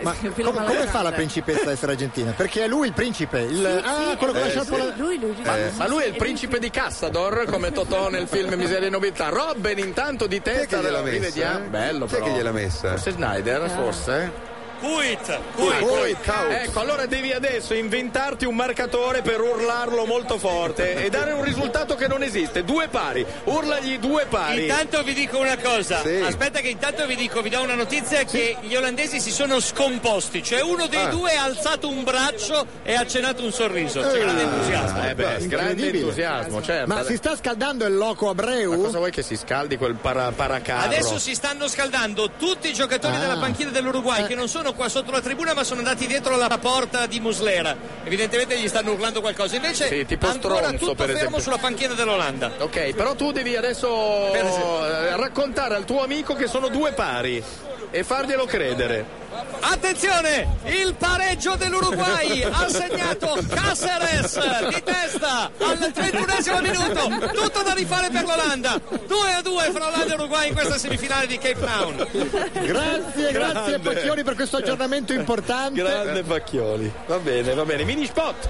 Speaker 4: Ma
Speaker 10: Sì,
Speaker 4: come, come fa la principessa a essere argentina? Perché è lui il principe. Il, ah, quello
Speaker 3: eh,
Speaker 4: con la sciarpa.
Speaker 10: eh, Lui, lui, lui.
Speaker 4: Eh.
Speaker 3: Ma lui è il principe di Cassador, come Totò nel film Miseria e Nobiltà. Robben intanto di
Speaker 2: Chi è che
Speaker 3: testa
Speaker 2: gliel'ha messa?
Speaker 3: rivediamo.
Speaker 2: eh?
Speaker 3: Bello
Speaker 2: Chi è
Speaker 3: però.
Speaker 2: che gliel'ha messa?
Speaker 3: Forse Snyder, forse.
Speaker 16: Kuit,
Speaker 3: Ah,
Speaker 16: Kuit.
Speaker 3: poi-
Speaker 2: Kaut.
Speaker 3: Ecco, allora devi adesso inventarti un marcatore per urlarlo molto forte e dare un risultato che non esiste. Due pari, urlagli due pari.
Speaker 16: Intanto vi dico una cosa,
Speaker 2: Sì.
Speaker 16: aspetta che intanto vi dico, vi do una notizia che gli olandesi si sono scomposti, cioè uno dei
Speaker 2: Ah.
Speaker 16: due ha alzato un braccio e ha accenato un sorriso, c'è grande entusiasmo.
Speaker 3: Eh beh, grande
Speaker 4: Ah, Incredibile.
Speaker 3: entusiasmo, certo.
Speaker 4: Ma si sta scaldando il loco a
Speaker 3: Ma
Speaker 4: Breu?
Speaker 3: cosa vuoi che si scaldi quel para- paracarro?
Speaker 16: Adesso si stanno scaldando tutti i giocatori
Speaker 4: Ah.
Speaker 16: della panchina
Speaker 3: Eh.
Speaker 16: dell'Uruguay che non sono qua sotto la tribuna ma sono andati dietro la porta di Muslera. Evidentemente gli stanno urlando qualcosa. Invece
Speaker 3: Sì, tipo
Speaker 16: ancora
Speaker 3: stronzo,
Speaker 16: tutto
Speaker 3: per
Speaker 16: fermo
Speaker 3: esempio.
Speaker 16: sulla panchina dell'Olanda.
Speaker 3: Ok, però tu devi adesso
Speaker 16: Per esempio.
Speaker 3: eh, raccontare al tuo amico che sono due pari e farglielo credere.
Speaker 16: Attenzione! Il pareggio dell'Uruguay ha segnato Caceres di testa al 31 minuto. Tutto da rifare per l'Olanda. 2 a 2 fra Olanda e Uruguay in questa semifinale di Cape Town.
Speaker 4: Grazie, grazie
Speaker 3: Grande.
Speaker 4: Pacchioni per questo aggiornamento importante.
Speaker 3: Grande Pacchioli. Va bene, va bene. Mini spot.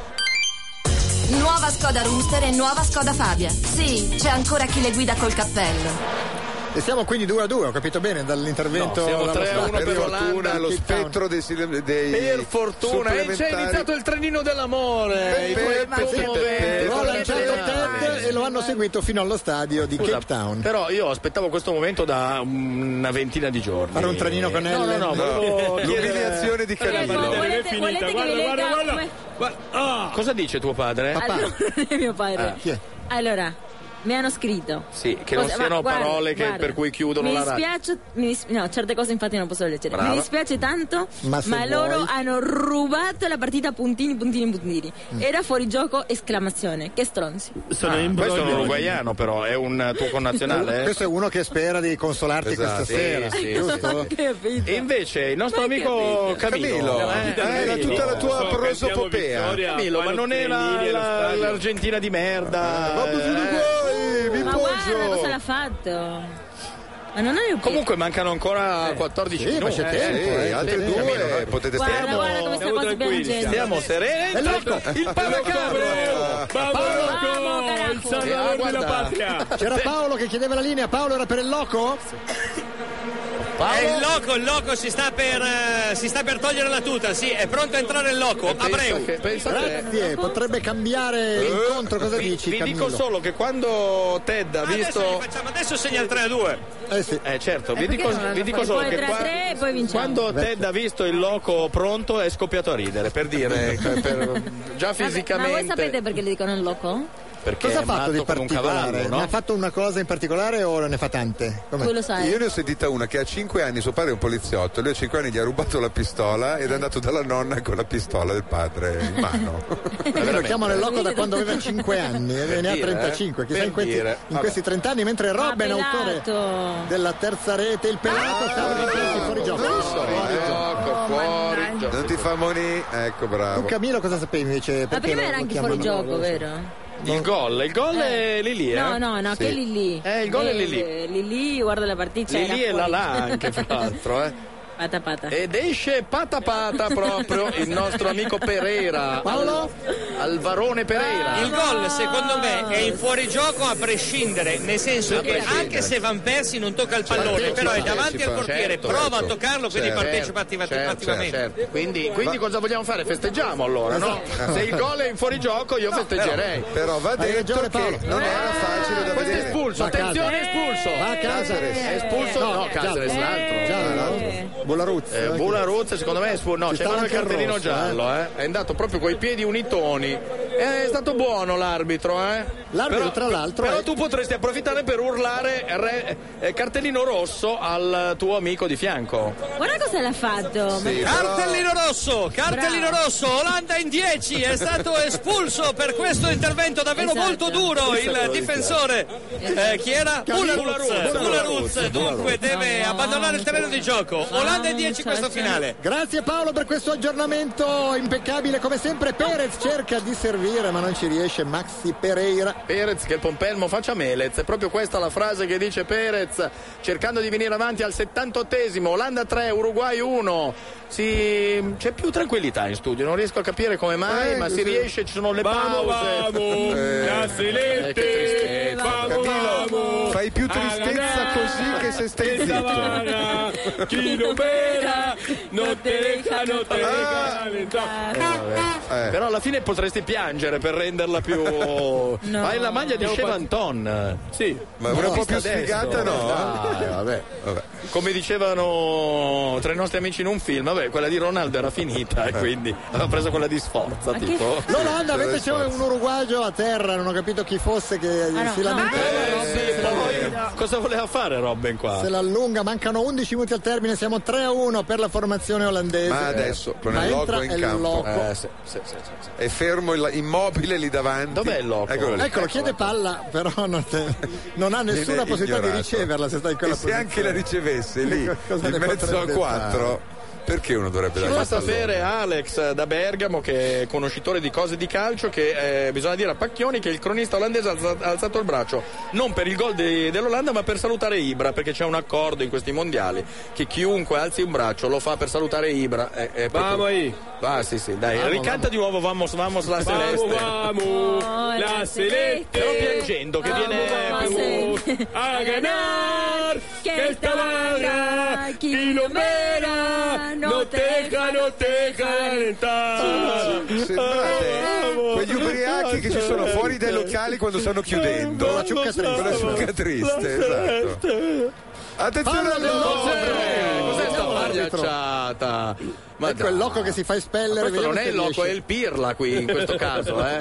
Speaker 21: Nuova Skoda Rooster e nuova Skoda Fabia. Sì, c'è ancora chi le guida col cappello.
Speaker 4: E siamo quindi 2 a 2, ho capito bene dall'intervento.
Speaker 3: No, siamo
Speaker 4: alla
Speaker 3: 3 a 1
Speaker 4: nostra-
Speaker 3: per
Speaker 2: Per fortuna
Speaker 3: Olanda,
Speaker 2: lo
Speaker 4: Cape Town.
Speaker 2: spettro dei, sil- dei
Speaker 3: Per fortuna. eh. E c'è
Speaker 2: supplementari.
Speaker 3: iniziato il trenino dell'amore. I tuoi
Speaker 2: Peppe,
Speaker 3: commoventi eh,
Speaker 2: Peppe,
Speaker 4: Lo ha lanciato
Speaker 3: coordinati.
Speaker 4: Ted e lo hanno seguito fino allo stadio di
Speaker 3: Scusa,
Speaker 4: Cape Town.
Speaker 3: Però io aspettavo questo momento da una ventina di giorni.
Speaker 4: Fare un trenino con
Speaker 3: No, no,
Speaker 4: Ellen?
Speaker 3: no.
Speaker 2: No,
Speaker 3: volevo chiedere-
Speaker 2: l'umiliazione di
Speaker 12: Eh,
Speaker 2: Carino.
Speaker 12: no,
Speaker 2: È
Speaker 12: volete,
Speaker 39: finita,
Speaker 12: volete che
Speaker 39: guarda,
Speaker 12: vi
Speaker 39: guarda,
Speaker 12: lega
Speaker 39: guarda.
Speaker 12: come-
Speaker 3: Ah! Cosa dice tuo padre? Eh,
Speaker 12: Allora, non è mio padre.
Speaker 4: Chi è?
Speaker 12: Allora, mi hanno scritto.
Speaker 3: Sì, che non
Speaker 12: Cosa-
Speaker 3: siano
Speaker 12: ma guarda,
Speaker 3: parole che-
Speaker 12: guarda,
Speaker 3: per cui chiudono
Speaker 12: mi
Speaker 3: la radio.
Speaker 12: dispiace, mi dis- no, certe cose infatti non posso leggere.
Speaker 3: Brava.
Speaker 12: Mi dispiace tanto, ma,
Speaker 4: Ma se
Speaker 12: loro
Speaker 4: vuoi.
Speaker 12: hanno rubato la partita a puntini, puntini, puntini.
Speaker 4: Mm.
Speaker 12: Era fuori gioco, esclamazione. Che stronzi.
Speaker 15: Sono
Speaker 3: Ah,
Speaker 15: in
Speaker 3: questo è un
Speaker 15: broglio.
Speaker 3: uruguaiano, però è un tuo connazionale. eh?
Speaker 4: Questo è uno che spera di consolarti
Speaker 2: Esatto,
Speaker 4: questa
Speaker 2: sì,
Speaker 4: sera,
Speaker 3: sì,
Speaker 4: giusto?
Speaker 12: Capito?
Speaker 3: E invece il nostro
Speaker 12: Ma che
Speaker 3: amico
Speaker 12: capito.
Speaker 3: Camilo,
Speaker 2: Camilo,
Speaker 3: eh,
Speaker 2: eh, era
Speaker 3: Camilo.
Speaker 2: tutta la tua prosopopea.
Speaker 3: Camilo, ma non era la- l'Argentina di merda.
Speaker 2: Vamos Uruguay, mi
Speaker 12: Ma guarda Eh. cosa
Speaker 2: poggio.
Speaker 3: Eh,
Speaker 12: l'ha fatto. Ma non avevo
Speaker 3: Comunque mancano
Speaker 12: Eh.
Speaker 3: ancora 14
Speaker 12: Sì, ma
Speaker 3: minuti.
Speaker 12: c'è tempo,
Speaker 3: sì,
Speaker 12: eh,
Speaker 3: altri
Speaker 12: c'è
Speaker 3: due
Speaker 12: tempo.
Speaker 3: eh, potete
Speaker 12: Guarda,
Speaker 3: stare.
Speaker 12: guarda come sta cosa
Speaker 3: tranquilli,
Speaker 12: piangendo.
Speaker 3: Stiamo sereni. Ecco,
Speaker 12: È loco.
Speaker 3: Il Pavacabro.
Speaker 12: Paolo,
Speaker 3: il salvatore della patria.
Speaker 4: C'era Paolo che chiedeva la linea. Paolo era per il loco?
Speaker 3: Paolo?
Speaker 16: È Eh, il loco, il loco si sta per, eh, si sta per togliere la tuta, sì, è pronto a entrare il
Speaker 3: Eh,
Speaker 16: loco. Abreu.
Speaker 4: Grazie, Eh, potrebbe cambiare l'incontro, cosa
Speaker 3: vi,
Speaker 4: dici?
Speaker 3: vi
Speaker 4: Camillo?
Speaker 3: dico solo che quando Ted ha visto
Speaker 16: Adesso segna il 3 a 2.
Speaker 4: Eh sì.
Speaker 3: Eh certo, vi
Speaker 12: perché
Speaker 3: dico,
Speaker 12: non hanno
Speaker 3: vi dico
Speaker 12: fatto?
Speaker 3: solo
Speaker 12: Poi
Speaker 3: che
Speaker 12: tre a
Speaker 3: qua-
Speaker 12: tre e poi vinciamo.
Speaker 3: quando
Speaker 12: Beh.
Speaker 3: Ted ha visto il loco pronto è scoppiato a ridere, per dire, per- per- già
Speaker 12: Vabbè, Ma voi
Speaker 3: fisicamente.
Speaker 12: sapete perché le dicono il loco?
Speaker 3: perché
Speaker 4: Cosa
Speaker 3: è
Speaker 4: ha fatto di
Speaker 3: matto come un
Speaker 4: particolare?
Speaker 3: cavallo, no?
Speaker 4: Ma ha fatto una cosa in particolare o ne fa tante? Com'è?
Speaker 12: Tu lo sai.
Speaker 2: Io ne ho sentita una che a 5 anni suo padre è un poliziotto, lui a 5 anni gli ha rubato la pistola ed è andato dalla nonna con la pistola del padre in mano.
Speaker 4: Lo chiamano il loco da quando aveva 5 anni e
Speaker 2: Per
Speaker 4: ne ha
Speaker 2: dire,
Speaker 4: 35,
Speaker 2: eh?
Speaker 4: chissà
Speaker 2: Per
Speaker 4: in questi,
Speaker 2: dire.
Speaker 4: in
Speaker 2: Vabbè.
Speaker 4: questi 30 anni, mentre Robben,
Speaker 12: Ma
Speaker 4: autore
Speaker 12: Pilato.
Speaker 4: della terza rete, il pelato stava difeso fuori gioco. Fuori gioco.
Speaker 2: eh.
Speaker 12: Oh,
Speaker 2: Non ti fa monì? Ecco,
Speaker 4: Tu
Speaker 2: bravo.
Speaker 4: Camillo cosa sapevi invece?
Speaker 12: Ma
Speaker 4: perché
Speaker 12: prima
Speaker 4: lo-
Speaker 12: era
Speaker 4: lo
Speaker 12: anche
Speaker 4: chiamano?
Speaker 12: fuori gioco, vero?
Speaker 3: Il gol, il gol è lì lì, eh?
Speaker 12: No, no, no,
Speaker 3: Sì.
Speaker 12: che lì lì.
Speaker 3: Eh, il gol è
Speaker 12: Eh,
Speaker 3: lì lì.
Speaker 12: eh, lì lì, guarda la partita.
Speaker 3: Lì lì e la
Speaker 12: fuori.
Speaker 3: là anche, fra l'altro, eh.
Speaker 12: Pata pata.
Speaker 3: Ed esce pata pata proprio il nostro amico Pereira. Paolo? Alvarone Pereira.
Speaker 16: Il gol secondo me è in fuorigioco a prescindere, nel senso che anche se Van Persi non tocca il pallone,
Speaker 3: Cioè, Partecipa.
Speaker 16: però è davanti al portiere,
Speaker 3: Certo,
Speaker 16: prova a
Speaker 3: certo.
Speaker 16: toccarlo, quindi
Speaker 3: Certo,
Speaker 16: partecipa attiva-
Speaker 3: certo,
Speaker 16: attivamente.
Speaker 3: certo. Quindi, quindi
Speaker 16: Ma-
Speaker 3: cosa vogliamo fare? Festeggiamo allora, no?
Speaker 2: Esatto.
Speaker 3: Se il gol è in fuorigioco io festeggerei.
Speaker 2: Però, però va detto che non era facile da
Speaker 3: Eh, Questo è
Speaker 2: vedere.
Speaker 3: espulso, attenzione, espulso.
Speaker 4: Va a Casares.
Speaker 3: È espulso,
Speaker 4: Eh,
Speaker 3: no,
Speaker 4: giallo.
Speaker 3: Casares,
Speaker 4: Eh.
Speaker 3: l'altro.
Speaker 4: Giallo,
Speaker 3: l'altro.
Speaker 4: Bularuzzi.
Speaker 3: Eh, Bularuzzi, secondo me è espulso. No,
Speaker 4: Ci
Speaker 3: c'era il
Speaker 4: stava anche il
Speaker 3: cartellino
Speaker 4: rosso,
Speaker 3: giallo, eh. È andato proprio coi piedi unitoni. Eh, È stato buono l'arbitro, eh.
Speaker 4: L'arbitro, tra l'altro,
Speaker 3: Però
Speaker 4: è-
Speaker 3: tu potresti approfittare per urlare re- eh, cartellino rosso al tuo amico di fianco.
Speaker 12: Guarda cosa l'ha fatto.
Speaker 3: Sì,
Speaker 12: Ma-
Speaker 16: Cartellino rosso, cartellino
Speaker 12: Bravo.
Speaker 16: rosso, Olanda in 10, è stato espulso per questo intervento davvero
Speaker 3: Esatto.
Speaker 16: molto duro
Speaker 3: Questo
Speaker 16: il
Speaker 3: volevo
Speaker 16: difensore. eh, chi era?
Speaker 3: Esatto. Camillo
Speaker 16: Bularuz.
Speaker 3: Bularuz.
Speaker 16: Bularuz, dunque deve abbandonare il terreno di gioco. Olanda in 10 questo finale.
Speaker 4: Grazie Paolo per questo aggiornamento impeccabile come sempre. Perez cerca di servire ma non ci riesce. Maxi Pereira.
Speaker 3: Perez che il pompelmo faccia Melez, è proprio questa la frase che dice Perez cercando di venire avanti al 78esimo, Olanda 3, Uruguay 1. Si- C'è più tranquillità in studio, non riesco a capire come mai,
Speaker 6: Eh,
Speaker 3: ma si
Speaker 6: sì.
Speaker 3: riesce, ci sono le
Speaker 6: Vamo,
Speaker 3: pause.
Speaker 6: vamo, la silente,
Speaker 3: eh, che tristezza.
Speaker 2: Camillo, fai più tristezza così che se stai zitto.
Speaker 6: Chi non vera, non te deja, non te deja
Speaker 3: Eh, vabbè. Però alla fine potresti piangere per renderla più. Hai la maglia di Chevanton. Sì.
Speaker 2: Ma una po' più sfigata no? Ah,
Speaker 3: Dai, vabbè. Come dicevano tra i nostri amici in un film, vabbè, quella di Ronaldo era finita e quindi aveva preso quella di Sforza. Tipo.
Speaker 4: L'Olanda invece c'è un uruguaggio a terra, non ho capito chi fosse che
Speaker 1: Ah,
Speaker 4: si lamentava.
Speaker 3: Cosa voleva fare Robben qua?
Speaker 4: Se l'allunga, mancano 11 minuti al termine, siamo 3 a 1 per la formazione olandese.
Speaker 2: Ma adesso con
Speaker 4: Ma
Speaker 2: il loco
Speaker 4: entra
Speaker 2: in
Speaker 4: il
Speaker 2: campo Eh,
Speaker 3: Eh,
Speaker 4: Loco.
Speaker 2: è fermo il- immobile lì davanti. Dov'è il loco? Eccolo, lì. Ecco.
Speaker 4: Eccolo, chiede palla, però non, te- non ha nessuna
Speaker 2: Viene
Speaker 4: possibilità di
Speaker 2: ignorato.
Speaker 4: riceverla se sta in quella
Speaker 2: e se
Speaker 4: posizione.
Speaker 2: anche la ricevesse lì
Speaker 4: Cosa
Speaker 2: in
Speaker 4: ne
Speaker 2: mezzo a
Speaker 4: potrebbe
Speaker 2: quattro perché uno dovrebbe
Speaker 3: Ci
Speaker 2: dare
Speaker 3: fa
Speaker 2: il pallone?
Speaker 3: sapere Alex eh, da Bergamo, che è conoscitore di cose di calcio, che eh, bisogna dire a Pacchioni che il cronista olandese ha alza- ha alzato il braccio non per il gol de- dell'Olanda, ma per salutare Ibra, perché c'è un accordo in questi mondiali che chiunque alzi un braccio lo fa per salutare Ibra. Eh, eh, proprio-
Speaker 39: Vamo ahí.
Speaker 3: Va, sì, sì, dai,
Speaker 39: Vamo,
Speaker 3: ricanta di nuovo Vamos, vamos la
Speaker 39: Vamo,
Speaker 3: Celeste.
Speaker 39: vamo, la Celeste.
Speaker 3: Però piangendo, che
Speaker 39: Vamo,
Speaker 3: viene
Speaker 39: vamo,
Speaker 3: più...
Speaker 39: a ganar que esta barra quilomera no te deja, no te deja alentar.
Speaker 2: Sembrate quegli ubriachi che ci sono fuori dai locali quando stanno chiudendo.
Speaker 4: Con la ciucca triste.
Speaker 2: Con la ciucca triste, esatto. Attenzione
Speaker 4: Fallo
Speaker 2: al
Speaker 4: del loco.
Speaker 2: loco.
Speaker 3: Cos'è sta
Speaker 4: Andiamo all'arbitro.
Speaker 3: pagliacciata?
Speaker 4: È quel loco che si fa
Speaker 3: Questo
Speaker 4: espellere. Eh, vediamo
Speaker 3: non è
Speaker 4: se
Speaker 3: il loco,
Speaker 4: riesce.
Speaker 3: è il pirla qui in questo caso, eh.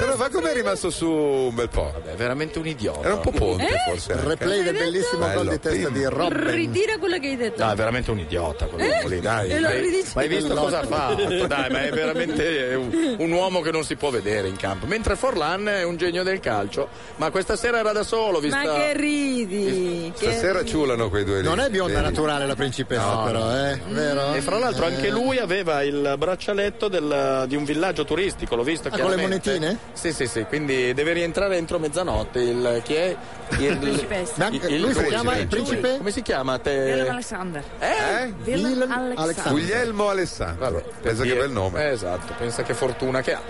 Speaker 2: Però va come è rimasto su un bel po'.
Speaker 3: È veramente un idiota.
Speaker 2: Era un po' ponte forse. anche.
Speaker 4: Eh? Replay del bellissimo
Speaker 2: Bello,
Speaker 4: gol di testa
Speaker 2: Pim.
Speaker 4: di Robben.
Speaker 12: Ritira quello che hai detto. Eh?
Speaker 3: No, è veramente un idiota
Speaker 2: Oh,
Speaker 3: quello
Speaker 2: Eh,
Speaker 3: lì, dai.
Speaker 12: E lo ridice.
Speaker 3: Ma hai visto
Speaker 12: Loco.
Speaker 3: cosa ha fatto? Dai, ma è veramente un, un uomo che non si può vedere in campo. Mentre Forlan è un genio del calcio, ma questa sera era da solo, vista.
Speaker 12: Ma che ridi. che
Speaker 2: Stasera ciulano quei due lì.
Speaker 4: Non è bionda
Speaker 2: Vedi?
Speaker 4: naturale la principessa, però, eh? Vero? vero?
Speaker 3: E fra l'altro anche lui aveva il braccialetto del- di un villaggio turistico, l'ho visto
Speaker 4: Ah, con le
Speaker 3: chiaramente.
Speaker 4: monetine?
Speaker 3: Sì, sì, sì, quindi deve rientrare entro mezzanotte. Il, chi è? Il,
Speaker 10: principessa.
Speaker 4: Ma, eh, lui si
Speaker 3: come
Speaker 4: chiama il
Speaker 3: lui?
Speaker 4: principe?
Speaker 3: Come si chiama?
Speaker 10: Willem
Speaker 3: Te...
Speaker 10: Alexander.
Speaker 3: Eh?
Speaker 10: Willem Alexander.
Speaker 3: Guglielmo Alessandro. pensa che bel nome. Esatto, pensa che fortuna che ha.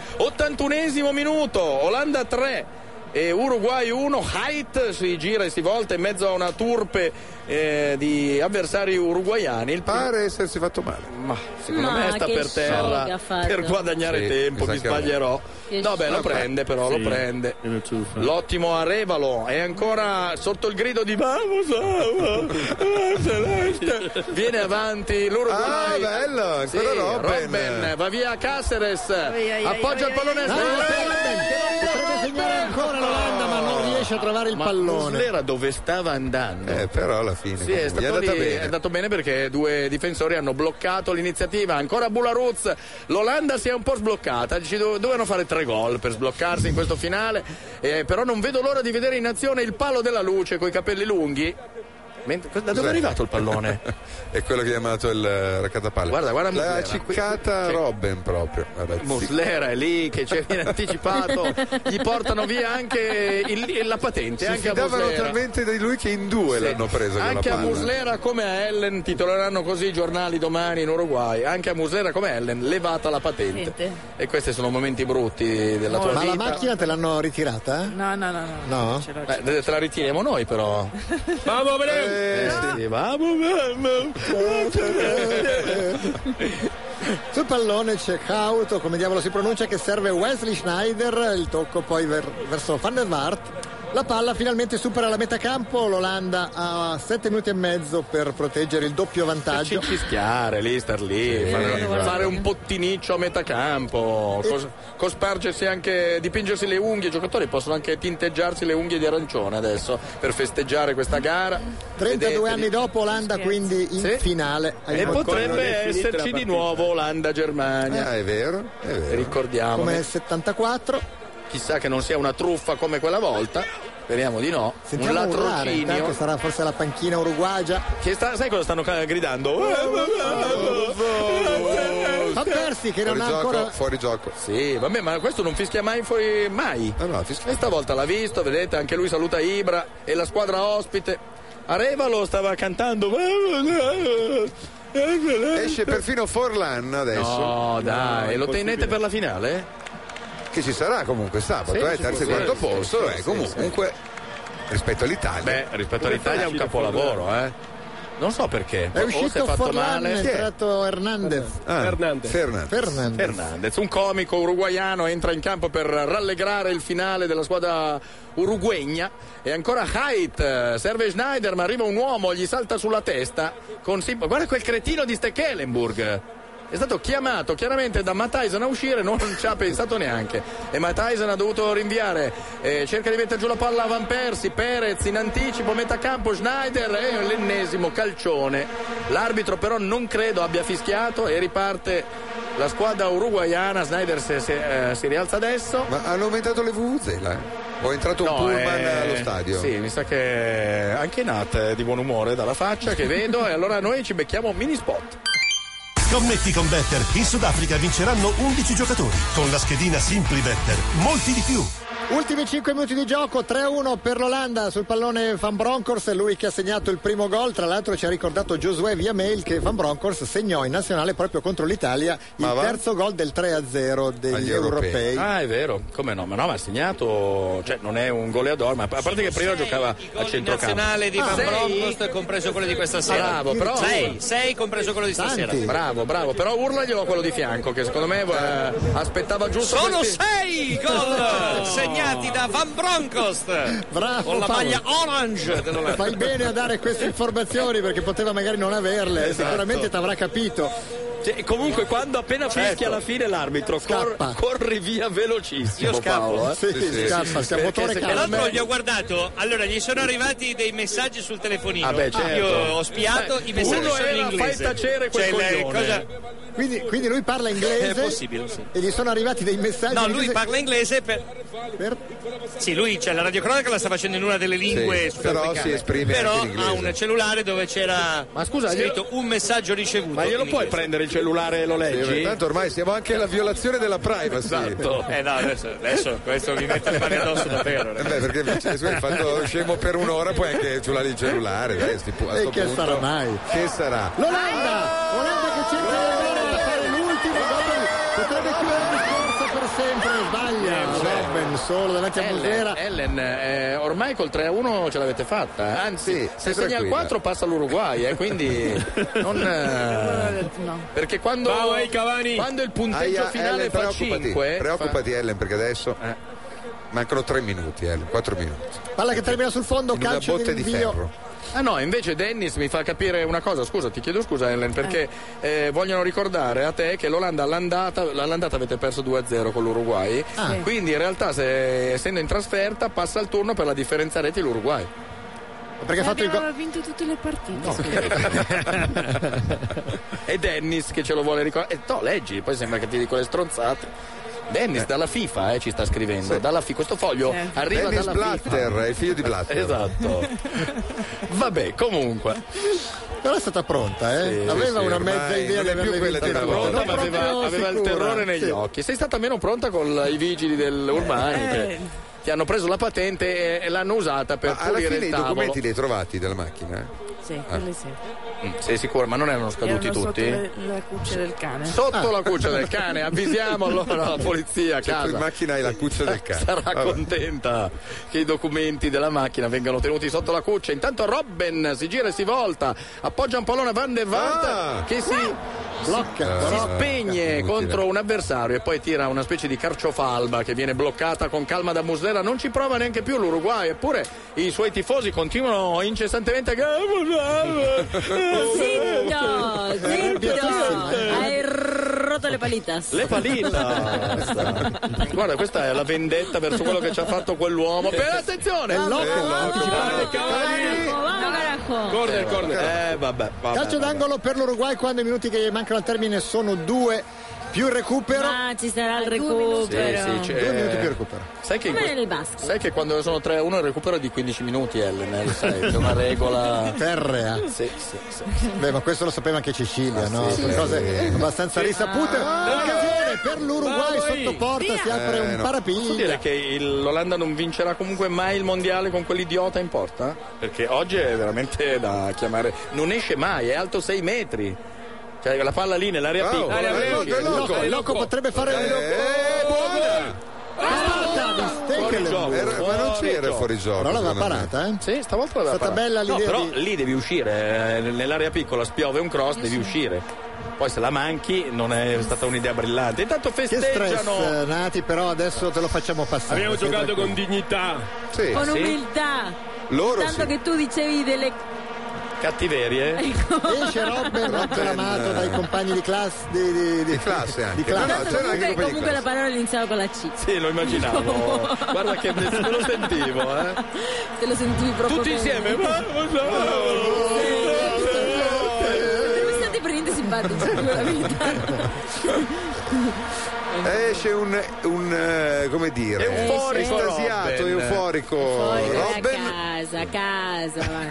Speaker 3: 81 minuto, Olanda 3. E Uruguay 1, Haidt si gira e si volta in mezzo a una turpe eh, di avversari uruguaiani. Il Pare essersi fatto male. Ma secondo
Speaker 12: Ma
Speaker 3: me sta
Speaker 12: che
Speaker 3: per
Speaker 12: sciga
Speaker 3: terra
Speaker 12: ha fatto.
Speaker 3: per guadagnare Sì, esatto. tempo, mi mi sa che ha sbaglierò.
Speaker 12: Che
Speaker 3: No, beh, lo
Speaker 12: sciga.
Speaker 3: prende però,
Speaker 15: Sì,
Speaker 3: lo prende.
Speaker 15: in a tuffa.
Speaker 3: L'ottimo Arevalo è ancora sotto il grido di Vamos, vamos, eh, Celeste. Viene avanti l'Uruguay.
Speaker 2: Ah, bello, ancora
Speaker 3: Sì,
Speaker 2: Robben.
Speaker 3: Robben, va via Caceres.
Speaker 2: Ai, ai,
Speaker 3: Appoggia
Speaker 2: ai,
Speaker 3: il pallone a
Speaker 2: ai,
Speaker 3: sinistra. Eh,
Speaker 2: ai, ai,
Speaker 4: Potrebbe segnare ancora l'Olanda, ma non riesce a trovare il
Speaker 3: Ma
Speaker 4: pallone.
Speaker 3: Muslera dove stava andando?
Speaker 2: Eh, però alla fine
Speaker 3: Sì, è
Speaker 2: comunque, gli
Speaker 3: stato lì,
Speaker 2: è andata
Speaker 3: è
Speaker 2: bene.
Speaker 3: andato bene perché due difensori hanno bloccato l'iniziativa. Ancora Bularuz. L'Olanda si è un po' sbloccata. Ci do- dovevano fare tre gol per sbloccarsi in questo finale. Eh, però non vedo l'ora di vedere in azione il palo della luce coi capelli lunghi. Mentre- da dove è arrivato il pallone?
Speaker 2: è quello che ha chiamato il eh, raccattapalle.
Speaker 3: Guarda, guarda
Speaker 2: La
Speaker 3: Muslera.
Speaker 2: ciccata
Speaker 3: Sì.
Speaker 2: Robben proprio. Vabbè, sì.
Speaker 3: Muslera è lì che c'è in eh, anticipato, gli portano via anche il- la patente.
Speaker 2: Si
Speaker 3: anche a
Speaker 2: fidavano
Speaker 3: Muslera.
Speaker 2: talmente di lui che in due
Speaker 3: Sì.
Speaker 2: l'hanno preso con
Speaker 3: Anche
Speaker 2: la
Speaker 3: a
Speaker 2: palla.
Speaker 3: Muslera come a Ellen titoleranno così i giornali domani in Uruguay. Anche a Muslera come Ellen levata la patente. E questi sono momenti brutti della tua
Speaker 4: Ma la
Speaker 3: vita.
Speaker 4: macchina te l'hanno ritirata?
Speaker 10: No, no, no, no.
Speaker 4: No?
Speaker 3: Beh, te la ritiriamo noi però. Vamo eh, sì, vamo, vamo.
Speaker 4: Sul pallone c'è Cauto, come diavolo si pronuncia, che serve Wesley Schneider, il tocco poi ver- verso Van der Vaart. La palla finalmente supera la metà campo, l'Olanda ha 7 minuti e mezzo per proteggere il doppio vantaggio.
Speaker 3: Cicchiare lì, star lì,
Speaker 4: Sì,
Speaker 3: fare,
Speaker 4: guarda.
Speaker 3: fare un pottiniccio a metà campo, cos- cospargersi anche, dipingersi le unghie. I giocatori possono anche tinteggiarsi le unghie di arancione adesso per festeggiare questa gara.
Speaker 4: 32
Speaker 3: Vedetevi.
Speaker 4: anni dopo Olanda quindi in finale.
Speaker 3: E
Speaker 4: Ancora non
Speaker 3: potrebbe
Speaker 4: è finita la
Speaker 3: esserci di
Speaker 4: partita.
Speaker 3: nuovo Olanda-Germania. Ah, è vero, è vero. Ricordiamo. eh,
Speaker 4: Come nel 74.
Speaker 3: Chissà che non sia una truffa come quella volta. Speriamo di no.
Speaker 4: Sentiamo
Speaker 3: un
Speaker 4: urlare, intanto
Speaker 3: latrocinio.
Speaker 4: sarà forse la panchina uruguagia.
Speaker 3: Che sta- sai cosa stanno ca- gridando? oh,
Speaker 4: Ha persi che non ha ancora...
Speaker 3: fuori gioco. Sì, vabbè, ma questo non fischia mai fuori mai. E stavolta l'ha visto, vedete, anche lui saluta Ibra e la squadra ospite. Arevalo stava cantando.
Speaker 2: Esce perfino Forlan adesso.
Speaker 3: No, dai, lo tenete per la finale?
Speaker 2: Che ci sarà comunque
Speaker 3: Sì,
Speaker 2: sabato, eh,
Speaker 3: ci
Speaker 2: terzo e
Speaker 3: può
Speaker 2: quarto
Speaker 3: essere,
Speaker 2: posto,
Speaker 3: sì,
Speaker 2: eh,
Speaker 3: sì,
Speaker 2: comunque rispetto all'Italia.
Speaker 3: Beh, rispetto all'Italia è un capolavoro, eh. Non so perché.
Speaker 4: È
Speaker 3: O si è
Speaker 4: uscito
Speaker 3: fatto
Speaker 4: Forlan, è
Speaker 3: male.
Speaker 4: entrato Hernandez.
Speaker 2: Ah,
Speaker 3: Fernandez.
Speaker 4: Fernandez. Fernandez.
Speaker 3: Fernandez, un comico uruguaiano, entra in campo per rallegrare il finale della squadra uruguegna. E ancora Haidt, eh, serve Schneider, ma arriva un uomo, gli salta sulla testa. con sim- Guarda quel cretino di Stekelenburg. È stato chiamato chiaramente da Mattaisen a uscire, non ci ha pensato neanche. E Mattaisen ha dovuto rinviare. Eh, cerca di mettere giù la palla a Van Persi, Perez in anticipo, metà campo Schneider e l'ennesimo calcione. L'arbitro però non credo abbia fischiato e riparte la squadra uruguaiana. Schneider se- se- eh, si rialza adesso.
Speaker 2: Ma hanno aumentato le VVZela, eh? Ho entrato un
Speaker 3: No,
Speaker 2: pullman
Speaker 3: eh,
Speaker 2: allo stadio.
Speaker 3: Sì, mi sa che anche Nat è di buon umore dalla faccia che vedo e allora noi ci becchiamo un mini spot.
Speaker 9: Scommetti con Better, in Sudafrica vinceranno 11 giocatori. Con la schedina Simply Better, molti di più.
Speaker 4: Ultimi 5 minuti di gioco, 3-1 per l'Olanda sul pallone Van Bronckhorst, è lui che ha segnato il primo gol, tra l'altro ci ha ricordato Josué via mail che Van Bronckhorst segnò in nazionale proprio contro l'Italia
Speaker 3: Ma
Speaker 4: il
Speaker 3: va?
Speaker 4: terzo gol del 3-0 degli europei.
Speaker 3: Ah, è vero, come no? Ma no, ma ha segnato, cioè non è un goleador, ma a parte che prima giocava a centrocampo. Ah,
Speaker 16: nazionale di Van
Speaker 3: Sei?
Speaker 16: Bronckhorst, compreso quello di questa sera.
Speaker 3: Bravo, però-
Speaker 16: Sei, sei, compreso quello di stasera.
Speaker 3: Bravo, bravo, però urlaglielo a quello di fianco che secondo me eh, aspettava giusto. Oh.
Speaker 16: Sono
Speaker 3: questi-
Speaker 16: sei gol segnati da Van Bronckhorst
Speaker 4: Bravo,
Speaker 16: con la
Speaker 4: Paolo.
Speaker 16: maglia orange dell'Olanda.
Speaker 4: Fai bene a dare queste informazioni perché poteva magari non averle, eh,
Speaker 3: Esatto.
Speaker 4: sicuramente ti avrà capito.
Speaker 3: Cioè, comunque quando appena fischia
Speaker 4: Certo.
Speaker 3: alla fine l'arbitro cor-
Speaker 4: Scappa.
Speaker 3: corri via velocissimo.
Speaker 16: Io scappo.
Speaker 3: Paolo, eh.
Speaker 4: Sì, scappa, siamo
Speaker 3: Perché
Speaker 4: motore
Speaker 3: se-
Speaker 16: Tra l'altro gli ho guardato, allora gli sono arrivati dei messaggi sul telefonino.
Speaker 3: Ah, beh, certo.
Speaker 16: Io ho spiato,
Speaker 3: Beh,
Speaker 16: i messaggi
Speaker 3: uno
Speaker 16: sono in
Speaker 3: era,
Speaker 16: inglese.
Speaker 3: "Fai tacere quel
Speaker 16: Cioè, le-
Speaker 3: coglione".
Speaker 16: cosa-
Speaker 4: Quindi, quindi lui parla inglese
Speaker 16: È possibile, sì.
Speaker 4: e gli sono arrivati dei messaggi
Speaker 16: No,
Speaker 4: in
Speaker 16: lui
Speaker 4: inglese
Speaker 16: parla inglese per...
Speaker 4: per Weber.
Speaker 16: Sì, lui c'è la radiocronaca, la sta facendo in una delle lingue
Speaker 2: Sì,
Speaker 16: sudafricane.
Speaker 2: però si esprime
Speaker 16: Però
Speaker 2: anche in inglese.
Speaker 16: ha un cellulare dove c'era
Speaker 2: Ma scusa,
Speaker 16: scritto un messaggio ricevuto.
Speaker 2: Ma glielo
Speaker 16: in
Speaker 2: puoi
Speaker 16: inglese.
Speaker 3: prendere il cellulare e lo leggi?
Speaker 2: Sì, ma tanto ormai siamo anche alla violazione della privacy.
Speaker 3: Esatto.
Speaker 16: Eh no, adesso, adesso questo mi mette le mani addosso davvero.
Speaker 2: Eh beh, perché cioè, scusa, hai fatto scemo per un'ora, poi anche sulla lì il cellulare. dai, sti pu- a
Speaker 4: E
Speaker 2: sto
Speaker 4: che
Speaker 2: punto.
Speaker 4: sarà mai?
Speaker 2: Che sarà?
Speaker 4: L'Olanda! L'Olanda che
Speaker 3: Eh.
Speaker 4: cerca di arrivare a fare l'ultimo gol del- potrebbe chiudere il discorso per sempre, sbaglia. Robben solo davanti a
Speaker 3: Ellen,
Speaker 4: Musera.
Speaker 3: Ellen, eh, ormai col 3-1 ce l'avete fatta. eh. Anzi,
Speaker 2: Sì,
Speaker 3: se
Speaker 2: stai
Speaker 3: segna il
Speaker 2: tranquilla.
Speaker 3: 4 passa l'Uruguay, eh, quindi non. eh, perché quando, Vai, Cavani. quando il punteggio
Speaker 2: Aia,
Speaker 3: finale
Speaker 2: Ellen,
Speaker 3: fa Eh.
Speaker 2: preoccupati,
Speaker 3: 5,
Speaker 2: Preoccupati, Ellen, perché adesso mancano tre minuti, Ellen, quattro minuti.
Speaker 4: Palla che termina sul fondo,
Speaker 2: In una
Speaker 4: calcio
Speaker 2: botte di
Speaker 4: rinvio.
Speaker 2: ferro.
Speaker 3: Ah no, invece Dennis mi fa capire una cosa, scusa, ti chiedo scusa Ellen, perché eh, vogliono ricordare a te che l'Olanda all'andata, all'andata avete perso 2-0 con l'Uruguay,
Speaker 4: Ah. Sì.
Speaker 3: quindi in realtà se, essendo in trasferta passa il turno per la differenza reti l'Uruguay.
Speaker 4: Perché ha fatto il
Speaker 10: abbiamo
Speaker 4: gol.
Speaker 10: vinto tutte le partite.
Speaker 3: e Dennis che ce lo vuole ricordare. Eh, no, leggi, poi sembra che ti dico le stronzate. Dennis dalla FIFA eh, ci sta scrivendo, dalla fi- questo foglio
Speaker 2: Sì.
Speaker 3: arriva
Speaker 2: Dennis
Speaker 3: dalla
Speaker 2: Blatter,
Speaker 3: FIFA.
Speaker 2: è il figlio di Blatter.
Speaker 3: Esatto. Vabbè, comunque.
Speaker 4: Però è stata pronta, eh? Aveva
Speaker 3: sì,
Speaker 4: una
Speaker 3: ormai
Speaker 4: mezza
Speaker 3: non
Speaker 4: idea di
Speaker 3: è più quella
Speaker 4: averle
Speaker 3: di
Speaker 4: vinte
Speaker 3: una
Speaker 4: tutte.
Speaker 3: volta,
Speaker 4: Non
Speaker 3: ma aveva-
Speaker 4: proprio
Speaker 3: aveva il
Speaker 4: sicura.
Speaker 3: terrore negli
Speaker 4: Sì.
Speaker 3: occhi. Sei stata meno pronta con i vigili dell'Urmani
Speaker 4: Eh.
Speaker 3: che ti hanno preso la patente e, e l'hanno usata per
Speaker 2: Ma alla
Speaker 3: pulire
Speaker 2: fine
Speaker 3: il
Speaker 2: i
Speaker 3: tavolo.
Speaker 2: documenti li hai trovati dalla macchina?
Speaker 10: Sì,
Speaker 2: Ah.
Speaker 10: quelli sì.
Speaker 3: Mm, Sei sicuro? Ma non erano scaduti
Speaker 10: Erano
Speaker 3: Eh. tutti?
Speaker 10: Sotto le- la cuccia del cane. Ah.
Speaker 3: Sotto
Speaker 4: Ah.
Speaker 3: la cuccia del cane, avvisiamo allora la polizia a
Speaker 2: Cioè, tu
Speaker 3: casa.
Speaker 2: in macchina hai la cuccia del cane.
Speaker 3: Sarà
Speaker 2: Vabbè.
Speaker 3: contenta che i documenti della macchina vengano tenuti sotto la cuccia. Intanto Robben si gira e si volta, appoggia un pallone a Van de Vaart
Speaker 2: Ah!
Speaker 3: che si
Speaker 4: blocca,
Speaker 3: si
Speaker 2: Ah,
Speaker 3: spegne
Speaker 2: inutile.
Speaker 3: contro un avversario e poi tira una specie di carciofalba che viene bloccata con calma da Muslera. Non ci prova neanche più l'Uruguay, eppure i suoi tifosi continuano incessantemente a.
Speaker 12: Zitto, zitto. Hai rotto le palitas.
Speaker 3: Le palita! Guarda, questa è la vendetta verso quello che ci ha fatto quell'uomo.
Speaker 4: Eh,
Speaker 3: Per attenzione!
Speaker 4: È loco, anticipato. eh,
Speaker 12: Vamos, carajo.
Speaker 3: Corner, corner. Eh, vabbè, vabbè.
Speaker 4: Calcio d'angolo per l'Uruguay quando i minuti che mancano al termine sono due più il recupero.
Speaker 12: Ma ci sarà il
Speaker 3: Sì,
Speaker 12: recupero.
Speaker 3: sì, c'è-
Speaker 4: Due minuti più il recupero.
Speaker 3: Sai che, in
Speaker 12: Come
Speaker 3: questo-
Speaker 12: nel basket.
Speaker 3: sai che quando sono 3-1 il recupero è di 15 minuti, Ellen, eh, lo sai, c'è una regola...
Speaker 4: Terrea.
Speaker 3: Sì, sì, sì. Ah,
Speaker 4: Beh, ma questo lo sapeva anche Cecilia, no?
Speaker 3: sì, sì.
Speaker 4: Sono
Speaker 3: Ah!
Speaker 4: cose abbastanza risapute. Occasione per l'Uruguay sotto porta, si apre
Speaker 3: Eh,
Speaker 4: un
Speaker 3: no. Posso
Speaker 4: parapiglia.
Speaker 3: dire che il- l'Olanda non vincerà comunque mai il mondiale con quell'idiota in porta? Perché oggi è veramente da chiamare. Non esce mai, è alto 6 metri. Cioè la palla lì nell'area
Speaker 2: Bravo,
Speaker 3: piccola.
Speaker 2: bravo,
Speaker 3: non
Speaker 2: bravo,
Speaker 3: esce.
Speaker 2: bravo.
Speaker 4: Loco, Loco potrebbe fare
Speaker 2: Eh, buona!
Speaker 4: parata di
Speaker 3: Fuori
Speaker 4: Stekelenburg.
Speaker 3: gioco,
Speaker 2: Era- ma non
Speaker 3: fuori
Speaker 2: c'era
Speaker 3: gioco.
Speaker 2: fuori gioco.
Speaker 4: Però l'aveva
Speaker 2: secondo me.
Speaker 4: parata, eh?
Speaker 3: Sì, stavolta l'aveva
Speaker 4: È stata
Speaker 3: parata.
Speaker 4: bella
Speaker 3: No,
Speaker 4: l'idea
Speaker 3: però
Speaker 4: di-
Speaker 3: lì devi uscire, eh, nell'area piccola spiove un cross,
Speaker 39: Eh,
Speaker 3: devi uscire. Poi se la manchi non è stata un'idea brillante. Intanto
Speaker 4: Che stress,
Speaker 3: festeggiano.
Speaker 4: eh, Nati, però adesso te lo facciamo passare.
Speaker 39: Abbiamo
Speaker 4: stai
Speaker 39: giocato con
Speaker 4: tranquillo.
Speaker 39: dignità.
Speaker 2: Sì.
Speaker 12: Con
Speaker 3: sì.
Speaker 12: umiltà.
Speaker 2: Loro
Speaker 12: Tanto
Speaker 2: sì. Eh,
Speaker 12: che tu dicevi delle
Speaker 3: Cattiverie. eh?
Speaker 12: Ecco.
Speaker 4: Esce Robben, Robben amato dai compagni di classe. Di, di,
Speaker 2: Di classe anche.
Speaker 4: Di classe.
Speaker 2: No, no,
Speaker 12: Tanto
Speaker 2: c'era anche un po'
Speaker 12: comunque,
Speaker 2: di
Speaker 12: comunque la
Speaker 2: classe.
Speaker 12: parola iniziava con la C.
Speaker 3: Sì, lo immaginavo. Guarda che me me lo sentivo, eh.
Speaker 12: Te lo sentivi proprio
Speaker 3: Tutti
Speaker 12: bene.
Speaker 3: insieme.
Speaker 12: Non mi state per niente simpatici, dico la verità.
Speaker 2: Esce un, un, eh, come dire,
Speaker 3: Euforico
Speaker 2: estasiato,
Speaker 3: Robben.
Speaker 2: euforico
Speaker 12: Poi vai a
Speaker 2: Robben.
Speaker 12: casa, a casa. va.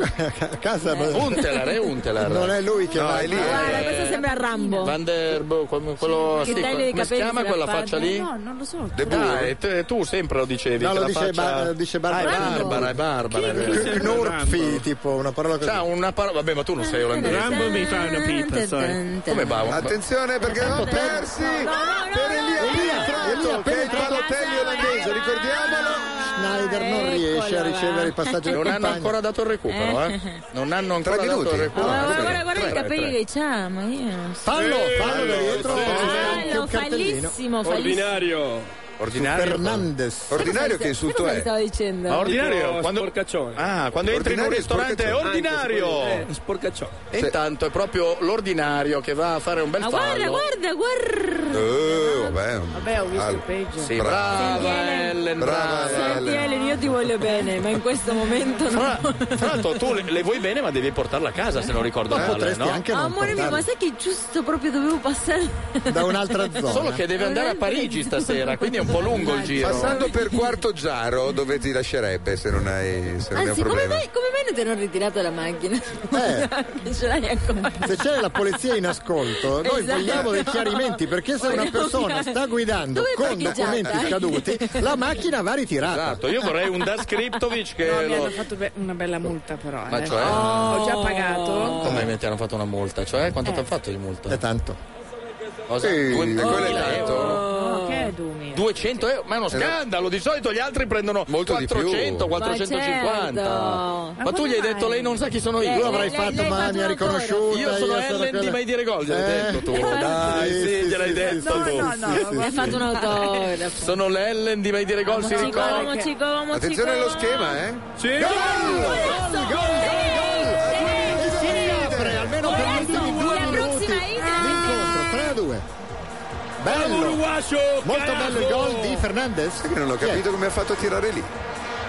Speaker 4: A casa non,
Speaker 3: Untelar, è Untelar.
Speaker 4: non è lui che
Speaker 2: No,
Speaker 4: va.
Speaker 2: è lì,
Speaker 12: Guarda,
Speaker 3: Eh.
Speaker 12: questo sembra Rambo.
Speaker 3: Van der Bo- come- quello, sì,
Speaker 12: Che taglio
Speaker 3: come
Speaker 12: di
Speaker 3: come si
Speaker 12: capelli
Speaker 3: chiama quella
Speaker 12: strappato?
Speaker 3: faccia lì?
Speaker 10: No, non lo so.
Speaker 2: De
Speaker 3: Dai, te- tu sempre lo dicevi.
Speaker 4: No,
Speaker 3: che
Speaker 4: lo
Speaker 3: la
Speaker 4: dice
Speaker 3: faccia-
Speaker 4: Bar- dice Barbara.
Speaker 3: Ah, è Barbara, è Barbara. è vero.
Speaker 4: Knurpfi, eh. tipo una parola così.
Speaker 3: C'ha una parola. Vabbè, ma tu non sei olandese.
Speaker 15: Rambo mi fa una pipa, sai.
Speaker 3: Come va? Un-
Speaker 2: Attenzione
Speaker 3: Ah,
Speaker 2: perché hanno persi
Speaker 12: no, no,
Speaker 2: per Elia
Speaker 12: no,
Speaker 4: Elia
Speaker 2: Pietro, che è il
Speaker 4: Pietro.
Speaker 2: palotelli olandese, ricordiamolo.
Speaker 4: Schneider non
Speaker 12: Eccola
Speaker 4: riesce a
Speaker 12: là.
Speaker 4: ricevere il passaggio di
Speaker 3: Non hanno
Speaker 4: compagno.
Speaker 3: ancora dato il recupero, eh? Non hanno ancora
Speaker 2: Tre
Speaker 3: dato
Speaker 2: minuti.
Speaker 3: il recupero.
Speaker 12: Guarda, guarda,
Speaker 3: Tre,
Speaker 12: guarda, guarda
Speaker 3: tre,
Speaker 12: i capelli
Speaker 3: tre.
Speaker 12: che c'ha, ma io non so.
Speaker 4: Fallo, fallo da
Speaker 39: Sì,
Speaker 4: dietro.
Speaker 39: sì.
Speaker 4: ci sarà anche
Speaker 12: Fallo,
Speaker 4: un cartellino.
Speaker 12: fallissimo, fallissimo.
Speaker 39: Ordinario.
Speaker 3: Ordinario.
Speaker 4: Fernandez.
Speaker 2: Ordinario che insulto
Speaker 12: Sai cosa
Speaker 2: è?
Speaker 12: stavo dicendo?
Speaker 3: Ma ordinario,
Speaker 39: Tipo
Speaker 3: quando,
Speaker 39: sporcaccione.
Speaker 3: ah, quando entri in un
Speaker 2: Ordinario e
Speaker 3: ristorante è
Speaker 2: sporcaccione.
Speaker 3: ordinario.
Speaker 39: Eh, sporcaccione.
Speaker 3: E intanto è proprio l'ordinario che va a fare un bel
Speaker 12: Ma
Speaker 3: fallo.
Speaker 12: guarda, guarda, guarda.
Speaker 2: Eh, beh. un-
Speaker 10: Vabbè, ho visto
Speaker 2: al-
Speaker 10: peggio.
Speaker 2: Sì, brava
Speaker 12: Ellen,
Speaker 2: brava
Speaker 12: Senti Ellen, io ti voglio bene, ma in questo momento no.
Speaker 3: Tra l'altro tu le, le vuoi bene ma devi portarla a casa se non ricordo
Speaker 4: Ma
Speaker 3: male,
Speaker 4: potresti
Speaker 3: no?
Speaker 4: anche
Speaker 12: Amore mio, ma sai che giusto proprio dovevo passare Eh,
Speaker 4: da un'altra
Speaker 3: Solo che deve andare a Parigi stasera, quindi è un po' lungo il giro.
Speaker 2: Passando per Quarto Giaro, dove ti lascerebbe se non hai, se non
Speaker 3: Ah,
Speaker 2: hai un
Speaker 12: Anzi, come
Speaker 2: problema? Eh.
Speaker 12: mai, come mai non ti hanno ritirato la macchina? che ce l'hai ancora.
Speaker 4: Se c'è la polizia in ascolto, noi
Speaker 12: Esatto.
Speaker 4: vogliamo dei chiarimenti perché se una
Speaker 12: Vogliamo
Speaker 4: persona
Speaker 12: chiarire.
Speaker 4: sta guidando
Speaker 12: Dove è
Speaker 4: con
Speaker 12: parcheggiata,
Speaker 4: documenti
Speaker 12: eh?
Speaker 4: scaduti, la macchina va ritirata.
Speaker 3: Esatto, io vorrei un Da Skriptovic che
Speaker 10: No, mi
Speaker 3: lo-
Speaker 10: hanno fatto be- una bella multa però.
Speaker 3: Ma
Speaker 10: eh.
Speaker 3: cioè?
Speaker 10: Ho già pagato.
Speaker 3: Come ti hanno fatto una multa? Cioè, quanto ti hanno fatto di multa? È
Speaker 4: tanto.
Speaker 3: Cosa? Due-
Speaker 2: quello è
Speaker 3: 2000
Speaker 2: tanto.
Speaker 3: euro?
Speaker 10: Oh, che è Dumi?
Speaker 3: 200 euro? Ma è uno scandalo, di solito gli altri prendono
Speaker 2: di
Speaker 3: 400,
Speaker 2: più.
Speaker 3: 450.
Speaker 2: Ma
Speaker 3: Ma, tu gli hai detto lei non sa chi sono io.
Speaker 4: Tu avrai fatto, ma mi ha riconosciuto.
Speaker 3: Io sono Ellen di Mai Dire Gol, gliel'hai detto tu. Dai, sì, gliel'hai detto tu.
Speaker 12: Mi ha fatto un autografo.
Speaker 3: Sono l'Ellen di Mai Dire Gol, si
Speaker 12: Cicomo,
Speaker 3: ricorda.
Speaker 12: Cicomo,
Speaker 2: Attenzione
Speaker 12: Cicomo.
Speaker 2: allo schema, eh?
Speaker 3: Sì.
Speaker 2: Gol!
Speaker 12: eh,
Speaker 4: E si riapre almeno per gli ultimi due minuti l'incontro 3 a 2 bello molto bello il gol di Fernandez
Speaker 2: Che non ho capito come ha fatto a tirare lì.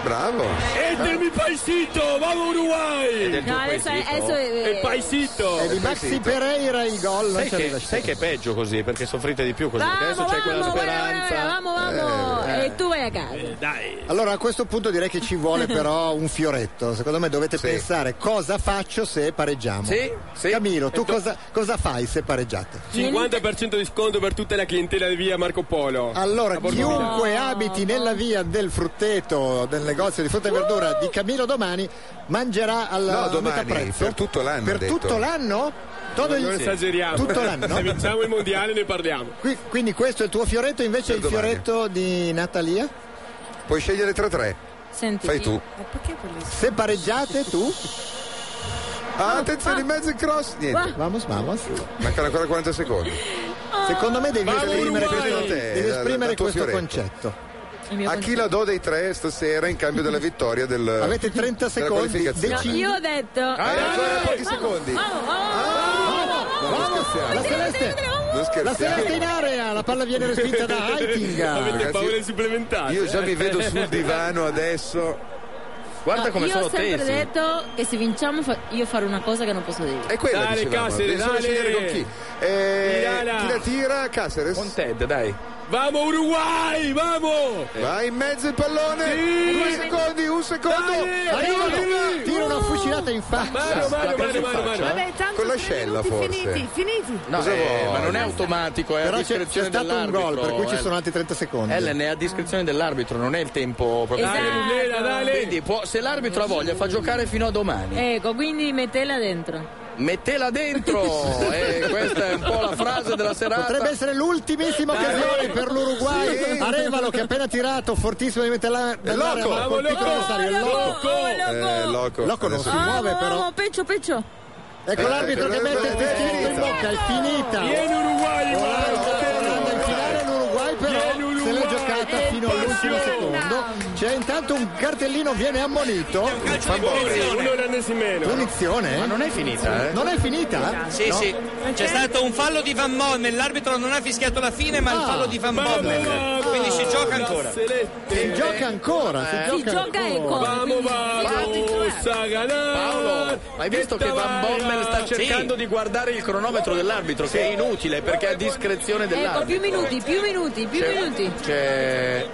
Speaker 2: Bravo.
Speaker 5: E del mi paisito, vamo Uruguay!
Speaker 3: tuo
Speaker 12: No, adesso è-
Speaker 3: paesito.
Speaker 12: adesso è-
Speaker 3: Oh, È il paesito.
Speaker 4: è di Maxi Pereira il gol non
Speaker 3: Sai
Speaker 4: ci
Speaker 3: che,
Speaker 4: arriva
Speaker 3: sai che è peggio così perché soffrite di più così.
Speaker 12: Vamo,
Speaker 3: perché adesso c'è quella
Speaker 12: vamo,
Speaker 3: speranza.
Speaker 12: Vamo, vamo.
Speaker 3: Eh, eh.
Speaker 12: E tu vai a casa.
Speaker 3: Dai.
Speaker 4: allora a questo punto direi che ci vuole però un fioretto secondo me dovete pensare cosa faccio se pareggiamo
Speaker 39: Sì,
Speaker 4: Camilo tu
Speaker 39: E tu-
Speaker 4: cosa, cosa fai se pareggiate
Speaker 39: 50% di sconto per tutta la clientela di via Marco Polo.
Speaker 4: Allora,
Speaker 39: A Borgo
Speaker 4: chiunque abiti nella via del frutteto, del negozio di frutta e verdura di Camillo domani, mangerà al
Speaker 2: No,
Speaker 4: a
Speaker 2: domani,
Speaker 4: metà prezzo.
Speaker 2: per tutto l'anno,
Speaker 4: Per
Speaker 2: ha detto.
Speaker 4: tutto l'anno? Todo il-
Speaker 39: Non esageriamo.
Speaker 4: Tutto l'anno.
Speaker 39: Se vinciamo il mondiale ne parliamo.
Speaker 4: Qui- quindi questo è il tuo fioretto, invece il
Speaker 39: Per domani.
Speaker 4: fioretto di Natalia?
Speaker 2: Puoi scegliere tra tre.
Speaker 12: Senti,
Speaker 2: Fai tu.
Speaker 4: Se pareggiate tu?
Speaker 2: Ah, attenzione, in mezzo il cross. Niente.
Speaker 4: Vamos, vamos.
Speaker 2: Mancano ancora 40 secondi.
Speaker 10: Ah.
Speaker 4: Secondo me devi
Speaker 2: Vado
Speaker 4: esprimere
Speaker 2: Uruguay!
Speaker 4: questo, devi
Speaker 2: Dal- dal
Speaker 4: esprimere
Speaker 2: tuo
Speaker 4: questo
Speaker 2: fioretto.
Speaker 4: concetto.
Speaker 2: A chi la do dei tre stasera in cambio della vittoria del.
Speaker 4: Avete 30
Speaker 2: della
Speaker 4: secondi,
Speaker 2: qualificazione.
Speaker 12: No, io ho detto.
Speaker 2: Eh, ancora pochi
Speaker 12: Vamo,
Speaker 2: secondi. Ah,
Speaker 12: Vamo, vamo,
Speaker 2: No, non scherziamo.
Speaker 4: La Celeste,
Speaker 2: Non
Speaker 4: la
Speaker 2: scherziamo.
Speaker 4: Celeste in area, Ah, la palla viene respinta da Heitinga.
Speaker 2: Ragazzi,
Speaker 39: supplementare.
Speaker 2: Io
Speaker 3: eh?
Speaker 2: già mi vedo sul divano adesso.
Speaker 3: Guarda
Speaker 12: No, io ho sempre detto che se vinciamo fa- io farò una cosa che non posso dire.
Speaker 2: È quella dicevamo, bisogna scegliere con chi. Eh,
Speaker 12: Tirala.
Speaker 2: chi la tira? Caceres. Con
Speaker 3: Ted, dai.
Speaker 2: Vamo Uruguay, vamo! Vai in mezzo il pallone.
Speaker 5: Sì.
Speaker 2: Due secondi, un secondo.
Speaker 4: Arriva,
Speaker 2: Arriva.
Speaker 4: tira una fucilata in faccia.
Speaker 2: Mario, Mario, Mario, Mario,
Speaker 4: Cioè,
Speaker 2: Mario.
Speaker 10: Vabbè, tanto
Speaker 2: Con
Speaker 10: tre
Speaker 2: l'ascella,
Speaker 10: minuti
Speaker 2: forse.
Speaker 10: finiti, finiti.
Speaker 3: No,
Speaker 2: Cosa
Speaker 3: eh,
Speaker 2: vuoi?
Speaker 3: ma non è automatico, è
Speaker 4: Però
Speaker 3: a
Speaker 4: c'è-
Speaker 3: discrezione
Speaker 4: c'è stato un
Speaker 3: dell'arbitro.
Speaker 4: gol, per cui ci
Speaker 3: Ellen.
Speaker 4: sono altri 30 secondi.
Speaker 3: Ellen è a discrezione dell'arbitro, non è il tempo proprio.
Speaker 12: Esatto. Dai, Lena, dai, Lena.
Speaker 3: Quindi può- se l'arbitro ha voglia fa giocare fino a domani.
Speaker 12: Ecco, quindi mettela dentro.
Speaker 3: Mettela dentro! e questa è un po' la frase della serata.
Speaker 4: Potrebbe essere l'ultimissima occasione per l'Uruguay.
Speaker 3: Sì.
Speaker 4: Arevalo che ha appena tirato fortissimo di metterla dall'area,
Speaker 3: Loco.
Speaker 10: Ah,
Speaker 4: ma ha colpito
Speaker 3: Loco.
Speaker 4: l'avversario. È Loco.
Speaker 2: Eh, loco.
Speaker 4: Loco non
Speaker 2: Adesso-
Speaker 4: si muove però.
Speaker 12: Vamo, peccio, peccio.
Speaker 4: Ecco l'arbitro che mette il tescherino in bocca, è finita.
Speaker 5: Vieni Uruguay,
Speaker 4: Orlando in finale l'Uruguay però se l'è giocata fino all'ultimo secondo. C'è intanto un cartellino viene ammonito.
Speaker 39: Polo. Un olandese in meno.
Speaker 4: Punizione? Ma non
Speaker 3: è finita,
Speaker 4: Non è finita?
Speaker 16: eh. Sì,
Speaker 4: Cioè, No.
Speaker 16: sì, c'è stato un fallo di Van Bommel, l'arbitro non ha fischiato la fine ma il fallo di Van Bommel, quindi si gioca ancora.
Speaker 3: Eh,
Speaker 4: Si gioca ancora, si
Speaker 16: Si
Speaker 4: gioca
Speaker 16: gioca
Speaker 4: ancora.
Speaker 16: ancora, Vamo, quindi-
Speaker 3: Paolo, hai visto che Van Bommel sta cercando di guardare il cronometro dell'arbitro, che è inutile perché è a discrezione
Speaker 12: Ecco,
Speaker 3: dell'arbitro.
Speaker 12: più minuti, più minuti, più minuti.
Speaker 3: C'è-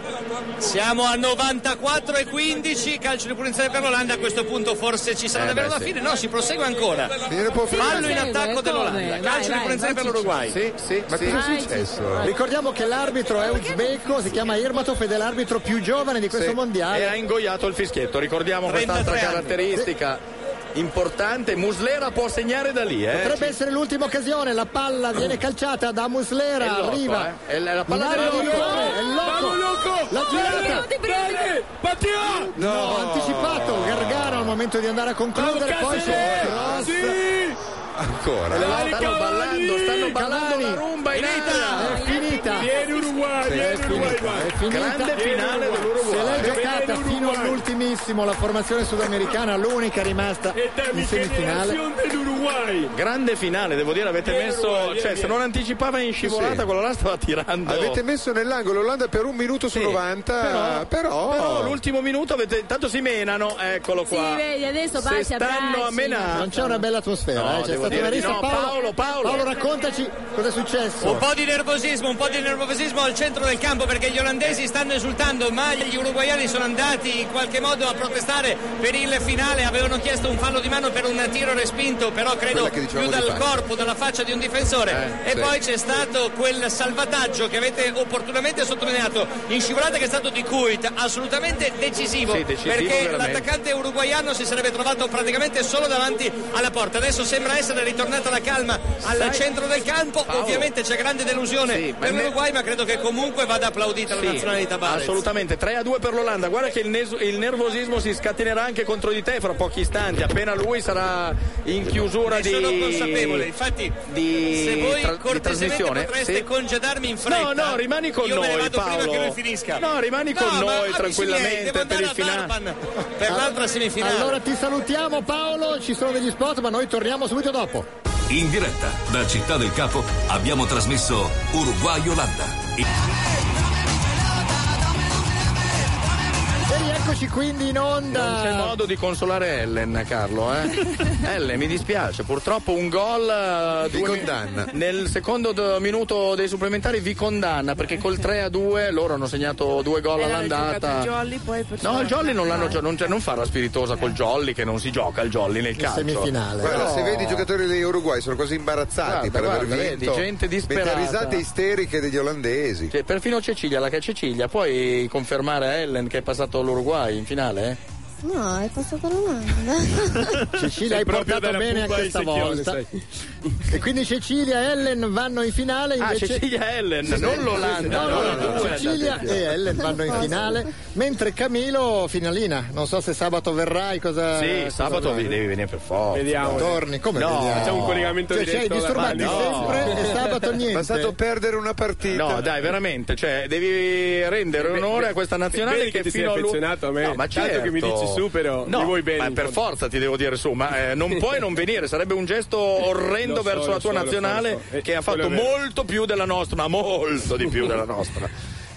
Speaker 16: Siamo a 94 e 15, calcio di punizione per l'Olanda, a questo punto forse ci sarà
Speaker 3: Eh,
Speaker 16: davvero
Speaker 3: beh,
Speaker 16: la
Speaker 3: sì.
Speaker 16: fine, no si prosegue ancora. Fallo in
Speaker 4: ecco,
Speaker 16: attacco dell'Olanda, calcio di punizione per l'Uruguay.
Speaker 3: Sì, sì,
Speaker 2: Ma
Speaker 3: sì.
Speaker 2: cosa è successo?
Speaker 4: Ricordiamo che l'arbitro è uzbeko, si chiama Irmatov ed è l'arbitro più giovane di questo
Speaker 3: Sì.
Speaker 4: mondiale.
Speaker 3: E ha ingoiato il fischietto, ricordiamo quest'altra
Speaker 4: 33 anni.
Speaker 3: caratteristica importante. Muslera può segnare da lì, eh.
Speaker 4: Potrebbe essere l'ultima occasione, la palla viene calciata da
Speaker 3: È
Speaker 4: Muslera,
Speaker 3: loco,
Speaker 4: arriva.
Speaker 3: eh. È la- la palla
Speaker 4: in
Speaker 3: del
Speaker 4: area di
Speaker 3: loco.
Speaker 4: rigore, è loco.
Speaker 5: Vamo, loco!
Speaker 4: La girata.
Speaker 5: Mattia!
Speaker 4: No, anticipato, Gargara al momento di andare a concludere, poi c'è il cross.
Speaker 2: Ancora.
Speaker 3: Stanno ballando, stanno ballando la rumba in
Speaker 4: È
Speaker 3: aria.
Speaker 4: finita.
Speaker 5: Vieni
Speaker 39: l'Uruguay, viene l'Uruguay. vai.
Speaker 4: Grande finale Se l'è giocata fino all'ultimissimo la formazione sudamericana, l'unica rimasta in semifinale.
Speaker 3: dell'Uruguay. Grande finale, devo dire, avete
Speaker 4: Vieni,
Speaker 3: messo.
Speaker 4: Uruguay,
Speaker 3: cioè,
Speaker 4: vieni,
Speaker 3: se non anticipava in scivolata,
Speaker 2: Sì.
Speaker 3: quello là stava tirando.
Speaker 2: Avete messo nell'angolo l'Olanda per un minuto su
Speaker 3: Sì.
Speaker 2: 90, però,
Speaker 3: però l'ultimo minuto avete. Intanto si menano, eccolo
Speaker 12: Sì,
Speaker 3: qua.
Speaker 12: vedi, adesso
Speaker 3: Se
Speaker 12: baci,
Speaker 3: stanno a
Speaker 12: abbracci.
Speaker 3: menare.
Speaker 4: Non c'è una bella atmosfera,
Speaker 3: No,
Speaker 4: eh, c'è
Speaker 3: devo
Speaker 4: stata
Speaker 3: dire
Speaker 4: una
Speaker 3: di
Speaker 4: rissa.
Speaker 3: no. Paolo, Paolo.
Speaker 4: raccontaci cosa è successo.
Speaker 16: Un po' di nervosismo, un po' di nervosismo al centro del campo perché gli olandesi stanno esultando, ma gli uruguaiani sono andati in qualche modo a protestare per il finale. Avevano chiesto un fallo di mano per un tiro respinto, però credo
Speaker 2: Quella che dicevamo
Speaker 16: più
Speaker 2: di
Speaker 16: dal
Speaker 2: fare.
Speaker 16: corpo, dalla faccia di un difensore.
Speaker 2: Eh,
Speaker 16: e
Speaker 2: sì.
Speaker 16: poi c'è stato quel salvataggio che avete opportunamente sottolineato in scivolata che è stato di Kuit, assolutamente decisivo,
Speaker 3: Sì, decisivo
Speaker 16: perché
Speaker 3: veramente.
Speaker 16: l'attaccante uruguaiano si sarebbe trovato praticamente solo davanti alla porta. Adesso sembra essere ritornata la calma al
Speaker 3: Sai-
Speaker 16: centro del campo,
Speaker 3: Paolo.
Speaker 16: ovviamente c'è grande delusione
Speaker 3: Sì, ma
Speaker 16: per
Speaker 3: ne-
Speaker 16: l'Uruguay, ma credo che comunque vada applaudita
Speaker 3: Sì,
Speaker 16: la nazionalità Barez.
Speaker 3: Assolutamente, 3 a 2 per l'Olanda. Guarda che il, nes- il nervosismo si scatenerà anche contro di te fra pochi istanti. Appena lui sarà in chiusura
Speaker 16: Ne
Speaker 3: di.
Speaker 16: sono consapevole, infatti
Speaker 3: di-
Speaker 16: se voi
Speaker 3: tra- di
Speaker 16: cortesemente
Speaker 3: trasmissione,
Speaker 16: potreste
Speaker 3: sì.
Speaker 16: congedarmi in
Speaker 3: No,
Speaker 16: fretta
Speaker 3: no, rimani con
Speaker 16: io me ne
Speaker 3: noi,
Speaker 16: vado prima
Speaker 3: Paolo.
Speaker 16: che lui finisca
Speaker 3: No, rimani con
Speaker 16: No, ma
Speaker 3: noi
Speaker 16: avvicini,
Speaker 3: tranquillamente
Speaker 16: devo andare
Speaker 3: per il
Speaker 16: a
Speaker 3: finale.
Speaker 16: Durban per l'altra semifinale
Speaker 4: Allora ti salutiamo Paolo, ci sono degli spot ma noi torniamo subito dopo.
Speaker 18: In diretta da Città del Capo abbiamo trasmesso Uruguay-Olanda.
Speaker 4: E rieccoci quindi in
Speaker 3: Non c'è
Speaker 4: onda.
Speaker 3: modo di consolare Ellen, Carlo. Eh? Ellen, mi dispiace, purtroppo un gol eh,
Speaker 2: Vi
Speaker 3: due mi-
Speaker 2: condanna.
Speaker 3: Nel secondo d- minuto dei supplementari vi condanna perché col 3 a 2 loro hanno segnato due gol
Speaker 1: Eh,
Speaker 10: Era
Speaker 3: all'andata.
Speaker 10: giocato Jolly, poi perciò-
Speaker 3: No, il Jolly non l'hanno gio- non, cioè, non fa la spiritosa col Jolly che non si gioca il Jolly nel calcio.
Speaker 2: Guarda,
Speaker 3: Però-
Speaker 2: se vedi i giocatori degli Uruguay sono quasi imbarazzati
Speaker 3: Eh, Guarda,
Speaker 2: per
Speaker 3: guarda,
Speaker 2: aver
Speaker 3: vedi,
Speaker 2: vinto.
Speaker 3: gente
Speaker 2: Mentre
Speaker 3: disperata.
Speaker 2: risate isteriche degli olandesi.
Speaker 3: Cioè, perfino Cecilia, la che è Cecilia, puoi confermare a Ellen che è passato l'Uruguay in finale? eh?
Speaker 40: No, è passata l'Olanda.
Speaker 4: Cecilia
Speaker 3: Sei
Speaker 4: hai
Speaker 3: proprio
Speaker 4: portato
Speaker 3: della
Speaker 4: bene
Speaker 3: pupa
Speaker 4: anche
Speaker 3: ai secchioni,
Speaker 4: stavolta. E quindi Cecilia e Ellen vanno in finale.
Speaker 3: Ah,
Speaker 4: Invece...
Speaker 3: Cecilia e Ellen, non l'Olanda, no,
Speaker 4: No, no,
Speaker 3: no,
Speaker 4: no,
Speaker 3: no, due
Speaker 4: Cecilia
Speaker 3: andate
Speaker 4: e
Speaker 3: via.
Speaker 4: Ellen vanno in finale. Mentre Camilo finalina. Non so se sabato verrai. Cosa... Eh, cosa
Speaker 3: Sì, sabato
Speaker 4: avrai.
Speaker 3: vi- devi venire per forza.
Speaker 4: Vediamo. Torni, come
Speaker 3: no.
Speaker 4: vediamo?
Speaker 3: Facciamo un
Speaker 4: collegamento Cioè, diretto sei disturbati alla- no. sempre e sabato niente.
Speaker 2: Bastato perdere una partita.
Speaker 3: No, dai, veramente, cioè, devi rendere onore a questa nazionale
Speaker 39: vedi
Speaker 3: che,
Speaker 39: che ti sei
Speaker 3: fino all'u-
Speaker 39: affezionato a me.
Speaker 3: No, ma
Speaker 39: Tanto
Speaker 3: certo.
Speaker 39: che mi dici su, però
Speaker 3: No,
Speaker 39: mi vuoi bene
Speaker 3: ma
Speaker 39: in
Speaker 3: per
Speaker 39: fondo.
Speaker 3: forza ti devo dire su, ma eh, non puoi non venire, sarebbe un gesto orrendo
Speaker 39: Lo so,
Speaker 3: verso la
Speaker 39: lo
Speaker 3: tua
Speaker 39: so, lo
Speaker 3: nazionale
Speaker 39: so, lo so. Eh,
Speaker 3: che ha fatto
Speaker 39: quello è vero.
Speaker 3: molto più della nostra, ma molto di più della nostra.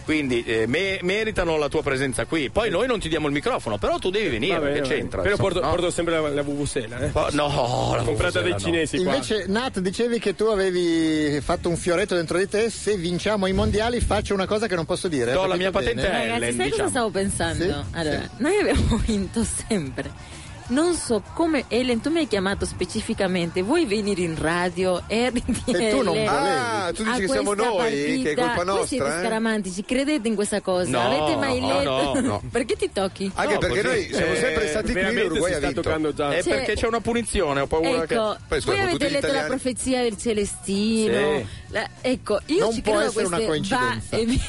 Speaker 3: Quindi eh, me- meritano la tua presenza qui. Poi noi non ti diamo il microfono, però tu devi venire,
Speaker 39: Va bene,
Speaker 3: che
Speaker 39: va bene.
Speaker 3: c'entra?
Speaker 39: Però
Speaker 3: insomma,
Speaker 39: porto,
Speaker 3: no?
Speaker 39: porto sempre la, la Vuvuzela, eh.
Speaker 3: Po- no, la
Speaker 39: comprata
Speaker 3: Vuvuzela
Speaker 39: dai
Speaker 3: no.
Speaker 39: cinesi qua.
Speaker 4: Invece, Nat, dicevi che tu avevi fatto un fioretto dentro di te. Se vinciamo i mondiali, faccio una cosa che non posso dire.
Speaker 3: Do
Speaker 4: eh,
Speaker 3: la mia
Speaker 4: capite bene?
Speaker 3: patente.
Speaker 12: Ragazzi,
Speaker 3: Ellen,
Speaker 12: sai cosa
Speaker 3: diciamo.
Speaker 12: stavo pensando? allora, noi abbiamo vinto sempre. Non so come Ellen, tu mi hai chiamato specificamente, vuoi venire in radio e ridire
Speaker 2: E tu non
Speaker 12: Ellen
Speaker 2: volevi.
Speaker 12: a
Speaker 2: Ah, tu dici che
Speaker 12: questa
Speaker 2: siamo noi, che è colpa
Speaker 12: partita? Voi siete
Speaker 2: nostra, eh?
Speaker 12: scaramantici, credete in questa cosa?
Speaker 2: No,
Speaker 12: Avete mai
Speaker 2: no,
Speaker 12: letto?
Speaker 2: no, no.
Speaker 12: Perché ti tocchi?
Speaker 2: Anche perché noi siamo
Speaker 3: Eh,
Speaker 39: Eh,
Speaker 2: sempre stati qui, l'Uruguay ha vinto.
Speaker 3: È
Speaker 12: Cioè-
Speaker 3: perché c'è una punizione, ho paura che.
Speaker 12: Ecco, voi avete letto la profezia del Celestino.
Speaker 3: Sì.
Speaker 12: la- ecco, io
Speaker 2: Non
Speaker 12: ci
Speaker 2: può
Speaker 12: credo a
Speaker 2: essere una
Speaker 12: queste
Speaker 2: coincidenza.
Speaker 12: va e vi-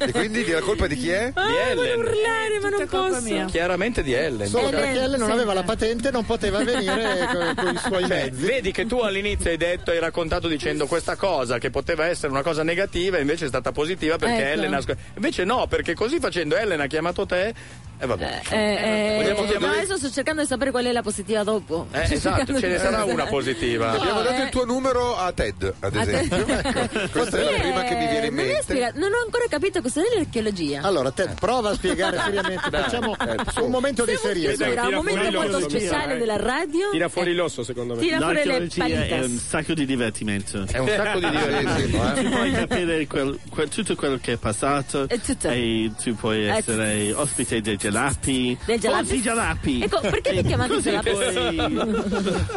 Speaker 2: E quindi la colpa di chi è?
Speaker 12: Ah, voglio urlare, ma non posso.
Speaker 3: Chiaramente di Ellen.
Speaker 4: Solo
Speaker 12: Ellen,
Speaker 4: perché Ellen non
Speaker 12: sì.
Speaker 4: aveva la patente, non poteva venire con, con i suoi
Speaker 3: Cioè,
Speaker 4: mezzi.
Speaker 3: vedi che tu all'inizio hai detto, hai raccontato dicendo questa cosa che poteva essere una cosa negativa, invece è stata positiva perché
Speaker 12: Ecco.
Speaker 3: Ellen ha sc- Invece no, perché così facendo Ellen ha chiamato te e vabbè.
Speaker 12: Eh, eh,
Speaker 3: Vogliamo
Speaker 12: no,
Speaker 3: chiamare-
Speaker 12: adesso sto cercando di sapere qual è la positiva dopo.
Speaker 3: Eh, esatto, ce ne sarà una positiva.
Speaker 2: Abbiamo dato il tuo numero eh. a Ted, ad esempio. Ecco, questa è la prima che mi viene in
Speaker 12: Eh, non, mi ha
Speaker 2: mente.
Speaker 12: spiegato- non ho ancora capito cos'è l'archeologia.
Speaker 4: Allora, Ted, prova a spiegare
Speaker 12: Dai,
Speaker 4: seriamente.
Speaker 12: dai,
Speaker 4: Facciamo
Speaker 12: Ted, su.
Speaker 4: un momento di
Speaker 12: Siamo in
Speaker 4: serie.
Speaker 12: chiusura, un momento molto speciale della radio.
Speaker 39: Tira fuori l'osso, secondo me.
Speaker 12: Eh, Tira fuori le
Speaker 15: L'archeologia è un
Speaker 12: palitas.
Speaker 15: sacco di divertimento.
Speaker 3: È un sacco di divertimento, eh.
Speaker 15: tu puoi capire quel- quel- tutto quello che è passato
Speaker 12: E Eh, tutto. Eh,
Speaker 15: e tu puoi
Speaker 12: E
Speaker 15: essere ospite dei gelapi.
Speaker 12: Del gelato.
Speaker 15: Forse i gelapi.
Speaker 12: Ecco, perché
Speaker 15: E
Speaker 12: mi chiamate
Speaker 15: così
Speaker 12: gelato?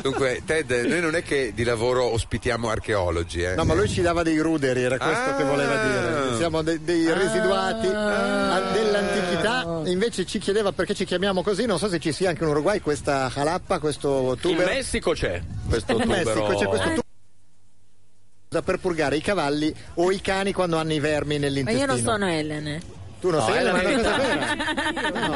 Speaker 2: Dunque, Ted, noi non è che di lavoro ospitiamo archeologi, eh. Ah.
Speaker 4: No, ma lui ci dava dei ruderi, era questo che voleva
Speaker 3: Eh.
Speaker 4: dire. Siamo de- dei residuati a- dell'antichità. Invece ci chiedeva perché ci chiamiamo così. Non so se ci sia anche in Uruguay questa jalappa, questo
Speaker 3: In
Speaker 4: tuber.
Speaker 3: Messico c'è questo
Speaker 4: In Messico
Speaker 3: tubero.
Speaker 4: c'è questo tubo usato per purgare i cavalli o i cani quando hanno i vermi
Speaker 12: Ma
Speaker 4: nell'intestino.
Speaker 12: io non sono Ellen. eh.
Speaker 4: Tu non
Speaker 3: No,
Speaker 4: sei
Speaker 3: è la
Speaker 4: Elena, è una cosa
Speaker 3: verità.
Speaker 4: vera.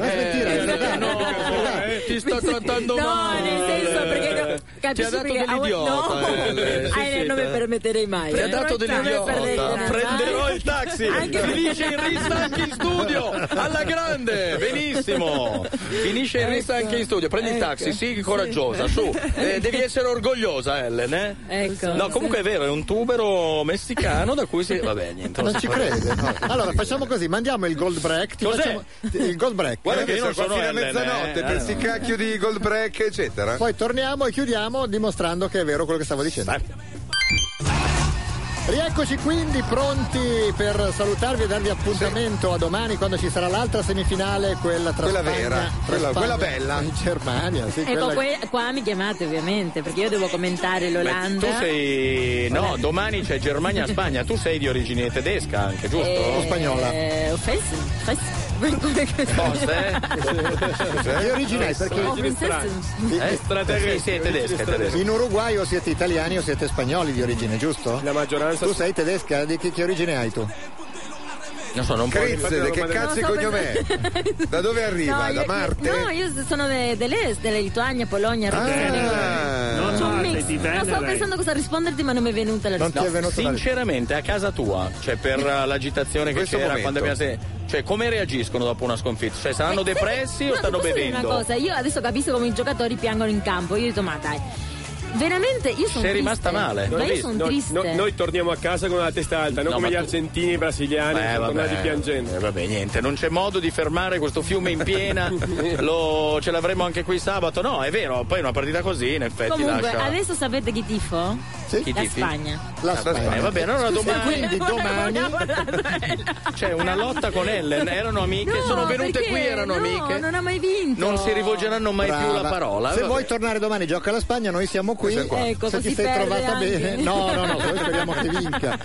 Speaker 12: Ah,
Speaker 3: Eh, no, ti sto trattando
Speaker 12: No,
Speaker 3: male. Eh,
Speaker 12: nel senso, perché no,
Speaker 10: capisci
Speaker 3: Ti ha dato
Speaker 10: perché a un-
Speaker 3: dell'idiota,
Speaker 10: no.
Speaker 3: eh, lei, sì,
Speaker 10: Ah,
Speaker 3: sì,
Speaker 10: non mi
Speaker 3: dai.
Speaker 10: permetterei mai.
Speaker 12: eh.
Speaker 3: Ti ha dato
Speaker 10: Però non mi
Speaker 3: dell'idiota.
Speaker 10: permetterei
Speaker 3: Prenderò
Speaker 10: mai.
Speaker 3: Oh, il taxi.
Speaker 10: Anche perché-
Speaker 3: Finisce il rista anche in studio. Alla grande. Benissimo. Finisce il rista anche in studio. Prendi il taxi. Sì, coraggiosa. Su. Eh, devi essere orgogliosa, Ellen. Eh?
Speaker 10: Ecco.
Speaker 3: No, comunque è vero, è un tubero messicano da cui si. Vabbè, niente.
Speaker 4: Non ci crede. no. Allora facciamo così, mandiamo il gold break. ti
Speaker 3: Cos'è?
Speaker 4: facciamo- il gold break.
Speaker 2: Guarda che
Speaker 4: Eh,
Speaker 2: sono qua fino a mezzanotte per sti cacchio di gold break, eccetera.
Speaker 4: Poi torniamo e chiudiamo dimostrando che è vero quello che stavo dicendo. Rieccoci quindi pronti per salutarvi e darvi appuntamento a domani quando ci sarà l'altra semifinale, quella tra
Speaker 2: Quella
Speaker 4: Spagna-
Speaker 2: vera,
Speaker 4: tra
Speaker 2: quella-
Speaker 4: Spagna
Speaker 2: quella bella.
Speaker 4: e Germania, sì,
Speaker 12: Ecco,
Speaker 4: quella-
Speaker 12: que- qua mi chiamate ovviamente perché io devo commentare
Speaker 3: Beh,
Speaker 12: l'Olanda.
Speaker 3: tu sei. No, domani c'è Germania-Spagna. Tu sei di origine tedesca anche, giusto?
Speaker 12: Eh, eh, offensive, offensive. Come-
Speaker 4: Di origine perché
Speaker 3: Eh? Perché sei tedesca, tedesca.
Speaker 4: In Uruguay o siete italiani o siete spagnoli di origine, giusto? La maggioranza. Tu sei tedesca, di che, che origine hai tu?
Speaker 3: Non so, non
Speaker 2: puoi- Crenze, Infatti che cazzo
Speaker 12: Non so perché-
Speaker 2: Da dove arriva?
Speaker 12: No,
Speaker 2: Ah, da
Speaker 12: io-
Speaker 2: Marte?
Speaker 12: No, io sono de- dell'est, della Lituania, Polonia, Romania.
Speaker 2: Non
Speaker 12: C'ho un
Speaker 3: Marte,
Speaker 12: mix.
Speaker 3: di
Speaker 12: No, stavo
Speaker 3: Venere.
Speaker 12: pensando cosa risponderti, ma non mi è venuta la risposta.
Speaker 3: Sinceramente, a casa tua, cioè per eh, l'agitazione che
Speaker 2: Questo
Speaker 3: c'era
Speaker 2: momento.
Speaker 3: quando abbiamo se- cioè come reagiscono dopo una sconfitta? Cioè saranno
Speaker 12: Sai che-
Speaker 3: depressi
Speaker 12: no,
Speaker 3: o
Speaker 12: ti
Speaker 3: stanno
Speaker 12: posso dire
Speaker 3: bevendo?
Speaker 12: Una Eh, cosa, io adesso capisco come i giocatori piangono in campo. Io dico, ma dai, veramente io sono.
Speaker 3: Sei rimasta
Speaker 12: triste.
Speaker 3: male.
Speaker 12: Ma io sono
Speaker 39: No,
Speaker 12: triste.
Speaker 39: no, noi torniamo a casa con la testa alta, non
Speaker 3: No,
Speaker 39: come
Speaker 3: ma
Speaker 39: gli
Speaker 3: tu-
Speaker 39: argentini e i brasiliani che
Speaker 3: Eh,
Speaker 39: sono tornati
Speaker 3: vabbè,
Speaker 39: piangendo.
Speaker 3: eh, vabbè, niente, non c'è modo di fermare questo fiume in piena. Lo- ce l'avremo anche qui sabato. No, è vero, poi una partita così, in effetti
Speaker 12: Comunque,
Speaker 3: lascia.
Speaker 12: adesso sapete chi tifo?
Speaker 3: Chi
Speaker 12: La
Speaker 3: tifi?
Speaker 12: Spagna.
Speaker 3: La Spagna. Eh, vabbè, allora domani-
Speaker 4: Quindi domani
Speaker 3: C'è una lotta con Ellen, erano amiche,
Speaker 12: No,
Speaker 3: sono venute
Speaker 12: perché
Speaker 3: qui, erano
Speaker 12: no,
Speaker 3: amiche.
Speaker 12: Non ha mai vinto.
Speaker 3: Non si rivolgeranno mai più
Speaker 4: Brava.
Speaker 3: la parola. eh.
Speaker 4: Se
Speaker 3: vabbè.
Speaker 4: vuoi tornare domani, gioca alla Spagna, noi siamo qui.
Speaker 3: Siamo qua. Ecco,
Speaker 4: Se ti
Speaker 3: così
Speaker 4: sei
Speaker 3: perde
Speaker 4: trovata
Speaker 3: anche.
Speaker 4: bene. No, no, no, noi speriamo che vinca.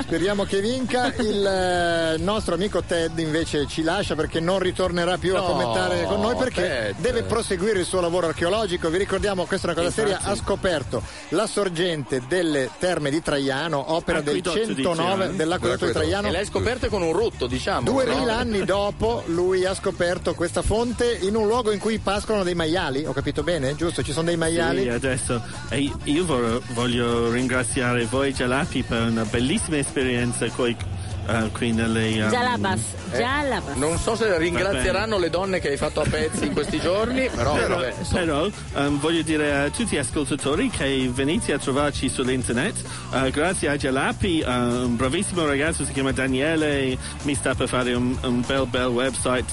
Speaker 4: Speriamo che vinca. Il eh, nostro amico Ted invece ci lascia perché non ritornerà più a
Speaker 3: No,
Speaker 4: commentare con noi perché
Speaker 3: Ted.
Speaker 4: deve proseguire il suo lavoro archeologico. Vi ricordiamo, questa è una cosa seria,
Speaker 3: Infatti.
Speaker 4: ha scoperto la sorgente delle terme di Traiano,
Speaker 15: Ah,
Speaker 4: opera del
Speaker 3: Acquedotto di
Speaker 4: 109
Speaker 15: eh?
Speaker 3: Traiano.
Speaker 4: dell'acquedotto di Traiano.
Speaker 3: E l'hai scoperto con un rutto, diciamo.
Speaker 4: 2000
Speaker 3: no?
Speaker 4: anni dopo lui ha scoperto questa fonte in un luogo in cui pascolano dei maiali, ho capito bene? Giusto? Ci sono dei maiali?
Speaker 15: Sì, eh. adesso e io vor- voglio ringraziare voi Gialapi per una bellissima esperienza coi- eh, qui nelle um,
Speaker 12: Jalabas,
Speaker 3: Eh,
Speaker 12: Jalabas.
Speaker 3: Non so se ringrazieranno le donne che hai fatto a pezzi in questi giorni, però
Speaker 15: però,
Speaker 3: vabbè.
Speaker 15: però, ehm, voglio dire a tutti gli ascoltatori che venite a trovarci sull'internet eh, grazie a Jalapi eh, un bravissimo ragazzo si chiama Daniele mi sta per fare un, un bel bel website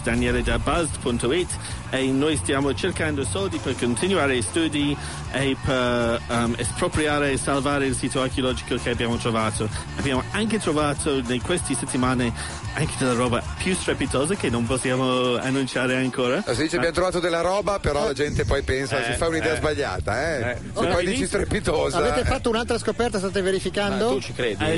Speaker 15: daniele.buzzed.it e noi stiamo cercando soldi per continuare gli studi e per ehm, espropriare e salvare il sito archeologico che abbiamo trovato abbiamo anche trovato in queste settimane anche della roba più strepitosa che non possiamo annunciare ancora
Speaker 2: Ah, Si dice
Speaker 15: Ma-
Speaker 2: abbiamo trovato della roba, però la gente poi pensa,
Speaker 15: Eh,
Speaker 2: si fa un'idea
Speaker 15: eh.
Speaker 2: sbagliata, eh.
Speaker 15: Eh.
Speaker 2: Se poi dici strepitosa.
Speaker 4: Avete fatto un'altra scoperta, state verificando?
Speaker 15: Eh,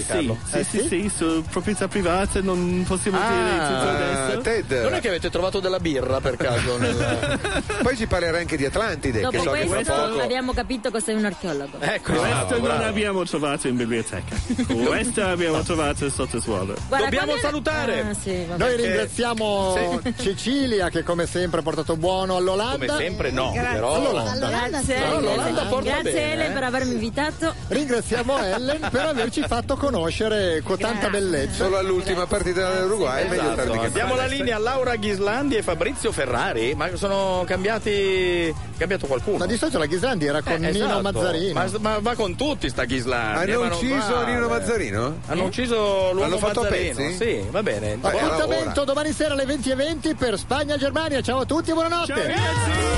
Speaker 15: sì, sì,
Speaker 4: Eh,
Speaker 15: sì, sì, su proprietà private non possiamo dire tutto adesso.
Speaker 3: Non è che avete trovato della birra per caso? nel-
Speaker 2: Poi ci parlerà anche di Atlantide,
Speaker 12: Dopo
Speaker 2: che so che fra
Speaker 12: questo
Speaker 2: poco. Ah,
Speaker 12: abbiamo capito che sei un archeologo.
Speaker 3: Ecco,
Speaker 15: Questo non abbiamo trovato in biblioteca. Questo abbiamo trovato sottosuolo.
Speaker 12: Guarda,
Speaker 3: Dobbiamo
Speaker 12: quando-
Speaker 3: salutare.
Speaker 12: Ah, sì, vabbè.
Speaker 4: Noi ringraziamo Cecilia che come sempre ha portato buono all'Olanda.
Speaker 3: Come sempre no, Grazie. però-
Speaker 4: All'Olanda.
Speaker 12: Grazie,
Speaker 4: Però l'Olanda
Speaker 12: grazie,
Speaker 4: porta
Speaker 12: grazie
Speaker 4: bene,
Speaker 12: Ele
Speaker 4: eh.
Speaker 12: per avermi invitato.
Speaker 4: Ringraziamo Ellen per averci fatto conoscere con tanta bellezza.
Speaker 2: Solo all'ultima partita dell'Uruguay, meglio tardi che
Speaker 3: Esatto.
Speaker 2: mai.
Speaker 3: Diamo la linea a Laura Ghislandi e Fabrizio Ferrari, ma sono cambiati. cambiato qualcuno.
Speaker 4: Ma di solito la Ghislandi era con
Speaker 3: Eh,
Speaker 4: Nino
Speaker 3: esatto.
Speaker 4: Mazzarini.
Speaker 3: Ma, ma va con tutti sta Ghislandi.
Speaker 2: Hanno
Speaker 3: ma non
Speaker 2: ucciso
Speaker 3: vale.
Speaker 2: Nino Mazzarino? Eh?
Speaker 3: Hanno ucciso l'uomo
Speaker 2: L'hanno fatto a
Speaker 3: Mazzarino.
Speaker 2: pezzi?
Speaker 3: Sì, va bene.
Speaker 2: Vabbè, allora,
Speaker 4: Appuntamento domani sera alle 20.20 per Spagna-Germania. Ciao a tutti e buonanotte.
Speaker 3: Ciao, ragazzi!